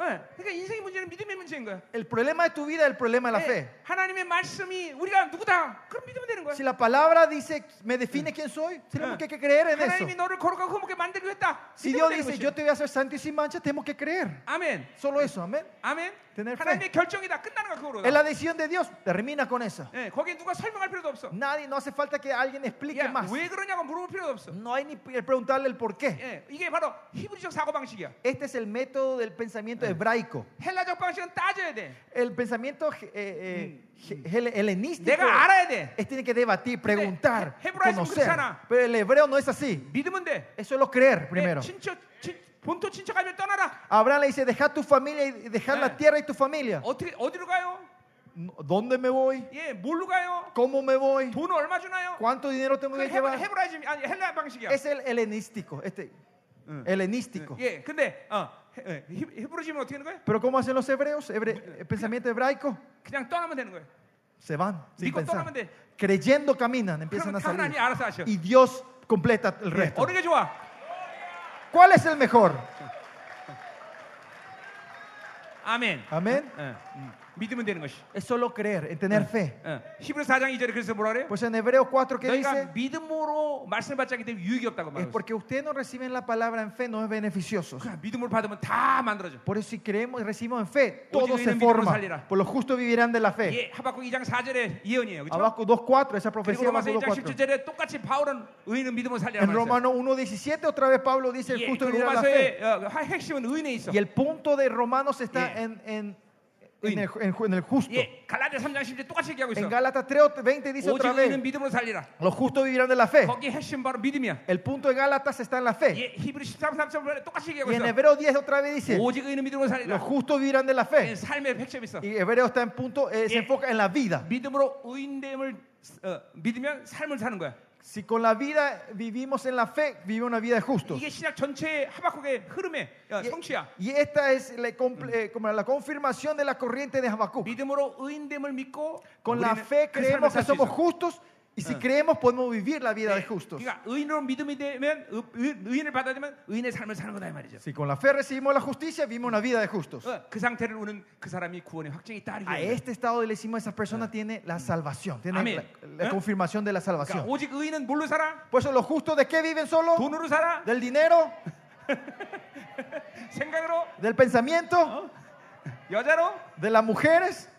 Speaker 2: 예, 그러니까 인생의 문제는 믿음의 문제인 거야.
Speaker 1: El problema de tu vida es el problema de la
Speaker 2: 예,
Speaker 1: fe.
Speaker 2: 하나님의 말씀이 우리가 누구다? 그럼 믿으면 되는 거야.
Speaker 1: Si la palabra dice, me define quién soy, tenemos que, que Ah. creer en eso.
Speaker 2: 하나님이 너를 거룩하고 흠없게 만들기 했다.
Speaker 1: Si
Speaker 2: 믿으면
Speaker 1: Dios
Speaker 2: 되는
Speaker 1: dice,
Speaker 2: 것이야.
Speaker 1: yo te voy a hacer santo y sin mancha, tenemos que creer.
Speaker 2: 아멘.
Speaker 1: Solo eso, amén.
Speaker 2: 아멘.
Speaker 1: Tener fe.
Speaker 2: 하나님의 결정이다. 끝나는 거야 그거로.
Speaker 1: Es la decisión de Dios. Termina con eso.
Speaker 2: 예, 거기에 누가 설명할 필요도 없어.
Speaker 1: Nadie, no hace falta que alguien explique
Speaker 2: 야,
Speaker 1: más.
Speaker 2: 왜 그러냐고 물어볼 필요도 없어.
Speaker 1: No hay ni que preguntarle el por qué.
Speaker 2: 예, 이게 바로 히브리적 사고 방식이야.
Speaker 1: Este es el método del pensamiento hebraico.
Speaker 2: 헬라적 방식은 따져야 돼.
Speaker 1: El pensamiento eh, eh,
Speaker 2: Mm.
Speaker 1: hel- helenístico
Speaker 2: 내가 알아야 돼.
Speaker 1: es tiene que debatir, preguntar,
Speaker 2: he- hebraísmo
Speaker 1: conocer.
Speaker 2: cristiana. Eh,
Speaker 1: Pero el hebreo no es así.
Speaker 2: 믿으면 돼.
Speaker 1: Es solo creer
Speaker 2: 내
Speaker 1: primero.
Speaker 2: 친척, 친- 본토 친척하면 떠나라.
Speaker 1: Abraham le dice, deja tu familia y dejar
Speaker 2: Eh.
Speaker 1: la tierra y tu familia.
Speaker 2: 어떻게 어디로 가요?
Speaker 1: No, ¿Dónde me voy?
Speaker 2: 예, 뭘로 가요?
Speaker 1: ¿Cómo me voy?
Speaker 2: 돈 얼마 주나요?
Speaker 1: ¿Cuánto dinero tengo
Speaker 2: 그
Speaker 1: que
Speaker 2: 헤브,
Speaker 1: llevar?
Speaker 2: 헤브라이즘 아니 헬라 방식이야.
Speaker 1: Es el helenístico, este
Speaker 2: 응.
Speaker 1: helenístico.
Speaker 2: 예, 근데 어, 헤- 예, 히브- 히브리즘은 어떻게 되는 거예요?
Speaker 1: Pero ¿cómo hacen los hebreos?
Speaker 2: Eh.
Speaker 1: Hebre- el pensamiento hebraico
Speaker 2: 그냥 떠나면 되는 거예요.
Speaker 1: se van sin
Speaker 2: 믿고
Speaker 1: pensar.
Speaker 2: 떠나면 돼.
Speaker 1: Creyendo caminan, empiezan
Speaker 2: 그럼
Speaker 1: a salir
Speaker 2: 하나님 알아서 하셔.
Speaker 1: y Dios completa el
Speaker 2: 예,
Speaker 1: resto.
Speaker 2: 어느 게 좋아?
Speaker 1: ¿Cuál es el mejor?
Speaker 2: 아멘.
Speaker 1: 아멘.
Speaker 2: 예, 음, 믿으면 되는 것이.
Speaker 1: Es solo creer, en
Speaker 2: Ah.
Speaker 1: tener fe.
Speaker 2: 예, 히브리 4장 2절에 그래서 뭐라 그래요?
Speaker 1: Pues en Hebreos 4 que
Speaker 2: 너희가
Speaker 1: dice,
Speaker 2: 믿음으로 말씀을 받지 않기 때문에 유익이 없다고
Speaker 1: es
Speaker 2: 말하고 있어요.
Speaker 1: porque ustedes no reciben la palabra en fe, no es beneficioso.
Speaker 2: 그냥 믿음으로 받으면 다 만들어져.
Speaker 1: Por eso si creemos y recibimos en fe, todo
Speaker 2: Oye,
Speaker 1: se
Speaker 2: viene,
Speaker 1: forma.
Speaker 2: viene, viene,
Speaker 1: Por lo justo vivirán de la fe.
Speaker 2: 예, 하박국 2장 4절의 예언이에요. 그렇죠?
Speaker 1: Abajo 2.4, esa
Speaker 2: 그리고
Speaker 1: profecía
Speaker 2: 로마서
Speaker 1: abajo
Speaker 2: 2장
Speaker 1: 2.4.
Speaker 2: 10절에 똑같이 바울은 의인은 믿음으로 살리라
Speaker 1: En
Speaker 2: 말했어요.
Speaker 1: Romano 1.17 otra vez Pablo dice, el
Speaker 2: 예, 그
Speaker 1: justo vivirá de la fe.
Speaker 2: 로마서의 어, 핵심은 의인에 있어.
Speaker 1: Y el punto de Romanos está
Speaker 2: Yeah.
Speaker 1: en, en, en,
Speaker 2: In.
Speaker 1: el, en ju- en el justo.
Speaker 2: 예, 갈라디아 3장 10절 똑같이 얘기하고 있어.
Speaker 1: En Gálatas 3.20 dice otra
Speaker 2: 오직 의인은
Speaker 1: vez,
Speaker 2: 믿음으로 살리라.
Speaker 1: los justos vivirán de la fe.
Speaker 2: 거기 핵심 바로 믿음이야.
Speaker 1: El punto de Gálatas está en la fe.
Speaker 2: 예, 히브리 13, 3절에 똑같이 얘기하고
Speaker 1: Y en
Speaker 2: 있어.
Speaker 1: Hebreos 10 otra vez dice,
Speaker 2: 오직 의인은 믿음으로
Speaker 1: los
Speaker 2: 살리라.
Speaker 1: justos vivirán de la
Speaker 2: 예,
Speaker 1: fe.
Speaker 2: 삶의 핵심 있어.
Speaker 1: Y Hebreos está en punto, eh, se
Speaker 2: Yeah.
Speaker 1: enfoca en la vida.
Speaker 2: 믿음으로 의인됨을 어, 믿으면 삶을 사는 거야.
Speaker 1: Si con la vida vivimos en la fe, vive una vida de justos.
Speaker 2: 이게 신약 전체의 하박국의 흐름의 어,
Speaker 1: 예.
Speaker 2: 성취야.
Speaker 1: Y esta es la, comple- eh, como la confirmación de la corriente de Habacuc.
Speaker 2: 믿음으로 의인됨을 믿고
Speaker 1: Con la
Speaker 2: 우리는
Speaker 1: fe
Speaker 2: 그 삶을
Speaker 1: creemos que
Speaker 2: 살수
Speaker 1: somos
Speaker 2: 있어.
Speaker 1: justos y si creemos podemos vivir la vida de
Speaker 2: 예,
Speaker 1: justos.
Speaker 2: 그러니까 의인으로 믿음이 되면 의- 의- 의인을 받아들면 의인의 삶을 사는 거다 이 말이죠.
Speaker 1: Si con la fe recibimos la justicia, vivimos una vida de justos.
Speaker 2: 어, 그 상태를 우는 그 사람이 구원의 확증이 따르게.
Speaker 1: A este estado le decimos, esa persona tiene la salvación, tiene
Speaker 2: Amén.
Speaker 1: la, la
Speaker 2: ¿Eh?
Speaker 1: confirmación de la
Speaker 2: 그러니까
Speaker 1: salvación.
Speaker 2: 오직 의인은 뭘로 살아?
Speaker 1: Por eso los justos de qué viven solo?
Speaker 2: 돈으로 살아?
Speaker 1: ¿Del dinero? 네.
Speaker 2: 생각으로?
Speaker 1: ¿Del pensamiento?
Speaker 2: 어? 여자로?
Speaker 1: ¿De las mujeres?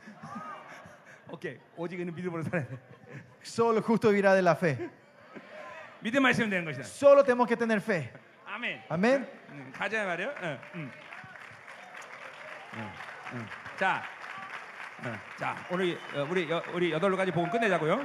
Speaker 2: 오케이. 오직 의인은 믿음으로 살아야 돼.
Speaker 1: Solo el justo vivirá de la fe.
Speaker 2: 믿음 말씀 되는 것이다.
Speaker 1: Solo tenemos que tener fe.
Speaker 2: 아멘.
Speaker 1: Amén.
Speaker 2: 음, 가자 말이요. 응, 응. 응, 응. 자, 응, 자 오늘 어, 우리 여, 우리 여덟 가지 복음 끝내자고요.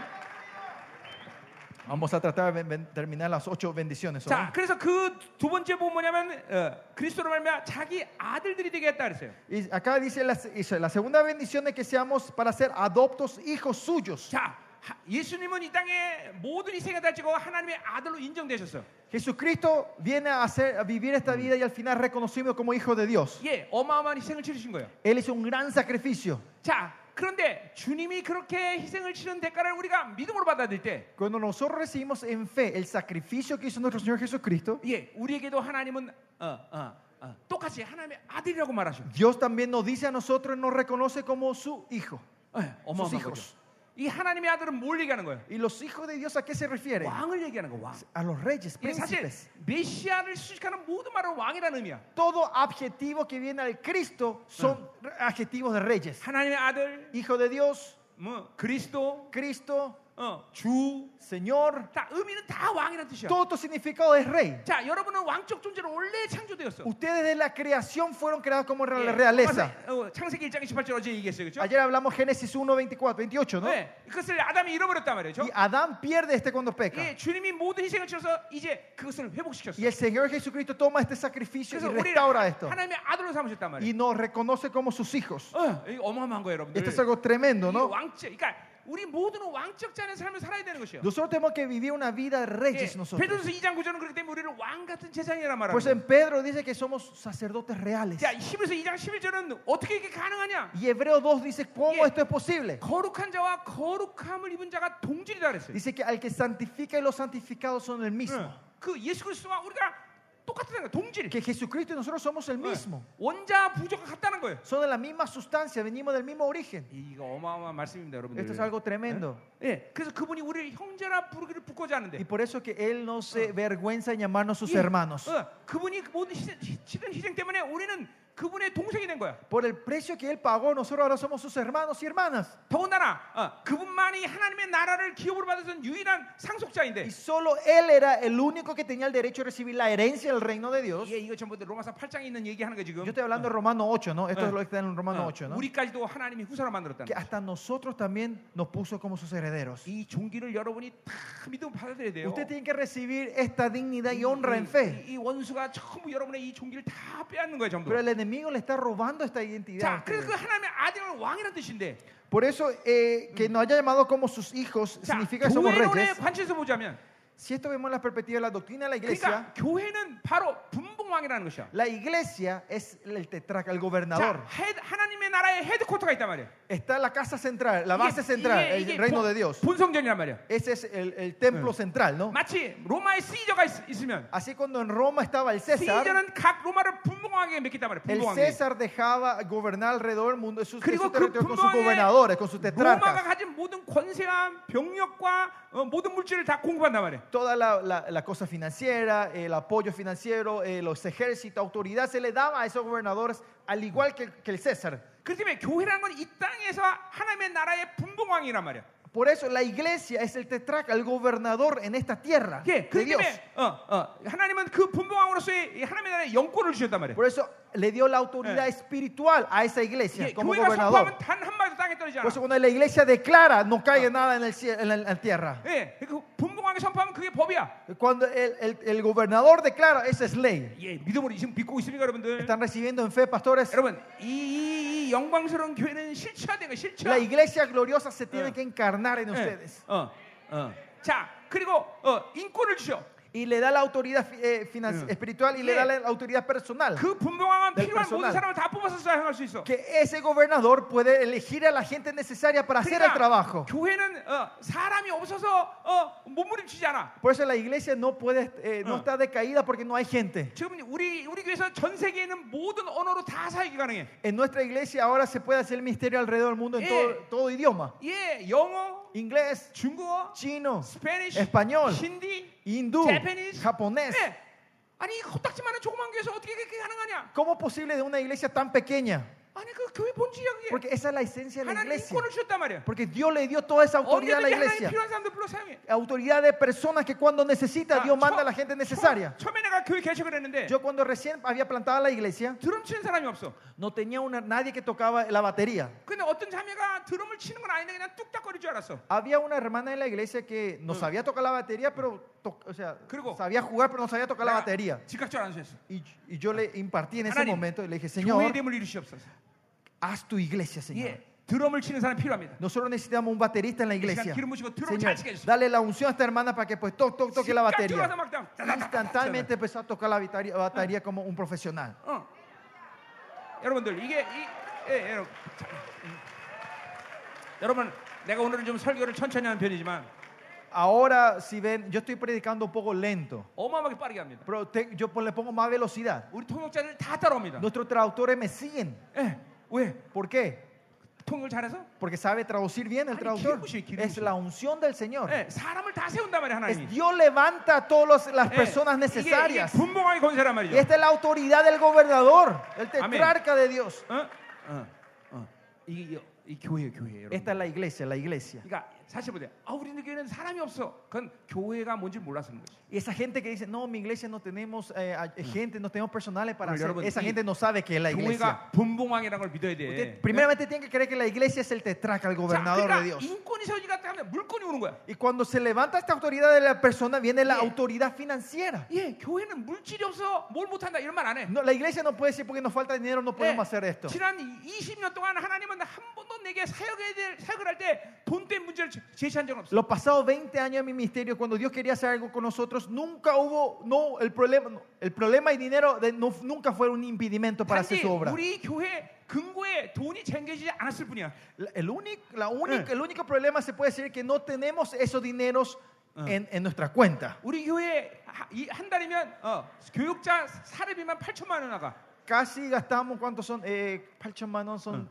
Speaker 1: Vamos a tratar de ben- terminar las ocho bendiciones. ¿ok?
Speaker 2: 자, 그래서 그 두 번째 복음 뭐냐면 어, 그리스도로 말미암아 자기 아들들이 되겠다 그랬어요.
Speaker 1: Y acá dice la, dice, la segunda bendición es que seamos para ser adoptos hijos suyos.
Speaker 2: 자, 하- 예수님은 이 땅에 모든 희생을 다치고 하나님의 아들로 인정되셨어요.
Speaker 1: Jesucristo viene a, hacer, a vivir esta vida y al final reconocido como hijo de Dios.
Speaker 2: 예, 어마어마한 희생을 치르신 거예요.
Speaker 1: Él hizo un gran sacrificio.
Speaker 2: 자, 그런데 주님이 그렇게 희생을 치른 대가를 우리가 믿음으로 받아들일 때,
Speaker 1: Cuando nosotros recibimos en fe el sacrificio que hizo nuestro Señor Jesucristo,
Speaker 2: 예, 우리에게도 하나님은 어, 어, 어, 똑같이 하나님의 아들이라고 말하셔.
Speaker 1: Dios también nos dice a nosotros y nos reconoce como su hijo.
Speaker 2: 예, 어마어마한
Speaker 1: sus
Speaker 2: 거죠.
Speaker 1: hijos.
Speaker 2: 이 하나님의 아들은 뭘 얘기하는 거예요?
Speaker 1: ¿Y los hijos de Dios a qué se refiere?
Speaker 2: 왕을 얘기하는 거예요. 왕.
Speaker 1: A los reyes,
Speaker 2: 이게 사실
Speaker 1: príncipes.
Speaker 2: 메시아를 수식하는 모든 말은 왕이라는 의미야.
Speaker 1: Todo adjetivo que viene al Cristo son adjetivos de reyes.
Speaker 2: 하나님의 아들,
Speaker 1: Hijo de Dios,
Speaker 2: 뭐 그리스도,
Speaker 1: Cristo,
Speaker 2: 어, 주,
Speaker 1: Señor.
Speaker 2: 다 의미는 다 왕이라는 뜻이야.
Speaker 1: Todo tu significado es rey.
Speaker 2: 자, 여러분은 왕적 존재로 원래 창조되었어.
Speaker 1: Ustedes de la creación fueron creados como
Speaker 2: 예,
Speaker 1: la realeza.
Speaker 2: 아까, 어, 창세기 1장 18절 어제 얘기했어요, 그렇죠?
Speaker 1: Ayer hablamos Génesis 1, 24, 28, ¿no?
Speaker 2: 네, 그것을 아담이 잃어버렸단 말이죠.
Speaker 1: Y Adán pierde este cuando peca.
Speaker 2: 예, 주님이 모든 희생을 치러서 이제 그것을 회복시켰어.
Speaker 1: Y el Señor Jesucristo toma este sacrificio
Speaker 2: 그래서
Speaker 1: y
Speaker 2: 우리
Speaker 1: restaura esto.
Speaker 2: 하나님의 아들로 삼으셨단 말이에요.
Speaker 1: Y nos reconoce como sus hijos.
Speaker 2: 어, 이거 어마어마한 거예요, 여러분들.
Speaker 1: Esto es algo tremendo,
Speaker 2: 이
Speaker 1: ¿no?
Speaker 2: 왕적, 그러니까 우리 모두는 왕적 자의 삶을 살아야 되는 것이에요. 예,
Speaker 1: Nosotros tenemos que vivir una vida de reyes nosotros.
Speaker 2: 베드로서 2장 9절은 그렇기 때문에 우리를 왕 같은 제사장이라 말하는
Speaker 1: Pues
Speaker 2: 거예요.
Speaker 1: en Pedro dice que somos sacerdotes reales.
Speaker 2: 자, 히브리서 2장 11절은 어떻게 이게 가능하냐?
Speaker 1: Y Hebreo 2 dice, ¿cómo
Speaker 2: Yeah.
Speaker 1: esto es posible?
Speaker 2: 거룩한 자와 거룩함을 입은 자가 동질이다 그랬어요. 예, Ah.
Speaker 1: Dice que al que santifica y los santificados son el mismo.
Speaker 2: 응. 그 예수 그리스도와 우리가 똑같은 거예요. 동질.
Speaker 1: que Jesucristo y nosotros somos
Speaker 2: Ah.
Speaker 1: el mismo.
Speaker 2: 원자 부족 같다는 거예요.
Speaker 1: Son de la misma sustancia, venimos del mismo origen.
Speaker 2: 이거 어마어마한 말씀입니다, 여러분들.
Speaker 1: Esto es algo tremendo.
Speaker 2: 예, 그래서 그분이 우리를 형제라 부르기를 부끄지 않는데.
Speaker 1: Y por eso que Él no se vergüenza en llamarnos sus
Speaker 2: 예,
Speaker 1: hermanos.
Speaker 2: 어, 그분이 그 모든 희생, 희- 희생, 희생 때문에 우리는 그분의 동생이 된 거야.
Speaker 1: Por el precio que Él pagó, nosotros ahora somos sus hermanos y hermanas.
Speaker 2: 더군다나 어, 그분만이 하나님의 나라를 기업으로 받은 유일한 상속자인데.
Speaker 1: Y solo Él era el único que tenía el derecho de recibir la herencia del reino de Dios.
Speaker 2: 예, 이거 전부 다 로마서 8장에 있는 얘기하는 거 지금.
Speaker 1: Yo estoy hablando de Romano 8, ¿no? Esto
Speaker 2: Eh.
Speaker 1: es lo que está en Romano
Speaker 2: 어,
Speaker 1: 8, ¿no?
Speaker 2: 우리까지도 하나님이 후사로
Speaker 1: Que
Speaker 2: 만들었다는. 거야.
Speaker 1: hasta nosotros también nos puso como sus herederos.
Speaker 2: 이 종기를 여러분이 다 믿음 받아들여야 돼요.
Speaker 1: Usted tiene que recibir esta dignidad y honra en
Speaker 2: 이,
Speaker 1: fe.
Speaker 2: 이- 이 원수가 전부 여러분의 이 종기를 다 빼앗는 거야 전부.
Speaker 1: Pero el enemigo le está robando esta identidad. a
Speaker 2: 자, 그래서 그
Speaker 1: ustedes.
Speaker 2: 하나님의 아들을 왕이라는 뜻인데.
Speaker 1: Por eso eh, que nos haya llamado como sus hijos
Speaker 2: 자,
Speaker 1: significa que somos
Speaker 2: 교회론의
Speaker 1: reyes.
Speaker 2: 관점에서 보자면,
Speaker 1: Si esto vemos en la perspectiva de la doctrina de la
Speaker 2: 그러니까
Speaker 1: iglesia,
Speaker 2: 교회는 바로 분봉왕이라는 것이야.
Speaker 1: la iglesia es el tetraca, el gobernador.
Speaker 2: 자, 헤드- 하나님의 나라의 헤드코터가 있단 말이야.
Speaker 1: Está la casa central, la base central, uh,
Speaker 2: 이게-
Speaker 1: el
Speaker 2: 이게
Speaker 1: reino
Speaker 2: 본-
Speaker 1: de Dios.
Speaker 2: 본성전이란 말이야.
Speaker 1: Ese es el, el templo
Speaker 2: Sí.
Speaker 1: central, ¿no?
Speaker 2: 마치 로마의 시저가 있, 있으면
Speaker 1: Así cuando en Roma estaba el César,
Speaker 2: 시저는 각 로마를 분봉왕에게 맡겼단 말이야.
Speaker 1: el
Speaker 2: 분봉왕에게.
Speaker 1: César dejaba gobernar alrededor del mundo de sus, de
Speaker 2: 그리고
Speaker 1: su
Speaker 2: 그
Speaker 1: territorio con sus
Speaker 2: 분봉왕에
Speaker 1: gobernadores, con sus
Speaker 2: 로마가
Speaker 1: tetrarcas.
Speaker 2: 가진 모든 권세와 병력과 어, 모든 물질을 다 공급한단 말이야.
Speaker 1: Toda la, la- la cosa financiera, el apoyo financiero, eh, los ejércitos, autoridad se le daba a esos gobernadores al igual que, que el César.
Speaker 2: 그렇기 때문에 교회라는 건 이 땅에서 하나님의 나라의 분봉왕이란 말이야.
Speaker 1: Por eso la iglesia es el tetraca, el gobernador en esta tierra de
Speaker 2: 예, 그렇기
Speaker 1: Dios.
Speaker 2: 때문에 어, 어, 하나님은 그 분봉왕으로서의 이 하나님의 나라의 영권을 주셨단 말이야.
Speaker 1: Por eso le dio la autoridad
Speaker 2: Eh.
Speaker 1: espiritual a esa iglesia
Speaker 2: 예,
Speaker 1: como
Speaker 2: 교회가
Speaker 1: gobernador.
Speaker 2: 선포하면 단 한 마디도 땅에 떨어지지
Speaker 1: Por
Speaker 2: 않아.
Speaker 1: eso cuando la iglesia declara, no
Speaker 2: Ah.
Speaker 1: cae nada en, el cie- en la, en la tierra.
Speaker 2: 예, 그 분봉왕이 선포하면 그게 법이야.
Speaker 1: Cuando el, el- el gobernador declara, esa es ley.
Speaker 2: 예, 믿음으로 지금 믿고 있으니까 여러분들.
Speaker 1: Están recibiendo en fe, pastores.
Speaker 2: 여러분, 이, 이- 이 영광스러운 교회는 실체화된 거 실체.
Speaker 1: La iglesia gloriosa se tiene
Speaker 2: Eh.
Speaker 1: que encarnar en
Speaker 2: 예,
Speaker 1: ustedes.
Speaker 2: 어, 어. 자, 그리고 어, 인권을 주셔.
Speaker 1: Y le da la autoridad fi- eh, finan-
Speaker 2: Eh.
Speaker 1: espiritual y le
Speaker 2: Yeah.
Speaker 1: da la autoridad personal.
Speaker 2: 그 분봉왕은
Speaker 1: Del
Speaker 2: 필요한 모든
Speaker 1: personal.
Speaker 2: 사람을 다 뽑아서 사용할 수 있어.
Speaker 1: Que ese gobernador puede elegir a la gente necesaria para hacer el trabajo.
Speaker 2: 그러니까 교회는 어, 사람이 없어서 어, 몸부림치지 않아.
Speaker 1: Por eso la iglesia no, puede, eh, no
Speaker 2: Eh.
Speaker 1: está decaída porque no hay gente.
Speaker 2: 지금 우리 우리 교회에서 전 세계에 있는 모든 언어로 다 사역이 가능해.
Speaker 1: En nuestra iglesia ahora se puede hacer el misterio alrededor del mundo en todo,
Speaker 2: Yeah.
Speaker 1: todo idioma.
Speaker 2: 예, 영어,
Speaker 1: Inglés,
Speaker 2: 중국어,
Speaker 1: chino,
Speaker 2: 스페니쉬,
Speaker 1: Español.
Speaker 2: 힌디,
Speaker 1: hindú,
Speaker 2: Japanese.
Speaker 1: japonés.
Speaker 2: 예. 아니 코딱지만한 조그만 교회에서 어떻게 그렇게 가능하냐?
Speaker 1: ¿Cómo es posible de una iglesia tan pequeña?
Speaker 2: 아니 그 교회 본질이야 그게.
Speaker 1: Porque esa es la esencia de la
Speaker 2: 하나님
Speaker 1: iglesia.
Speaker 2: 인권을 주셨단 말이야.
Speaker 1: Porque Dios le dio toda esa autoridad a la
Speaker 2: 언제든지 하나님
Speaker 1: iglesia. 네,
Speaker 2: 필요한 사람들 불러 사용해.
Speaker 1: Autoridad de personas que cuando necesita
Speaker 2: 자,
Speaker 1: Dios manda a
Speaker 2: 처-
Speaker 1: la gente necesaria.
Speaker 2: 처- 처음에 내가 교회 개척을 했는데
Speaker 1: Yo cuando recién había plantado la iglesia
Speaker 2: 드럼 치는 사람이 없어.
Speaker 1: no tenía una- nadie que tocaba la batería.
Speaker 2: 근데 어떤 자매가 드럼을 치는 건 아닌데 그냥 뚝딱거릴 줄 알았어.
Speaker 1: Había una hermana en la iglesia que no
Speaker 2: Mm.
Speaker 1: sabía tocar la batería, pero to- o sea,
Speaker 2: 그리고
Speaker 1: sabía jugar, pero no sabía tocar la
Speaker 2: 내가
Speaker 1: batería.
Speaker 2: 즉각적으로 안수했어.
Speaker 1: Y, y yo le impartí en ese
Speaker 2: 하나님,
Speaker 1: momento y le dije,
Speaker 2: 교회
Speaker 1: Señor,
Speaker 2: 됨을 이루시옵소서.
Speaker 1: haz tu iglesia, Señor.
Speaker 2: 예, 드럼을 치는 사람 필요합니다.
Speaker 1: Nosotros necesitamos un baterista en la
Speaker 2: 시간
Speaker 1: iglesia.
Speaker 2: 기름 부시고 드럼
Speaker 1: Señor,
Speaker 2: 잘 치게 해주세요.
Speaker 1: dale la unción a esta hermana para que pues toc, toc, toque la
Speaker 2: 즉각적으로
Speaker 1: batería.
Speaker 2: 막 다-
Speaker 1: Instantáneamente empezó a tocar la batería, batería como un profesional.
Speaker 2: 어. 여러분들 이게 이 예, 여러분. 자, 음. 여러분 내가 오늘은 좀 설교를 천천히 하는 편이지만
Speaker 1: Ahora, si ven, yo estoy predicando un poco lento,
Speaker 2: 어마어마하게 빠르게 합니다.
Speaker 1: pero te- yo pues, le pongo más velocidad.
Speaker 2: 우리 통역자들 다 따라옵니다.
Speaker 1: Nuestros traductores me siguen.
Speaker 2: 예. 왜?
Speaker 1: ¿Por qué?
Speaker 2: 통역을 잘해서?
Speaker 1: Porque sabe traducir bien el
Speaker 2: Ay,
Speaker 1: traductor.
Speaker 2: quiero, quiero.
Speaker 1: Es la unción del Señor.
Speaker 2: 예. 사람을 다 세운단 말이야, 하나님이.
Speaker 1: Es Dios levanta a todas las
Speaker 2: 예,
Speaker 1: personas
Speaker 2: 이게- 이게
Speaker 1: necesarias.
Speaker 2: 분봉왕의 권세란
Speaker 1: Y
Speaker 2: 말이죠.
Speaker 1: esta es la autoridad del gobernador, el tetrarca de Dios.
Speaker 2: 어? 어. 어. 이, 이, 이 교회 교회 여러분.
Speaker 1: Esta es la iglesia, la iglesia.
Speaker 2: 그러니까 사실 보세요. 아, 우리는 교회는 사람이 없어. 그건 교회가 뭔지 몰라서 그런 거지.
Speaker 1: Y esa gente que dice, no, mi iglesia no tenemos eh, a- gente, no tenemos personales para
Speaker 2: Bueno,
Speaker 1: hacer.
Speaker 2: 여러분,
Speaker 1: Esa
Speaker 2: 이
Speaker 1: gente no sabe que es la iglesia.
Speaker 2: 교회가 분봉왕이라는 걸 믿어야 돼.
Speaker 1: Usted primeramente tiene que creer que la iglesia es el tetraca, el
Speaker 2: 자,
Speaker 1: gobernador
Speaker 2: 그러니까
Speaker 1: de Dios.
Speaker 2: 인권이 세워지기 때문에 물건이 오는 거야.
Speaker 1: Y cuando se levanta esta autoridad de la persona, viene la
Speaker 2: Yeah.
Speaker 1: autoridad financiera.
Speaker 2: 예, 교회는 물질이 없어 뭘 못한다 이런 말 안 해.
Speaker 1: No, la iglesia no puede decir porque nos falta dinero, no
Speaker 2: 예,
Speaker 1: podemos hacer esto.
Speaker 2: 지난 20년 동안 하나님은 한 번도 내게 사역해야 될 사역을 할 때 돈 때문에 문제를 제- 제시한 적은 없어.
Speaker 1: Los pasados 20 años de mi ministerio, cuando Dios quería hacer algo con nosotros, nunca hubo, no, el problema, no, el problema y dinero de- no- nunca fue un impedimento para hacer
Speaker 2: 단지
Speaker 1: su obra.
Speaker 2: 우리 교회 근거에 돈이 쟁겨지지 않았을 뿐이야.
Speaker 1: La- El único, la única- el único problema se puede decir que no tenemos esos dineros en, en nuestra cuenta.
Speaker 2: 우리 교회 하- 이한 달이면 어, 교육자 사례비만 8천만 원 나가.
Speaker 1: Casi gastamos, ¿cuántos son? Eh, manos son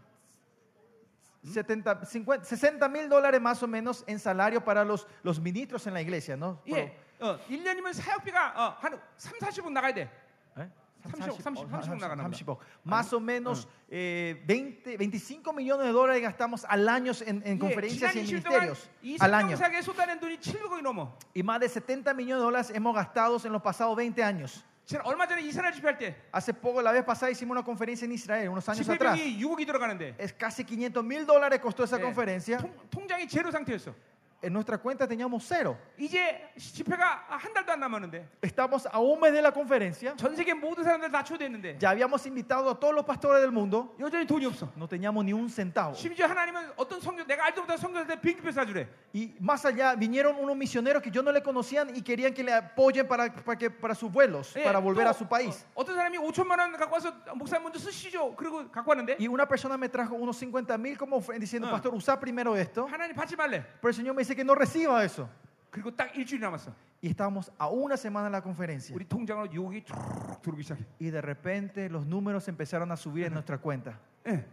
Speaker 1: 70, 50, 60 mil dólares más o menos en salario para los, los ministros en la iglesia, ¿no?
Speaker 2: 예. 어, 1년이면 사역비가 어, 한 3, 40억 나가야 돼.
Speaker 1: Pero, ¿eh?
Speaker 2: 30, 30, 30, 나가나 보다.
Speaker 1: 30. Más o menos eh, 20, 25 millones de dólares gastamos al año en, en
Speaker 2: 예,
Speaker 1: conferencias
Speaker 2: 지난
Speaker 1: y en
Speaker 2: 20일 동안
Speaker 1: ministerios.
Speaker 2: 이
Speaker 1: Al año.
Speaker 2: 성경사에 쏟아낸 돈이 700억이 넘어.
Speaker 1: Y más de 70 millones de dólares hemos gastado en los pasados 20 años.
Speaker 2: 지난 얼마 전에 이스라엘 집회할 때
Speaker 1: Hace poco, la vez pasada, hicimos una conferencia en Israel, unos años atrás.
Speaker 2: 집회비이 6억이 들어가는데
Speaker 1: Es casi 500 mil dólares costó esa
Speaker 2: 예,
Speaker 1: conferencia.
Speaker 2: 통, 통장이 제로 상태였어.
Speaker 1: En nuestra cuenta teníamos cero.
Speaker 2: 이제 집회가 한 달도 안 남았는데
Speaker 1: Estamos a un mes de la conferencia.
Speaker 2: 전 세계 모든 사람들 다 초대했는데
Speaker 1: Ya habíamos invitado a todos los pastores del mundo.
Speaker 2: 여전히 돈이 없어.
Speaker 1: No teníamos ni un centavo.
Speaker 2: 심지어 하나님은 어떤 성교 내가 알도 못한 성교사한테 비행기표 사주래.
Speaker 1: Y más allá, vinieron unos misioneros que yo no le conocían y querían que le apoyen para, para, que, para sus vuelos,
Speaker 2: 예,
Speaker 1: para volver
Speaker 2: 또
Speaker 1: a su país.
Speaker 2: 어, 어떤 사람이 5천만 원 갖고 와서 목사님 먼저 쓰시죠. 그리고 갖고 왔는데
Speaker 1: Y una persona me trajo unos 50 mil como ofrenda diciendo,
Speaker 2: Ah.
Speaker 1: pastor, usa primero esto.
Speaker 2: 하나님 받지 말래.
Speaker 1: Pero el Señor me dice que no reciba eso.
Speaker 2: 그리고 딱 일주일 남았어.
Speaker 1: Y estábamos a una semana en la conferencia.
Speaker 2: 우리 통장으로 6억이 쭉 들어오기 시작해.
Speaker 1: Y de repente los números empezaron a subir en nuestra cuenta.
Speaker 2: 예.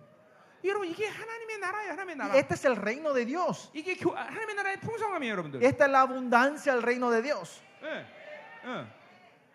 Speaker 2: 여러분 이게 하나님의 나라예요. 하나님의
Speaker 1: Y
Speaker 2: 나라.
Speaker 1: este es el reino de Dios.
Speaker 2: 이게 교- 아, 하나님의 나라의 풍성함이에요, 여러분들.
Speaker 1: Esta es la abundancia del reino de Dios.
Speaker 2: 예. 예.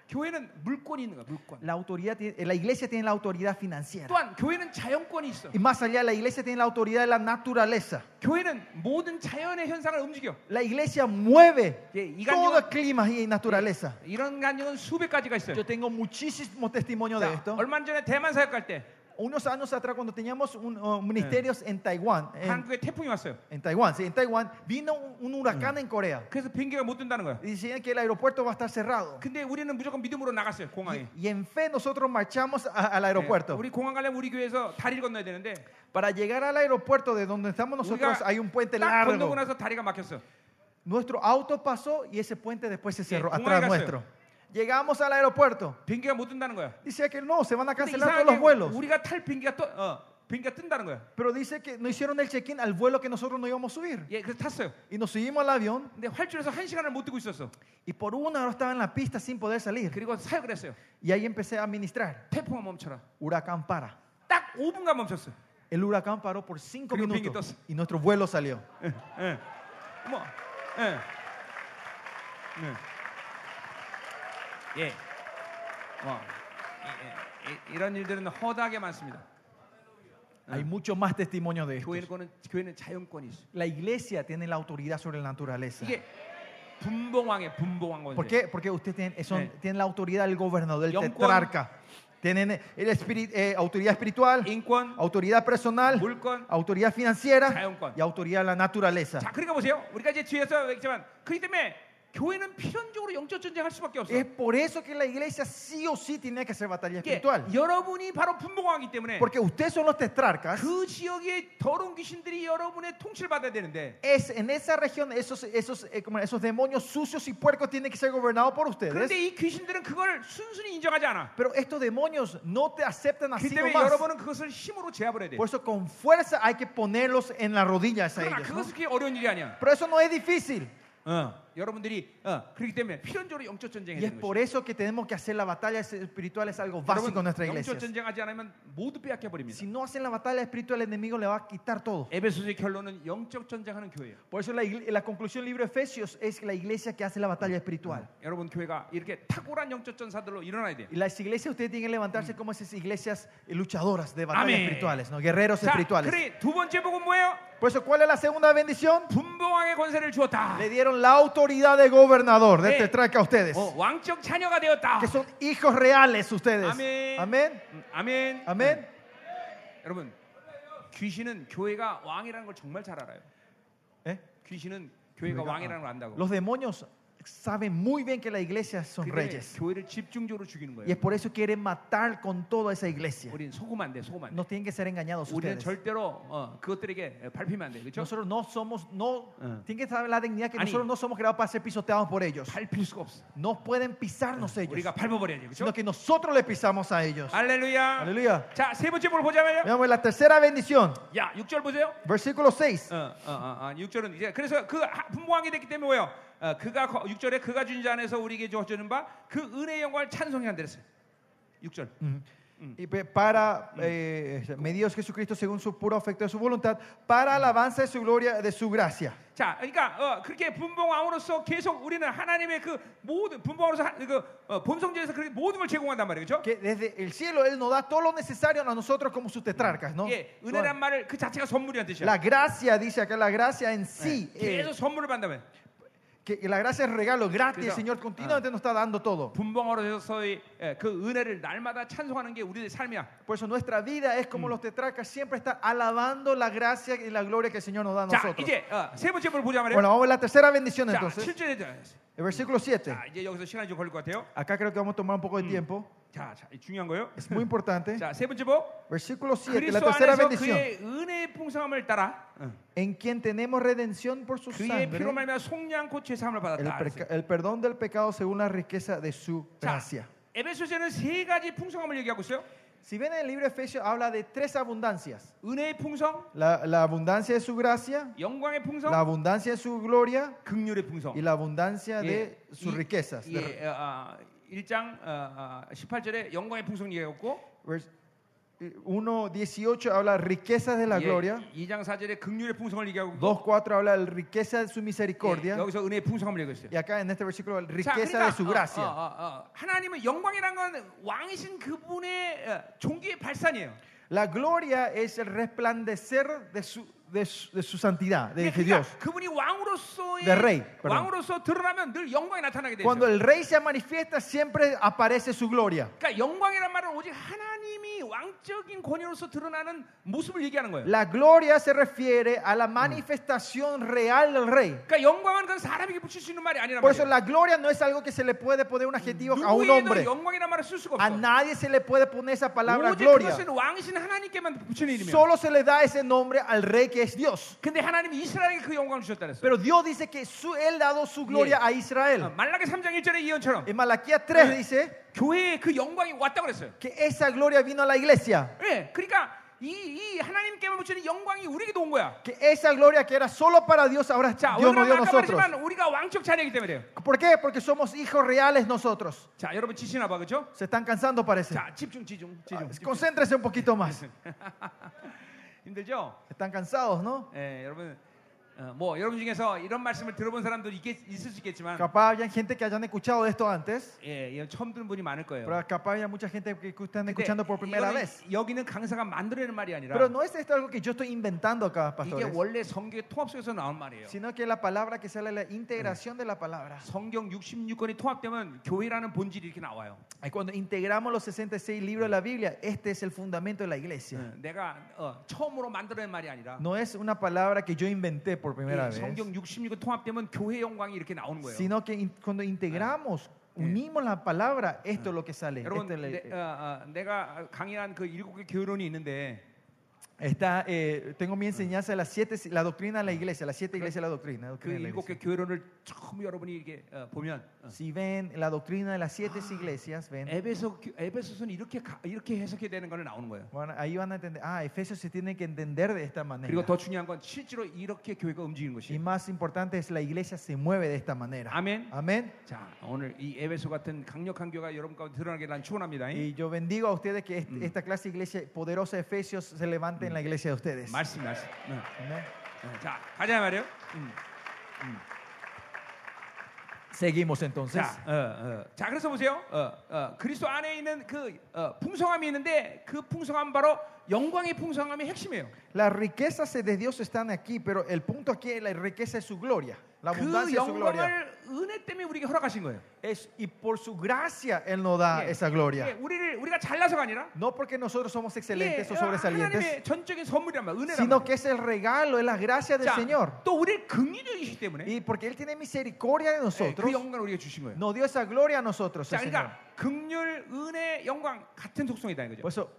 Speaker 2: 교회는 물권이 있는 거야, 물권.
Speaker 1: La, autoridad, tiene- la iglesia tiene la autoridad financiera.
Speaker 2: 또한 교회는 자연권이 있어.
Speaker 1: Y más allá, la iglesia tiene la autoridad de la naturaleza.
Speaker 2: 교회는 모든 자연의 현상을 움직여.
Speaker 1: La iglesia mueve
Speaker 2: 예, 이
Speaker 1: todo
Speaker 2: 간증은
Speaker 1: clima y naturaleza.
Speaker 2: 이런 간증은 수백 가지가 있어요.
Speaker 1: Yo tengo muchísimos testimonios de
Speaker 2: 자,
Speaker 1: esto.
Speaker 2: 얼마 전에 대만 사역 갈 때
Speaker 1: Unos años atrás, cuando teníamos un, uh, ministerios en Taiwán, en,
Speaker 2: 한국에 태풍이 왔어요.
Speaker 1: en Taiwán, sí, en Taiwán, vino un, un huracán en Corea.
Speaker 2: 그래서 비행기가 못 뜬다는 거야.
Speaker 1: Y decían que el aeropuerto va a estar cerrado.
Speaker 2: 근데 우리는 무조건 믿음으로 나갔어요 공항에.
Speaker 1: Y, y en fe nosotros marchamos a- al
Speaker 2: 네,
Speaker 1: aeropuerto.
Speaker 2: 우리 공항 가려면 우리 교회에서 다리를 건너야 되는데
Speaker 1: Para llegar al aeropuerto de donde estamos nosotros
Speaker 2: 우리가
Speaker 1: hay un puente
Speaker 2: 딱
Speaker 1: largo.
Speaker 2: 건너고 나서 다리가 막혔어.
Speaker 1: Nuestro auto pasó y ese puente después se cerró
Speaker 2: ¿cómo
Speaker 1: atrás
Speaker 2: llegaste?
Speaker 1: nuestro. Llegamos al aeropuerto.
Speaker 2: 비행기가 못 뜬다는 거야.
Speaker 1: Dice que no, se van a
Speaker 2: 근데
Speaker 1: cancelar todos los vuelos.
Speaker 2: 우리가 탈 비행기가 떠, 어, 비행기가 뜬다는 거야.
Speaker 1: Pero dice que no hicieron el check-in al vuelo que nosotros no íbamos a subir.
Speaker 2: 예, 그래서 탔어요.
Speaker 1: Y nos subimos al avión
Speaker 2: 근데 활주로에서 한 시간을 못 뜨고 있었어.
Speaker 1: y por una hora estaba en la pista sin poder salir.
Speaker 2: 그리고 사역을 했어요.
Speaker 1: Y ahí empecé a administrar.
Speaker 2: 태풍아 멈춰라.
Speaker 1: Huracán para.
Speaker 2: 딱 5분간 멈췄어.
Speaker 1: El huracán paró por cinco
Speaker 2: Creo que
Speaker 1: minutos
Speaker 2: pinguitos.
Speaker 1: y nuestro vuelo salió.
Speaker 2: 예, 예. 뭐, 예. 예. 예. 뭐, 이- 이- 이- 이런 일들은 허다하게 많습니다.
Speaker 1: Hay mucho más testimonio de esto.
Speaker 2: 교회는 거는 교회는 자연권이 있어.
Speaker 1: La iglesia tiene la autoridad sobre la naturaleza.
Speaker 2: 이게 분봉왕의 분봉왕
Speaker 1: ¿Por
Speaker 2: 건데.
Speaker 1: qué? Porque usted tiene, son-
Speaker 2: Eh.
Speaker 1: tienen la autoridad del gobernador, del
Speaker 2: Yonkwon.
Speaker 1: tetrarca. Tienen el espiri- eh, autoridad espiritual,
Speaker 2: 인권,
Speaker 1: autoridad personal,
Speaker 2: 물권.
Speaker 1: autoridad financiera
Speaker 2: Yonkwon.
Speaker 1: y autoridad de la naturaleza.
Speaker 2: 자, 그러니까 보세요. 우리가 이제 뒤에서 얘기지만 그렇기 때문에 교회는 필연적으로 영적 전쟁할 수밖에 없어.
Speaker 1: Es por eso que la iglesia sí o sí tiene que hacer batalla
Speaker 2: 이게
Speaker 1: espiritual.
Speaker 2: 여러분이 바로 분봉왕이기 때문에
Speaker 1: Porque ustedes son los tetrarcas.
Speaker 2: 그 지역의 더러운 귀신들이 여러분의 통치를 받아야 되는데
Speaker 1: Es, en esa región, esos, esos, eh, como esos demonios sucios y puercos tienen que ser gobernados por ustedes.
Speaker 2: 예, 그런데 이 귀신들은 그걸 순순히 인정하지 않아.
Speaker 1: Pero estos demonios no te aceptan
Speaker 2: 그
Speaker 1: así
Speaker 2: 때문에
Speaker 1: nomás.
Speaker 2: 여러분은 그것을 힘으로 제압을 해야 돼.
Speaker 1: Por eso con fuerza hay que ponerlos en las rodillas a
Speaker 2: 그러나
Speaker 1: ellos. ¿no?
Speaker 2: 그것이 그렇게 어려운 일이 아니야. 어,
Speaker 1: Pero eso no es difícil.
Speaker 2: 여러분들이 어, 그렇기 때문에 필연적으로 영적 전쟁해야
Speaker 1: Y es
Speaker 2: 되는
Speaker 1: por
Speaker 2: 거죠.
Speaker 1: eso que tenemos que hacer la batalla espiritual, es algo básico en nuestra
Speaker 2: 여러분 영적
Speaker 1: iglesia.
Speaker 2: 전쟁하지 않으면 모두 빼앗겨 버립니다.
Speaker 1: Si no hacen la batalla espiritual, el enemigo le va a quitar todo.
Speaker 2: 에베소서의 결론은 영적 전쟁하는 교회예요.
Speaker 1: Eh, Por eso la, igle- la conclusión del libro de Efesios es la iglesia que hace la batalla espiritual.
Speaker 2: 여러분 교회가 이렇게 탁월한 영적 전사들로 일어나야 돼요.
Speaker 1: Y las iglesias, ustedes tienen que levantarse como esas iglesias eh, luchadoras de batallas
Speaker 2: Amén.
Speaker 1: espirituales, ¿no? guerreros
Speaker 2: 자,
Speaker 1: espirituales.
Speaker 2: 그래 두 번째 복은 뭐예요?
Speaker 1: Por eso, ¿cuál es la segunda bendición?
Speaker 2: 분봉왕의 권세를 주었다.
Speaker 1: Le dieron la autoridad de gobernador, de
Speaker 2: Eh.
Speaker 1: tetrarca a ustedes,
Speaker 2: 어, 왕적 자녀가 되었다.
Speaker 1: que son hijos reales ustedes.
Speaker 2: Amén.
Speaker 1: Amén.
Speaker 2: 음, 아멘.
Speaker 1: Amén.
Speaker 2: 음, 여러분 귀신은 교회가 왕이라는 걸 정말 잘 알아요.
Speaker 1: ¿Eh?
Speaker 2: 귀신은 교회가 어,
Speaker 1: 교회가-
Speaker 2: 왕이라는 걸 안다고.
Speaker 1: Los demonios saben muy bien que las iglesias son
Speaker 2: 그래,
Speaker 1: reyes.
Speaker 2: 교회를 집중적으로 죽이는
Speaker 1: Y es
Speaker 2: 거예요.
Speaker 1: por eso quieren matar con toda esa iglesia.
Speaker 2: 우리는 속으면 안 돼, 속으면 안 돼.
Speaker 1: No tienen que ser engañados
Speaker 2: 우리는
Speaker 1: ustedes.
Speaker 2: 절대로 어, 그것들에게 밟히면 안 돼, 그렇죠?
Speaker 1: Nosotros no somos, no,
Speaker 2: Ah.
Speaker 1: tienen que saber la dignidad que
Speaker 2: Ani.
Speaker 1: nosotros no somos creados para ser pisoteados por ellos.
Speaker 2: 밟힐 수가 없어.
Speaker 1: No pueden pisarnos ellos,
Speaker 2: 우리가 밟아버려야 돼, 그렇죠?
Speaker 1: sino que nosotros le pisamos a ellos.
Speaker 2: 할렐루야. 네.
Speaker 1: Aleluya.
Speaker 2: 자, 세 번째 볼 보자면요.
Speaker 1: Veamos la tercera bendición,
Speaker 2: 야, 6절 보세요. Ah.
Speaker 1: versículo 6.
Speaker 2: 어, 어, 어, 어, 6절은 이제 그래서 그 하- 분봉왕이 됐기 때문에 뭐예요? 어, 그가 6절에 그가 주신 자 안에서 우리에게 주어지는 바 그 은혜의 영광을 찬송해 한다랬어요. 6절.
Speaker 1: Y pe- para, eh, medidos Jesucristo según su puro afecto de su voluntad, para alabanza de su gloria, de su gracia.
Speaker 2: 자, 그러니까 어, 그렇게 분봉왕으로서 계속 우리는 하나님의 그 모든 분봉왕으로서 하- 그 어, 본성전에서 그렇게 모든 걸 제공한단 말이에요. 그렇죠?
Speaker 1: Que desde el cielo Él nos da todo lo necesario a nosotros como sus tetrarcas, ¿no?
Speaker 2: 예, 은혜란 말을 그 자체가 선물이란 뜻이야.
Speaker 1: La gracia, dice acá, la gracia en sí,
Speaker 2: 예, 계속
Speaker 1: eh,
Speaker 2: 선물을 받다면
Speaker 1: que la gracia es regalo gratis, el
Speaker 2: Cuidado.
Speaker 1: Señor continuamente nos está dando todo.
Speaker 2: 분봉왕으로서의 예, 그 은혜를 날마다 찬송하는 게 우리의 삶이야.
Speaker 1: Por eso nuestra vida es como los tetrarcas, siempre está alabando la gracia y la gloria que el Señor nos da a
Speaker 2: 자,
Speaker 1: nosotros.
Speaker 2: 이제 어, 세 번째 걸 보자 말이에요.
Speaker 1: Bueno, vamos a la tercera bendición
Speaker 2: 자,
Speaker 1: entonces,
Speaker 2: 7절에
Speaker 1: el versículo 7.
Speaker 2: 자, 이제 여기서 시간이 좀 걸릴 것 같아요.
Speaker 1: Acá creo que vamos a tomar un poco de tiempo,
Speaker 2: 자, 자, 중요한 거예요.
Speaker 1: es muy
Speaker 2: [LAUGHS]
Speaker 1: importante.
Speaker 2: 자, 세 번째 복.
Speaker 1: Versículo 7, la
Speaker 2: 네. 그리스도
Speaker 1: tercera
Speaker 2: 안에서
Speaker 1: bendición.
Speaker 2: 그의 은혜의 풍성함을 따라
Speaker 1: En quien tenemos redención por su
Speaker 2: 그의
Speaker 1: sangre,
Speaker 2: 피로 말미암아 속량코 죄사함을
Speaker 1: el,
Speaker 2: 받았다.
Speaker 1: perca- el perdón del pecado según la riqueza de su gracia.
Speaker 2: 에베소서는 세 가지 풍성함을 얘기하고 있어요.
Speaker 1: Si ven en el libro de Efesios, habla de tres abundancias:
Speaker 2: 은혜의 풍성,
Speaker 1: la, la abundancia de su gracia,
Speaker 2: 영광의 풍성,
Speaker 1: la abundancia de su gloria
Speaker 2: 극률의 풍성.
Speaker 1: y la abundancia de
Speaker 2: 예,
Speaker 1: sus
Speaker 2: 이-
Speaker 1: riquezas. De re-
Speaker 2: 예, 어, 어, 1장 18절에 영광의 풍성 얘기했고
Speaker 1: vers- 1.18 habla riquezas de
Speaker 2: 예,
Speaker 1: la gloria,
Speaker 2: 2장 4절에 극률의 풍성을 얘기하고 있고,
Speaker 1: 2.4 habla de riqueza de su
Speaker 2: 예,
Speaker 1: misericordia,
Speaker 2: 여기서 은혜의 풍성함을 얘기했어요.
Speaker 1: y acá en este versículo,
Speaker 2: 자,
Speaker 1: riqueza de su
Speaker 2: 어,
Speaker 1: gracia.
Speaker 2: 어, 어, 어, 하나님은 영광이란 건 왕이신 그분의 어, 종기의 발산이에요.
Speaker 1: La gloria es el resplandecer de su, de su, de su santidad, de, de Dios.
Speaker 2: 그러니까 그분이 왕으로서의
Speaker 1: The Rey, perdón.
Speaker 2: 왕으로서 드러나면 늘 영광이 나타나게 되죠.
Speaker 1: Cuando el rey se manifiesta, siempre aparece su gloria.
Speaker 2: 그러니까 영광이란 말은 오직 하나님이 왕적인 권위로서 드러나는 모습을 얘기하는 거예요.
Speaker 1: La gloria se refiere a la manifestación real del rey.
Speaker 2: 그러니까 영광은 그 사람에게 붙일 수 있는 말이 아니란
Speaker 1: Por eso
Speaker 2: 말이에요.
Speaker 1: la gloria no es algo que se le puede poner un adjetivo a un
Speaker 2: 누구에도
Speaker 1: hombre.
Speaker 2: 영광이란 말을 쓸 수가
Speaker 1: A
Speaker 2: 없어.
Speaker 1: nadie se le puede poner esa palabra
Speaker 2: 오직
Speaker 1: gloria.
Speaker 2: 그것은 왕이신 하나님께만 붙이는 이름이에요.
Speaker 1: Solo se le da ese nombre al rey que es Dios.
Speaker 2: 근데 하나님이 이스라엘에게 그 영광을 주셨다 그랬어요.
Speaker 1: Pero Dios dice que su, él dado su gloria a
Speaker 2: 어,
Speaker 1: Israel.
Speaker 2: 말라기 3장 1절의 예언처럼
Speaker 1: En Malaquías 3
Speaker 2: Yeah.
Speaker 1: dice
Speaker 2: 교회에 그 영광이 왔다고 그랬어요.
Speaker 1: que esa gloria vino a la iglesia.
Speaker 2: 예, 그러니까 이, 이 하나님께만 붙이는 영광이 우리에게도 온 거야.
Speaker 1: Que esa gloria que era solo para Dios, ahora
Speaker 2: 자,
Speaker 1: Dios
Speaker 2: 오늘은
Speaker 1: nos dio a
Speaker 2: 아까
Speaker 1: nosotros.
Speaker 2: 말했지만 우리가 왕적 자녀이기 때문에 그래요.
Speaker 1: ¿Por qué? Porque somos hijos reales nosotros.
Speaker 2: 자, 여러분 지시나 봐, 그죠?
Speaker 1: Se están cansando, parece.
Speaker 2: 자, 집중, 집중,
Speaker 1: Ah,
Speaker 2: 집중. 집중.
Speaker 1: Concéntrese un poquito más.
Speaker 2: 힘들죠?
Speaker 1: Están cansados, ¿no?
Speaker 2: 예, 여러분, 어, 뭐 여러분 중에서 이런 말씀을 들어본 사람도 있겠, 있을 수 있겠지만,
Speaker 1: Capaz había gente que hayan escuchado de esto antes,
Speaker 2: 예, 이건 처음 듣는 분이 많을 거예요.
Speaker 1: pero capaz había mucha gente que que están
Speaker 2: 근데
Speaker 1: escuchando por primera
Speaker 2: 이거는
Speaker 1: vez.
Speaker 2: 여기는 강사가 만들어낸 말이 아니라
Speaker 1: Pero no es esto algo que yo estoy inventando acá,
Speaker 2: 이게
Speaker 1: pastores,
Speaker 2: 원래 성경의 통합 속에서 나온 말이에요.
Speaker 1: sino que la palabra que sale la integración de la palabra.
Speaker 2: 성경 66권이 통합되면 교회라는 본질이 이렇게 나와요.
Speaker 1: Ahí Cuando integramos los 66 libros de la Biblia, este es el fundamento de la iglesia.
Speaker 2: 예, 내가 어, 처음으로 만들어낸 말이 아니라
Speaker 1: No es una palabra que yo inventé por primera
Speaker 2: 예,
Speaker 1: vez,
Speaker 2: 성경 66권 통합되면 교회 영광이 이렇게 나오는 거예요.
Speaker 1: sino que in- cuando integramos, unimos la palabra, esto es lo que sale.
Speaker 2: 여러분,
Speaker 1: Esto es la-
Speaker 2: 내, 어, 어, 내가 강의한 그 일곱 개 교론이 있는데
Speaker 1: Está, eh, tengo mi enseñanza de las siete, la doctrina de la iglesia, las siete iglesias de la doctrina. la
Speaker 2: 그
Speaker 1: doctrina de la
Speaker 2: 일곱 개
Speaker 1: iglesia.
Speaker 2: 교론을 처음 여러분이 이렇게 어, 보면 어,
Speaker 1: Si ven la doctrina de las siete iglesias, ven,
Speaker 2: 에베소 교- 에베소서는 이렇게 가- 이렇게 해석해야 되는 거는 나오는 거예요.
Speaker 1: van- ahí van a entender, ah, Efesios se tiene que entender de esta
Speaker 2: 그리고
Speaker 1: manera.
Speaker 2: 더 중요한 건 실제로 이렇게 교회가
Speaker 1: Y
Speaker 2: 움직이는 것이.
Speaker 1: más importante es la iglesia se mueve de esta manera.
Speaker 2: 아멘.
Speaker 1: Amén.
Speaker 2: 자, 오늘 이 에베소 같은 강력한 교가 여러분 가운데 드러나게 난 축원합니다.
Speaker 1: Y yo bendigo a ustedes que est- esta clase de iglesia poderosa de Efesios se levante en la iglesia de ustedes.
Speaker 2: 말씀 말씀. 응,
Speaker 1: Amén.
Speaker 2: 응. 자, 가자 말이요. 음.
Speaker 1: Seguimos entonces.
Speaker 2: 자, 어, 어. 자, 그래서 보세요. 어, 어, 그리스도 안에 있는 그 어, 풍성함이 있는데 그 풍성함 바로 영광의 풍성함이 핵심이에요.
Speaker 1: Las riquezas de Dios están aquí, pero el punto aquí es la riqueza de su gloria, la
Speaker 2: 그
Speaker 1: abundancia de su gloria.
Speaker 2: 영광을 은혜 때문에 우리에게 허락하신 거예요.
Speaker 1: Es- y por su gracia Él nos da
Speaker 2: 예.
Speaker 1: esa
Speaker 2: 예,
Speaker 1: gloria.
Speaker 2: 우리를 우리가 잘나서가 아니라
Speaker 1: No porque nosotros somos excelentes
Speaker 2: 예,
Speaker 1: o
Speaker 2: 어,
Speaker 1: sobresalientes,
Speaker 2: 하나님의 전적인 선물이란 말, 은혜란
Speaker 1: sino
Speaker 2: 말.
Speaker 1: que es el regalo, es la gracia del
Speaker 2: 자,
Speaker 1: Señor.
Speaker 2: 또 우리를 긍휼적이시기 때문에
Speaker 1: Y porque Él tiene misericordia de
Speaker 2: 예, 그
Speaker 1: nosotros,
Speaker 2: 영광을 우리에게 주신 거예요.
Speaker 1: nos dio esa gloria a nosotros.
Speaker 2: 자,
Speaker 1: el Señor.
Speaker 2: 그러니까 긍휼, 은혜, 영광 같은 속성이다 이거죠.
Speaker 1: Por eso,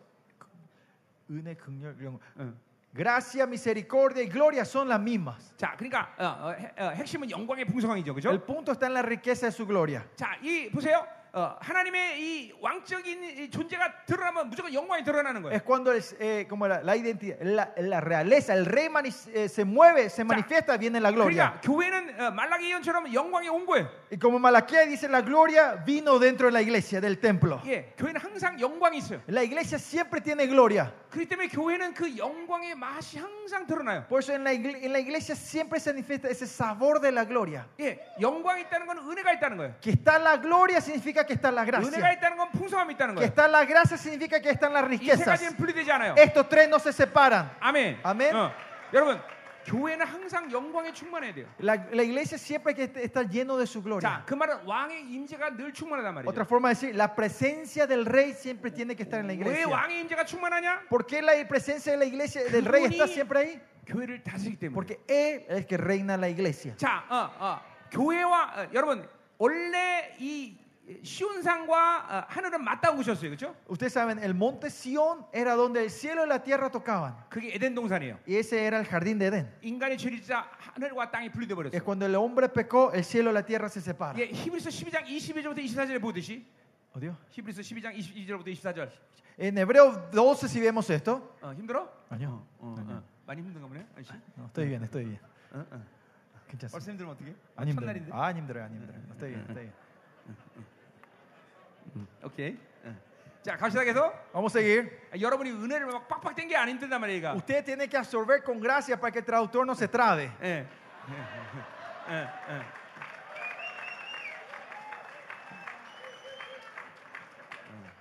Speaker 1: 은혜, 긍휼, 이런 거.
Speaker 2: 응.
Speaker 1: gracia, misericordia y gloria son las mismas.
Speaker 2: 자, 그러니까 어, 어, 해- 어, 핵심은 영광의 풍성함이죠, 그죠?
Speaker 1: El punto está en la riqueza de su gloria.
Speaker 2: 자, 이 보세요. 어, 하나님의 이 왕적인 이 존재가 드러나면 무조건 영광이 드러나는 거예요.
Speaker 1: Es cuando es, eh, como la, la identidad, la, la realeza, el rey mani- eh, se mueve, se manifiesta, viene la gloria.
Speaker 2: 그러니까 교회는 어, 말라기 예언처럼 영광이 온 거예요.
Speaker 1: Y como Malaquía dice, la gloria vino dentro de la iglesia, del templo.
Speaker 2: 예, 교회는 항상 영광이 있어요.
Speaker 1: La iglesia siempre tiene gloria.
Speaker 2: 그렇기 때문에 교회는 그 영광의 맛이 항상 드러나요.
Speaker 1: Por eso en la, igle- en la iglesia siempre se manifiesta ese sabor de la gloria.
Speaker 2: 예, 영광이 있다는 건 은혜가 있다는 거예요.
Speaker 1: Que está la gloria significa que está la
Speaker 2: 은혜가
Speaker 1: gracia.
Speaker 2: 있다는 건 풍성함이 있다는
Speaker 1: Que
Speaker 2: 거예요.
Speaker 1: está la gracia significa que están las
Speaker 2: 이 세
Speaker 1: riquezas.
Speaker 2: 가지는 분리되지 않아요.
Speaker 1: Estos tres no se separan.
Speaker 2: 아멘.
Speaker 1: 아멘.
Speaker 2: 어, 여러분, 교회는 항상 영광에 충만해야 돼요.
Speaker 1: La, la iglesia siempre que está lleno de su
Speaker 2: 자,
Speaker 1: gloria.
Speaker 2: 그 말은 왕의 임재가 늘 충만하단
Speaker 1: Otra
Speaker 2: 말이에요.
Speaker 1: forma de decir, la presencia del rey siempre tiene que estar en la
Speaker 2: 왜
Speaker 1: iglesia.
Speaker 2: 왕의 임재가 충만하냐?
Speaker 1: ¿Por qué la presencia de la iglesia del rey está siempre ahí?
Speaker 2: 교회를 다스리기 때문에.
Speaker 1: Porque él es el que reina la iglesia.
Speaker 2: 자, 어, 어, 교회와 어, 여러분 원래 이 시온산과 어, 하늘은 맞닿으셨어요, 그렇죠?
Speaker 1: Ustedes saben, el monte Sión era donde el cielo y la tierra tocaban.
Speaker 2: 그게 에덴 동산이에요.
Speaker 1: Y ese era el jardín de Edén.
Speaker 2: 인간의 죄를 짓자 하늘과 땅이 분리돼 버렸어.
Speaker 1: Es cuando el hombre pecó, el cielo y la tierra se separan.
Speaker 2: 예, 히브리서 12장 22절부터 24절에 보듯이
Speaker 1: Oh, Dios.
Speaker 2: 히브리서 12장 22절부터 24절.
Speaker 1: En Hebreo 12, si vemos esto.
Speaker 2: 어, 힘들어?
Speaker 1: 아니요. 아,
Speaker 2: 어, 어, 어. 많이 힘든가 보네. 아저씨.
Speaker 1: No, estoy bien, estoy bien.
Speaker 2: 어, 어.
Speaker 1: 괜찮습니다.
Speaker 2: 벌써 힘들면 어떻게?
Speaker 1: 안
Speaker 2: 첫날인데.
Speaker 1: 힘들어요. 아, 안 힘들어요, 안 힘들어요. Estoy bien, estoy bien.
Speaker 2: 오케이. 어. 자, 갑시다 계속.
Speaker 1: Vamos a seguir.
Speaker 2: 아, 여러분이 은혜를 막 빡빡 땡게 안 힘든단 말이야, 얘가.
Speaker 1: Usted tiene que absorber con gracia para que el traductor no se trabe.
Speaker 2: 예. 예. 예. 예.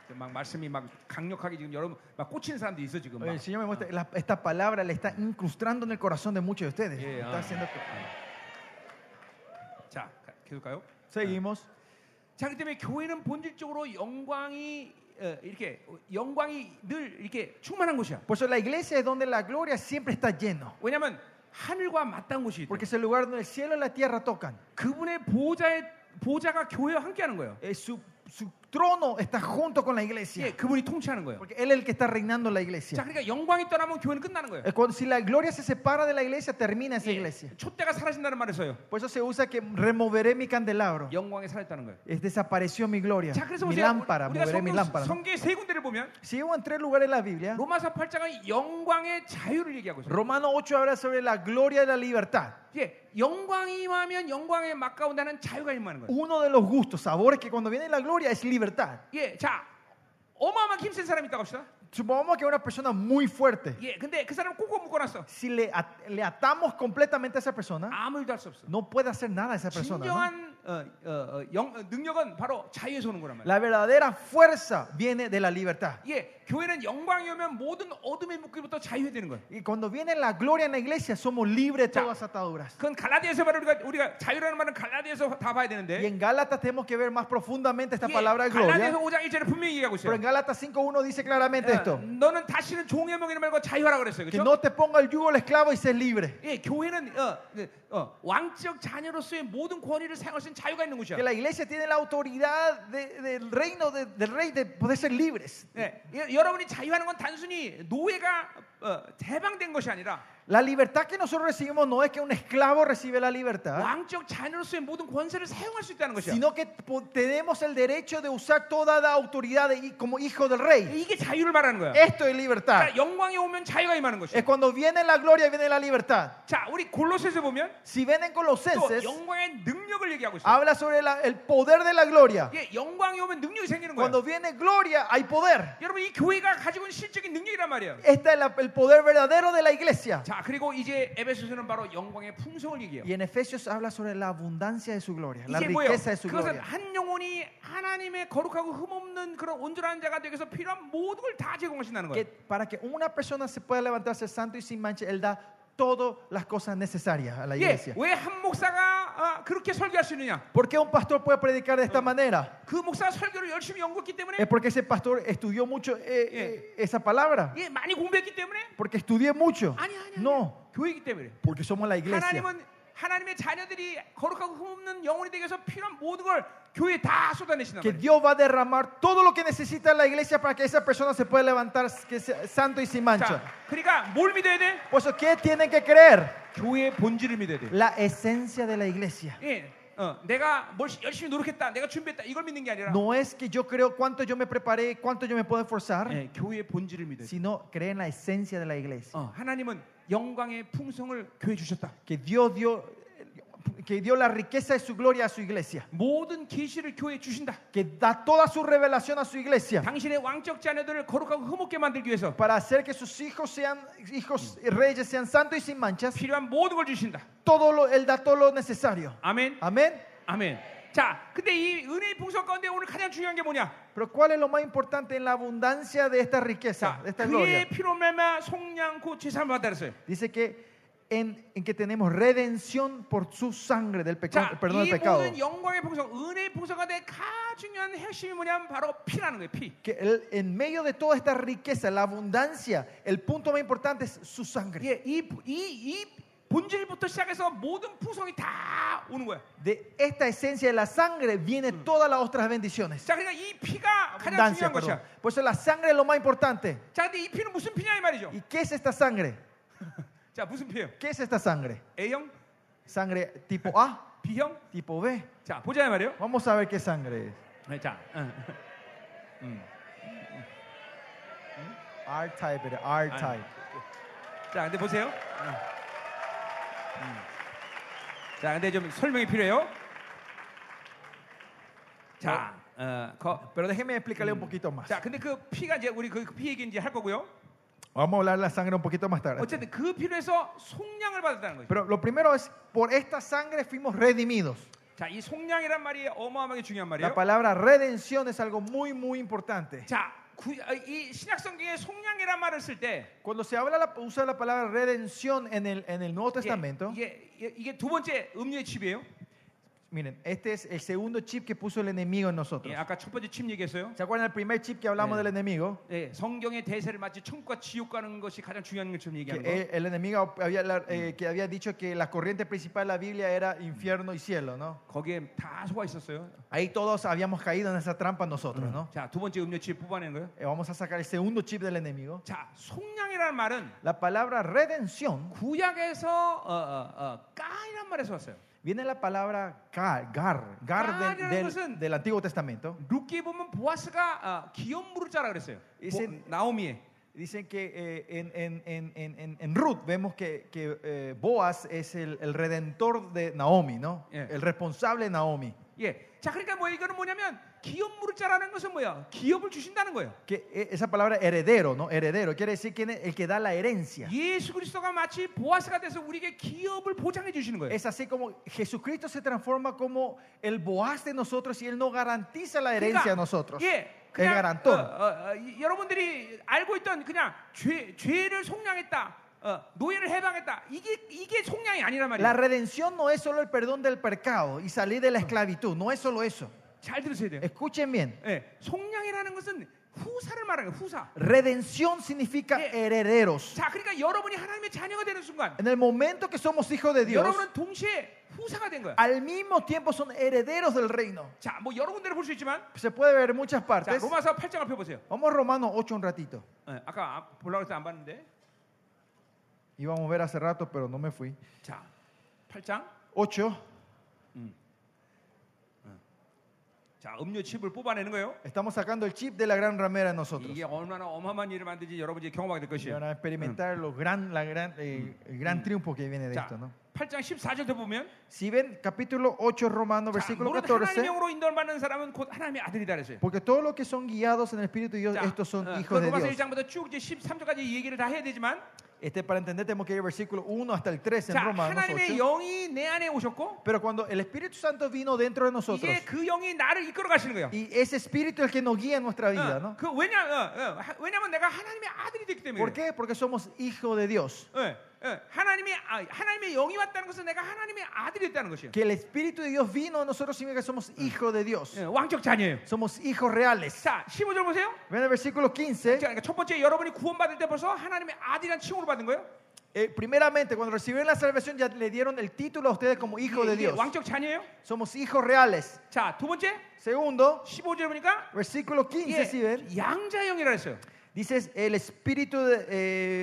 Speaker 2: 예. 막 말씀이 막 강력하게 지금 여러분 막 꽂히는 사람도 있어 예, 지금. 막.
Speaker 1: El Señor me muestra,
Speaker 2: Ah.
Speaker 1: la- esta palabra la está incrustando en el corazón de muchos de ustedes.
Speaker 2: Yeah,
Speaker 1: Está
Speaker 2: ah.
Speaker 1: haciendo que-
Speaker 2: 자, 가- 계속 가요.
Speaker 1: Seguimos.
Speaker 2: 자, 그 때문에 교회는 본질적으로 영광이 어, 이렇게 어, 영광이 늘 이렇게 충만한 곳이야.
Speaker 1: Por eso la iglesia es donde la gloria siempre está lleno.
Speaker 2: 왜냐하면 하늘과 맞닿은 곳이 있다.
Speaker 1: Porque es el lugar donde el cielo y la tierra tocan.
Speaker 2: 그분의 보좌의 보좌가 교회와 함께하는 거예요.
Speaker 1: Eh, su, su trono está junto con la iglesia.
Speaker 2: 예, 그분이 통치하는 거예요.
Speaker 1: Porque Él es el que está reinando en la
Speaker 2: 자,
Speaker 1: iglesia.
Speaker 2: 그러니까 영광이 떠나면 교회는 끝나는 거예요. 예,
Speaker 1: Es cuando- si la gloria se separa de la iglesia, termina esa iglesia.
Speaker 2: 촛대가 사라진다는 말을 써요.
Speaker 1: Por eso se usa que removeré mi candelabro.
Speaker 2: 영광이 사라졌다는 거예요.
Speaker 1: Es, desapareció mi gloria.
Speaker 2: 자, 뭐 그래서
Speaker 1: Mi
Speaker 2: 보세요.
Speaker 1: lámpara,
Speaker 2: 우리가
Speaker 1: moveré mi
Speaker 2: 성경,
Speaker 1: lámpara. ¿no?
Speaker 2: 성계의 세 군데를 보면
Speaker 1: Si vemos en tres lugares en la Biblia,
Speaker 2: 로마서 8장은 영광의 자유를 얘기하고 있어요.
Speaker 1: Romano 8 habla sobre la gloria de la libertad.
Speaker 2: 예, 영광이 하면 영광에 막가운다는 자유가 임하는 거예요.
Speaker 1: Uno de los gustos, sabores que cuando viene la gloria es libertad.
Speaker 2: 예, 자 어마어마한 힘센 사람이 있다고 합시다.
Speaker 1: Supongamos que una persona muy fuerte,
Speaker 2: 예, 근데 그 사람을 꼬꼬 묶어놨어.
Speaker 1: si le, at- le atamos completamente a esa persona,
Speaker 2: 아무 일도 할 수 없어.
Speaker 1: no puede hacer nada a esa persona. ¿no?
Speaker 2: 진정한 어, 어, 어, 영, 어, 능력은 바로 자유에서 오는 거란 말이야.
Speaker 1: La verdadera fuerza viene de la libertad.
Speaker 2: 예, 교회는 영광이 오면 모든 어둠의 묶기부터 자유해되는 거예요.
Speaker 1: Y cuando viene la gloria en la iglesia, somos libres de
Speaker 2: Ya.
Speaker 1: todas ataduras.
Speaker 2: 그건 갈라디아에서 바로 우리가, 우리가 자유라는 말은 갈라디아에서 다 봐야
Speaker 1: Y
Speaker 2: 되는데.
Speaker 1: en Gálatas tenemos que ver más profundamente esta
Speaker 2: 예,
Speaker 1: palabra de gloria.
Speaker 2: 갈라디아서 5장 1절에 분명히 얘기하고
Speaker 1: Pero
Speaker 2: 있어요.
Speaker 1: en Gálatas 5.1 dice claramente
Speaker 2: 어,
Speaker 1: esto.
Speaker 2: 너는 다시는 종의 명이라 말고 자유하라 그랬어요.
Speaker 1: Que
Speaker 2: 그렇죠?
Speaker 1: no te ponga el yugo el esclavo y seas libre.
Speaker 2: 예, 교회는 어, 어, 왕적 자녀로서의 모든 권위를 사용할 수 있는 자유가 있는 곳이야.
Speaker 1: Que la iglesia tiene la autoridad de- del reino de- del rey de poder ser libres.
Speaker 2: 예, 예, 여러분이 자유하는 건 단순히 노예가 어, 해방된 것이 아니라
Speaker 1: La libertad que nosotros recibimos no es que un esclavo recibe la libertad,
Speaker 2: 왕적 자녀로서의 모든 권세를 사용할 수 있다는 것이야.
Speaker 1: sino que po- tenemos el derecho de usar toda la autoridad de hi- como hijo del rey.
Speaker 2: 네, 이게 자유를 말하는 거야.
Speaker 1: Esto es libertad.
Speaker 2: 자, 영광이 오면 자유가 임하는 것이야.
Speaker 1: Es cuando viene la gloria y viene la libertad.
Speaker 2: 자, 우리 골로새서 보면
Speaker 1: Si ven en
Speaker 2: 또
Speaker 1: Colosenses,
Speaker 2: 영광의 능력을 얘기하고 있어.
Speaker 1: habla sobre la- el poder de la gloria.
Speaker 2: 예, 영광이 오면 능력이 생기는 거야.
Speaker 1: Cuando viene gloria, hay poder.
Speaker 2: 여러분 이 교회가 가지고 있는 실적인 능력이란 말이야.
Speaker 1: Este es la- el poder verdadero de la iglesia.
Speaker 2: 자, 그리고 이제 에베소서는 바로 영광의 풍성을 얘기해요.
Speaker 1: Y en Efesios habla sobre la abundancia de su gloria, la
Speaker 2: 이게 뭐예요?
Speaker 1: riqueza de su
Speaker 2: 그것은
Speaker 1: gloria.
Speaker 2: 한 영혼이 하나님의 거룩하고 흠없는 그런 온전한 자가 되기 위해서 필요한 모든 걸 다 제공하신다는
Speaker 1: Que
Speaker 2: 거예요.
Speaker 1: para que una persona se pueda levantarse santo y sin mancha, Él da todas las cosas necesarias a la
Speaker 2: 예,
Speaker 1: iglesia.
Speaker 2: 왜 한 목사가 아, 그렇게 설교할 수 있느냐?
Speaker 1: ¿Por qué un pastor puede predicar de esta manera?
Speaker 2: 그 목사가 설교를 열심히 연구했기 때문에
Speaker 1: Es porque ese pastor estudió mucho eh, eh, esa palabra.
Speaker 2: 예, 많이 공부했기 때문에
Speaker 1: Porque estudié mucho.
Speaker 2: 아니 아니 아니
Speaker 1: No,
Speaker 2: 교회이기 때문에
Speaker 1: porque somos la iglesia.
Speaker 2: 하나님은 하나님의 자녀들이 거룩하고 흠없는 영혼이 되기 위해서 필요한 모든 걸 교회에 다 쏟아내신단
Speaker 1: Que
Speaker 2: 말이에요.
Speaker 1: Dios va a derramar todo lo que necesita la iglesia para que esa persona se pueda levantar que sea santo y sin mancha.
Speaker 2: 자, 그러니까 뭘 믿어야 돼?
Speaker 1: Por eso, ¿qué tienen que creer?
Speaker 2: 교회의 본질을 믿어야 돼.
Speaker 1: La esencia de la iglesia.
Speaker 2: 예, 어, 내가 뭘 시- 열심히 노력했다, 내가 준비했다 이걸 믿는 게 아니라
Speaker 1: No es que yo creo cuánto yo me preparé, cuánto yo me puedo esforzar,
Speaker 2: 예, 교회의 본질을 어, 믿어야 돼.
Speaker 1: sino creen la
Speaker 2: Oh.
Speaker 1: esencia de la iglesia.
Speaker 2: 어, 하나님은 영광의 풍성을 교회 주셨다.
Speaker 1: Que Dios dio que dio la riqueza de su gloria a su iglesia,
Speaker 2: 모든 계시를 교회에 주신다.
Speaker 1: que da toda su revelación a su iglesia
Speaker 2: 당신의 왕적 자녀들을 거룩하고 흐뭇게 만들기 위해서
Speaker 1: para hacer que sus hijos sean hijos reyes, sean santos y sin manchas.
Speaker 2: 필요한 모든 걸 주신다.
Speaker 1: Todo lo, él da todo lo necesario.
Speaker 2: 아멘.
Speaker 1: Amén.
Speaker 2: 아멘. 자, 근데 이 은혜의 풍성 가운데 오늘 가장 중요한 게 뭐냐?
Speaker 1: Pero ¿cuál es lo más importante en la abundancia de esta riqueza,
Speaker 2: 자,
Speaker 1: de esta gloria?
Speaker 2: 그의 피로 말미암아 속량고 죄사함 받다 그랬어요.
Speaker 1: Dice que en, en que tenemos redención por su sangre del pecado,
Speaker 2: 자,
Speaker 1: perdón
Speaker 2: 이
Speaker 1: del pecado.
Speaker 2: 모든 영광의 풍성, 은혜의 풍성 가운데 가장 중요한 핵심이 뭐냐면 바로 피라는 거예요. 피.
Speaker 1: Que el- en medio de toda esta riqueza, la abundancia, el punto más importante es su sangre.
Speaker 2: 예, 이, 이, 이 본질부터 시작해서 모든 풍성이 다 오는 거야.
Speaker 1: De esta esencia de la sangre viene todas las otras bendiciones.
Speaker 2: 자, 그러니까 이 피가 가장
Speaker 1: Abundancia,
Speaker 2: 중요한
Speaker 1: perdón.
Speaker 2: 것이야.
Speaker 1: Por eso la sangre es lo más importante.
Speaker 2: 자, 근데 이 피는 무슨 피냐 이 말이죠.
Speaker 1: ¿Y qué es esta sangre?
Speaker 2: 자, 무슨 피예요?
Speaker 1: ¿Qué es esta sangre?
Speaker 2: A형,
Speaker 1: Sangre tipo A,
Speaker 2: B형.
Speaker 1: tipo B.
Speaker 2: 자, 보자 이 말이에요.
Speaker 1: Vamos a ver qué sangre es.
Speaker 2: 네, 자, 응. 음.
Speaker 1: R-type, era R-type.
Speaker 2: 자, 근데 보세요. 음. 음. 자, 근데 좀 설명이 필요해요. 자, 어, 거,
Speaker 1: Pero déjeme explicarle un poquito más.
Speaker 2: 자, 근데 그 피가 이제 우리 그 피 얘기 이제 할 거고요.
Speaker 1: Vamos a hablar de la sangre un poquito más tarde.
Speaker 2: 어쨌든 그 피로 해서 속량을 받았다는 거죠.
Speaker 1: Pero lo primero es, por esta sangre fuimos redimidos.
Speaker 2: 자, 이 속량이란 말이 어마어마하게 중요한 말이에요.
Speaker 1: La palabra redención es algo muy, muy importante.
Speaker 2: 자, 구, 아, 이 신약성경에 속량이란 말을 쓸 때
Speaker 1: Cuando se habla la, usa la palabra redención en el, en el Nuevo
Speaker 2: 이게,
Speaker 1: Testamento,
Speaker 2: 이게, 예, 이게- 이게 두 번째 음료의 칩이에요.
Speaker 1: miren, este es el segundo chip que puso el enemigo en
Speaker 2: 예,
Speaker 1: nosotros.
Speaker 2: 아까 첫 번째 칩 얘기했어요.
Speaker 1: ¿Se acuerdan del primer chip que hablamos
Speaker 2: 네.
Speaker 1: del enemigo?
Speaker 2: 예, 성경의 대세를 마치 천국과 지옥 가는 것이 가장 중요한 것처럼
Speaker 1: Que
Speaker 2: 얘기하는 거.
Speaker 1: el, el enemigo había, la- eh, que había dicho que la corriente principal de la Biblia era infierno y cielo, ¿no?
Speaker 2: 거기에 다 속아 있었어요.
Speaker 1: Ahí todos habíamos caído en esa trampa nosotros, ¿no?
Speaker 2: 자, 두 번째 음료 칩 뽑아낸 거예요.
Speaker 1: Eh, Vamos a sacar el segundo chip del enemigo.
Speaker 2: 자, 속량이라는 말은
Speaker 1: La palabra redención
Speaker 2: 구약에서 어, 어, 어, 까이란 말에서 왔어요.
Speaker 1: viene la palabra gar, gar, gar
Speaker 2: Gar
Speaker 1: del-
Speaker 2: era
Speaker 1: del,
Speaker 2: cosa-
Speaker 1: del Antiguo Testamento.
Speaker 2: 룻기에 보면 보아스가 어, 기업 물을 자라 그랬어요.
Speaker 1: 이
Speaker 2: 보-
Speaker 1: 신-
Speaker 2: 나오미에.
Speaker 1: Dicen que eh, en, en- en- en- en- en Ruth vemos que, que, eh, Boaz es el, el redentor de Naomi, ¿no?
Speaker 2: Yeah.
Speaker 1: El responsable de Naomi.
Speaker 2: 예. 자, 그러니까 뭐 이거는 뭐냐면 기업 물을 자라는 것은 뭐야? 기업을 주신다는 거예요.
Speaker 1: Que eh, esa palabra heredero, ¿no? Heredero quiere decir que el que da la herencia.
Speaker 2: 예수 그리스도가 마치 보아스가 돼서 우리에게 기업을 보장해 주시는 거예요.
Speaker 1: Es así como Jesucristo se transforma como el Boaz de nosotros y él nos garantiza la herencia a nosotros.
Speaker 2: 그러니까 예,
Speaker 1: El
Speaker 2: 그냥 어,
Speaker 1: garantón.
Speaker 2: 어, 어, 이- 여러분들이 알고 있던 그냥 죄, 죄를 속량했다, 어, 노예를 해방했다. 이게 이게 속량이 아니란 말이에요.
Speaker 1: La redención no es solo el perdón del pecado y salir de la esclavitud, no es solo eso.
Speaker 2: 잘 들으셔야 돼요.
Speaker 1: Escuchen bien,
Speaker 2: 예, 속량이라는 것은 후사를 말하는 거예요. 후사.
Speaker 1: redención significa
Speaker 2: Eh.
Speaker 1: herederos.
Speaker 2: 자, 그러니까 여러분이 하나님의 자녀가 되는 순간,
Speaker 1: En el momento que somos hijos de Dios, 아-
Speaker 2: 여러분은 동시에 후사가 된 거예요.
Speaker 1: al mismo tiempo son herederos del reino.
Speaker 2: 자, 뭐 여러 군데를 볼 수 있지만,
Speaker 1: Se puede ver en muchas
Speaker 2: 자,
Speaker 1: partes.
Speaker 2: 로마서 8장 앞에 보세고
Speaker 1: Vamos a Romanos 8 un ratito.
Speaker 2: 예, 아까 아- 보려고 했는데 안 봤는데,
Speaker 1: Íbamos a ver hace rato, pero no me fui.
Speaker 2: 자, 8장.
Speaker 1: 8,
Speaker 2: 자, 음료 칩을 뽑아내는 거예요.
Speaker 1: estamos sacando el chip de la gran ramera en nosotros.
Speaker 2: 이게 얼마나 어마어마한 일을 만든지 여러분이 경험하게 될
Speaker 1: Y
Speaker 2: 것이에요.
Speaker 1: van a experimentar lo gran, la gran, eh, el gran triunfo que viene de
Speaker 2: 자,
Speaker 1: esto. ¿no?
Speaker 2: 8장 14절도 보면
Speaker 1: Si ven capítulo 8 Romanos,
Speaker 2: 자,
Speaker 1: versículo
Speaker 2: 무릇
Speaker 1: 14.
Speaker 2: 하나님 영으로 인도받는 사람은 곧 하나님의 아들이다 그랬어요.
Speaker 1: Porque todos los que son guiados en el Espíritu de Dios,
Speaker 2: 자,
Speaker 1: estos son
Speaker 2: 어,
Speaker 1: hijos
Speaker 2: 그
Speaker 1: de
Speaker 2: 로마서
Speaker 1: Dios.
Speaker 2: 1장부터 쭉 이제 13절까지 이 얘기를 다 해야 되지만
Speaker 1: Este, para entender, tenemos que ir al versículo 1 hasta el 3 en
Speaker 2: 자,
Speaker 1: Romanos
Speaker 2: 하나님의
Speaker 1: 8.
Speaker 2: 영이 내 안에 오셨고
Speaker 1: Pero cuando el Espíritu Santo vino dentro de nosotros,
Speaker 2: 이제 그 영이 나를 이끌어 가시는 거예요.
Speaker 1: y ese Espíritu es el que nos guía en nuestra vida,
Speaker 2: 어,
Speaker 1: ¿no?
Speaker 2: 그 왜냐, 어, 어, 하- 왜냐면 내가 하나님의 아들이 됐기 때문에.
Speaker 1: ¿Por qué? Porque somos hijos de Dios.
Speaker 2: 그래요. 예, 예, 하나님의 아, 하나님의 영이 왔다는 것은 내가 하나님의 아들이 됐다는 것이에요.
Speaker 1: Que el Espíritu de Dios vino a nosotros significa que somos hijos de Dios.
Speaker 2: 예, 왕적 자녀예요.
Speaker 1: Somos hijos reales.
Speaker 2: 자, 15절 보세요.
Speaker 1: Ven el versículo 15.
Speaker 2: 그러니까 첫 번째 여러분이 구원받을 때 벌써 하나님의 아들이란 칭호를 받은 거예요.
Speaker 1: eh, primeramente, cuando recibieron la salvación, ya le dieron el título a ustedes como hijos
Speaker 2: 이게
Speaker 1: de Dios.
Speaker 2: 왕적 자녀예요.
Speaker 1: Somos hijos reales.
Speaker 2: 자, 두 번째
Speaker 1: Segundo,
Speaker 2: 15절 보니까
Speaker 1: versículo 15, si ven.
Speaker 2: 이게 양자형이라 했어요.
Speaker 1: Dices el espíritu de,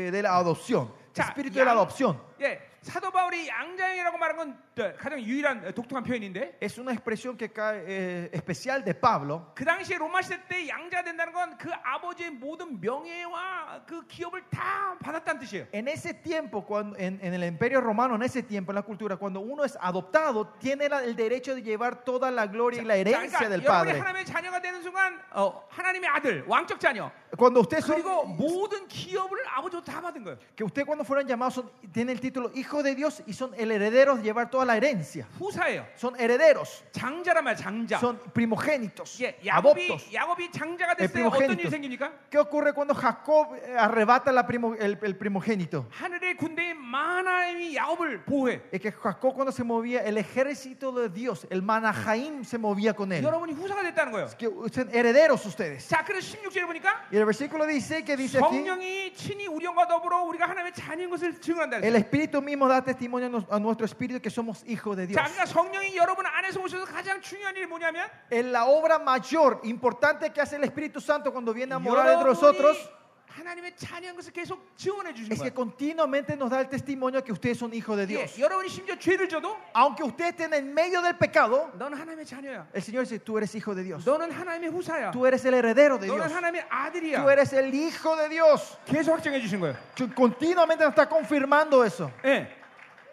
Speaker 1: eh, de la adopción.
Speaker 2: Ya,
Speaker 1: espíritu
Speaker 2: ya.
Speaker 1: de la adopción.
Speaker 2: 예, 사도 바울이 양자형이라고 말한 건 또 가장 유일한 독특한 표현인데
Speaker 1: Es una expresión que cae, eh, especial de Pablo.
Speaker 2: 그 당시 로마 시대 때 양자 된다는 건 그 아버지의 모든 명예와 그 기업을 다 받았다는 뜻이에요.
Speaker 1: En ese tiempo, cuando, en, en el imperio romano, en ese tiempo, en la cultura, cuando uno es adoptado, tiene la- el derecho de llevar toda la gloria y la
Speaker 2: 자,
Speaker 1: herencia del
Speaker 2: 그러니까 여러분이
Speaker 1: Padre.
Speaker 2: 하나님의 자녀가 되는 순간 어, 하나님의 아들, 왕적 자녀
Speaker 1: Cuando ustedes son,
Speaker 2: 그리고 모든 기업을 아버지도 다 받은 거예요.
Speaker 1: que ustedes cuando fueron llamados son- tienen el título hijo de Dios y son el heredero de llevar toda la herencia.
Speaker 2: 후사예요.
Speaker 1: Son herederos,
Speaker 2: 장자란 말 장자.
Speaker 1: son primogénitos,
Speaker 2: 예,
Speaker 1: adoptos.
Speaker 2: 야곱이 야곱이 장자가 됐을 때
Speaker 1: 예,
Speaker 2: 어떤
Speaker 1: primogenitos.
Speaker 2: 일이 생깁니까?
Speaker 1: ¿Qué ocurre cuando Jacob eh, arrebata la primo- el, el primogénito?
Speaker 2: 하늘의 군대인 마나임이 야곱을 보호해.
Speaker 1: Es que Jacob cuando se movía, el ejército de Dios, el Manahaim se movía con él.
Speaker 2: 여러분이 후사가 됐다는 거예요.
Speaker 1: Es que son herederos ustedes.
Speaker 2: 자, 그래서 16절에 보니까
Speaker 1: Y el versículo dice que dice aquí,
Speaker 2: 성령이 친히 우리 형과 더불어 우리가 하나님의 자녀인 것을 증언한다.
Speaker 1: el Espíritu mismo da testimonio a nos- a nuestro espíritu que somos hijos de Dios.
Speaker 2: 자, 그러니까 성령이 여러분 안에서 오셔서 가장 중요한 일이 뭐냐면
Speaker 1: En la obra mayor, importante que hace el Espíritu Santo cuando viene a morar entre
Speaker 2: 여러분이
Speaker 1: nosotros,
Speaker 2: 하나님의 자녀인 것을 계속 증언해 주시는
Speaker 1: es que
Speaker 2: 거예요.
Speaker 1: continuamente nos da el testimonio que ustedes son hijos de Dios.
Speaker 2: 예, 여러분이 심지어 죄를 져도
Speaker 1: Aunque ustedes estén en medio del pecado,
Speaker 2: 넌 하나님의 자녀야.
Speaker 1: el Señor dice, tú eres hijo de Dios.
Speaker 2: 너는 하나님의 후사야.
Speaker 1: Tú eres el heredero de
Speaker 2: 너는
Speaker 1: Dios.
Speaker 2: 하나님의 아들이야.
Speaker 1: Tú eres el hijo de Dios.
Speaker 2: 계속 확정해 주신 거예요.
Speaker 1: Tú Continuamente nos está confirmando eso.
Speaker 2: 예.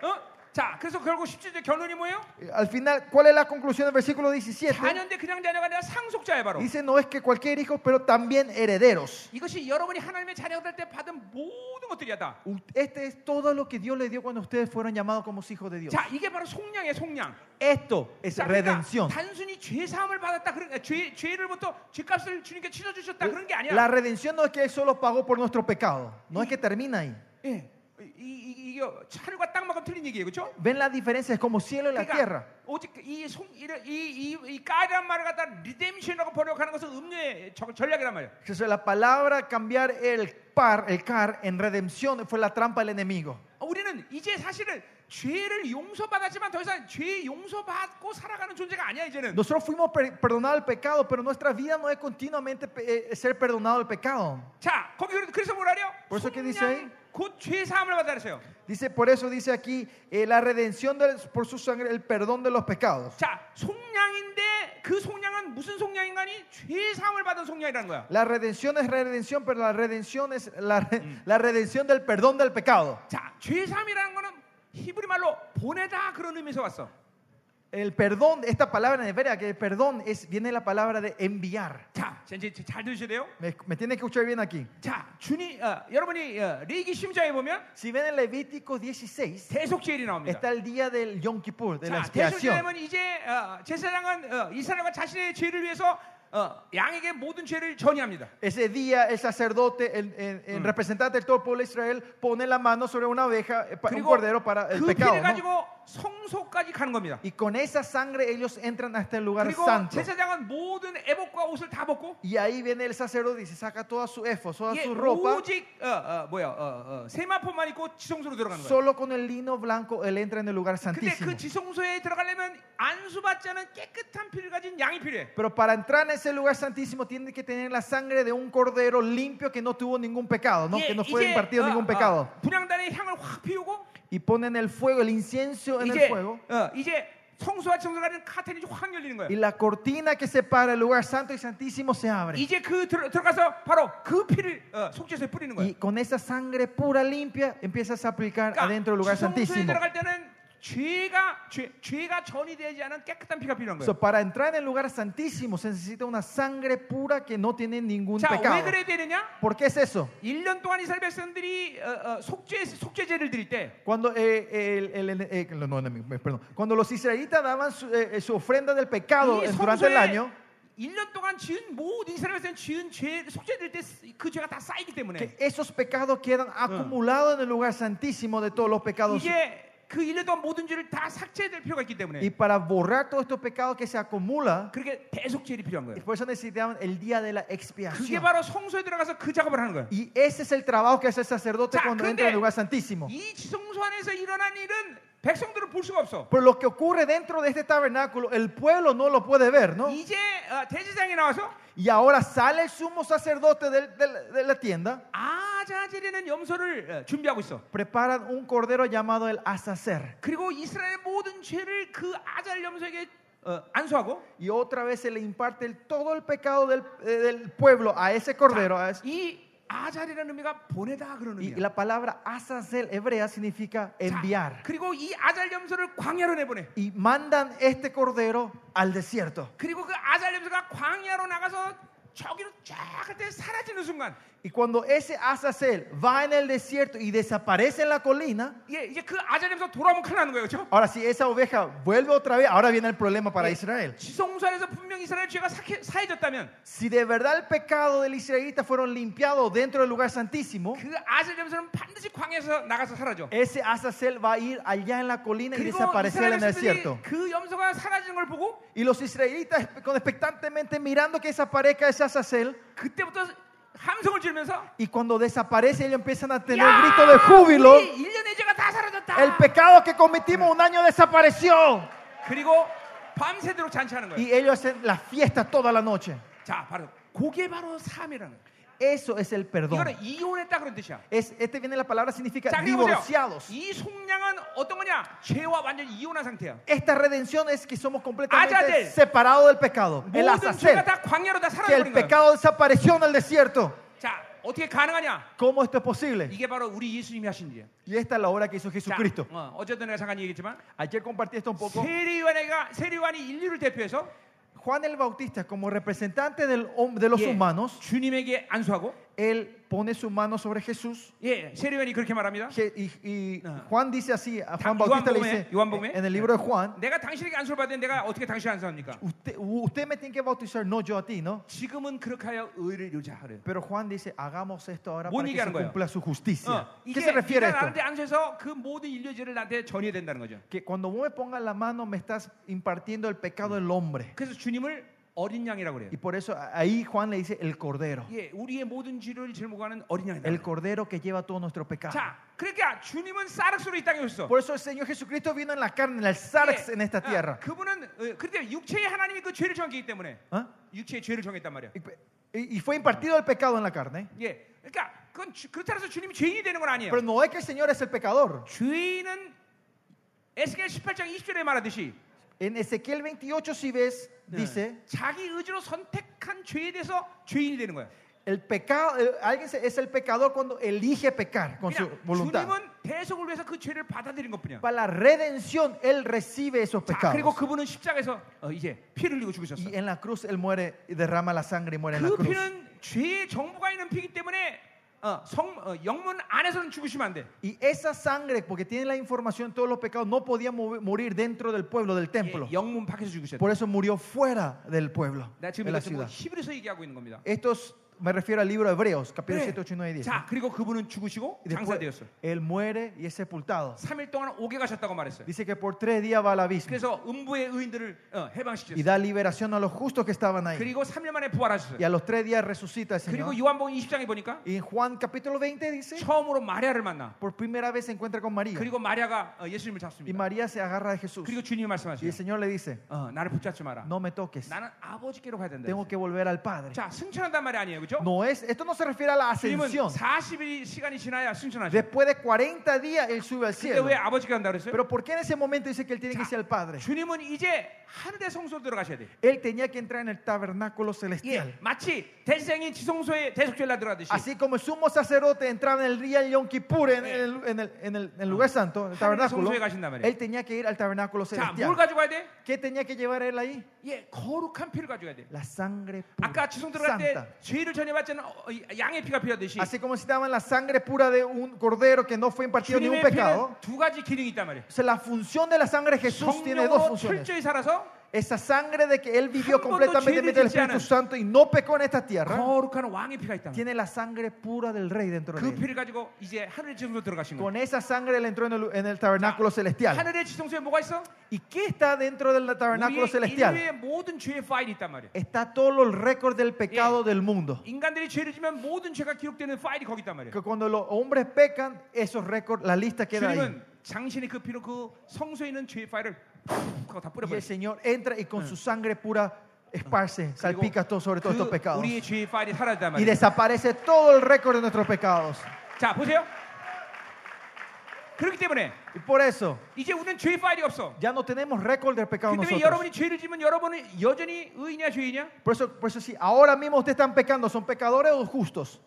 Speaker 2: 어? 자, 그래서 결국 17절 결론이 뭐예요?
Speaker 1: Eh, Al final, ¿cuál es la conclusión del versículo 17?
Speaker 2: 자녀인데 그냥 자녀가 아니라 상속자예요, 바로.
Speaker 1: Dice, no es que cualquier hijo, pero también herederos.
Speaker 2: 이것이 여러분이 하나님의 자녀가 될 때 받은 모든 것들이야 다.
Speaker 1: U- Este es todo lo que Dios le dio cuando ustedes fueron llamados como hijos de Dios.
Speaker 2: 자, 이게 바로 속량이에요, 속량.
Speaker 1: Esto es
Speaker 2: 자, 그러니까
Speaker 1: redención.
Speaker 2: 단순히 죄 사함을 받았다. 그런 아, 죄 죄를부터 죄값을 주님께 치러 주셨다. 그런 게
Speaker 1: La
Speaker 2: 아니야.
Speaker 1: redención no es que Él solo pagó por nuestro pecado. No es que termina ahí.
Speaker 2: 예. 이, 이, 이게 하늘과 땅만큼 틀린 얘기예요. 그렇죠?
Speaker 1: ¿Ven la diferencia? Es como cielo y la tierra.
Speaker 2: 그러니까 오직 이송이이 까이란 말을 갖다 리뎀션이라고 번역하는 것은 음료의 저- 전략이란 말이야.
Speaker 1: Entonces, la palabra cambiar el par, el car, en redención fue la trampa del enemigo.
Speaker 2: 어, 우리는 이제 사실은 죄를 용서받았지만 더 이상 죄 용서받고 살아가는 존재가 아니야 이제는.
Speaker 1: Nosotros fuimos per- perdonados el pecado, pero nuestra vida no es continuamente pe- eh, ser perdonado el pecado.
Speaker 2: 자 거기 그래- 그래서 뭐라요?
Speaker 1: 벌써 이렇게 돼 있어요?
Speaker 2: 곧죄 사함을 받아 그랬어요.
Speaker 1: Dice, por eso dice aquí, eh, la redención del- por su sangre, el perdón de los pecados.
Speaker 2: 자 속량인데 그 속량은 무슨 속량인가니 죄 사함을 받은 속량이라는 거야.
Speaker 1: La redención es redención, pero la redención es la, re- la redención del perdón del pecado.
Speaker 2: 자죄 사함이라는 거는 히브리 말로 보내다 그런 의미에서 왔어.
Speaker 1: El perdón, esta palabra en hebrea, que el perdón es, viene la palabra de enviar.
Speaker 2: 자 이제 이제 잘 들으셔야 돼요.
Speaker 1: Me, me tiene que escuchar bien aquí.
Speaker 2: 자 주님 어, 여러분이 어, 레이기 심자에 보면
Speaker 1: Si ven en Levítico 16,
Speaker 2: 대속죄일이 나옵니다.
Speaker 1: está el día del Yom Kippur, de la
Speaker 2: 자, 대속죄는
Speaker 1: expiación.
Speaker 2: 면 이제 어, 제사장은 어, 이스라엘과 자신의 죄를 위해서 어, 양에게 모든 죄를 전이합니다.
Speaker 1: Ese día el sacerdote, el, el- el representante de todo el pueblo de Israel, pone la mano sobre una oveja, eh, pa- un
Speaker 2: 그리고
Speaker 1: cordero para el
Speaker 2: 그 피를
Speaker 1: pecado. ¿no?
Speaker 2: 가지고 성소까지 가는 겁니다.
Speaker 1: Y con esa sangre ellos entran hasta el lugar
Speaker 2: 그리고
Speaker 1: santo.
Speaker 2: 제사장은 모든 애복과 옷을 다 벗고
Speaker 1: Y ahí viene el sacerdote y se saca toda su efo, toda
Speaker 2: 예,
Speaker 1: su ropa.
Speaker 2: 오직 어, 어, 뭐야 어, 어, 세마포만 입고 지성소로 들어가는 거예요.
Speaker 1: Solo con el lino blanco él entra en el lugar
Speaker 2: 근데
Speaker 1: santísimo.
Speaker 2: 그 지성소에 들어가려면 안수받지 않은 깨끗한 피를 가진 양이 필요해.
Speaker 1: Pero para entrar en ese lugar santísimo tiene que tener la sangre de un cordero limpio que no tuvo ningún pecado, ¿no?
Speaker 2: 예,
Speaker 1: que no fue impartido
Speaker 2: 어,
Speaker 1: ningún pecado.
Speaker 2: 어, 분향단에 향을 확 피우고
Speaker 1: Y ponen el fuego, el incienso en
Speaker 2: 이제
Speaker 1: el fuego.
Speaker 2: 어, 이제 성소와 지성소가 는 카텐이 확 열리는 거예요.
Speaker 1: Y la cortina que separa el lugar santo y santísimo se abre.
Speaker 2: 이제 그 들어, 들어가서 바로 그 피를 어, 속죄소에 뿌리는 거예요. 그러니까
Speaker 1: Y con esa sangre pura, limpia, empiezas a aplicar adentro del lugar
Speaker 2: 지성소에
Speaker 1: santísimo.
Speaker 2: 들어갈 때는 죄가 죄, 죄가 전이 되지 않은 깨끗한 피가 필요한 거예요.
Speaker 1: So, para entrar en el lugar santísimo se necesita una sangre pura que no tiene ningún
Speaker 2: 자, 왜
Speaker 1: pecado.
Speaker 2: 그래야 되느냐?
Speaker 1: ¿Por qué es eso?
Speaker 2: 1년 동안 이스라엘 백성들이 어, 어, 속죄 속죄제를 드릴 때
Speaker 1: Cuando, eh, el- el- el- eh, no, no, me- perdón. Cuando los israelitas daban su, eh, eh, su ofrenda del pecado
Speaker 2: 이
Speaker 1: eh, durante el
Speaker 2: 성소에
Speaker 1: año,
Speaker 2: 1년 동안 지은 모든 이스라엘 백성 지은 죄 속죄 드릴 때 그 죄가 다 쌓이기 때문에
Speaker 1: que esos pecados quedan acumulados en el lugar santísimo de todos los pecados.
Speaker 2: 이게 그 1년 동안 모든 죄를 다 삭제해야 될 필요가 있기 때문에
Speaker 1: Y para borrar todos estos pecados que se acumulan,
Speaker 2: 그렇게 대속죄율이 필요한 거예요.
Speaker 1: por eso necesitaban el día de la
Speaker 2: 그게
Speaker 1: expiación.
Speaker 2: 바로 성소에 들어가서 그 작업을 하는 거예요.
Speaker 1: Y ese es el trabajo que hace el sacerdote
Speaker 2: Ya,
Speaker 1: cuando
Speaker 2: 근데
Speaker 1: entra en el lugar santísimo.
Speaker 2: 이 지성소 안에서 일어난 일은 백성들은 볼 수가 없어.
Speaker 1: Pero lo que ocurre dentro de este tabernáculo, el pueblo no lo puede ver, ¿no?
Speaker 2: 이제 어, 대제사장이 나와서
Speaker 1: Y ahora sale el sumo sacerdote del- del- de la tienda,
Speaker 2: 아자젤이라는 염소를 어, 준비하고 있어.
Speaker 1: preparan un cordero llamado el asacer.
Speaker 2: 그리고 이스라엘 모든 죄를 그 아자젤 염소에게 어, 안수하고
Speaker 1: Y otra vez se le imparte el- todo el pecado del, eh, del pueblo a ese cordero. a ese-
Speaker 2: 이 아자리라는 의미가 보내다 그런
Speaker 1: y
Speaker 2: 의미야.
Speaker 1: la palabra asacer hebrea significa
Speaker 2: 자,
Speaker 1: enviar.
Speaker 2: 그리고 이 아잘 염소를 광야로 내보내.
Speaker 1: Y mandan este cordero al desierto.
Speaker 2: 그리고 그 아잘 염소가 광야로 나가서 저기로 쫙할때 사라지는 순간,
Speaker 1: Y cuando ese azazel va en el desierto y desaparece en la colina,
Speaker 2: 예, 이제 그 아잘 염소 돌아오면 큰일 나는 거예요, 그렇죠?
Speaker 1: ahora si esa oveja vuelve otra vez, ahora viene el problema para Israel.
Speaker 2: 지성소에서 분명 이스라엘 죄가 사케- 사해졌다면
Speaker 1: Si de verdad el pecado del israelita fueron limpiados dentro del lugar santísimo,
Speaker 2: 그 아잘 염소는 반드시 광야에서 나가서 사라져.
Speaker 1: ese azazel va a ir allá en la colina y
Speaker 2: 그리고
Speaker 1: desaparecer
Speaker 2: 이스라엘
Speaker 1: en el desierto.
Speaker 2: 사람들이 그 염소가 사라지는 걸 보고
Speaker 1: Y los israelitas con- expectantemente mirando que desaparezca ese azazel.
Speaker 2: 그때부터 함성을 지르면서
Speaker 1: Y cuando desaparece, ellos empiezan a tener
Speaker 2: 야,
Speaker 1: gritos de júbilo.
Speaker 2: 우리 일련의 죄가 다 사라졌다.
Speaker 1: El pecado que cometimos un año desapareció.
Speaker 2: 그리고 밤새도록 잔치하는 거예요.
Speaker 1: Y ellos hacen la fiesta toda la noche.
Speaker 2: 자, 바로 그게 바로 삶이라는 거예요.
Speaker 1: Eso es el perdón.
Speaker 2: 이거는 이혼했다 그런 뜻이야.
Speaker 1: Es, este viene la palabra significa
Speaker 2: 자, 그리고 보세요.
Speaker 1: divorciados.
Speaker 2: 이 속량은 어떤 거냐? 죄와 완전히 이혼한 상태야.
Speaker 1: Esta redención es que somos completamente
Speaker 2: Azazel.
Speaker 1: separados del pecado. El
Speaker 2: 모든
Speaker 1: azazel,
Speaker 2: 죄가 다 광야로 다
Speaker 1: que el
Speaker 2: 사라져버린 거야.
Speaker 1: pecado desapareció en el desierto.
Speaker 2: 자, 어떻게 가능하냐?
Speaker 1: ¿Cómo esto es posible?
Speaker 2: 이게 바로 우리 예수님이 하신 일이야.
Speaker 1: Y esta es la obra que hizo
Speaker 2: 자,
Speaker 1: Jesucristo.
Speaker 2: 어, 어제도 내가 잠깐 얘기했지만
Speaker 1: Ayer compartí esto un poco.
Speaker 2: 세례요한이가 세례요한이 인류를 대표해서
Speaker 1: Juan el Bautista, como representante del hom- de los
Speaker 2: 예,
Speaker 1: humanos,
Speaker 2: 주님에게 안수하고
Speaker 1: él pone su mano sobre Jesús.
Speaker 2: 예, 세례요한이 그렇게 말합니다.
Speaker 1: Je- Y, y
Speaker 2: Ah.
Speaker 1: Juan dice así, a Juan
Speaker 2: Juan
Speaker 1: Bautista le
Speaker 2: Baume,
Speaker 1: dice
Speaker 2: Juan Baume.
Speaker 1: en el libro de Juan,
Speaker 2: 내가 당신에게 안수를 받는데 내가 어떻게 당신을 안수합니까?
Speaker 1: usted, usted me tiene que bautizar, no yo a ti, ¿no?
Speaker 2: 지금은 그렇게 하여 의를 요자하래.
Speaker 1: Pero Juan dice, hagamos esto ahora para
Speaker 2: Buen
Speaker 1: que
Speaker 2: llegar,
Speaker 1: se
Speaker 2: güey.
Speaker 1: cumpla su justicia.
Speaker 2: 어,
Speaker 1: ¿Qué
Speaker 2: 이게
Speaker 1: se refiere
Speaker 2: 네가
Speaker 1: a esto?
Speaker 2: 나한테 안수해서 그 모든 인류의 죄를 나한테 전해야 된다는 거죠.
Speaker 1: Que cuando vos me pongas la mano me estás impartiendo el pecado del hombre.
Speaker 2: 그래서 주님을 어린 양이라고 그래요.
Speaker 1: Y por eso a- ahí Juan le dice el cordero.
Speaker 2: 예, 우리의 모든 죄를 짊어가는 어린 양이다.
Speaker 1: El cordero que lleva todo nuestro pecado.
Speaker 2: 자, 그러니까 주님은 싸륵스로 이 땅에 오셨어.
Speaker 1: Por eso el Señor Jesucristo vino en la carne, en el sarx
Speaker 2: 예,
Speaker 1: en esta
Speaker 2: 아,
Speaker 1: tierra.
Speaker 2: 그분은 어, 그런데 육체의 하나님이 그 죄를 정했기 때문에
Speaker 1: ¿Ah?
Speaker 2: 육체의 죄를 정했단 말이야.
Speaker 1: Y, y fue impartido el pecado en la carne. ¿eh?
Speaker 2: 예, 그러니까 그건 주- 그렇다고 해서 주님이 죄인이 되는 건 아니에요.
Speaker 1: Pero no es que el Señor es el pecador.
Speaker 2: 죄인은 에스겔 18장 20절에 말하듯이
Speaker 1: En Ezequiel 28, si ves,
Speaker 2: 네.
Speaker 1: dice,
Speaker 2: 자기 의지로 선택한 죄에 대해서 죄인이 되는 거야.
Speaker 1: el pecado, eh, alguien se- es el pecador cuando elige pecar con su
Speaker 2: 그냥
Speaker 1: voluntad.
Speaker 2: 주님은 대속을 위해서 그 죄를 받아들인 것뿐이야.
Speaker 1: Para la redención, Él recibe esos
Speaker 2: 자, 그리고
Speaker 1: pecados.
Speaker 2: 그분은 십자가에서 어, 이제 피를 흘리고 죽으셨어.
Speaker 1: Y en la cruz Él muere, y derrama la sangre y muere en la
Speaker 2: 그
Speaker 1: cruz.
Speaker 2: 피는 죄의 정보가 있는 피이기 때문에 어, 성, 어, 영문 안에서는 죽으시면 안 돼.
Speaker 1: Y esa sangre, porque tiene la información, todos los pecados, no podía mover- morir dentro del pueblo, del
Speaker 2: 예,
Speaker 1: templo.
Speaker 2: 영문 밖에서 죽으셔야 돼.
Speaker 1: Por eso murió fuera del pueblo,
Speaker 2: 나
Speaker 1: de
Speaker 2: 지금
Speaker 1: la
Speaker 2: 이것을
Speaker 1: ciudad.
Speaker 2: 뭐 히브리서 얘기하고 있는 겁니다.
Speaker 1: Estos, me refiero al libro de Hebreos, capítulo
Speaker 2: 네.
Speaker 1: 7, 8, 9 y 10.
Speaker 2: 자, 그리고 그분은 죽으시고
Speaker 1: Y después,
Speaker 2: 장사되었어.
Speaker 1: él muere y es sepultado.
Speaker 2: 3일 동안 옥에 가셨다고 말했어요.
Speaker 1: Dice que por tres días va al abismo
Speaker 2: 그래서 음부의 의인들을 어,
Speaker 1: y
Speaker 2: 해방시켰어요.
Speaker 1: da liberación a los justos que estaban ahí.
Speaker 2: 그리고 3일 만에
Speaker 1: Y
Speaker 2: 부활하셨어요.
Speaker 1: a los tres días resucita el Señor.
Speaker 2: 그리고 요한복음 20장에 보니까
Speaker 1: Y en Juan capítulo 20 dice,
Speaker 2: 처음으로 마리아를 만나.
Speaker 1: por primera vez se encuentra con María.
Speaker 2: 그리고 마리아가 어, 예수님을
Speaker 1: Y
Speaker 2: 잡습니다.
Speaker 1: María se agarra de Jesús.
Speaker 2: 그리고 주님이
Speaker 1: Y
Speaker 2: 말씀하세요.
Speaker 1: el Señor le dice,
Speaker 2: 어, 나를 붙잡지 마라.
Speaker 1: no me toques,
Speaker 2: 나는 아버지께로 가야 된다.
Speaker 1: tengo que volver al Padre.
Speaker 2: 자, 승천한단 말이 아니에요. 그죠?
Speaker 1: No es, esto no se refiere a la
Speaker 2: 주님은
Speaker 1: ascensión.
Speaker 2: 40일 시간이 지나야 승천하죠.
Speaker 1: Después de 40 días él sube al
Speaker 2: 근데
Speaker 1: cielo.
Speaker 2: 왜 아버지가 간다 그랬어요?
Speaker 1: Pero ¿por qué en ese momento dice que él tiene que ir al Padre?
Speaker 2: 주님은 이제 하늘의 성소 들어가셔야 돼.
Speaker 1: Él tenía que entrar en el tabernáculo
Speaker 2: 예, 아,
Speaker 1: celestial.
Speaker 2: 마치 대생이 지성소에 대속죄를 들어가듯이
Speaker 1: Así como el sumo sacerdote entraba en el día de Yom Kippur, en el, en el- en el- en el lugar santo, en el
Speaker 2: 하늘의
Speaker 1: tabernáculo,
Speaker 2: 성소에 가신단 말이에요.
Speaker 1: él tenía que ir al tabernáculo
Speaker 2: 자, 뭘
Speaker 1: celestial.
Speaker 2: 가지고 가야 돼?
Speaker 1: ¿Qué tenía que llevar él ahí?
Speaker 2: 예, 거룩한 피를 가져야 돼.
Speaker 1: La sangre
Speaker 2: 아까
Speaker 1: pura,
Speaker 2: 지성 들어갈
Speaker 1: santa.
Speaker 2: 때 죄를 전해봤자는 어, 이 양의 피가 필요하듯이
Speaker 1: Así como necesitaban la sangre pura de un cordero que no fue impartido ni un
Speaker 2: 주님의 피는
Speaker 1: pecado.
Speaker 2: 두 가지 기능이 있단 말이에요.
Speaker 1: O sea, la función de la sangre de Jesús tiene dos
Speaker 2: 성령으로
Speaker 1: funciones.
Speaker 2: 철저히 살아서
Speaker 1: Esa sangre de que él vivió
Speaker 2: 한 번도
Speaker 1: completamente
Speaker 2: 죄를
Speaker 1: mediante el
Speaker 2: 짓지
Speaker 1: Espíritu
Speaker 2: 않은
Speaker 1: Santo y no pecó en esta tierra,
Speaker 2: 거룩한 왕의 피가 있다.
Speaker 1: tiene la sangre pura del Rey dentro de
Speaker 2: 그
Speaker 1: él.
Speaker 2: 피를 가지고 이제 하늘의 지성소 들어가신 거예요.
Speaker 1: Con esa sangre él entró en el, en el tabernáculo celestial.
Speaker 2: 하늘의 지성소에 뭐가 있어?
Speaker 1: ¿Y qué está dentro del tabernáculo
Speaker 2: 우리의
Speaker 1: celestial?
Speaker 2: 인류의 모든 죄의 파일이 있단 말이야.
Speaker 1: Está todo el récord del pecado del mundo.
Speaker 2: 인간들이 죄를 지면 모든 죄가 기록되는 파일이 거기 있단 말이야.
Speaker 1: Que cuando los hombres pecan, esos récords, la lista queda ahí.
Speaker 2: 주님은 장신의 그 피로 그 성소에 있는 죄의 파일을 푹 하고
Speaker 1: Y
Speaker 2: 다
Speaker 1: el
Speaker 2: 뿌려버렸어.
Speaker 1: Señor entra y con su sangre pura esparce, salpica todo sobre todos estos
Speaker 2: 그
Speaker 1: pecados.
Speaker 2: 우리의 죄의 파일이 사라지단
Speaker 1: Y
Speaker 2: 말이에요.
Speaker 1: desaparece todo el récord de nuestros pecados.
Speaker 2: 자 보세요. 그렇기 때문에
Speaker 1: Y por eso
Speaker 2: 이제 우리는 죄의 파일이 없어.
Speaker 1: ya no tenemos récord del pecado
Speaker 2: 그 때문에
Speaker 1: nosotros.
Speaker 2: 여러분이 죄를 지면 여러분은 여전히 의냐 죄이냐?
Speaker 1: Por eso, por eso si ahora mismo ustedes están pecando, ¿son pecadores o justos?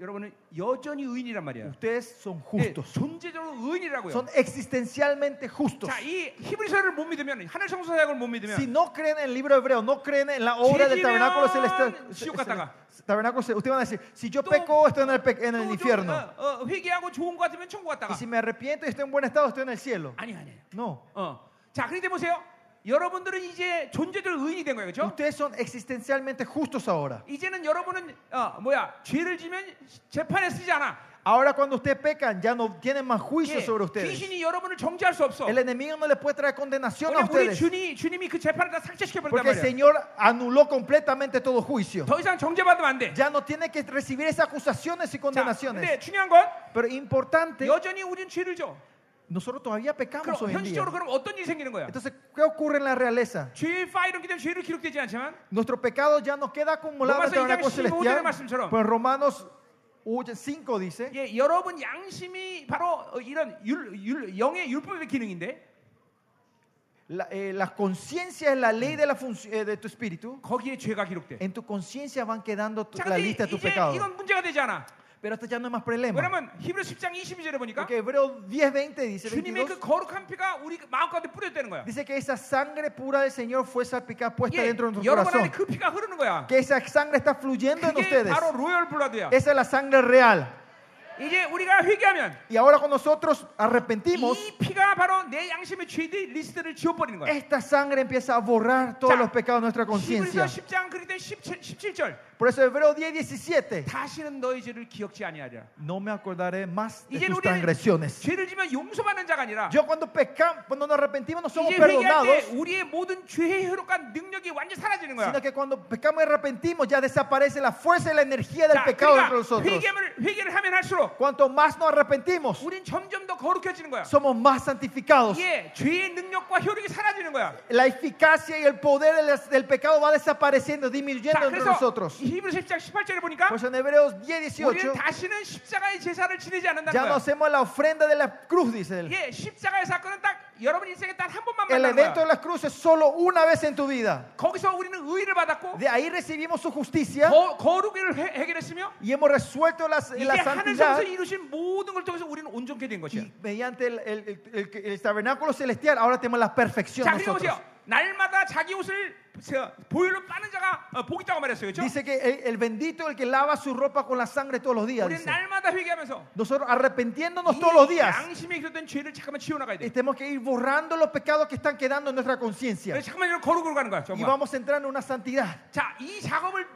Speaker 2: 여러분은 여전히 의인이란 말이야.
Speaker 1: Ustedes son
Speaker 2: 네,
Speaker 1: justos.
Speaker 2: 존재적으로 의인이라고요.
Speaker 1: Son existencialmente justos.
Speaker 2: 자, 이 히브리서를 못 믿으면 하늘 성소 사역을 못
Speaker 1: Si
Speaker 2: 믿으면
Speaker 1: no creen en el libro hebreo, no creen en la obra del tabernáculo celestial,
Speaker 2: 지면 지옥 갔다가.
Speaker 1: tabernáculo celestial, ustedes van a decir, si yo
Speaker 2: Tú-
Speaker 1: peco, estoy en el, pe- en el
Speaker 2: 또 좀,
Speaker 1: infierno.
Speaker 2: 어, 어, 회개하고 좋은 거 같으면 천국
Speaker 1: Y
Speaker 2: 갔다가
Speaker 1: si me arrepiento y estoy en buen estado, estoy en el cielo.
Speaker 2: 아니 아니에요.
Speaker 1: No.
Speaker 2: 어. 자, 그런데 보세요. 여러분들은 이제 존재적 의인이 된 거예요. 그렇죠?
Speaker 1: Ustedes son existencialmente justos ahora.
Speaker 2: 이제는 여러분은 어, 뭐야? 죄를 지면 재판에 쓰지 않아.
Speaker 1: Ahora cuando ustedes pecan, ya no tienen más juicio
Speaker 2: 예,
Speaker 1: sobre ustedes.
Speaker 2: 귀신이 여러분을 정죄할 수 없어.
Speaker 1: El enemigo no les puede traer condenación a
Speaker 2: 왜냐면 우리
Speaker 1: ustedes.
Speaker 2: 주님, 주님이 그 재판을 다 삭제시켜 버렸단
Speaker 1: Porque el
Speaker 2: 말이야.
Speaker 1: Señor anuló completamente todo juicio.
Speaker 2: 더 이상 정죄받으면 안 돼.
Speaker 1: Ya no tiene que recibir esas acusaciones y
Speaker 2: 자,
Speaker 1: condenaciones.
Speaker 2: 근데 중요한 건
Speaker 1: Pero importante,
Speaker 2: 여전히 우린 죄를 져.
Speaker 1: nosotros todavía pecamos
Speaker 2: 네. 그럼
Speaker 1: hoy en día.
Speaker 2: 현실적으로 그럼 어떤 일이 생기는 거야?
Speaker 1: Entonces, ¿qué ocurre en la realeza?
Speaker 2: 죄의 파일은 그냥 죄로 기록되지 않지만
Speaker 1: Nuestro pecado ya no queda acumulado en el
Speaker 2: Romanos 1장
Speaker 1: tabernáculo
Speaker 2: 15 절의
Speaker 1: celestial.
Speaker 2: 말씀처럼.
Speaker 1: Pues Romanos 5 dice.
Speaker 2: 예, 여러분 양심이 바로 어, 이런 율, 율, 영의 율법의 기능인데
Speaker 1: La, eh, la conciencia es la ley de, la func- eh, de tu espíritu.
Speaker 2: 거기에 죄가 기록돼.
Speaker 1: En tu conciencia van quedando tu-
Speaker 2: 자,
Speaker 1: la
Speaker 2: 근데
Speaker 1: lista de tus
Speaker 2: 이제
Speaker 1: pecados.
Speaker 2: 이건 문제가 되지 않아.
Speaker 1: Pero esto ya no es más
Speaker 2: 네,
Speaker 1: problema.
Speaker 2: 왜냐면 히브리 10장 22절에 보니까
Speaker 1: Porque Hebreo 10:20 dice,
Speaker 2: 주님의
Speaker 1: 22,
Speaker 2: 그 거룩한 피가 우리 마음 가운데 뿌려졌다는 거야.
Speaker 1: dice que esa sangre pura del Señor fue salpicada, puesta
Speaker 2: 예,
Speaker 1: dentro de nuestro
Speaker 2: 여러분
Speaker 1: corazón.
Speaker 2: 안에 그 피가 흐르는 거야.
Speaker 1: Que esa sangre está fluyendo en
Speaker 2: 그게
Speaker 1: ustedes.
Speaker 2: 바로 로열 블라드야.
Speaker 1: Esa es la sangre real.
Speaker 2: 이제 우리가 회개하면
Speaker 1: Y ahora cuando nosotros arrepentimos,
Speaker 2: 이 피가 바로 내 양심의 죄의 리스트를 지워버리는 거야.
Speaker 1: esta sangre empieza a borrar todos
Speaker 2: Ya.
Speaker 1: los pecados de nuestra
Speaker 2: 히브리서
Speaker 1: conciencia.
Speaker 2: 10장 그리때 17, 17절
Speaker 1: Por eso Hebreo 10:17,
Speaker 2: 다시는 너의 죄를 기억지 아니하리라.
Speaker 1: no me acordaré más de
Speaker 2: 이제
Speaker 1: tus
Speaker 2: 우리는
Speaker 1: transgresiones.
Speaker 2: 죄를 지면 용서받는 자가 아니라
Speaker 1: Yo cuando pecamos, cuando nos arrepentimos no somos
Speaker 2: 이제 회개할
Speaker 1: perdonados,
Speaker 2: 때 우리의 모든 죄의 효력과 능력이 완전히 사라지는 거야.
Speaker 1: sino que cuando pecamos y arrepentimos ya desaparece la fuerza y la energía del
Speaker 2: 자,
Speaker 1: pecado
Speaker 2: 그러니까
Speaker 1: dentro de nosotros.
Speaker 2: 회개를, 회개를 하면 할수록
Speaker 1: Cuanto más nos arrepentimos,
Speaker 2: 우린 점점 더 거룩해지는 거야.
Speaker 1: somos más santificados.
Speaker 2: 이게 죄의 능력과 효력이 사라지는 거야.
Speaker 1: La eficacia y el poder del, del pecado va desapareciendo, disminuyendo
Speaker 2: 자,
Speaker 1: entre
Speaker 2: 그래서
Speaker 1: nosotros.
Speaker 2: 히브리 10장 18절에 보니까
Speaker 1: Por eso en Hebreos 10, 18,
Speaker 2: 우리는 다시는 십자가의 제사를 지내지 않는다는
Speaker 1: ya no
Speaker 2: 거야.
Speaker 1: hacemos la ofrenda de la cruz, dice él.
Speaker 2: 예, 십자가의 사건은 딱 여러분 인생에 딱 한 번만
Speaker 1: El
Speaker 2: 만나는
Speaker 1: evento de
Speaker 2: 거야.
Speaker 1: la cruz es solo una vez en tu vida.
Speaker 2: 거기서 우리는 의를 받았고
Speaker 1: De ahí recibimos su justicia
Speaker 2: 거, 거룩을 해, 해결했으며
Speaker 1: y hemos resuelto la,
Speaker 2: 이제
Speaker 1: la
Speaker 2: 하늘에서
Speaker 1: santidad.
Speaker 2: 이루신 모든 걸 통해서 우리는 온전케 된 것이야.
Speaker 1: Y mediante el, el- el- el- el tabernáculo celestial, ahora tenemos la perfección
Speaker 2: 자 그리고
Speaker 1: nosotros.
Speaker 2: 보세요 날마다 자기 옷을 저, 보혈로 빠는 자가 어, 복 있다고 말했어요 그렇죠?
Speaker 1: Dice que el, el bendito el que lava su ropa con la sangre todos los días.
Speaker 2: 우리는
Speaker 1: dice.
Speaker 2: 날마다 회개하면서
Speaker 1: Nosotros arrepintiéndonos todos los
Speaker 2: 이
Speaker 1: días,
Speaker 2: 양심에 기록된 죄를 잠깐만 치워나가야
Speaker 1: y
Speaker 2: 돼
Speaker 1: tenemos que ir borrando los pecados que están quedando en nuestra
Speaker 2: 그래서
Speaker 1: conciencia.
Speaker 2: 잠깐만 이런 거룩으로 가는 거야
Speaker 1: Y
Speaker 2: 정말
Speaker 1: vamos a entrar en una santidad.
Speaker 2: 자이 작업을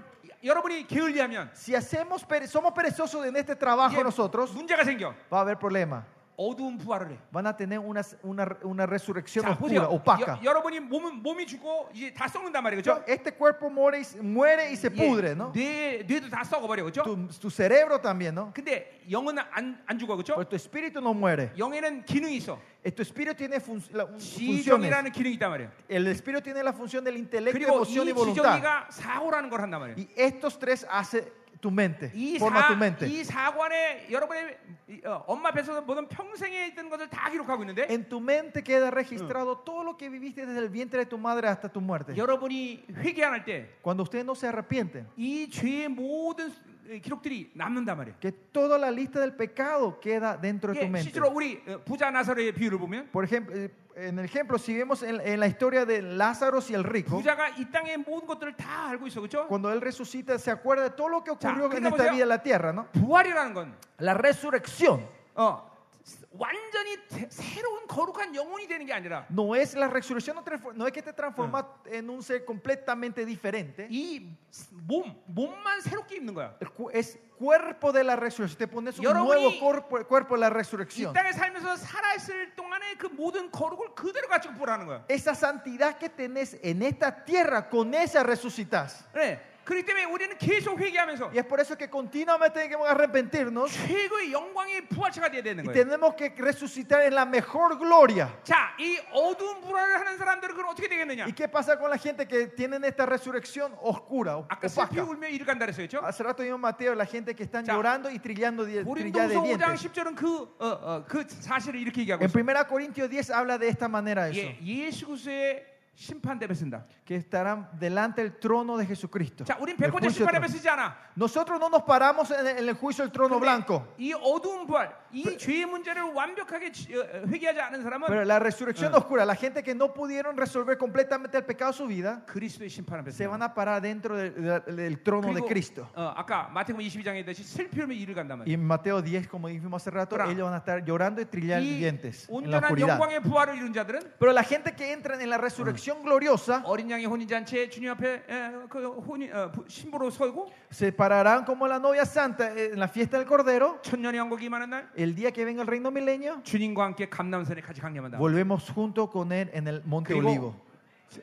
Speaker 2: 여러분이 게을리하면
Speaker 1: Si hacemos, pere- somos perezosos en este trabajo
Speaker 2: 이게
Speaker 1: nosotros,
Speaker 2: 문제가 생겨
Speaker 1: va a haber problema.
Speaker 2: 어두운 부활을 해
Speaker 1: Van a tener una, una, una resurrección
Speaker 2: 자, 보세요.
Speaker 1: oscura, opaca.
Speaker 2: 여, 여러분이 몸은, 몸이 죽고 이제 다 썩는단 말이에요
Speaker 1: Yo-
Speaker 2: 그렇죠?
Speaker 1: Este cuerpo muere y, se- muere y se
Speaker 2: 예,
Speaker 1: pudre, ¿no?
Speaker 2: 뇌, 뇌도 다 썩어버려 그렇죠?
Speaker 1: Tu, tu cerebro también, ¿no?
Speaker 2: 근데 영은 안, 안 죽어 그렇죠?
Speaker 1: Pero tu espíritu no muere.
Speaker 2: 영에는 기능이 있어
Speaker 1: Eh, Tu espíritu tiene fun- la- un- funciones.
Speaker 2: 지정이라는 기능이 있단 말이에요
Speaker 1: El espíritu tiene la función del intelecto,
Speaker 2: 그리고
Speaker 1: emoción y
Speaker 2: 이
Speaker 1: voluntad.
Speaker 2: 지정이가 사고라는 걸 한단 말이에요.
Speaker 1: Y estos tres hace tu mente,
Speaker 2: 이,
Speaker 1: forma tu
Speaker 2: 사,
Speaker 1: mente.
Speaker 2: 이 사관에 여러분의 이, 어, 엄마 뱃속에서 모든 평생에 있던 것을 다 기록하고 있는데
Speaker 1: En tu mente queda registrado todo lo que viviste desde el vientre de tu madre hasta tu muerte.
Speaker 2: 여러분이 회개 안 할
Speaker 1: Cuando ustedes no se arrepienten,
Speaker 2: 때 이 죄의 모든 수- 에, 기록들이 남는단 말이에요.
Speaker 1: que toda la lista del pecado queda dentro de tu
Speaker 2: 이게
Speaker 1: mente.
Speaker 2: 실제로 우리 어, 부자 나사로의 비유를 보면
Speaker 1: Por ejemplo, eh, en el ejemplo, si vemos en, en la historia de Lázaro y el rico,
Speaker 2: 부자가 이 땅의 모든 것들을 다 알고 있어, 그렇죠?
Speaker 1: cuando él resucita, se acuerda de todo lo que ocurrió en
Speaker 2: 그러니까
Speaker 1: esta
Speaker 2: 보세요.
Speaker 1: vida en la tierra, ¿no?
Speaker 2: 부활이라는 건
Speaker 1: La resurrección
Speaker 2: 어, 완전히 대- 새로운 거룩한 영혼이 되는 게 아니라
Speaker 1: no es la resurrección, no, transfor- no es que te transformas en un ser completamente diferente.
Speaker 2: 이 몸 몸만 새롭게 입는 거야.
Speaker 1: El cu- es cuerpo de la resurrección. Te pones un
Speaker 2: 여러분이
Speaker 1: nuevo cuerpo, cuerpo de la
Speaker 2: 이
Speaker 1: resurrección.
Speaker 2: 땅에 살면서 살아있을 동안에 그 모든 거룩을 그대로 가지고 보라는 거야.
Speaker 1: Esa santidad que tenés en esta tierra, con esa resucitas.
Speaker 2: 네. 그렇기 때문에 우리는 계속 회개하면서
Speaker 1: Y es por eso que continuamente tenemos que arrepentirnos
Speaker 2: 최고의 영광의 부활체가 돼야 되는
Speaker 1: y
Speaker 2: 거예요.
Speaker 1: tenemos que resucitar en la mejor gloria.
Speaker 2: 자, 이 어두운 불화를 하는 사람들은 그럼 어떻게 되겠느냐?
Speaker 1: ¿Y qué pasa con la gente que tienen esta resurrección oscura, o-
Speaker 2: 아까
Speaker 1: opaca?
Speaker 2: 슬피 울며 이를 간다 그랬어요. 그죠?
Speaker 1: Hace rato vimos Mateo, la gente que están
Speaker 2: Ya.
Speaker 1: llorando y trillando di- trillada de
Speaker 2: 고린도서 5장
Speaker 1: dientes.
Speaker 2: 10절은 그, 어, 어, 그 사실을 이렇게 얘기하고
Speaker 1: En
Speaker 2: 있어요.
Speaker 1: 1 Corintios 10 habla de esta manera eso,
Speaker 2: 예, 예수 그리스도의 심판대에 쓴다.
Speaker 1: que estarán delante del trono de Jesucristo.
Speaker 2: 자, 우린
Speaker 1: del
Speaker 2: 백호대
Speaker 1: juicio
Speaker 2: 심판대에
Speaker 1: trono.
Speaker 2: 쓰지 않아.
Speaker 1: Nosotros no nos paramos en el, en el juicio del trono
Speaker 2: 근데
Speaker 1: blanco,
Speaker 2: 이 어두운 부활, 이 죄의 문제를 완벽하게 지- 어, 어, 회개하지 않은
Speaker 1: pero
Speaker 2: 사람은
Speaker 1: la resurrección
Speaker 2: Ah.
Speaker 1: oscura, la gente que no pudieron resolver completamente el pecado de su vida,
Speaker 2: 그리스도의 심판 앞에
Speaker 1: se van
Speaker 2: 쓴다.
Speaker 1: a parar dentro de- de- del trono de
Speaker 2: 그리고
Speaker 1: Cristo.
Speaker 2: 어, 아까 마태복음 22장에 있듯이 슬피 울며 이를 간다 말이야.
Speaker 1: Y en Mateo 10, como dijimos hace rato,
Speaker 2: Ahora,
Speaker 1: ellos van a estar llorando y trillando
Speaker 2: 이
Speaker 1: dientes en la
Speaker 2: 온전한
Speaker 1: oscuridad.
Speaker 2: 영광의 부활을 이룬 자들은
Speaker 1: Pero la gente que entra en la resurrección gloriosa
Speaker 2: 어린 양의 혼인 잔치에 주님 앞에 에, 그 혼인 어, 부- 신부로 서고
Speaker 1: se pararán como la novia santa eh, en la fiesta del Cordero.
Speaker 2: 천년의 왕국이 임하는 날
Speaker 1: El día que venga el reino milenio,
Speaker 2: 주님과 함께 감남산에 같이 강림한다.
Speaker 1: volvemos junto con él en el Monte
Speaker 2: Griego.
Speaker 1: Olivo.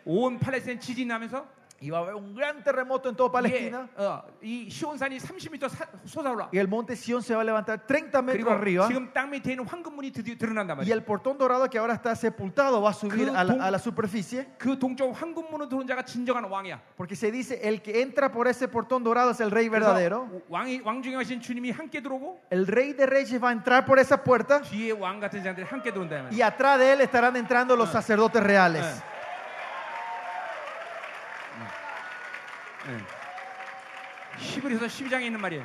Speaker 2: 온 팔레스타인 지진이 나면서
Speaker 1: Y va a haber un gran terremoto en toda
Speaker 2: 이게,
Speaker 1: Palestina.
Speaker 2: 어, 이 시온산이 30m 사- 솟아올라.
Speaker 1: Y el monte Sión se va a levantar 30 metros
Speaker 2: 그리고
Speaker 1: arriba.
Speaker 2: 지금 땅 밑에 있는 황금문이 드디어 드러난단
Speaker 1: Y
Speaker 2: 말이야.
Speaker 1: el portón dorado que ahora está sepultado va a subir
Speaker 2: 그
Speaker 1: a
Speaker 2: 동-
Speaker 1: la, a la superficie.
Speaker 2: 그 동쪽 황금문을 들어온 자가 진정한 왕이야.
Speaker 1: Porque se dice, el que entra por ese portón dorado es el rey
Speaker 2: 그래서
Speaker 1: verdadero.
Speaker 2: 왕이 왕 중에 하신 주님이 함께 들어오고
Speaker 1: El rey de reyes va a entrar por esa puerta.
Speaker 2: 뒤에 왕 같은 자들이 함께 들어온다 이 말이야.
Speaker 1: Y atrás de él estarán entrando los sacerdotes reales.
Speaker 2: 예. 히브리서 12장에 있는 말이에요.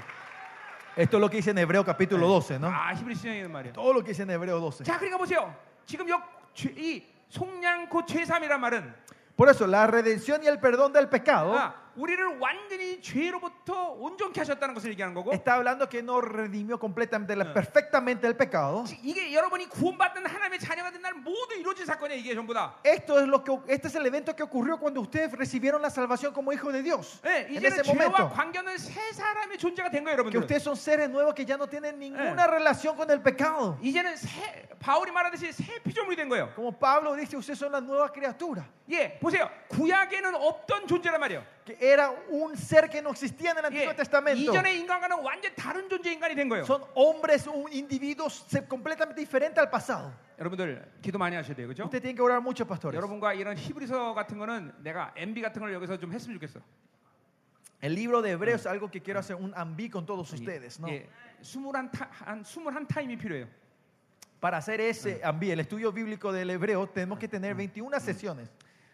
Speaker 1: Esto es lo que dice en Hebreo capítulo 12, ¿no?
Speaker 2: 아, 히브리서 12장에 있는 말이에요.
Speaker 1: Todo lo que dice en Hebreo 12.
Speaker 2: 자, 그러니까 보세요. 지금 역, 죄- 이 속량고 죄삼이란 말은
Speaker 1: Por eso, la redención y el perdón del pecado
Speaker 2: 아, 우리를 완전히 죄로부터 온전케 하셨다는 것을 얘기하는 거고
Speaker 1: está hablando que no redimió completamente, la- perfectamente el pecado.
Speaker 2: 지- 이게 여러분이 구원받는 하나님의 자녀가 된 날 모두 이루어진 사건이야 이게 전부 다.
Speaker 1: Esto es lo que, este es el evento que ocurrió cuando ustedes recibieron la salvación como hijos de Dios.
Speaker 2: 예,
Speaker 1: En
Speaker 2: 이제는
Speaker 1: ese
Speaker 2: 죄와
Speaker 1: momento,
Speaker 2: 관계는 새 사람의 존재가 된 거예요
Speaker 1: que
Speaker 2: 여러분들.
Speaker 1: ustedes son seres nuevos que ya no tienen ninguna
Speaker 2: Eh.
Speaker 1: relación con el pecado.
Speaker 2: 이제는 새, 바울이 말하듯이 새 피조물이 된 거예요.
Speaker 1: Como Pablo dice, ustedes son la nueva criatura.
Speaker 2: 예, 보세요. 구약에는 없던 존재란 말이에요.
Speaker 1: Que era un ser que no existía en el
Speaker 2: 예,
Speaker 1: Antiguo Testamento.
Speaker 2: 이전의 인간과는 완전 다른 존재 인간이 된 거예요.
Speaker 1: Son hombres, un individuos se- completamente diferente al pasado.
Speaker 2: 여러분들 기도 많이 하셔야 돼요, 그렇죠?
Speaker 1: Usted tiene que orar mucho, pastores.
Speaker 2: 여러분과 이런 히브리서 같은 거는 내가 MB 같은 걸 여기서 좀 했으면 좋겠어.
Speaker 1: El libro de Hebreos es algo que quiero hacer un ambí con todos ustedes, ¿no?
Speaker 2: 예, 스물한 타, 한 스물한 타임이 필요해요.
Speaker 1: Para hacer ese ambí, el estudio bíblico del Hebreo, tenemos que tener 21 sesiones.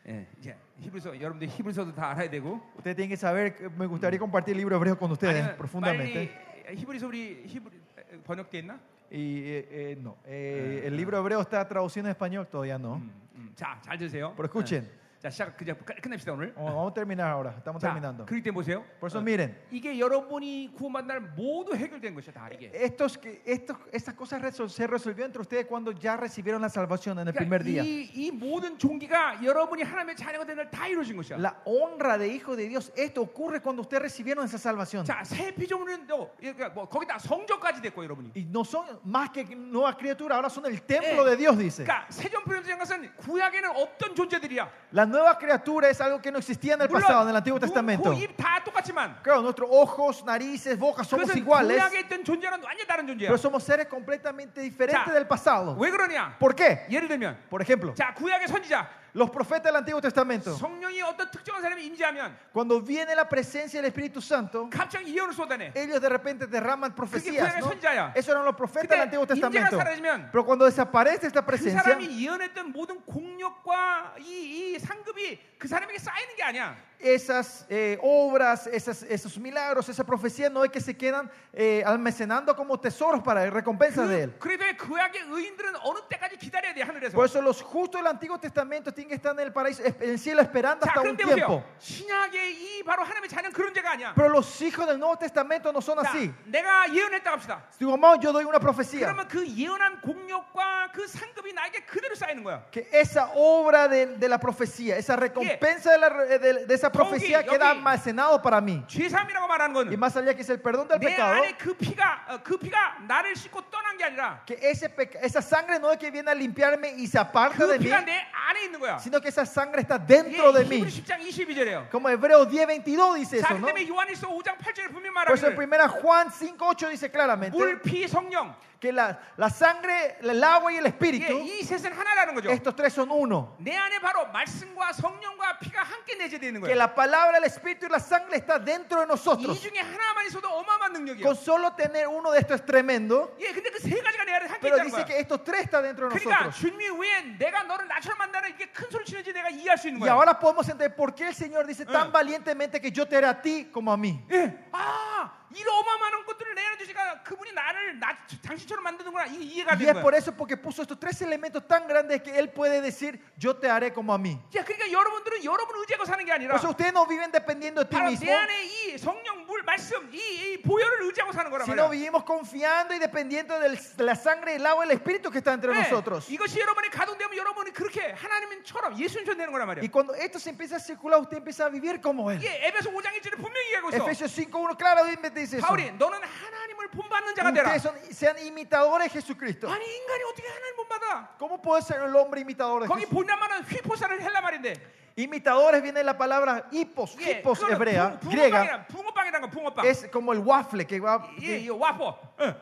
Speaker 2: 예, 이제 히브리서 여러분들 히브리서도 다 알아야 되고.
Speaker 1: Ustedes tienen que saber, que me gustaría compartir el libro hebreo con ustedes
Speaker 2: 아니면 빨리
Speaker 1: profundamente.
Speaker 2: 히브리서 우리 히브리 번역돼 있나?
Speaker 1: Y eh, eh, no, eh,
Speaker 2: Ah. Mm.
Speaker 1: el libro hebreo está traducido en español, todavía no.
Speaker 2: 음, 음. 자, 잘 드세요. 예.
Speaker 1: Pero escuchen,
Speaker 2: 자, 시작 그냥 끝- 끝냅시다 오늘.
Speaker 1: vamos vamos a terminar ahora, estamos
Speaker 2: 자,
Speaker 1: terminando.
Speaker 2: 그럴 때 보세요.
Speaker 1: Por eso
Speaker 2: 어,
Speaker 1: miren,
Speaker 2: 이게 여러분이 구원받은 날 모두 해결된 것이야 다 이게.
Speaker 1: estos, que- estos, estas cosas resol- se resolvió entre ustedes cuando ya recibieron la salvación en el
Speaker 2: 그러니까
Speaker 1: primer día.
Speaker 2: 이, 이 모든 종기가 여러분이 하나님의 자녀가 된 날 다 이루어진 것이야.
Speaker 1: La honra de hijo de Dios, esto ocurre cuando ustedes recibieron esa salvación.
Speaker 2: 자, 새 피조물은 또 그러니까 뭐 거기다 성전까지 됐고 여러분이.
Speaker 1: Y no son más que nuevas criaturas, ahora son el templo de Dios, dice.
Speaker 2: 그러니까 세전프렘스인 것은 구약에는 없던 존재들이야.
Speaker 1: La nueva criatura es algo que no existía en el pasado, en el Antiguo Testamento.
Speaker 2: 코입다 똑같지만
Speaker 1: Claro, nuestros ojos, narices, bocas somos
Speaker 2: 그것은
Speaker 1: iguales,
Speaker 2: 구약에 있던 존재랑 완전 다른 존재야.
Speaker 1: pero somos seres completamente diferentes
Speaker 2: Ya.
Speaker 1: del pasado.
Speaker 2: 왜 그러냐?
Speaker 1: ¿Por qué?
Speaker 2: 예를 들면
Speaker 1: Por ejemplo,
Speaker 2: 자, 구약의 선지자
Speaker 1: los profetas del Antiguo Testamento,
Speaker 2: 성령이 어떤 특정한 사람이 임재하면
Speaker 1: cuando viene la presencia del Espíritu Santo,
Speaker 2: 갑자기 예언을 쏟아내.
Speaker 1: ellos de repente derraman profecías.
Speaker 2: fueron
Speaker 1: ¿no?
Speaker 2: sonjaya.
Speaker 1: Esos eran los profetas
Speaker 2: Pero
Speaker 1: del Antiguo
Speaker 2: 임재가
Speaker 1: Testamento.
Speaker 2: 사라지면
Speaker 1: Pero cuando desaparece esta
Speaker 2: 그
Speaker 1: presencia,
Speaker 2: 사람이 예언했던 모든 공력과 이, 이 상급이 그 사람에게 쌓이는 게 아니야.
Speaker 1: esas eh, obras, esas- esos milagros, esa profecía no es que se quedan eh, almacenando como tesoros para recompensa de él.
Speaker 2: 그, 래도 구약의 의인들은 어느 때까지 기다려야 돼 하늘에서.
Speaker 1: Por eso los justos del Antiguo Testamento tienen que estar en el paraíso, en el cielo esperando
Speaker 2: 자,
Speaker 1: hasta un
Speaker 2: 그런데
Speaker 1: tiempo.
Speaker 2: 보세요. 신약의 이 바로 하나님의 자녀는 그런 죄가 아니야.
Speaker 1: Pero los hijos del Nuevo Testamento no son
Speaker 2: 자,
Speaker 1: así.
Speaker 2: 내가 예언했다 합시다.
Speaker 1: Digo, mamá, yo doy una profecía.
Speaker 2: 그러면 그 예언한 공력과 그 상급이 나에게 그대로 쌓이는 거야.
Speaker 1: Que esa obra de, de la profecía, esa recompensa de, la- de- de esa profecía
Speaker 2: Yogi,
Speaker 1: queda
Speaker 2: yogi.
Speaker 1: almacenado para mí.
Speaker 2: 죄삼이라고 말하는
Speaker 1: Y
Speaker 2: 거는
Speaker 1: más allá que es el perdón del
Speaker 2: 내
Speaker 1: pecado,
Speaker 2: 안에 그 피가 어, 그 피가 나를 씻고 떠난 게 아니라
Speaker 1: Que ese peca- esa sangre no es que viene a limpiarme y se aparta
Speaker 2: 그
Speaker 1: de mí,
Speaker 2: 피가 내 안에 있는 거야.
Speaker 1: sino que esa sangre está
Speaker 2: 이게
Speaker 1: dentro de mí.
Speaker 2: 히브리 10장 22절이에요.
Speaker 1: Como Hebreo 10:22 dice
Speaker 2: 자,
Speaker 1: eso,
Speaker 2: 그
Speaker 1: ¿no?
Speaker 2: 때문에 요한일서 5장 8절에 분명히
Speaker 1: Por eso en
Speaker 2: 말하기를
Speaker 1: 1 Juan 5:8 dice
Speaker 2: 물,
Speaker 1: claramente
Speaker 2: 피, 성령
Speaker 1: que la, la sangre, el agua y el
Speaker 2: 이게
Speaker 1: espíritu,
Speaker 2: 이 셋은 하나라는 거죠.
Speaker 1: estos tres son uno.
Speaker 2: 내 안에 바로 말씀과 성령과 피가 함께 내재되어 있는
Speaker 1: Que
Speaker 2: 거예요.
Speaker 1: la palabra, el espíritu y la sangre está dentro de
Speaker 2: 이
Speaker 1: nosotros.
Speaker 2: 중에 하나만 있어도 어마어마한 능력이에요.
Speaker 1: Con solo tener uno de estos es tremendo,
Speaker 2: 예, 근데 그 세 가지가 내 안에 함께
Speaker 1: pero
Speaker 2: 있다는
Speaker 1: dice
Speaker 2: 거야.
Speaker 1: que estos tres están dentro de
Speaker 2: 그러니까
Speaker 1: nosotros.
Speaker 2: 주님 외에 내가 너를 나처럼 만나는 이게 큰 소리 치는지 내가 이해할 수 있는
Speaker 1: Y
Speaker 2: 거야.
Speaker 1: ahora podemos entender por qué el Señor dice
Speaker 2: pues. Eh.
Speaker 1: tan valientemente que yo te haré a ti como a mí.
Speaker 2: 예. 아, 이런 어마어마한 것들을 내 안에 주시니까 그분이 나를 나, 당신처럼 만드는구나. 이게 이해가
Speaker 1: Y es
Speaker 2: 되는
Speaker 1: por
Speaker 2: 거야.
Speaker 1: eso porque puso estos tres elementos tan grandes que Él puede decir, yo te haré como a mí.
Speaker 2: 자, 그러니까 여러분들은 여러분 의지하고 사는 게 아니라
Speaker 1: Por eso ustedes no viven dependiendo de ti
Speaker 2: 바로
Speaker 1: mismo,
Speaker 2: 내 안에 이 성령, 물, 말씀, 이, 이 보혈을 의지하고 사는 거란
Speaker 1: sino
Speaker 2: 말이야.
Speaker 1: vivimos confiando y dependiendo del- de la sangre, el agua y el espíritu que está entre
Speaker 2: 네,
Speaker 1: nosotros.
Speaker 2: 이것이 여러분이 가동되면 여러분이 그렇게 하나님처럼 예수님처럼 되는 거란 말이야.
Speaker 1: Y cuando esto se empieza a circular, usted empieza a vivir como Él.
Speaker 2: 이게 에베소 5장 1절에 분명히 얘기하고 있어.
Speaker 1: Efesios 5.1 claramente dice eso.
Speaker 2: 바울이 너는 하나님을 본받는 자가 되라.
Speaker 1: Ustedes son- sean imitadores de Jesucristo.
Speaker 2: 아니 인간이 어떻게 하나님 본받아?
Speaker 1: ¿Cómo puede ser el hombre imitador de
Speaker 2: 거기
Speaker 1: Jesucristo?
Speaker 2: 본다면은 휘포사를 헬라 말인데.
Speaker 1: Imitadores viene la palabra hipos,
Speaker 2: 이게
Speaker 1: hipos
Speaker 2: 그거는
Speaker 1: hebrea,
Speaker 2: 붕-
Speaker 1: griega.
Speaker 2: 붕어빵이란 붕어빵이란 거 붕어빵.
Speaker 1: Es como el waffle, que va,
Speaker 2: 예,
Speaker 1: que-
Speaker 2: 이 와퍼. 예.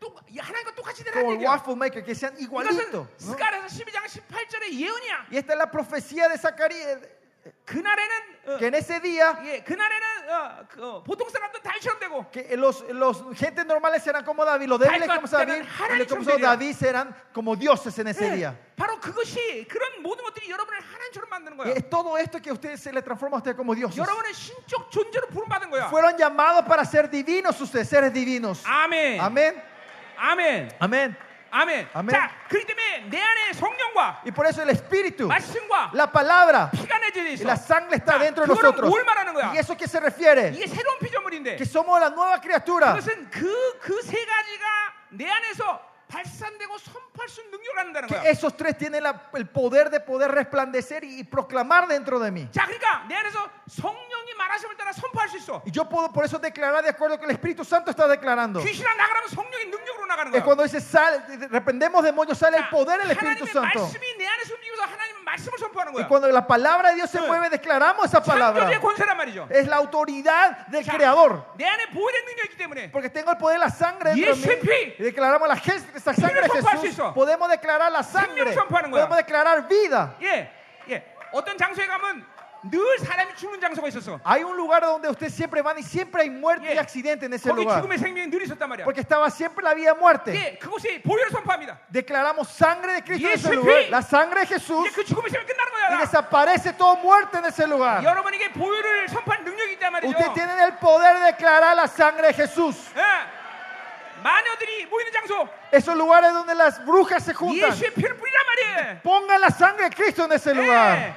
Speaker 2: 또 이 하나님과 똑같이
Speaker 1: como
Speaker 2: 되라는
Speaker 1: el
Speaker 2: 얘기야.
Speaker 1: waffle maker, que sean igualitos.
Speaker 2: 이것은
Speaker 1: ¿no?
Speaker 2: 스가랴서 12장 18절의 예언이야.
Speaker 1: Y esta es la profecía de Zacarías,
Speaker 2: 그날에는 어,
Speaker 1: que en ese día
Speaker 2: 예, 그날에는 어, 그, 어, 보통 사람도 다윗처럼 되고
Speaker 1: que los, los gentes normales serán como David, los débiles
Speaker 2: David-
Speaker 1: como David,
Speaker 2: David-
Speaker 1: los como David serán como dioses en ese
Speaker 2: 예,
Speaker 1: día.
Speaker 2: 바로 그것이 그런 모든 것들이 여러분을 하나님처럼 만드는
Speaker 1: Y
Speaker 2: 거야.
Speaker 1: es todo esto que a ustedes se les transforma a ustedes como dioses.
Speaker 2: 여러분은 신적 존재로 부름받은 거야.
Speaker 1: Fueron llamados para ser divinos ustedes, seres divinos.
Speaker 2: 아멘.
Speaker 1: Amén.
Speaker 2: 아멘.
Speaker 1: Amén.
Speaker 2: 아멘.
Speaker 1: 아멘.
Speaker 2: 자, 그렇기 때문에 내 안에 성령과
Speaker 1: Y por eso el Espíritu,
Speaker 2: 말씀과
Speaker 1: la palabra
Speaker 2: 피가 내재돼
Speaker 1: y
Speaker 2: 있어.
Speaker 1: la sangre está
Speaker 2: 자,
Speaker 1: dentro de
Speaker 2: 그거는
Speaker 1: nosotros.
Speaker 2: 뭘 말하는 거야?
Speaker 1: ¿Y eso qué se refiere?
Speaker 2: 이게 새로운 피조물인데
Speaker 1: Que somos la nueva criatura.
Speaker 2: 그것은 그 그 세 가지가 내 안에서 발산되고 선포할 수 있는 능력을 한다는
Speaker 1: Que
Speaker 2: 거야.
Speaker 1: esos tres tienen la- el poder de poder resplandecer y, y proclamar dentro de mí.
Speaker 2: 자, 그러니까 내 안에서 성령이 말하심을 따라 선포할 수 있어.
Speaker 1: Y yo puedo por eso declarar de acuerdo con que el Espíritu Santo está declarando.
Speaker 2: 귀신아 나가라면 성령의 능력으로 나가는
Speaker 1: Es
Speaker 2: 거야.
Speaker 1: cuando dice, sal, reprendemos demonios, sale el
Speaker 2: 자,
Speaker 1: poder del Espíritu
Speaker 2: 하나님의
Speaker 1: Santo.
Speaker 2: 말씀이 내 안에서 움직여서 하나님의 말씀을 선포하는
Speaker 1: Y
Speaker 2: 거야.
Speaker 1: cuando la palabra de Dios se mueve, declaramos esa
Speaker 2: 창조주의
Speaker 1: palabra.
Speaker 2: 권세란 말이죠.
Speaker 1: Es la autoridad del
Speaker 2: 자,
Speaker 1: Creador.
Speaker 2: 내 안에 보호된 능력이기 때문에
Speaker 1: Porque tengo el poder de la sangre dentro de mí.
Speaker 2: 예수의 피.
Speaker 1: Y declaramos la, jes- esa sangre de
Speaker 2: 생명 선포할 수
Speaker 1: Jesús.
Speaker 2: 있어.
Speaker 1: Podemos declarar la sangre.
Speaker 2: 생명 선포하는 거야.
Speaker 1: Podemos declarar vida.
Speaker 2: 예, 예. 어떤 장소에 가면 늘 사람이 죽는 장소가 있었어.
Speaker 1: Hay un lugar donde usted siempre van y siempre hay muerte
Speaker 2: Yeah.
Speaker 1: y accidente en ese
Speaker 2: 거기
Speaker 1: lugar.
Speaker 2: 죽음의 생명이 늘 있었단 말이야.
Speaker 1: Porque estaba siempre la vida y muerte.
Speaker 2: 예, 그것이 보혈 선포합니다.
Speaker 1: Declaramos sangre de Cristo en ese
Speaker 2: 예수의
Speaker 1: lugar.
Speaker 2: 피.
Speaker 1: La sangre de Jesús.
Speaker 2: 이제 그 죽음의 생명이 끝나는
Speaker 1: Y
Speaker 2: 거야.
Speaker 1: desaparece toda muerte en ese lugar.
Speaker 2: 여러분에게 보혈을 선포하는 능력이 있단 말이죠.
Speaker 1: Usted tiene el poder de declarar la sangre de Jesús.
Speaker 2: 예. 마녀들이 모이는 장소
Speaker 1: Esos lugares donde las brujas se juntan.
Speaker 2: 예수의 피를 뿌리란 말이에요.
Speaker 1: Pongan la sangre de Cristo en ese lugar.
Speaker 2: 예.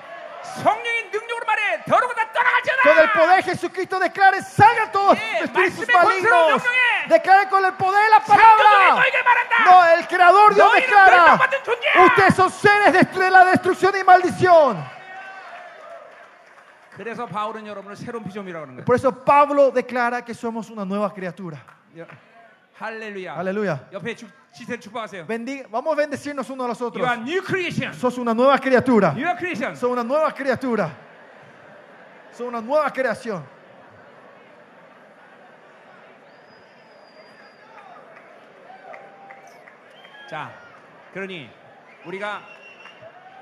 Speaker 2: 성령의 능력으로 말해 더러고 다
Speaker 1: Con el
Speaker 2: 떠나가잖아.
Speaker 1: poder de Jesucristo declare, salgan todos
Speaker 2: Yeah,
Speaker 1: los espíritus
Speaker 2: 말씀의 권세로
Speaker 1: malignos.
Speaker 2: 명령해.
Speaker 1: Declare con el poder de la
Speaker 2: 창조주의
Speaker 1: palabra.
Speaker 2: 너에게 말한다.
Speaker 1: No, el creador Dios
Speaker 2: 너희는
Speaker 1: declara.
Speaker 2: 멸망받은 존재야.
Speaker 1: Ustedes son seres de de la destrucción y maldición.
Speaker 2: 그래서 바울은 여러분을 새로운 피조물이라고 하는 거예요.
Speaker 1: Por eso Pablo declara que somos una nueva criatura.
Speaker 2: 예. 할렐루야.
Speaker 1: Aleluya.
Speaker 2: 옆에 주, 지세를 축복하세요.
Speaker 1: Bendiga- vamos a bendecirnos unos a los
Speaker 2: You
Speaker 1: otros.
Speaker 2: are new creation.
Speaker 1: Sos una nueva criatura.
Speaker 2: You are creation.
Speaker 1: Sos una nueva criatura. Sos una nueva creación.
Speaker 2: 자, 그러니 우리가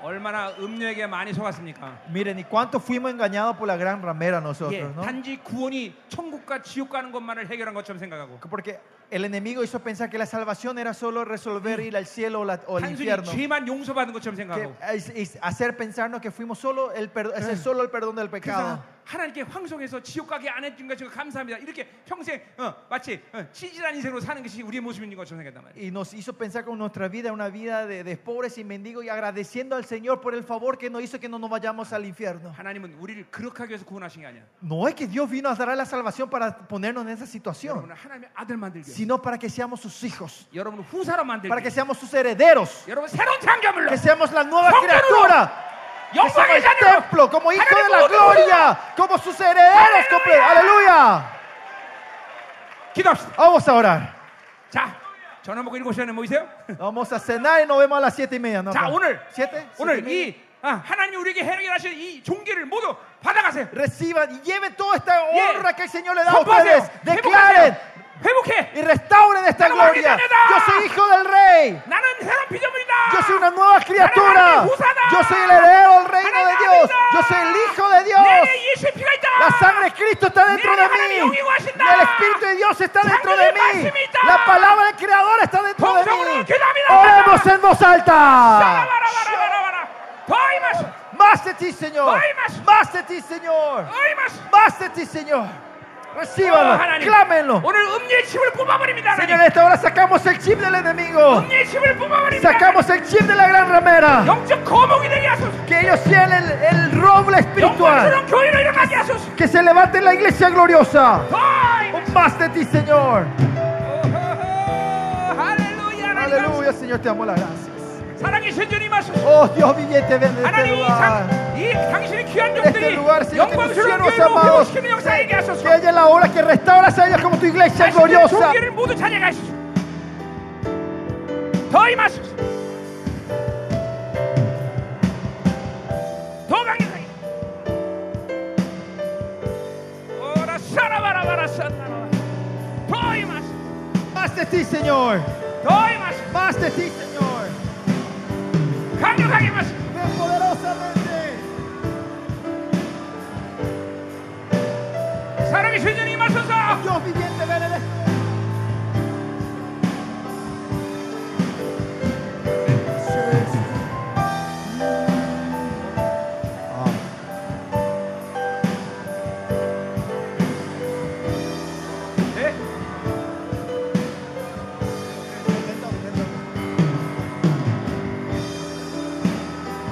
Speaker 2: 얼마나 음료에게 많이 속았습니까?
Speaker 1: Miren, ¿y cuánto fuimos engañados por la gran ramera
Speaker 2: 예,
Speaker 1: nosotros? ¿no?
Speaker 2: 단지 구원이 천국과 지옥 가는 것만을 해결한 것처럼 생각하고
Speaker 1: Porque el enemigo hizo pensar que la salvación era solo resolver ir al cielo o, la- o al
Speaker 2: 단순히
Speaker 1: infierno.
Speaker 2: 죄만 용서받은 것처럼
Speaker 1: Que
Speaker 2: 생각하고
Speaker 1: es- es hacer pensarnos que fuimos solo el, perdo- hacer solo el perdón del
Speaker 2: 그래서
Speaker 1: pecado.
Speaker 2: 하나님께 황송해서 지옥 가게 안 해준 것을 감사합니다. 이렇게 평생 어, 마치 어, 치질한 인생으로 사는 것이 우리의 모습인 것처럼 생각했단 말이에요.
Speaker 1: Y nos hizo pensar con nuestra vida una vida de, de pobres y mendigos y agradeciendo al Señor por el favor que nos hizo que no nos vayamos al infierno.
Speaker 2: 하나님은 우리를 그렇게 하기 위해서 구원하신 게 아니야.
Speaker 1: No es que Dios vino a dar la salvación para ponernos en esa situación,
Speaker 2: 여러분은 하나님의 아들 만들기 위해
Speaker 1: sino para que seamos sus hijos,
Speaker 2: 여러분은 후사로 만들기
Speaker 1: para que
Speaker 2: 위해
Speaker 1: seamos sus herederos,
Speaker 2: 여러분 새로운 창조물로
Speaker 1: que seamos la nueva
Speaker 2: Son
Speaker 1: criatura, Que somos
Speaker 2: 영광의
Speaker 1: el
Speaker 2: 자녀로
Speaker 1: templo, como hijo de
Speaker 2: Aleluya.
Speaker 1: la gloria, como sus herederos. comple- Aleluya.
Speaker 2: 기도합시다.
Speaker 1: Vamos a orar.
Speaker 2: 자, 저녁 먹고 일곱 시간에 모이세요.
Speaker 1: Vamos a cenar y nos vemos a las siete y media. ¿no?
Speaker 2: 자 오늘
Speaker 1: ¿Siete? ¿Siete y
Speaker 2: 오늘
Speaker 1: media?
Speaker 2: 이 아, 하나님 우리에게 해결하신 이 종기를 모두 받아가세요.
Speaker 1: 네, Reciban y lleven toda esta
Speaker 2: Yeah.
Speaker 1: honra que el Señor le da a
Speaker 2: 선포하세요.
Speaker 1: ustedes. Declaren
Speaker 2: 회복하세요. 회복해.
Speaker 1: y restauren esta
Speaker 2: ¡Yo no voy a
Speaker 1: gloria.
Speaker 2: gritar nada!
Speaker 1: Yo soy hijo del rey.
Speaker 2: 나는 새로운 피조물이다.
Speaker 1: Yo soy una nueva criatura. Yo soy el heredero del reino de Dios. Yo soy el hijo de Dios.
Speaker 2: 내 예수의 피가 있다.
Speaker 1: La sangre de Cristo está dentro de mí. El Espíritu de Dios está dentro de mí. La palabra del Creador está dentro de mí. Oremos en voz alta.
Speaker 2: 바라바라바라바라. 더 임하소.
Speaker 1: Más de ti, Señor. Más de ti, Señor.
Speaker 2: 더 어, 임하소.
Speaker 1: Más de ti, Señor.
Speaker 2: 어,
Speaker 1: Recíbanlo. Clámenlo.
Speaker 2: 오늘 음료의 침을 뽑아버립니다.
Speaker 1: Señor, en
Speaker 2: 하나님.
Speaker 1: esta hora sacamos el chip del enemigo.
Speaker 2: 음료의 침을 뽑아버립니다.
Speaker 1: Sacamos el chip de la gran ramera.
Speaker 2: 영적 거목이 되게 하소서.
Speaker 1: Que ellos sean el, el roble espiritual.
Speaker 2: 영광스러운 교회로 일어나게 하소서.
Speaker 1: Que se levante la iglesia gloriosa.
Speaker 2: 더 임하소.
Speaker 1: Más de ti, Señor.
Speaker 2: 오호호. 할렐루야. 하나님
Speaker 1: Aleluya, Señor, te damos las gracias.
Speaker 2: 감사- 살아계신 주님 하소서.
Speaker 1: Oh, Dios viviente, ven de este
Speaker 2: 하나님 이, 상,
Speaker 1: lugar.
Speaker 2: 이 당신의 귀한
Speaker 1: Este
Speaker 2: 종들이
Speaker 1: lugar, Señor, de tus
Speaker 2: 영광스러운
Speaker 1: siervos
Speaker 2: 교회로
Speaker 1: amados.
Speaker 2: 회복시키는 역사에게 하소서.
Speaker 1: Que haya la hora que restauras a ellos como tu iglesia
Speaker 2: 자신의
Speaker 1: gloriosa.
Speaker 2: 종기를 모두 찾아가시오. 더 임하소서. 더 강력하게. 오라 사라바라바라 산나라. 더 임하소서.
Speaker 1: Más de ti, Señor.
Speaker 2: 더 임하소서.
Speaker 1: Más de ti, Señor.
Speaker 2: 강력하게 임하소서.
Speaker 1: Ven poderosamente.
Speaker 2: 사랑의 주님 임하소서.
Speaker 1: Dios viviente, ven en este
Speaker 2: 네.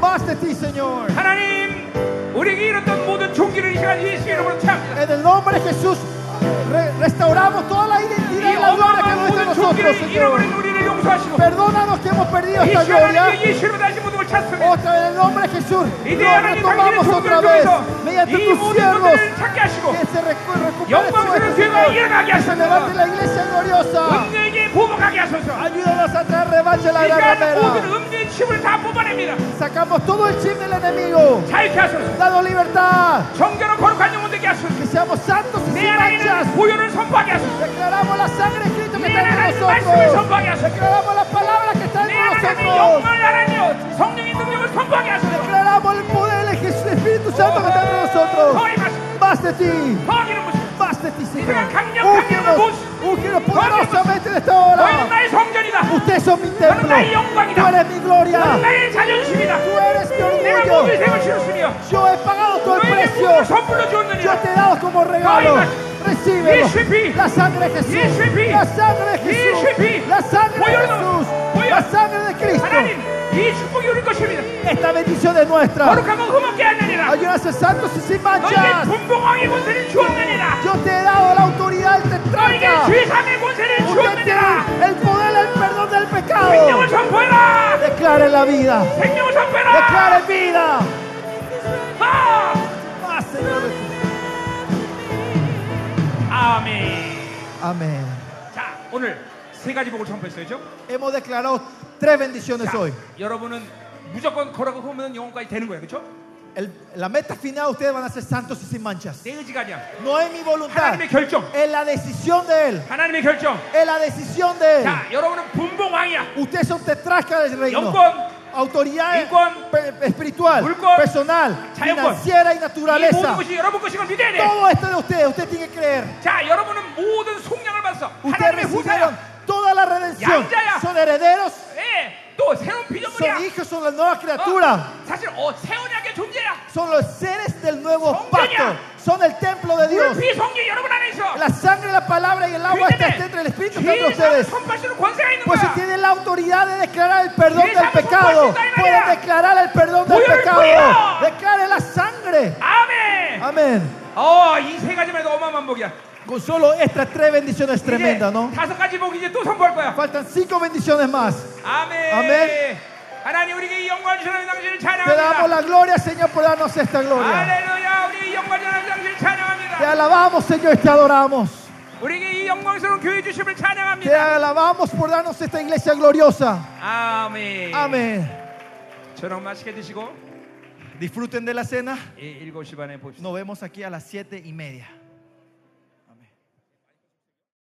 Speaker 1: Más de ti, Señor.
Speaker 2: 하나님, 우리에게 이뤘던 모든 종기를 이 시간 예수 이름으로 참합니다.
Speaker 1: En el nombre de Jesús re- restauramos toda la identidad
Speaker 2: 이
Speaker 1: y la gloria que
Speaker 2: 어마어마한
Speaker 1: no está en
Speaker 2: 모든
Speaker 1: nosotros,
Speaker 2: 종기를
Speaker 1: Señor.
Speaker 2: 잃어버린 우리를 용서하시고 네,
Speaker 1: Perdónanos que hemos perdido
Speaker 2: 이
Speaker 1: esta
Speaker 2: 시간 하나님
Speaker 1: gloria.
Speaker 2: 예수로 다시 모든 걸 찾습니다.
Speaker 1: Otra en el nombre de Jesús.
Speaker 2: 이제
Speaker 1: Lo
Speaker 2: 하나님 당신의
Speaker 1: retomamos otra
Speaker 2: 종들을
Speaker 1: vez
Speaker 2: 통해서
Speaker 1: mediante
Speaker 2: 이
Speaker 1: tus
Speaker 2: 모든
Speaker 1: siervos.
Speaker 2: 것들을 찾게 하시고
Speaker 1: Que se recu- recupere
Speaker 2: 영광스러운
Speaker 1: su
Speaker 2: 교회가
Speaker 1: Señor.
Speaker 2: 일어나게
Speaker 1: Que se levante
Speaker 2: 하소서
Speaker 1: la iglesia gloriosa.
Speaker 2: 음료에게 보복하게 하소서
Speaker 1: Ayúdanos a traer revancha a la
Speaker 2: 이
Speaker 1: gran
Speaker 2: 시간 모든
Speaker 1: ramera.
Speaker 2: 음료의 힘을 다 뽑아냅니다
Speaker 1: Sacamos todo el chip del enemigo.
Speaker 2: 자유케 하소서
Speaker 1: Danos libertad.
Speaker 2: 정결한 거룩한 영혼 되게 하소서
Speaker 1: Que seamos santos y
Speaker 2: 내
Speaker 1: sin
Speaker 2: 안에
Speaker 1: manchas.
Speaker 2: 있는 보혈을 선포하게 하소서
Speaker 1: Declaramos la sangre de Cristo que
Speaker 2: 내
Speaker 1: está
Speaker 2: 안에
Speaker 1: en
Speaker 2: 있는 말씀을
Speaker 1: nosotros.
Speaker 2: 선포하게 하소서
Speaker 1: Declaramos la palabra que está
Speaker 2: 내
Speaker 1: en
Speaker 2: 안에 있는
Speaker 1: nosotros.
Speaker 2: 영광을 하나님 성령의 능력을 선포하게 하소서
Speaker 1: Declaramos el poder del Jesús- Espíritu Santo que está en nosotros.
Speaker 2: 더 임하소서
Speaker 1: Más de ti,
Speaker 2: 더 기름 부시고
Speaker 1: más de ti, Señor.
Speaker 2: Diga, "Cambia, cambia,
Speaker 1: Úngenos,
Speaker 2: vos".
Speaker 1: úngenos poderosamente en esta hora.
Speaker 2: 너희는 나의 성전이다
Speaker 1: Ustedes son mi templo.
Speaker 2: Dame la-
Speaker 1: Tú eres mi gloria.
Speaker 2: 너희는 나의 자존심이다
Speaker 1: Tú eres mi
Speaker 2: 내가 모든
Speaker 1: orgullo.
Speaker 2: 생을 치렀으며
Speaker 1: Yo he pagado todo el
Speaker 2: 너에게
Speaker 1: precio.
Speaker 2: 무엇을 선물로
Speaker 1: Yo
Speaker 2: 주었느냐
Speaker 1: te he dado como regalo. Recíbelo. La sangre de Jesús. La sangre de Jesús. La sangre de Jesús. La sangre de
Speaker 2: 하나님
Speaker 1: Cristo.
Speaker 2: 이 축복이 우리 것입니다
Speaker 1: Esta bendición es nuestra.
Speaker 2: 거룩하고 흠없게 하느니라
Speaker 1: Ayúdanos a ser santos y sin
Speaker 2: 너에게
Speaker 1: manchas.
Speaker 2: 분봉왕의 권세를 주었느니라
Speaker 1: Yo te he dado la autoridad del
Speaker 2: 너에게
Speaker 1: tetraca.
Speaker 2: 죄삼의 권세를
Speaker 1: Usted
Speaker 2: 주었느니라
Speaker 1: tiene el poder del perdón del
Speaker 2: 생명을
Speaker 1: pecado.
Speaker 2: 선포해라
Speaker 1: Declare la vida.
Speaker 2: 생명을 선포해라
Speaker 1: Declare vida.
Speaker 2: 아!
Speaker 1: Más, Señor. de ti.
Speaker 2: 아멘
Speaker 1: Amén.
Speaker 2: 자 오늘 세 가지 복을 선포했어요
Speaker 1: Hemos declarado tres bendiciones hoy.
Speaker 2: 여러분은 무조건 거룩하고 흠없는 영혼까지 되는 거예요 그렇죠?
Speaker 1: El- la meta final, ustedes van a ser santos y sin manchas.
Speaker 2: 내 의지가 아니야
Speaker 1: No es mi voluntad,
Speaker 2: 하나님의 결정
Speaker 1: es la decisión de Él.
Speaker 2: 하나님의 결정
Speaker 1: Es la decisión de Él.
Speaker 2: 자 여러분은 분봉왕이야
Speaker 1: Ustedes son tetrasca del reino.
Speaker 2: 영권
Speaker 1: Autoridad
Speaker 2: Lincoln,
Speaker 1: pe- espiritual,
Speaker 2: Lincoln,
Speaker 1: personal,
Speaker 2: Chayanne.
Speaker 1: financiera y
Speaker 2: 이 모든
Speaker 1: naturaleza.
Speaker 2: 것이 여러분 것이걸 믿어야 돼
Speaker 1: Todo esto de ustedes, usted tiene que creer.
Speaker 2: 자, 여러분은 모든 속량을 받았어.
Speaker 1: Ustedes
Speaker 2: 하나님의
Speaker 1: recibieron
Speaker 2: 후사야.
Speaker 1: toda la redención.
Speaker 2: Yanjaya.
Speaker 1: Son herederos,
Speaker 2: 예, 또 새로운 피조물이야.
Speaker 1: son hijos, son la nueva criatura.
Speaker 2: 어, 사실 어, 새 언약의 존재야.
Speaker 1: Son los seres del nuevo
Speaker 2: Son
Speaker 1: pacto.
Speaker 2: Yanjaya.
Speaker 1: Son el templo de Dios.
Speaker 2: 우리 성령 여러분 안에 있어. 그
Speaker 1: La sangre, la palabra y el agua está entre el Espíritu Santo de ustedes.
Speaker 2: 선발시는 권세가 있는
Speaker 1: Pues si
Speaker 2: 거야.
Speaker 1: tienen la autoridad de declarar el perdón
Speaker 2: Sí,
Speaker 1: del
Speaker 2: estamos
Speaker 1: pecado,
Speaker 2: compartiendo,
Speaker 1: pueden
Speaker 2: María.
Speaker 1: declarar el perdón del
Speaker 2: Voy a ver,
Speaker 1: pecado.
Speaker 2: cuidado.
Speaker 1: Declare la sangre.
Speaker 2: 아멘.
Speaker 1: Amén.
Speaker 2: 어, 이 세 가지만 해도 어마어마한 복이야.
Speaker 1: Con solo estas tres bendiciones
Speaker 2: 이제
Speaker 1: tremendas, ¿no?
Speaker 2: 다섯 가지 복 이제 또 선포할 거야.
Speaker 1: Faltan cinco bendiciones más.
Speaker 2: 아멘.
Speaker 1: 아멘.
Speaker 2: 하나님 우리에게 이 영광 주시는 당신을
Speaker 1: Te damos
Speaker 2: 찬양합니다.
Speaker 1: la gloria, Señor, por darnos esta gloria.
Speaker 2: 할렐루야. 우리 이 영광 주시는 당신을
Speaker 1: Te
Speaker 2: 찬양합니다.
Speaker 1: alabamos, Señor, y te adoramos.
Speaker 2: 우리에게 이 영광스러운 교회 주심을
Speaker 1: Te
Speaker 2: 찬양합니다.
Speaker 1: alabamos por darnos esta iglesia gloriosa.
Speaker 2: 아멘.
Speaker 1: Amén.
Speaker 2: 저녁 맛있게 드시고
Speaker 1: Disfruten de la cena.
Speaker 2: 이- 일곱 시 반에 봅시다.
Speaker 1: Nos vemos aquí a las siete y media.